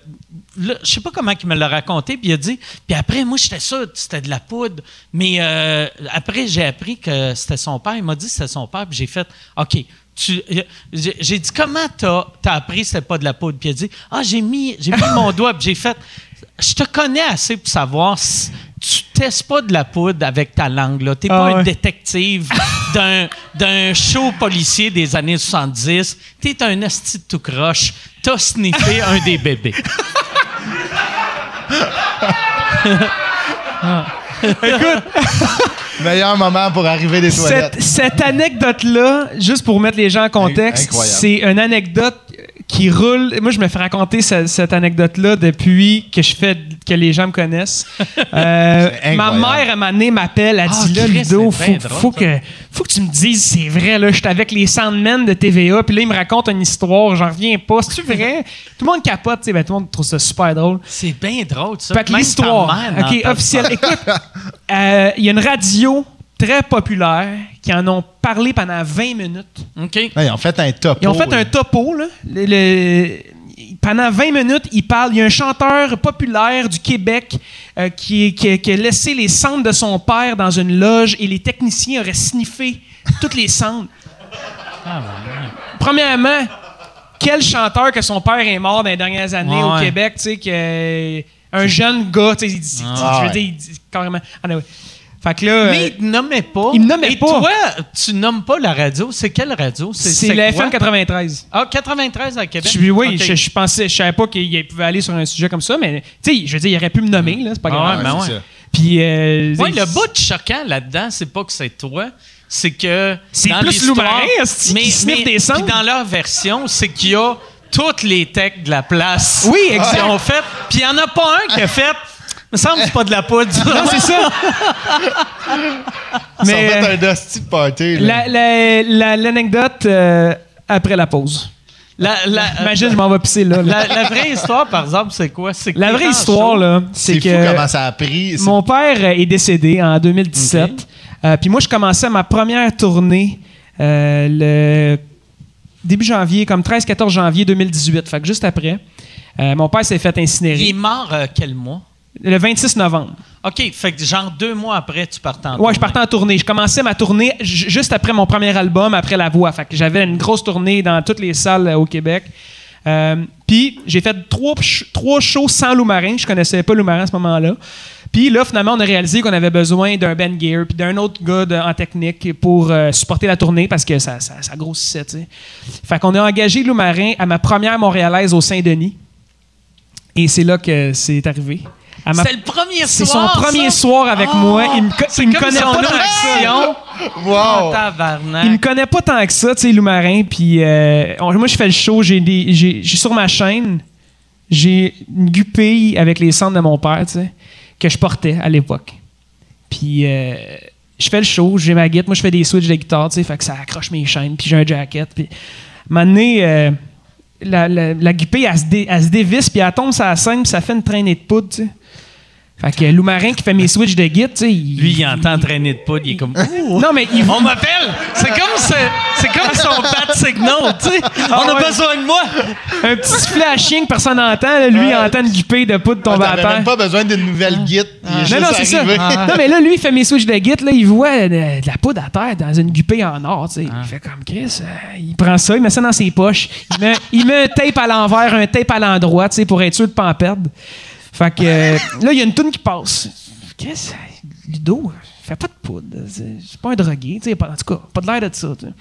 S1: là, je sais pas comment il me l'a raconté, puis il a dit, puis après, moi, j'étais sûr que c'était de la poudre, mais euh, après, j'ai appris que c'était son père. Il m'a dit que c'était son père, puis j'ai fait, OK, tu- euh, j'ai j'ai dit comment t'as as appris que c'était pas de la poudre puis il a dit ah j'ai mis j'ai mis mon doigt puis j'ai fait je te connais assez pour savoir si tu testes pas de la poudre avec ta langue là t'es
S5: Ah
S1: pas
S5: ouais.
S1: un détective d'un d'un show policier des années 70 t'es un esti de tout croche t'as sniffé un des bébés
S4: Meilleur moment pour arriver des toilettes.
S5: Cette, cette anecdote-là, juste pour mettre les gens en contexte,
S4: Incroyable.
S5: c'est une anecdote qui roule. Moi, je me fais raconter ce- cette anecdote-là depuis que je fais que les gens me connaissent. Euh,
S4: C'est
S5: ma
S4: incroyable.
S5: mère, à un moment donné, m'appelle. Elle
S1: Ah,
S5: dit Là,
S1: Chris,
S5: Ludo,
S1: c'est bien
S5: faut,
S1: drôle,
S5: faut,
S1: ça.
S5: que, faut que tu me dises, c'est vrai, là, j'étais avec les Sandmen de TVA, puis là, ils me racontent une histoire, j'en reviens pas. C'est-tu vrai Tout le monde capote, tu sais, ben, tout le monde trouve ça super drôle.
S1: C'est bien drôle, ça.
S5: Fait que
S1: Même
S5: l'histoire.
S1: ta mère n'en
S5: OK,
S1: parle
S5: officielle. Écoute, euh, il y a une radio très populaire qui en ont parlé pendant 20 minutes.
S1: pas. OK.
S5: Euh,
S4: Ouais, ils ont fait un top.
S5: Ils
S1: Oh,
S5: ont fait un topo, là. Le- le- pendant 20 minutes, ils parlent. Il y a un chanteur populaire du Québec euh, qui, qui- qui a laissé les cendres de son père dans une loge et les techniciens auraient sniffé toutes les cendres.
S1: Ah,
S5: Premièrement, quel chanteur que son père est mort dans les dernières années
S1: Ouais,
S5: au
S1: ouais.
S5: Québec, tu sais, que un jeune gars, tu sais, il dit, je veux dire, il dit carrément. Ah, non, ouais. Fait que là,
S1: Ah, Mais
S5: euh,
S1: il ne nommait pas.
S5: il me nommait
S1: Et
S5: pas.
S1: toi, tu nommes pas la radio. C'est quelle radio?
S5: c'est la
S1: quoi?
S5: FM 93.
S1: Ah, 93 à Québec.
S5: Je- oui,
S1: OK.
S5: je, je pensais, je savais pas qu'il pouvait aller sur un sujet comme ça, mais tu sais, je veux dire, il aurait pu me nommer, là, c'est pas
S1: Ah
S5: grave.
S1: ouais, ben ouais.
S5: Puis, euh,
S1: Ouais,
S5: c'est-
S1: le bout de choquant là-dedans, c'est pas que c'est toi, c'est que.
S5: C'est
S1: dans
S5: plus
S1: l'histoire-
S5: Lou Marin, esti, qui sniffe des
S1: puis
S5: cendres.
S1: dans leur version, c'est qu'il y a toutes les techs de la place.
S5: Oui, exact.
S1: Qui ont fait. Puis il y en a pas un qui a fait. Me semble que c'est pas de la poudre.
S5: Non, c'est ça.
S4: Ils ont
S5: mais
S4: fait
S5: euh,
S4: un dusty party.
S5: la-
S4: là.
S5: la- la- l'anecdote euh, après la pause.
S1: La, la-
S5: Imagine, je m'en vais pisser là. là.
S1: la- la vraie histoire, par exemple, c'est quoi? C'est que
S5: La
S1: les
S5: vraie
S1: gens
S5: histoire,
S1: chauds-
S5: là,
S4: C'est
S5: c'est
S4: fou
S5: que
S4: comment ça a pris. C'est-
S5: mon père euh, est décédé en 2017. Euh, Puis moi, je commençais ma première tournée euh, le début janvier, comme 13-14 janvier 2018. Fait que juste après, euh, mon père s'est fait
S1: Il est
S5: incinérer
S1: mort euh, quel mois?
S5: le 26 novembre.
S1: OK, fait que genre deux mois après, tu partais en
S5: Ouais,
S1: tournée.
S5: je partais en tournée. Je commençais ma tournée ju- juste après mon premier album, après La Voix. Fait que j'avais une grosse tournée dans toutes les salles euh, au Québec. Euh, Puis j'ai fait trois, ch- trois shows sans Lou Marin. Je connaissais pas Lou Marin à ce moment-là. Puis là, finalement, on a réalisé qu'on avait besoin d'un Ben Gear puis d'un autre gars de- en technique pour euh, supporter la tournée parce que ça, ça, ça grossissait, tu sais. Fait qu'on a engagé Lou Marin à ma première Montréalaise au Saint-Denis. Et c'est là que c'est arrivé. À ma-
S1: C'était le premier
S5: c'est son
S1: soir.
S5: premier
S1: ça?
S5: soir avec
S1: Ah!
S5: moi. Il me, co- il me
S1: comme
S5: connaît
S1: si
S5: pas
S1: on a
S5: tant
S1: une
S5: que ça. Oh,
S1: action.
S4: Wow!
S1: Tabarnak.
S5: Il me connaît pas tant que ça, tu sais, Lou Marin. Puis euh, on- moi, je fais le show. J'ai des, j'ai, j'ai- sur ma chaîne, j'ai une goupille avec les cendres de mon père, tu sais, que je portais à l'époque. Puis euh, je fais le show, j'ai ma guitare. Moi, je fais des switches de guitare, tu sais, fait que ça accroche mes chaînes. Puis j'ai un jacket. Puis à un moment donné, euh, la, la, la guipée, elle se, dé- elle se dévisse, puis elle tombe sur la scène, puis ça fait une traînée de poudre, tu sais. Fait que Lou Marin qui fait mes switches de guitare, tu sais, il-
S1: Lui, il entend traîner de poudre, il est comme Ouh!
S5: Non, mais il
S1: On m'appelle! C'est comme, ce- c'est comme son bat signal, tu sais!
S5: Ah
S1: on a
S5: ouais.
S1: besoin de moi!
S5: un petit sifflet à chien que personne n'entend. là, Lui, il entend une guipée de poudre tomber à
S4: Ah, T'avais
S5: terre.
S4: même pas besoin d'une nouvelle guide.
S5: Ah.
S4: Il est
S5: Non,
S4: juste
S5: non, c'est ça. Ah.
S4: arrivé. Ah.
S5: Non, mais là, lui, il fait mes switches de git, là, il voit euh, de, de la poudre à terre dans une guipée en or, tu sais.
S4: Ah.
S5: Il fait comme Chris, euh, il prend ça, il met ça dans ses poches. Il met, il met un tape à l'envers, un tape à l'endroit, tu sais, pour être sûr de pas en perdre. Fait que euh, là, il y a une toune qui passe. Chris, Ludo, fait pas de poudre. C'est c'est pas un drogué, tu sais. pas- En tout cas, pas de l'air de ça, tu sais.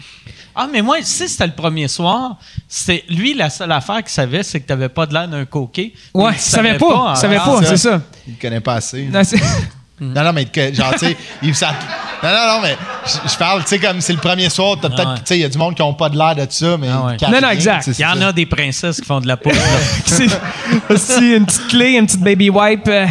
S1: Ah, mais moi, si c'était le premier soir, c'est lui, la seule affaire qu'il savait, c'est que t'avais pas de l'air d'un coquet.
S5: Ouais,
S1: Il
S5: il savait pas,
S1: hein.
S5: il savait
S1: Ah,
S5: pas,
S4: ça.
S5: c'est ça.
S4: Il te connaît pas assez.
S5: Non, c'est-
S4: Non, non, mais il te connaît- genre, tu sais, il ça- Non, non, non, mais je je parle, tu sais, comme c'est le premier soir, t'as peut-être,
S1: Ah ouais.
S4: tu sais, il y a du monde qui n'ont pas de l'air de ça, mais.
S1: Ah ouais.
S4: qui a
S5: Non, non,
S4: rien,
S5: exact.
S4: tu
S1: Il
S4: sais,
S1: y en
S4: c'est ça.
S1: a des princesses qui font de la poudre. là.
S5: C'est aussi une petite clé, une petite baby wipe. euh.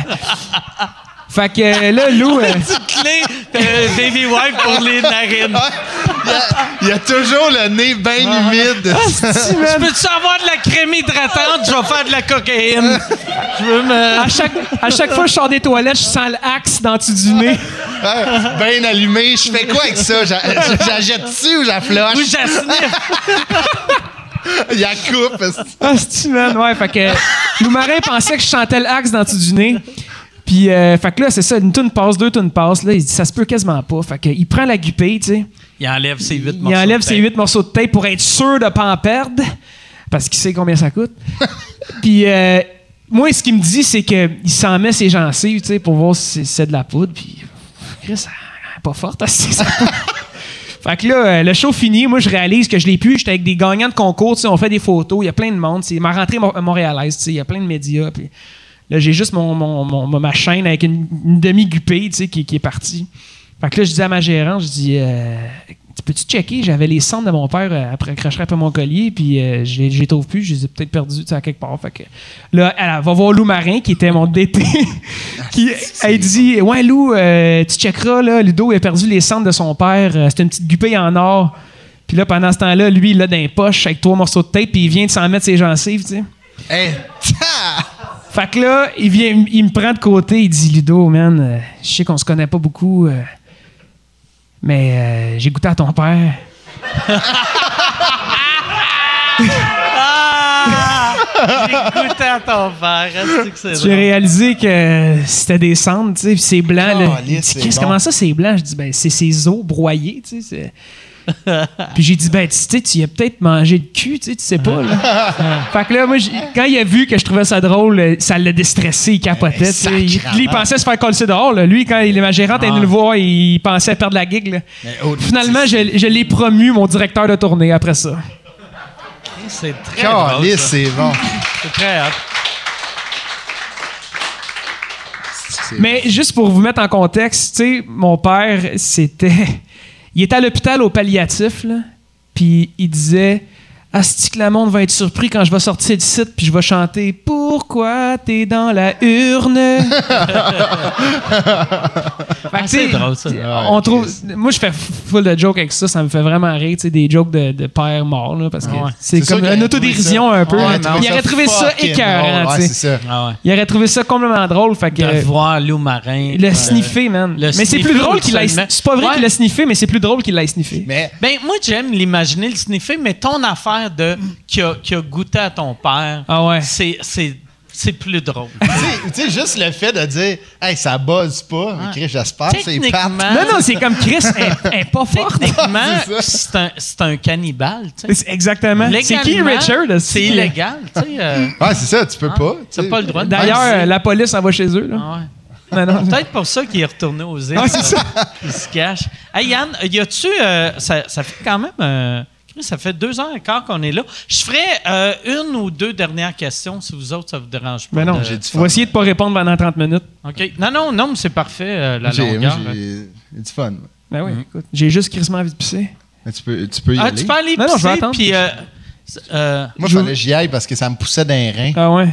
S5: Fait que euh, là, Lou, euh,
S1: Clé, euh, baby wipe pour les narines.
S4: Il y a- Il y a toujours le nez bien
S5: Ah.
S4: humide.
S1: Je peux-tu avoir de la crème hydratante? Je vais faire de la cocaïne. Je veux me.
S5: à, chaque, à chaque fois que je sors des toilettes, je sens l'axe dans le dessus du nez.
S4: bien allumé. Je fais quoi avec ça? J'a- j'a- J'ajette dessus ou
S1: Ou
S4: j'affloche?
S1: j'assume.
S4: Il y a coupe.
S5: Ah, c'est-tu, man? Ouais, fait que euh, Lou Marin pensait que je sentais l'axe dans le dessus du nez. Puis, euh, fait que là, c'est ça, une toune passe, deux tounes passe. Là, il se dit, ça se peut quasiment pas. Fait que, il prend la guipée, tu sais.
S1: Il enlève ses huit
S5: Il
S1: morceaux.
S5: enlève
S1: de
S5: ses
S1: tape.
S5: huit morceaux de tape pour être sûr de pas en perdre, parce qu'il sait combien ça coûte. puis euh, moi, ce qu'il me dit, c'est qu'il s'en met ses gencives, tu sais, pour voir si c'est- c'est de la poudre. Puis, Chris, elle est pas forte, elle, c'est ça. Fait que là, euh, le show fini, moi, je réalise que je l'ai plus. J'étais avec des gagnants de concours, tu sais, on fait des photos, il y a plein de monde. C'est ma rentrée mo- montréalaise, tu sais, il y a plein de médias. Puis Là, j'ai juste mon, mon- mon- ma chaîne avec une, une demi-guppée, tu sais, qui, qui est partie. Fait que là, je dis à ma gérante, je dis, euh, Tu peux-tu checker? J'avais les cendres de mon père euh, après accrochées après mon collier, puis euh, je les je les trouve plus. Je les ai peut-être perdus, tu sais, à quelque part. Fait que là, elle va voir Lou Marin, qui était mon DT, qui, elle dit, ouais, Lou, euh, tu checkeras, là, Ludo, il a perdu les cendres de son père. Euh, C'est une petite guppée en or. Puis là, pendant ce temps-là, lui, il l'a dans les poches avec trois morceaux de tape, puis il vient de s'en mettre ses gencives, tu sais.
S4: Hey,
S5: Fait que là, il, vient, il me prend de côté, il dit Ludo, man, euh, je sais qu'on se connaît pas beaucoup, euh, mais euh, j'ai goûté à ton père.
S1: Écoutez à ton père, est-ce que c'est
S5: J'ai
S1: drôle?
S5: réalisé que c'était des cendres, tu sais, puis c'est blanc. là. Il dit,
S4: c'est
S5: Qu'est-ce-
S4: bon.
S5: comment ça c'est blanc? Je dis, ben, c'est ses os broyés, tu sais. c'est- puis j'ai dit, ben, tu sais, tu y as peut-être mangé de cul, tu sais, tu sais pas, là. fait que là, moi, j'ai- quand il a vu que je trouvais ça drôle, euh, ça l'a déstressé, il capotait, tu sais. Il, lui, il pensait se faire coller dehors, là. Lui, quand il- ma gérante
S4: Ah.
S5: est venue le voir, il pensait perdre la gig, là.
S4: oh,
S5: Finalement, je, je l'ai promu, mon directeur de tournée, après ça.
S1: C'est très drôle,
S4: Calice,
S1: ça.
S4: c'est bon.
S1: C'est très hot.
S5: Mais juste pour vous mettre en contexte, tu sais, mon père, c'était. Il était à l'hôpital au palliatif, là. Puis il disait Asti que le monde va être surpris quand je vais sortir du site, puis je vais chanter Pourquoi t'es dans la urne Fait que, tu
S1: C'est
S5: sais,
S1: drôle, ça.
S5: on trouve. Moi, je fais full de jokes avec ça, ça me fait vraiment rire, tu sais, des jokes de, de père mort, là, parce que c'est
S4: C'est
S5: comme
S4: sûr qu'il
S5: une
S4: aurait
S5: autodérision
S4: trouvé
S5: un peu.
S4: ça-
S5: il aurait trouvé ça
S4: fucking drôle.
S5: écœurant,
S4: Oh, Ouais,
S5: tu sais.
S4: c'est ça.
S1: Ah ouais.
S5: Il aurait trouvé ça complètement drôle, fait que.
S1: De voir loup marin.
S5: Le
S1: euh,
S5: sniffer, man.
S1: le
S5: mais c'est
S1: sniffer
S5: plus drôle qu'il l'ait.
S1: seulement.
S5: C'est pas vrai
S1: Ouais.
S5: qu'il l'a sniffé, mais c'est plus drôle qu'il l'ait sniffé.
S4: Mais
S1: Ben, moi, j'aime l'imaginer, le sniffer, mais ton affaire de qui a, qui a goûté à ton père,
S5: Ah ouais.
S1: c'est- c'est c'est plus drôle.
S4: tu sais- tu sais, juste le fait de dire, hey, ça buzz pas, mais Chris, j'espère, Ah, c'est
S1: Techniquement,
S4: pas.
S5: Non, non, c'est comme Chris, elle, elle est pas forte.
S1: techniquement,
S4: C'est ça.
S1: c'est un, c'est un cannibale, tu sais.
S5: C'est Exactement. C'est qui
S1: Légalement,
S5: Richard? là?
S1: C'est illégal, tu sais. euh,
S4: Ouais, c'est ça, tu peux pas. tu
S1: T'as
S4: sais.
S1: pas le droit de
S5: D'ailleurs,
S1: Même
S5: euh, la police en va chez eux.
S1: si-
S5: Là.
S1: Ah ouais.
S5: Non, non.
S1: Peut-être pour ça qu'il est retourné aux îles.
S5: Ah, c'est ça.
S1: Il se cache. Hey Yann, y a-tu. euh, ça, ça fait quand même. euh, ça fait deux ans et quart qu'on est là. Je ferai euh, une ou deux dernières questions si vous autres, ça vous dérange pas.
S5: Mais Ben non,
S1: de-
S4: j'ai du
S5: on va essayer de pas répondre pendant 30 minutes.
S1: OK. Non, non, non, mais c'est parfait, euh, la
S4: J'ai
S1: longueur. hein.
S4: moi, j'ai- j'ai du fun.
S5: Ben
S4: Mm-hmm.
S5: oui, écoute, j'ai juste crissement envie de pisser.
S4: Mais tu peux, tu peux y
S1: Ah,
S4: aller.
S1: tu peux aller
S5: Non, non, je vais
S1: pisser,
S5: attendre.
S1: puis... euh, c'est- euh,
S4: Moi, je fallait que j'y aille parce que ça me poussait dans les reins.
S5: Ah ouais.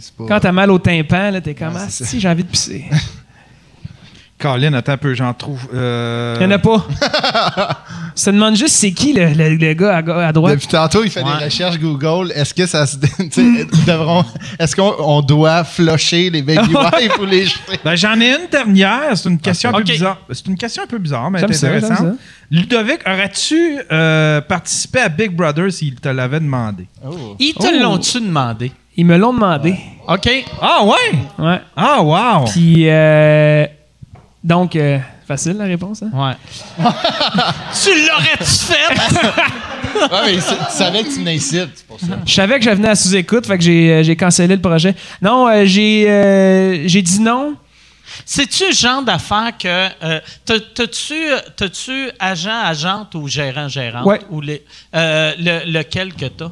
S4: C'est pas-
S5: Quand t'as mal au tympan, là, t'es comme
S4: Ouais,
S5: ah,
S4: Oh. c'est
S5: si j'ai envie de pisser.
S3: Colin, attends un peu, j'en trouve. euh,
S5: Y'en a pas. Je te demande juste c'est qui le, le- le gars à, ga- à droite.
S4: Depuis tantôt, il fait des recherches Google. Est-ce que ça se. tu sais, devront- Est-ce qu'on on doit flusher les baby wipes ou les jeter?
S3: Ben, j'en ai une dernière. C'est une question un
S1: Ah, Ok.
S3: peu bizarre. Ben, C'est une question un peu bizarre, mais
S5: J'aime ça, j'aime
S3: intéressante.
S5: ça.
S3: Ludovic, aurais-tu euh, participé à Big Brother s'il te l'avait demandé?
S1: ils te
S5: Oh.
S1: l'ont-tu demandé?
S5: Ils me l'ont demandé.
S1: OK.
S3: Ah ouais!
S5: Ouais.
S3: Ah wow!
S5: Puis, euh, donc, euh, facile la réponse. Hein?
S1: Ouais. tu l'aurais-tu fait?
S4: Ouais, mais c'est- tu savais que tu venais ici, c'est pour ça.
S5: Je savais que je venais à sous-écoute, fait que j'ai, euh, j'ai cancellé le projet. Non, euh, j'ai, euh, j'ai dit non.
S1: C'est-tu le genre d'affaire que. euh, t'as- T'as-tu t'as-tu agent, agente ou gérant, gérante?
S5: Ouais.
S1: Ou les, euh, le- lequel que t'as?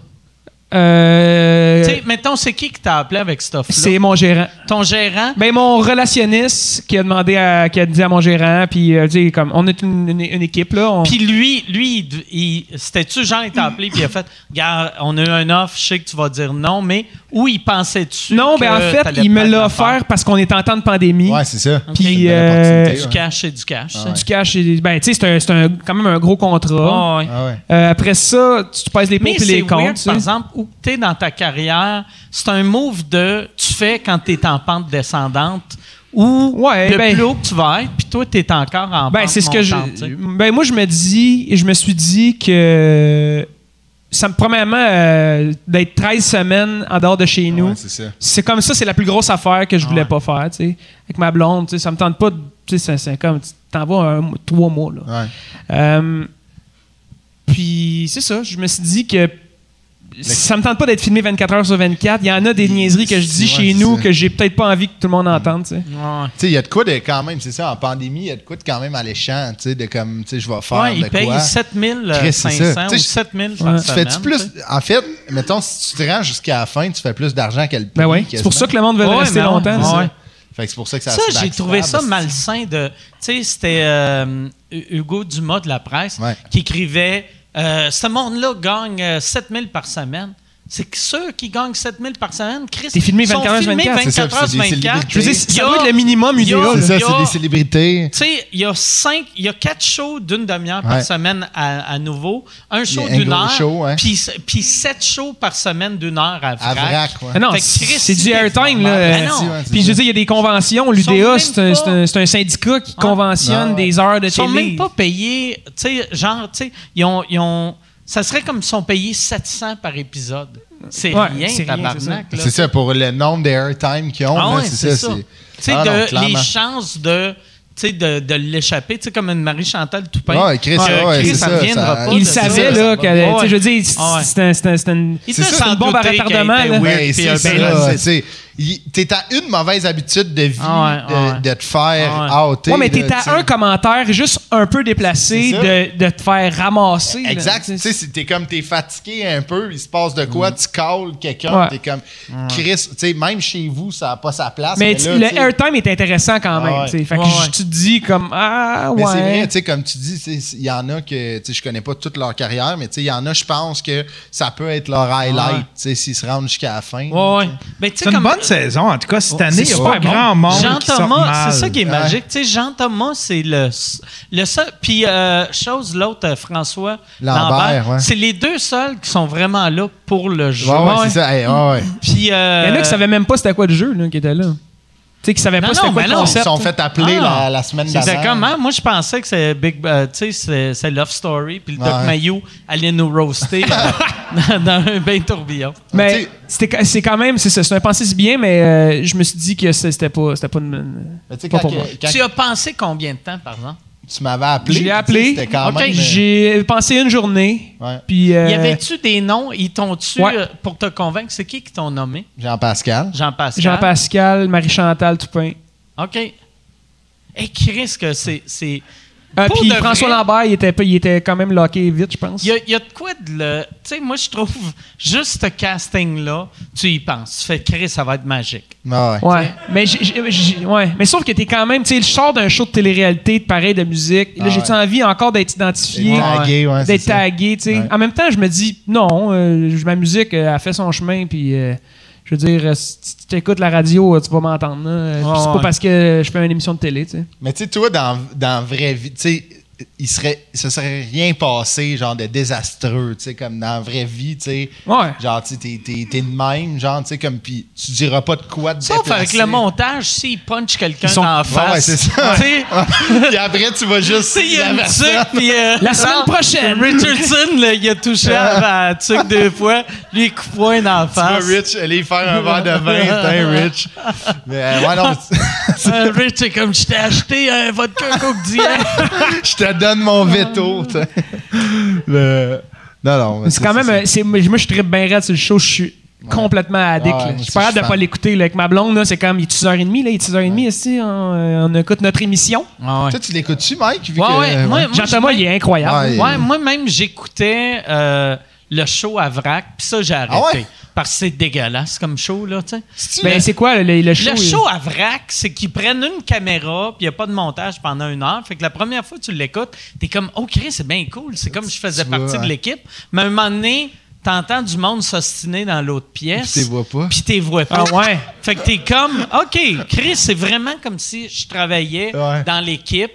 S5: Euh,
S1: Tu sais, mettons, c'est qui qui t'a appelé avec cette offre-là?
S5: c'est mon gérant.
S1: ton gérant.
S5: Ben, mon relationniste qui a demandé à, qui a dit à mon gérant, puis euh, tu sais, comme on est une, une- une équipe là. on-
S1: Puis lui, lui, il d- il- c'était-tu Jean il t'a appelé puis il a fait Garde, on a eu un offre, je sais que tu vas dire non, mais où il pensait-tu?
S5: non,
S1: que
S5: ben en fait,
S1: t'allais
S5: il me
S1: perdre
S5: l'a
S1: l'affaire?
S5: offert parce qu'on est en temps de pandémie.
S4: Ouais, c'est ça.
S5: Puis,
S4: C'est une belle
S5: euh,
S4: opportunité,
S1: Du
S4: ouais.
S1: cash et du cash. ça.
S5: Du cash, et- ben tu sais, c'est, un- c'est un- quand même un gros contrat.
S1: Ah ouais.
S4: Ah ouais.
S5: Euh, après ça, tu, tu pèses les pots
S1: Mais
S5: et
S1: c'est
S5: les comptes.
S1: weird,
S5: tu sais.
S1: par exemple, où tu es dans ta carrière, c'est un move de tu fais quand tu es en pente descendante ou
S5: Ouais,
S1: le
S5: ben-
S1: plus haut que tu vas être, puis toi, tu es encore en
S5: Ben,
S1: pente
S5: c'est ce que je.
S1: montante, tu sais.
S5: Ben, moi, je me dis, je me suis dit que. Ça me, premièrement, euh, d'être 13 semaines en dehors de chez nous,
S4: Ouais, c'est ça.
S5: c'est comme ça, c'est la plus grosse affaire que je voulais
S1: Ouais.
S5: pas faire, tu sais. Avec ma blonde, tu sais, ça me tente pas de. Tu sais, c'est- c'est comme. Tu t'en vas un, mois- trois mois, là.
S4: Ouais.
S5: Euh, puis, c'est ça, je me suis dit que ça me tente pas d'être filmé 24 heures sur 24. Il y en a des niaiseries que je dis
S4: Ouais,
S5: chez
S4: c'est
S5: nous
S4: ça. Mm.
S5: que j'ai peut-être pas envie que tout le monde entende. tu sais.
S1: Mm.
S4: Tu sais, il y a de quoi de quand même, c'est ça, en pandémie, il y a de quoi de quand même alléchant, tu sais, de comme, tu sais, je vais faire
S1: Ouais,
S4: de
S1: il paye
S4: quoi.
S1: 7500 ou
S4: Chris, c'est ça.
S1: 7000
S4: Tu fais-tu plus. En fait, mettons, si tu te rends jusqu'à la fin, tu fais plus d'argent qu'elle
S5: Ben ouais. C'est pour ça que le monde veut
S1: Ouais,
S5: rester
S1: mais ouais,
S5: longtemps.
S1: ouais.
S5: c'est ça.
S4: Fait que c'est pour ça que ça
S1: Ça,
S4: se
S1: j'ai
S4: backstab,
S1: trouvé ça
S4: c'est-
S1: malsain de. Tu sais, c'était euh, Hugo Dumas de la presse
S4: Ouais.
S1: qui écrivait euh, Ce monde-là gagne euh, 7000 par semaine. C'est que ceux qui gagnent 7000 par semaine, Chris,
S5: T'es filmé
S1: ils sont
S5: 24 heures sur
S1: filmés
S5: 24.
S4: C'est ça,
S1: 24 heures sur
S4: c'est des
S1: 24.
S5: Je veux dire,
S4: célébrités.
S5: ça doit être le minimum
S1: il y a-
S5: idéal.
S4: C'est ça,
S1: il y a-
S4: c'est des célébrités.
S1: Tu sais, il y a cinq, il y a quatre shows d'une demi-heure par
S4: Ouais.
S1: semaine à, à nouveau, un show
S4: Il y a un
S1: d'une
S4: gros
S1: heure,
S4: show, hein.
S1: puis puis sept shows par semaine d'une heure à vrac.
S4: À vrac, ouais.
S5: Ah non,
S1: Fait que Chris,
S5: c'est
S1: il
S5: du
S1: est
S5: airtime.
S1: vraiment-
S5: là.
S1: Ben non.
S4: Ouais, c'est
S5: Puis je
S4: ça.
S5: veux dire, il y a des conventions.
S1: sont
S5: L'UDA,
S1: même
S5: c'est un,
S1: pas-
S5: c'est un- c'est un syndicat qui conventionne
S4: Ah ouais.
S5: des heures de
S1: Ils sont
S5: télé.
S1: même pas payés, tu sais, genre, tu sais, ils ont, ils ont- ça serait comme s'ils sont payés 700 par épisode. C'est
S5: Ouais,
S1: rien,
S5: c'est rien,
S1: tabarnak. là.
S4: C'est ça, pour le nombre d'airtime qu'ils ont,
S1: Ah
S4: là,
S1: ouais,
S4: c'est ça. c'est-
S1: Tu sais,
S4: Ah non,
S1: de- les
S4: clairement.
S1: chances de, tu sais, de, de l'échapper, tu sais, comme une Marie-Chantal Toupin.
S4: Ouais, Chris,
S1: que
S4: ouais,
S1: Chris
S4: c'est
S1: en
S4: ça,
S1: reviendra
S4: ça-
S1: pas
S5: Il
S1: de
S5: le
S1: ça.
S5: savait,
S4: ça
S5: là,
S4: va.
S5: qu'elle- tu sais, je veux dire,
S1: Ah ouais.
S5: c'est un- c'est un- c'est un-
S1: Il
S4: C'est
S1: devait
S4: ça,
S1: s'en
S5: une bombe à
S1: douter qu'elle
S5: retardement,
S1: était
S5: là.
S1: weird,
S4: Ben,
S1: puis
S4: c'est
S1: un
S4: ça,
S1: peu lassée.
S4: tu sais, il- T'es à une mauvaise habitude de vie
S1: Ah ouais,
S4: de,
S1: ouais.
S4: de te faire
S1: Ah
S4: outer.
S5: Ouais, mais
S4: de-
S5: t'es
S4: tu sais.
S5: à un commentaire juste un peu déplacé
S4: C'est ça.
S5: de, de te faire ramasser. là.
S4: Exact. Tu sais, c'est- t'es comme, t'es fatigué un peu, il se passe de quoi, tu calls
S5: Ouais.
S4: quelqu'un, t'es comme, Chris, tu sais, même chez vous, ça n'a pas sa place.
S5: Mais, tu-
S4: là, tu
S5: le
S4: sais,
S5: airtime est intéressant quand même.
S4: Ah ouais.
S5: tu sais. Fait que
S1: Ouais, ouais.
S5: je- tu te dis comme Ah ouais.
S4: Mais c'est vrai, tu sais, comme tu dis, tu sais, il y en a que, tu sais, je connais pas toute leur carrière, mais tu sais, il y en a, je pense que ça peut être leur highlight,
S1: Ouais.
S4: tu sais, s'ils se rendent jusqu'à la fin.
S1: Ouais, ouais. Ben, tu sais,
S3: C'est une
S1: comme- Oh,
S3: bonne saison. En tout cas, cette année, il n'y a
S5: c'est
S3: pas
S5: super bon.
S3: grand monde.
S1: Jean
S3: qui sort
S1: Thomas,
S3: mal.
S1: c'est ça qui est
S4: Ouais.
S1: magique. Tu sais, Jean Thomas, c'est le, le seul. Puis, euh, chose, l'autre, euh, François Lambert,
S4: Lambert, ouais.
S1: c'est les deux seuls qui sont vraiment là pour le jeu.
S4: Ouais, ouais, c'est ça. Hey, ouais, ouais.
S1: Puis,
S5: Il
S1: euh,
S5: y en a qui savaient même pas c'était quoi le jeu là, qui était là. Tu sais, qui savaient
S1: Non,
S5: pas c'était
S1: non,
S5: quoi
S1: mais
S5: le
S1: non,
S4: Ils se
S5: concept.
S4: sont fait appeler
S1: Ah.
S4: la, la semaine d'avant.
S1: C'était comment? Moi, je pensais que c'est Big. euh, tu sais, c'est- c'est Love Story. Puis le Doc
S4: Ouais.
S1: Mayo allait nous roaster euh, dans, dans un bain tourbillon.
S4: Tu
S5: Mais
S4: sais-
S5: c'était- c'est quand même, c'est ça, c'est un pensée si bien, mais euh, je me suis dit que c'est- c'était pas, c'était pas une.
S4: Mais tu sais,
S5: Pas
S4: quand,
S5: pour
S4: que-
S5: moi.
S4: quand
S1: Tu as pensé combien de temps, par exemple?
S4: tu m'avais appelé,
S5: Je l'ai
S4: tu sais,
S5: appelé.
S4: c'était quand
S5: Ok,
S4: même, euh,
S5: J'ai pensé une journée.
S4: Ouais.
S5: Puis. euh,
S1: Y avait-tu des noms? Ils t'ont-tu,
S5: Ouais.
S1: euh, pour te convaincre, c'est qui qui t'ont nommé?
S4: Jean-Pascal.
S1: Jean-Pascal.
S5: Jean-Pascal, Marie-Chantal Toupin.
S1: OK. Et qui risque, c'est. c'est
S5: Euh,
S1: pour
S5: puis
S1: de
S5: François
S1: vrai,
S5: Lambert, il était, pas- il était quand même locké vite, je pense.
S1: Il y, a- il y a de quoi de le. Tu sais, moi, je trouve juste ce casting-là, tu y penses. Tu fais, Chris, ça va être magique.
S4: Ah ouais.
S5: Ouais. Mais, j'ai- j'ai- j'ai- ouais. mais sauf que t'es quand même, tu sais, je sors d'un show de télé-réalité, de pareil, de musique. Là,
S4: Ah
S5: j'ai-tu
S4: ouais.
S5: envie encore d'être identifié,
S4: D'être tagué, ouais, c'est
S5: d'être
S4: ça.
S5: tagué, tu sais.
S4: Ouais.
S5: En même temps, je me dis, non, euh, ma musique, euh, elle fait son chemin, puis euh, je veux dire, euh, si tu écoutes la radio, euh, tu vas m'entendre. là. Euh, puis c'est pas
S1: ouais.
S5: parce que je fais une émission de télé, tu sais.
S4: Mais tu sais, toi, dans, dans vraie vie, tu sais, il serait, ce serait rien passé, genre de désastreux, tu sais, comme dans vraie vie, tu sais.
S5: Ouais.
S4: Genre, tu sais, t'es- t'es t'es de même, genre, tu sais, comme, puis tu diras pas de quoi de
S1: Sauf avec
S4: déplacé.
S1: le montage, s'il punch quelqu'un
S4: Ils sont-
S1: en
S4: Ouais, ouais,
S1: face.
S4: c'est ça.
S1: Tu sais,
S4: Puis après, tu vas juste.
S1: tu sais, il y a une
S4: la-
S1: tuque, puis. euh,
S5: La semaine
S1: non,
S5: prochaine!
S1: Richardson, là, il a touché à la tuque deux fois. Lui, il coupe un en
S4: Tu vas
S1: face.
S4: Rich aller faire un verre de vin, t'es Rich. Mais euh, ouais, non,
S1: Euh, Rich, c'est comme je t'ai acheté un vodka Coke d'hier.
S4: je te donne mon veto, tu sais. Le- Non, non. mais
S5: C'est quand même. euh, c'est- moi, je tripe bien raide sur le show. Je suis complètement addict.
S4: Ouais,
S5: là.
S4: moi
S5: je suis
S4: aussi,
S5: pas capable de
S4: je suis
S5: pas
S4: fan.
S5: l'écouter. là. Avec ma blonde, là, c'est comme il est 6h30. Là, il est 6h30. ici, on, euh, on écoute notre émission.
S4: Toi, tu l'écoutes-tu, Mike? vu
S1: Ouais,
S4: que-
S1: ouais, moi-
S5: Jean-Thomas,
S1: je-
S5: il est incroyable.
S4: Ouais,
S1: Ouais, moi-même, j'écoutais euh, le show à Vrac, puis ça, j'ai arrêté.
S4: Ah ouais?
S1: Parce que c'est dégueulasse comme show, là, tu sais.
S5: Ben,
S1: Le-
S5: c'est quoi le, le show?
S1: le
S5: il-
S1: show à vrac, c'est qu'ils prennent une caméra, puis il n'y a pas de montage pendant une heure. Fait que la première fois que tu l'écoutes, t'es comme, oh Chris, c'est bien cool. C'est comme je faisais
S4: Tu vois,
S1: partie de
S4: ouais.
S1: l'équipe. Mais à un moment donné, t'entends du monde s'ostiner dans l'autre pièce.
S4: Puis t'es vois pas.
S1: Puis t'es vois pas.
S5: Ah ouais.
S1: Fait que t'es comme, OK, Chris, c'est vraiment comme si je travaillais
S4: Ouais.
S1: dans l'équipe.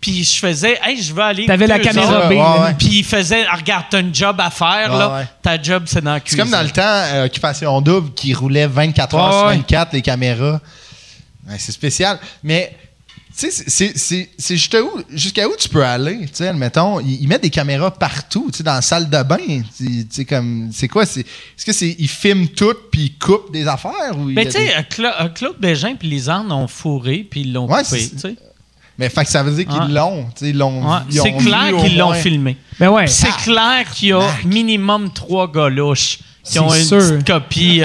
S1: Puis je faisais, hey, je vais aller.
S5: T'avais la
S1: écouter eux
S5: caméra
S1: autres.
S5: B. là.
S4: Ouais, ouais.
S1: Puis il faisait, Ah, regarde, t'as une job à faire,
S4: Ouais,
S1: là.
S4: ouais.
S1: Ta job, c'est dans la
S4: C'est
S1: cuisine.
S4: comme dans le temps, euh, Occupation Double, qui roulait 24 heures sur
S5: Ouais, ouais.
S4: 24, les caméras. Ouais, c'est spécial. Mais, tu sais, c'est- c'est- c'est c'est jusqu'à où, jusqu'à où tu peux aller. Tu sais, admettons, ils, ils mettent des caméras partout, tu sais, dans la salle de bain. Tu tu sais, comme, c'est quoi? c'est- Est-ce que c'est, ils filment tout puis ils coupent des affaires? Ou il y
S1: Mais
S4: a
S1: tu sais,
S4: des-
S1: euh, Cla- euh, Claude Bégin puis les Arnes ont fourré puis ils l'ont
S4: Ouais,
S1: coupé.
S4: c'est-
S1: tu sais.
S4: Mais fait que ça veut dire qu'ils
S1: Ouais.
S4: l'ont. tu sais, Ils l'ont.
S1: Ouais,
S4: ils
S1: C'est
S4: ont vu
S1: clair
S4: au
S1: qu'ils l'ont
S4: moins.
S1: filmé.
S5: Ben ouais.
S1: C'est clair qu'il y a minimum trois gars louches qui ont
S5: C'est
S1: une
S5: sûr.
S1: petite copie. euh,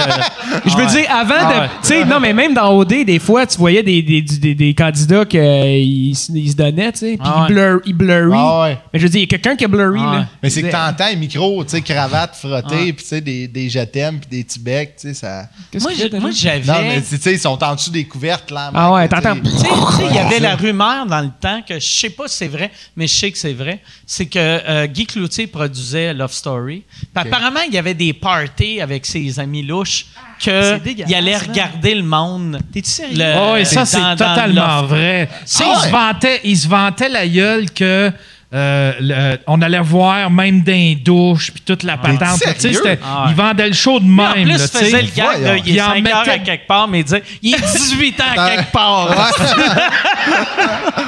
S5: Je veux
S1: ouais.
S5: dire, avant
S1: Ah
S5: de.
S1: ouais.
S5: Tu sais, non, mais même dans OD, des fois, tu voyais des, des, des, des candidats qu'ils se donnaient, tu sais, puis
S1: Ah ouais.
S5: ils blur, ils blurry.
S4: Ah ouais.
S5: Mais je veux dire, il y a quelqu'un qui est blurry,
S1: Ah ouais.
S5: là.
S4: Mais c'est que
S5: Je veux dire,
S4: t'entends les micros, tu sais, cravate frottée, puis tu sais, des, des je t'aime, puis des Tibec, tu sais, ça.
S5: qu'est-ce
S1: Moi,
S5: que
S1: j'ai-
S5: tu fais,
S1: moi,
S5: t'as
S1: j'avais.
S4: Non, mais tu sais, ils sont en dessous des couvertes, là.
S5: Ah ouais,
S4: tu sais.
S5: t'entends.
S1: Tu sais, tu sais, il y avait
S7: Oh,
S1: la rumeur dans le temps que je sais pas si c'est vrai, mais je sais que c'est vrai. C'est que euh, Guy Cloutier produisait Love Story. Puis Apparemment, il y avait des parties avec ses amis louches que
S5: c'est dégueulasse,
S1: il allait
S5: là.
S1: regarder le monde.
S5: T'es-tu sérieux?
S1: Le-
S3: Ah
S7: Oh, et ça,
S1: euh, dans-
S7: c'est
S1: dans
S7: totalement
S1: Love-
S7: vrai. Ça,
S4: Ah
S7: il,
S4: ouais?
S7: se vantait, il se vantait la gueule que. euh, le- on allait voir même dans les douches puis toute la patente.
S4: t'es
S7: Tu sais,
S4: sérieux?
S7: c'était-
S1: Ah ouais.
S7: Il vendait le show de
S1: En
S7: même.
S1: plus,
S7: là,
S1: il
S7: tu sais.
S1: faisait le gag de il est
S7: Il en
S1: 5 heures à
S7: mettait-
S1: quelque part, mais il disait il est 18 ans à quelque part.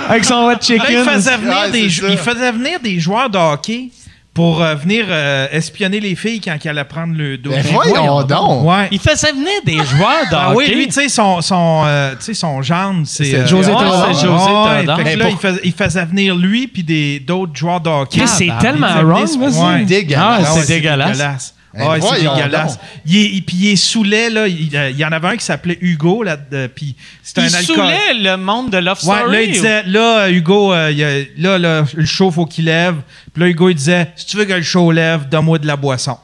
S5: Avec son hot
S3: Là, il,
S5: chicken.
S3: faisait venir
S4: Ouais,
S3: des
S4: c'est
S3: jou-
S4: ça.
S3: il faisait venir des joueurs de hockey pour euh, venir euh, espionner les filles quand ils allaient prendre le dos.
S4: Ben voyons donc.
S3: Ouais.
S1: Il faisait venir des joueurs de
S3: Ah oui,
S1: hockey.
S3: lui, tu sais, son, son, euh, tu sais, son gendre, c'est...
S4: C'est
S3: euh,
S4: José
S3: ouais,
S4: Théodore.
S3: c'est José
S1: Ouais,
S3: Théodore.
S1: fait
S4: que
S3: Mais
S4: là,
S3: pour-
S4: il
S3: il, faisait, venir lui puis des d'autres joueurs de hockey.
S5: Chris, c'est
S3: Ah,
S5: tellement
S3: il faisait
S5: wrong,
S3: venir-
S5: là, ça.
S3: Ouais.
S4: Dégueulasse.
S3: Ah ouais, Ah,
S1: C'est dégueulasse.
S4: Ben
S3: Ouais, c'est
S4: voyons
S3: dégueulasse.
S4: donc.
S3: Il est- il- Puis il est saoulait, là. Il, euh, il y en avait un qui s'appelait Hugo, là. de- Puis c'était un
S1: Il
S3: alcool.
S1: saoulait le monde de Love
S3: Ouais,
S1: Story.
S3: là, il disait, là, euh, Hugo, euh, il y a- là, là, le show, faut qu'il lève. Puis là, Hugo, il disait, si tu veux que le show lève, donne-moi de la boisson.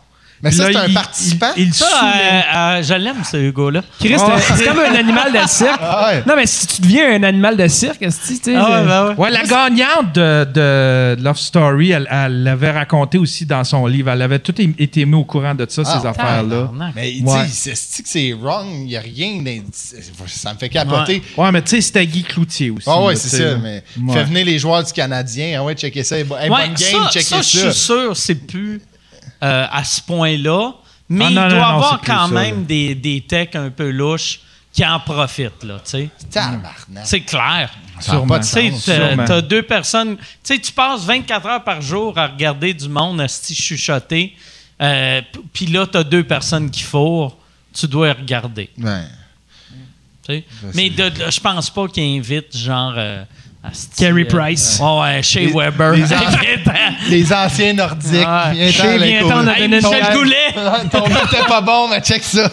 S4: Mais
S3: Puis
S4: ça,
S3: là,
S4: c'est un
S3: il-
S4: participant?
S3: Il, il
S1: Ça,
S3: saoulait.
S1: euh, euh, je l'aime, ce Hugo-là.
S5: Chris, t'es- c'est comme un animal de cirque.
S4: Ah ouais.
S5: Non, mais si tu deviens un animal de cirque, est-ce que tu sais.
S1: Ah ouais, ben ouais.
S3: Ouais, la gagnante de, de Love Story, elle elle l'avait raconté aussi dans son livre. Elle avait tout é- été mise au courant de ça,
S4: Ah,
S3: ces affaires-là.
S1: Tabarnak.
S4: Mais tu
S3: Ouais.
S4: sais, c'est- c'est que c'est wrong, il n'y a rien. d'in- Ça me fait capoter.
S3: Ouais, mais tu sais, c'était Guy Cloutier aussi.
S4: Ah ouais,
S3: là,
S4: c'est
S3: tu sais,
S4: ça,
S3: là.
S4: mais
S3: Ouais.
S4: fait venir les joueurs du Canadien. Ah ouais, checker ça. Hey, bonne
S1: Ouais,
S4: game,
S1: ça,
S4: checker
S1: ça,
S4: ça.
S1: je suis sûr, c'est plus euh, à ce point-là, mais
S3: Ah,
S1: il doit
S3: non, non, non,
S1: avoir
S3: c'est plus
S1: quand
S3: ça,
S1: même
S3: là.
S1: des, des techs un peu louches qui en profitent, là, tu sais.
S4: Tabarnak.
S1: C'est clair.
S4: Ça n'a
S3: sûrement.
S4: pas de
S1: Tu sais,
S4: sens.
S1: t'as-
S3: sûrement.
S1: t'as deux personnes... Tu sais, tu passes 24 heures par jour à regarder du monde asti chuchoter, euh, p- puis là, t'as deux personnes qui fourrent, tu dois regarder.
S4: Ouais.
S1: tu sais. Mais de- de- je pense pas qu'il invite genre. euh, asti,
S5: Carey
S1: euh,
S5: Price.
S1: ouais, ouais, Shea
S4: Les-
S1: Weber.
S4: les en- Les anciens nordiques.
S1: Ah,
S4: viens-t'en,
S5: chez-
S4: les
S5: viens-t'en,
S4: cool.
S5: notre-
S1: Hey, Michel
S5: Ton-
S1: Goulet!
S4: Ton nom était pas bon, mais check ça.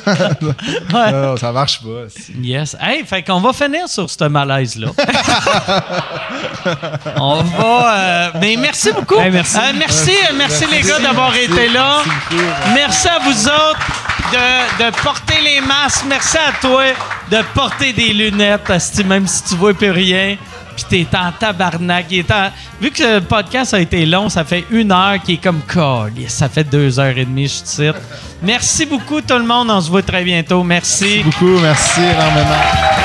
S4: non, ça marche pas. c'est-
S1: Yes. Hey, fait qu'on va finir sur ce malaise-là. On va. euh, mais merci beaucoup.
S5: Hey, merci.
S1: Euh, merci, euh, merci, les gars d'avoir été là. Merci à vous autres de, de porter les masques. Merci à toi de porter des lunettes, asti, même si tu vois plus rien. Puis t'es en tabarnak. Il est en- Vu que le podcast a été long, ça fait une heure qui est comme colle. Ça fait deux heures et demie, je cite. Merci beaucoup tout le monde. On se voit très bientôt.
S4: Beaucoup, merci énormément.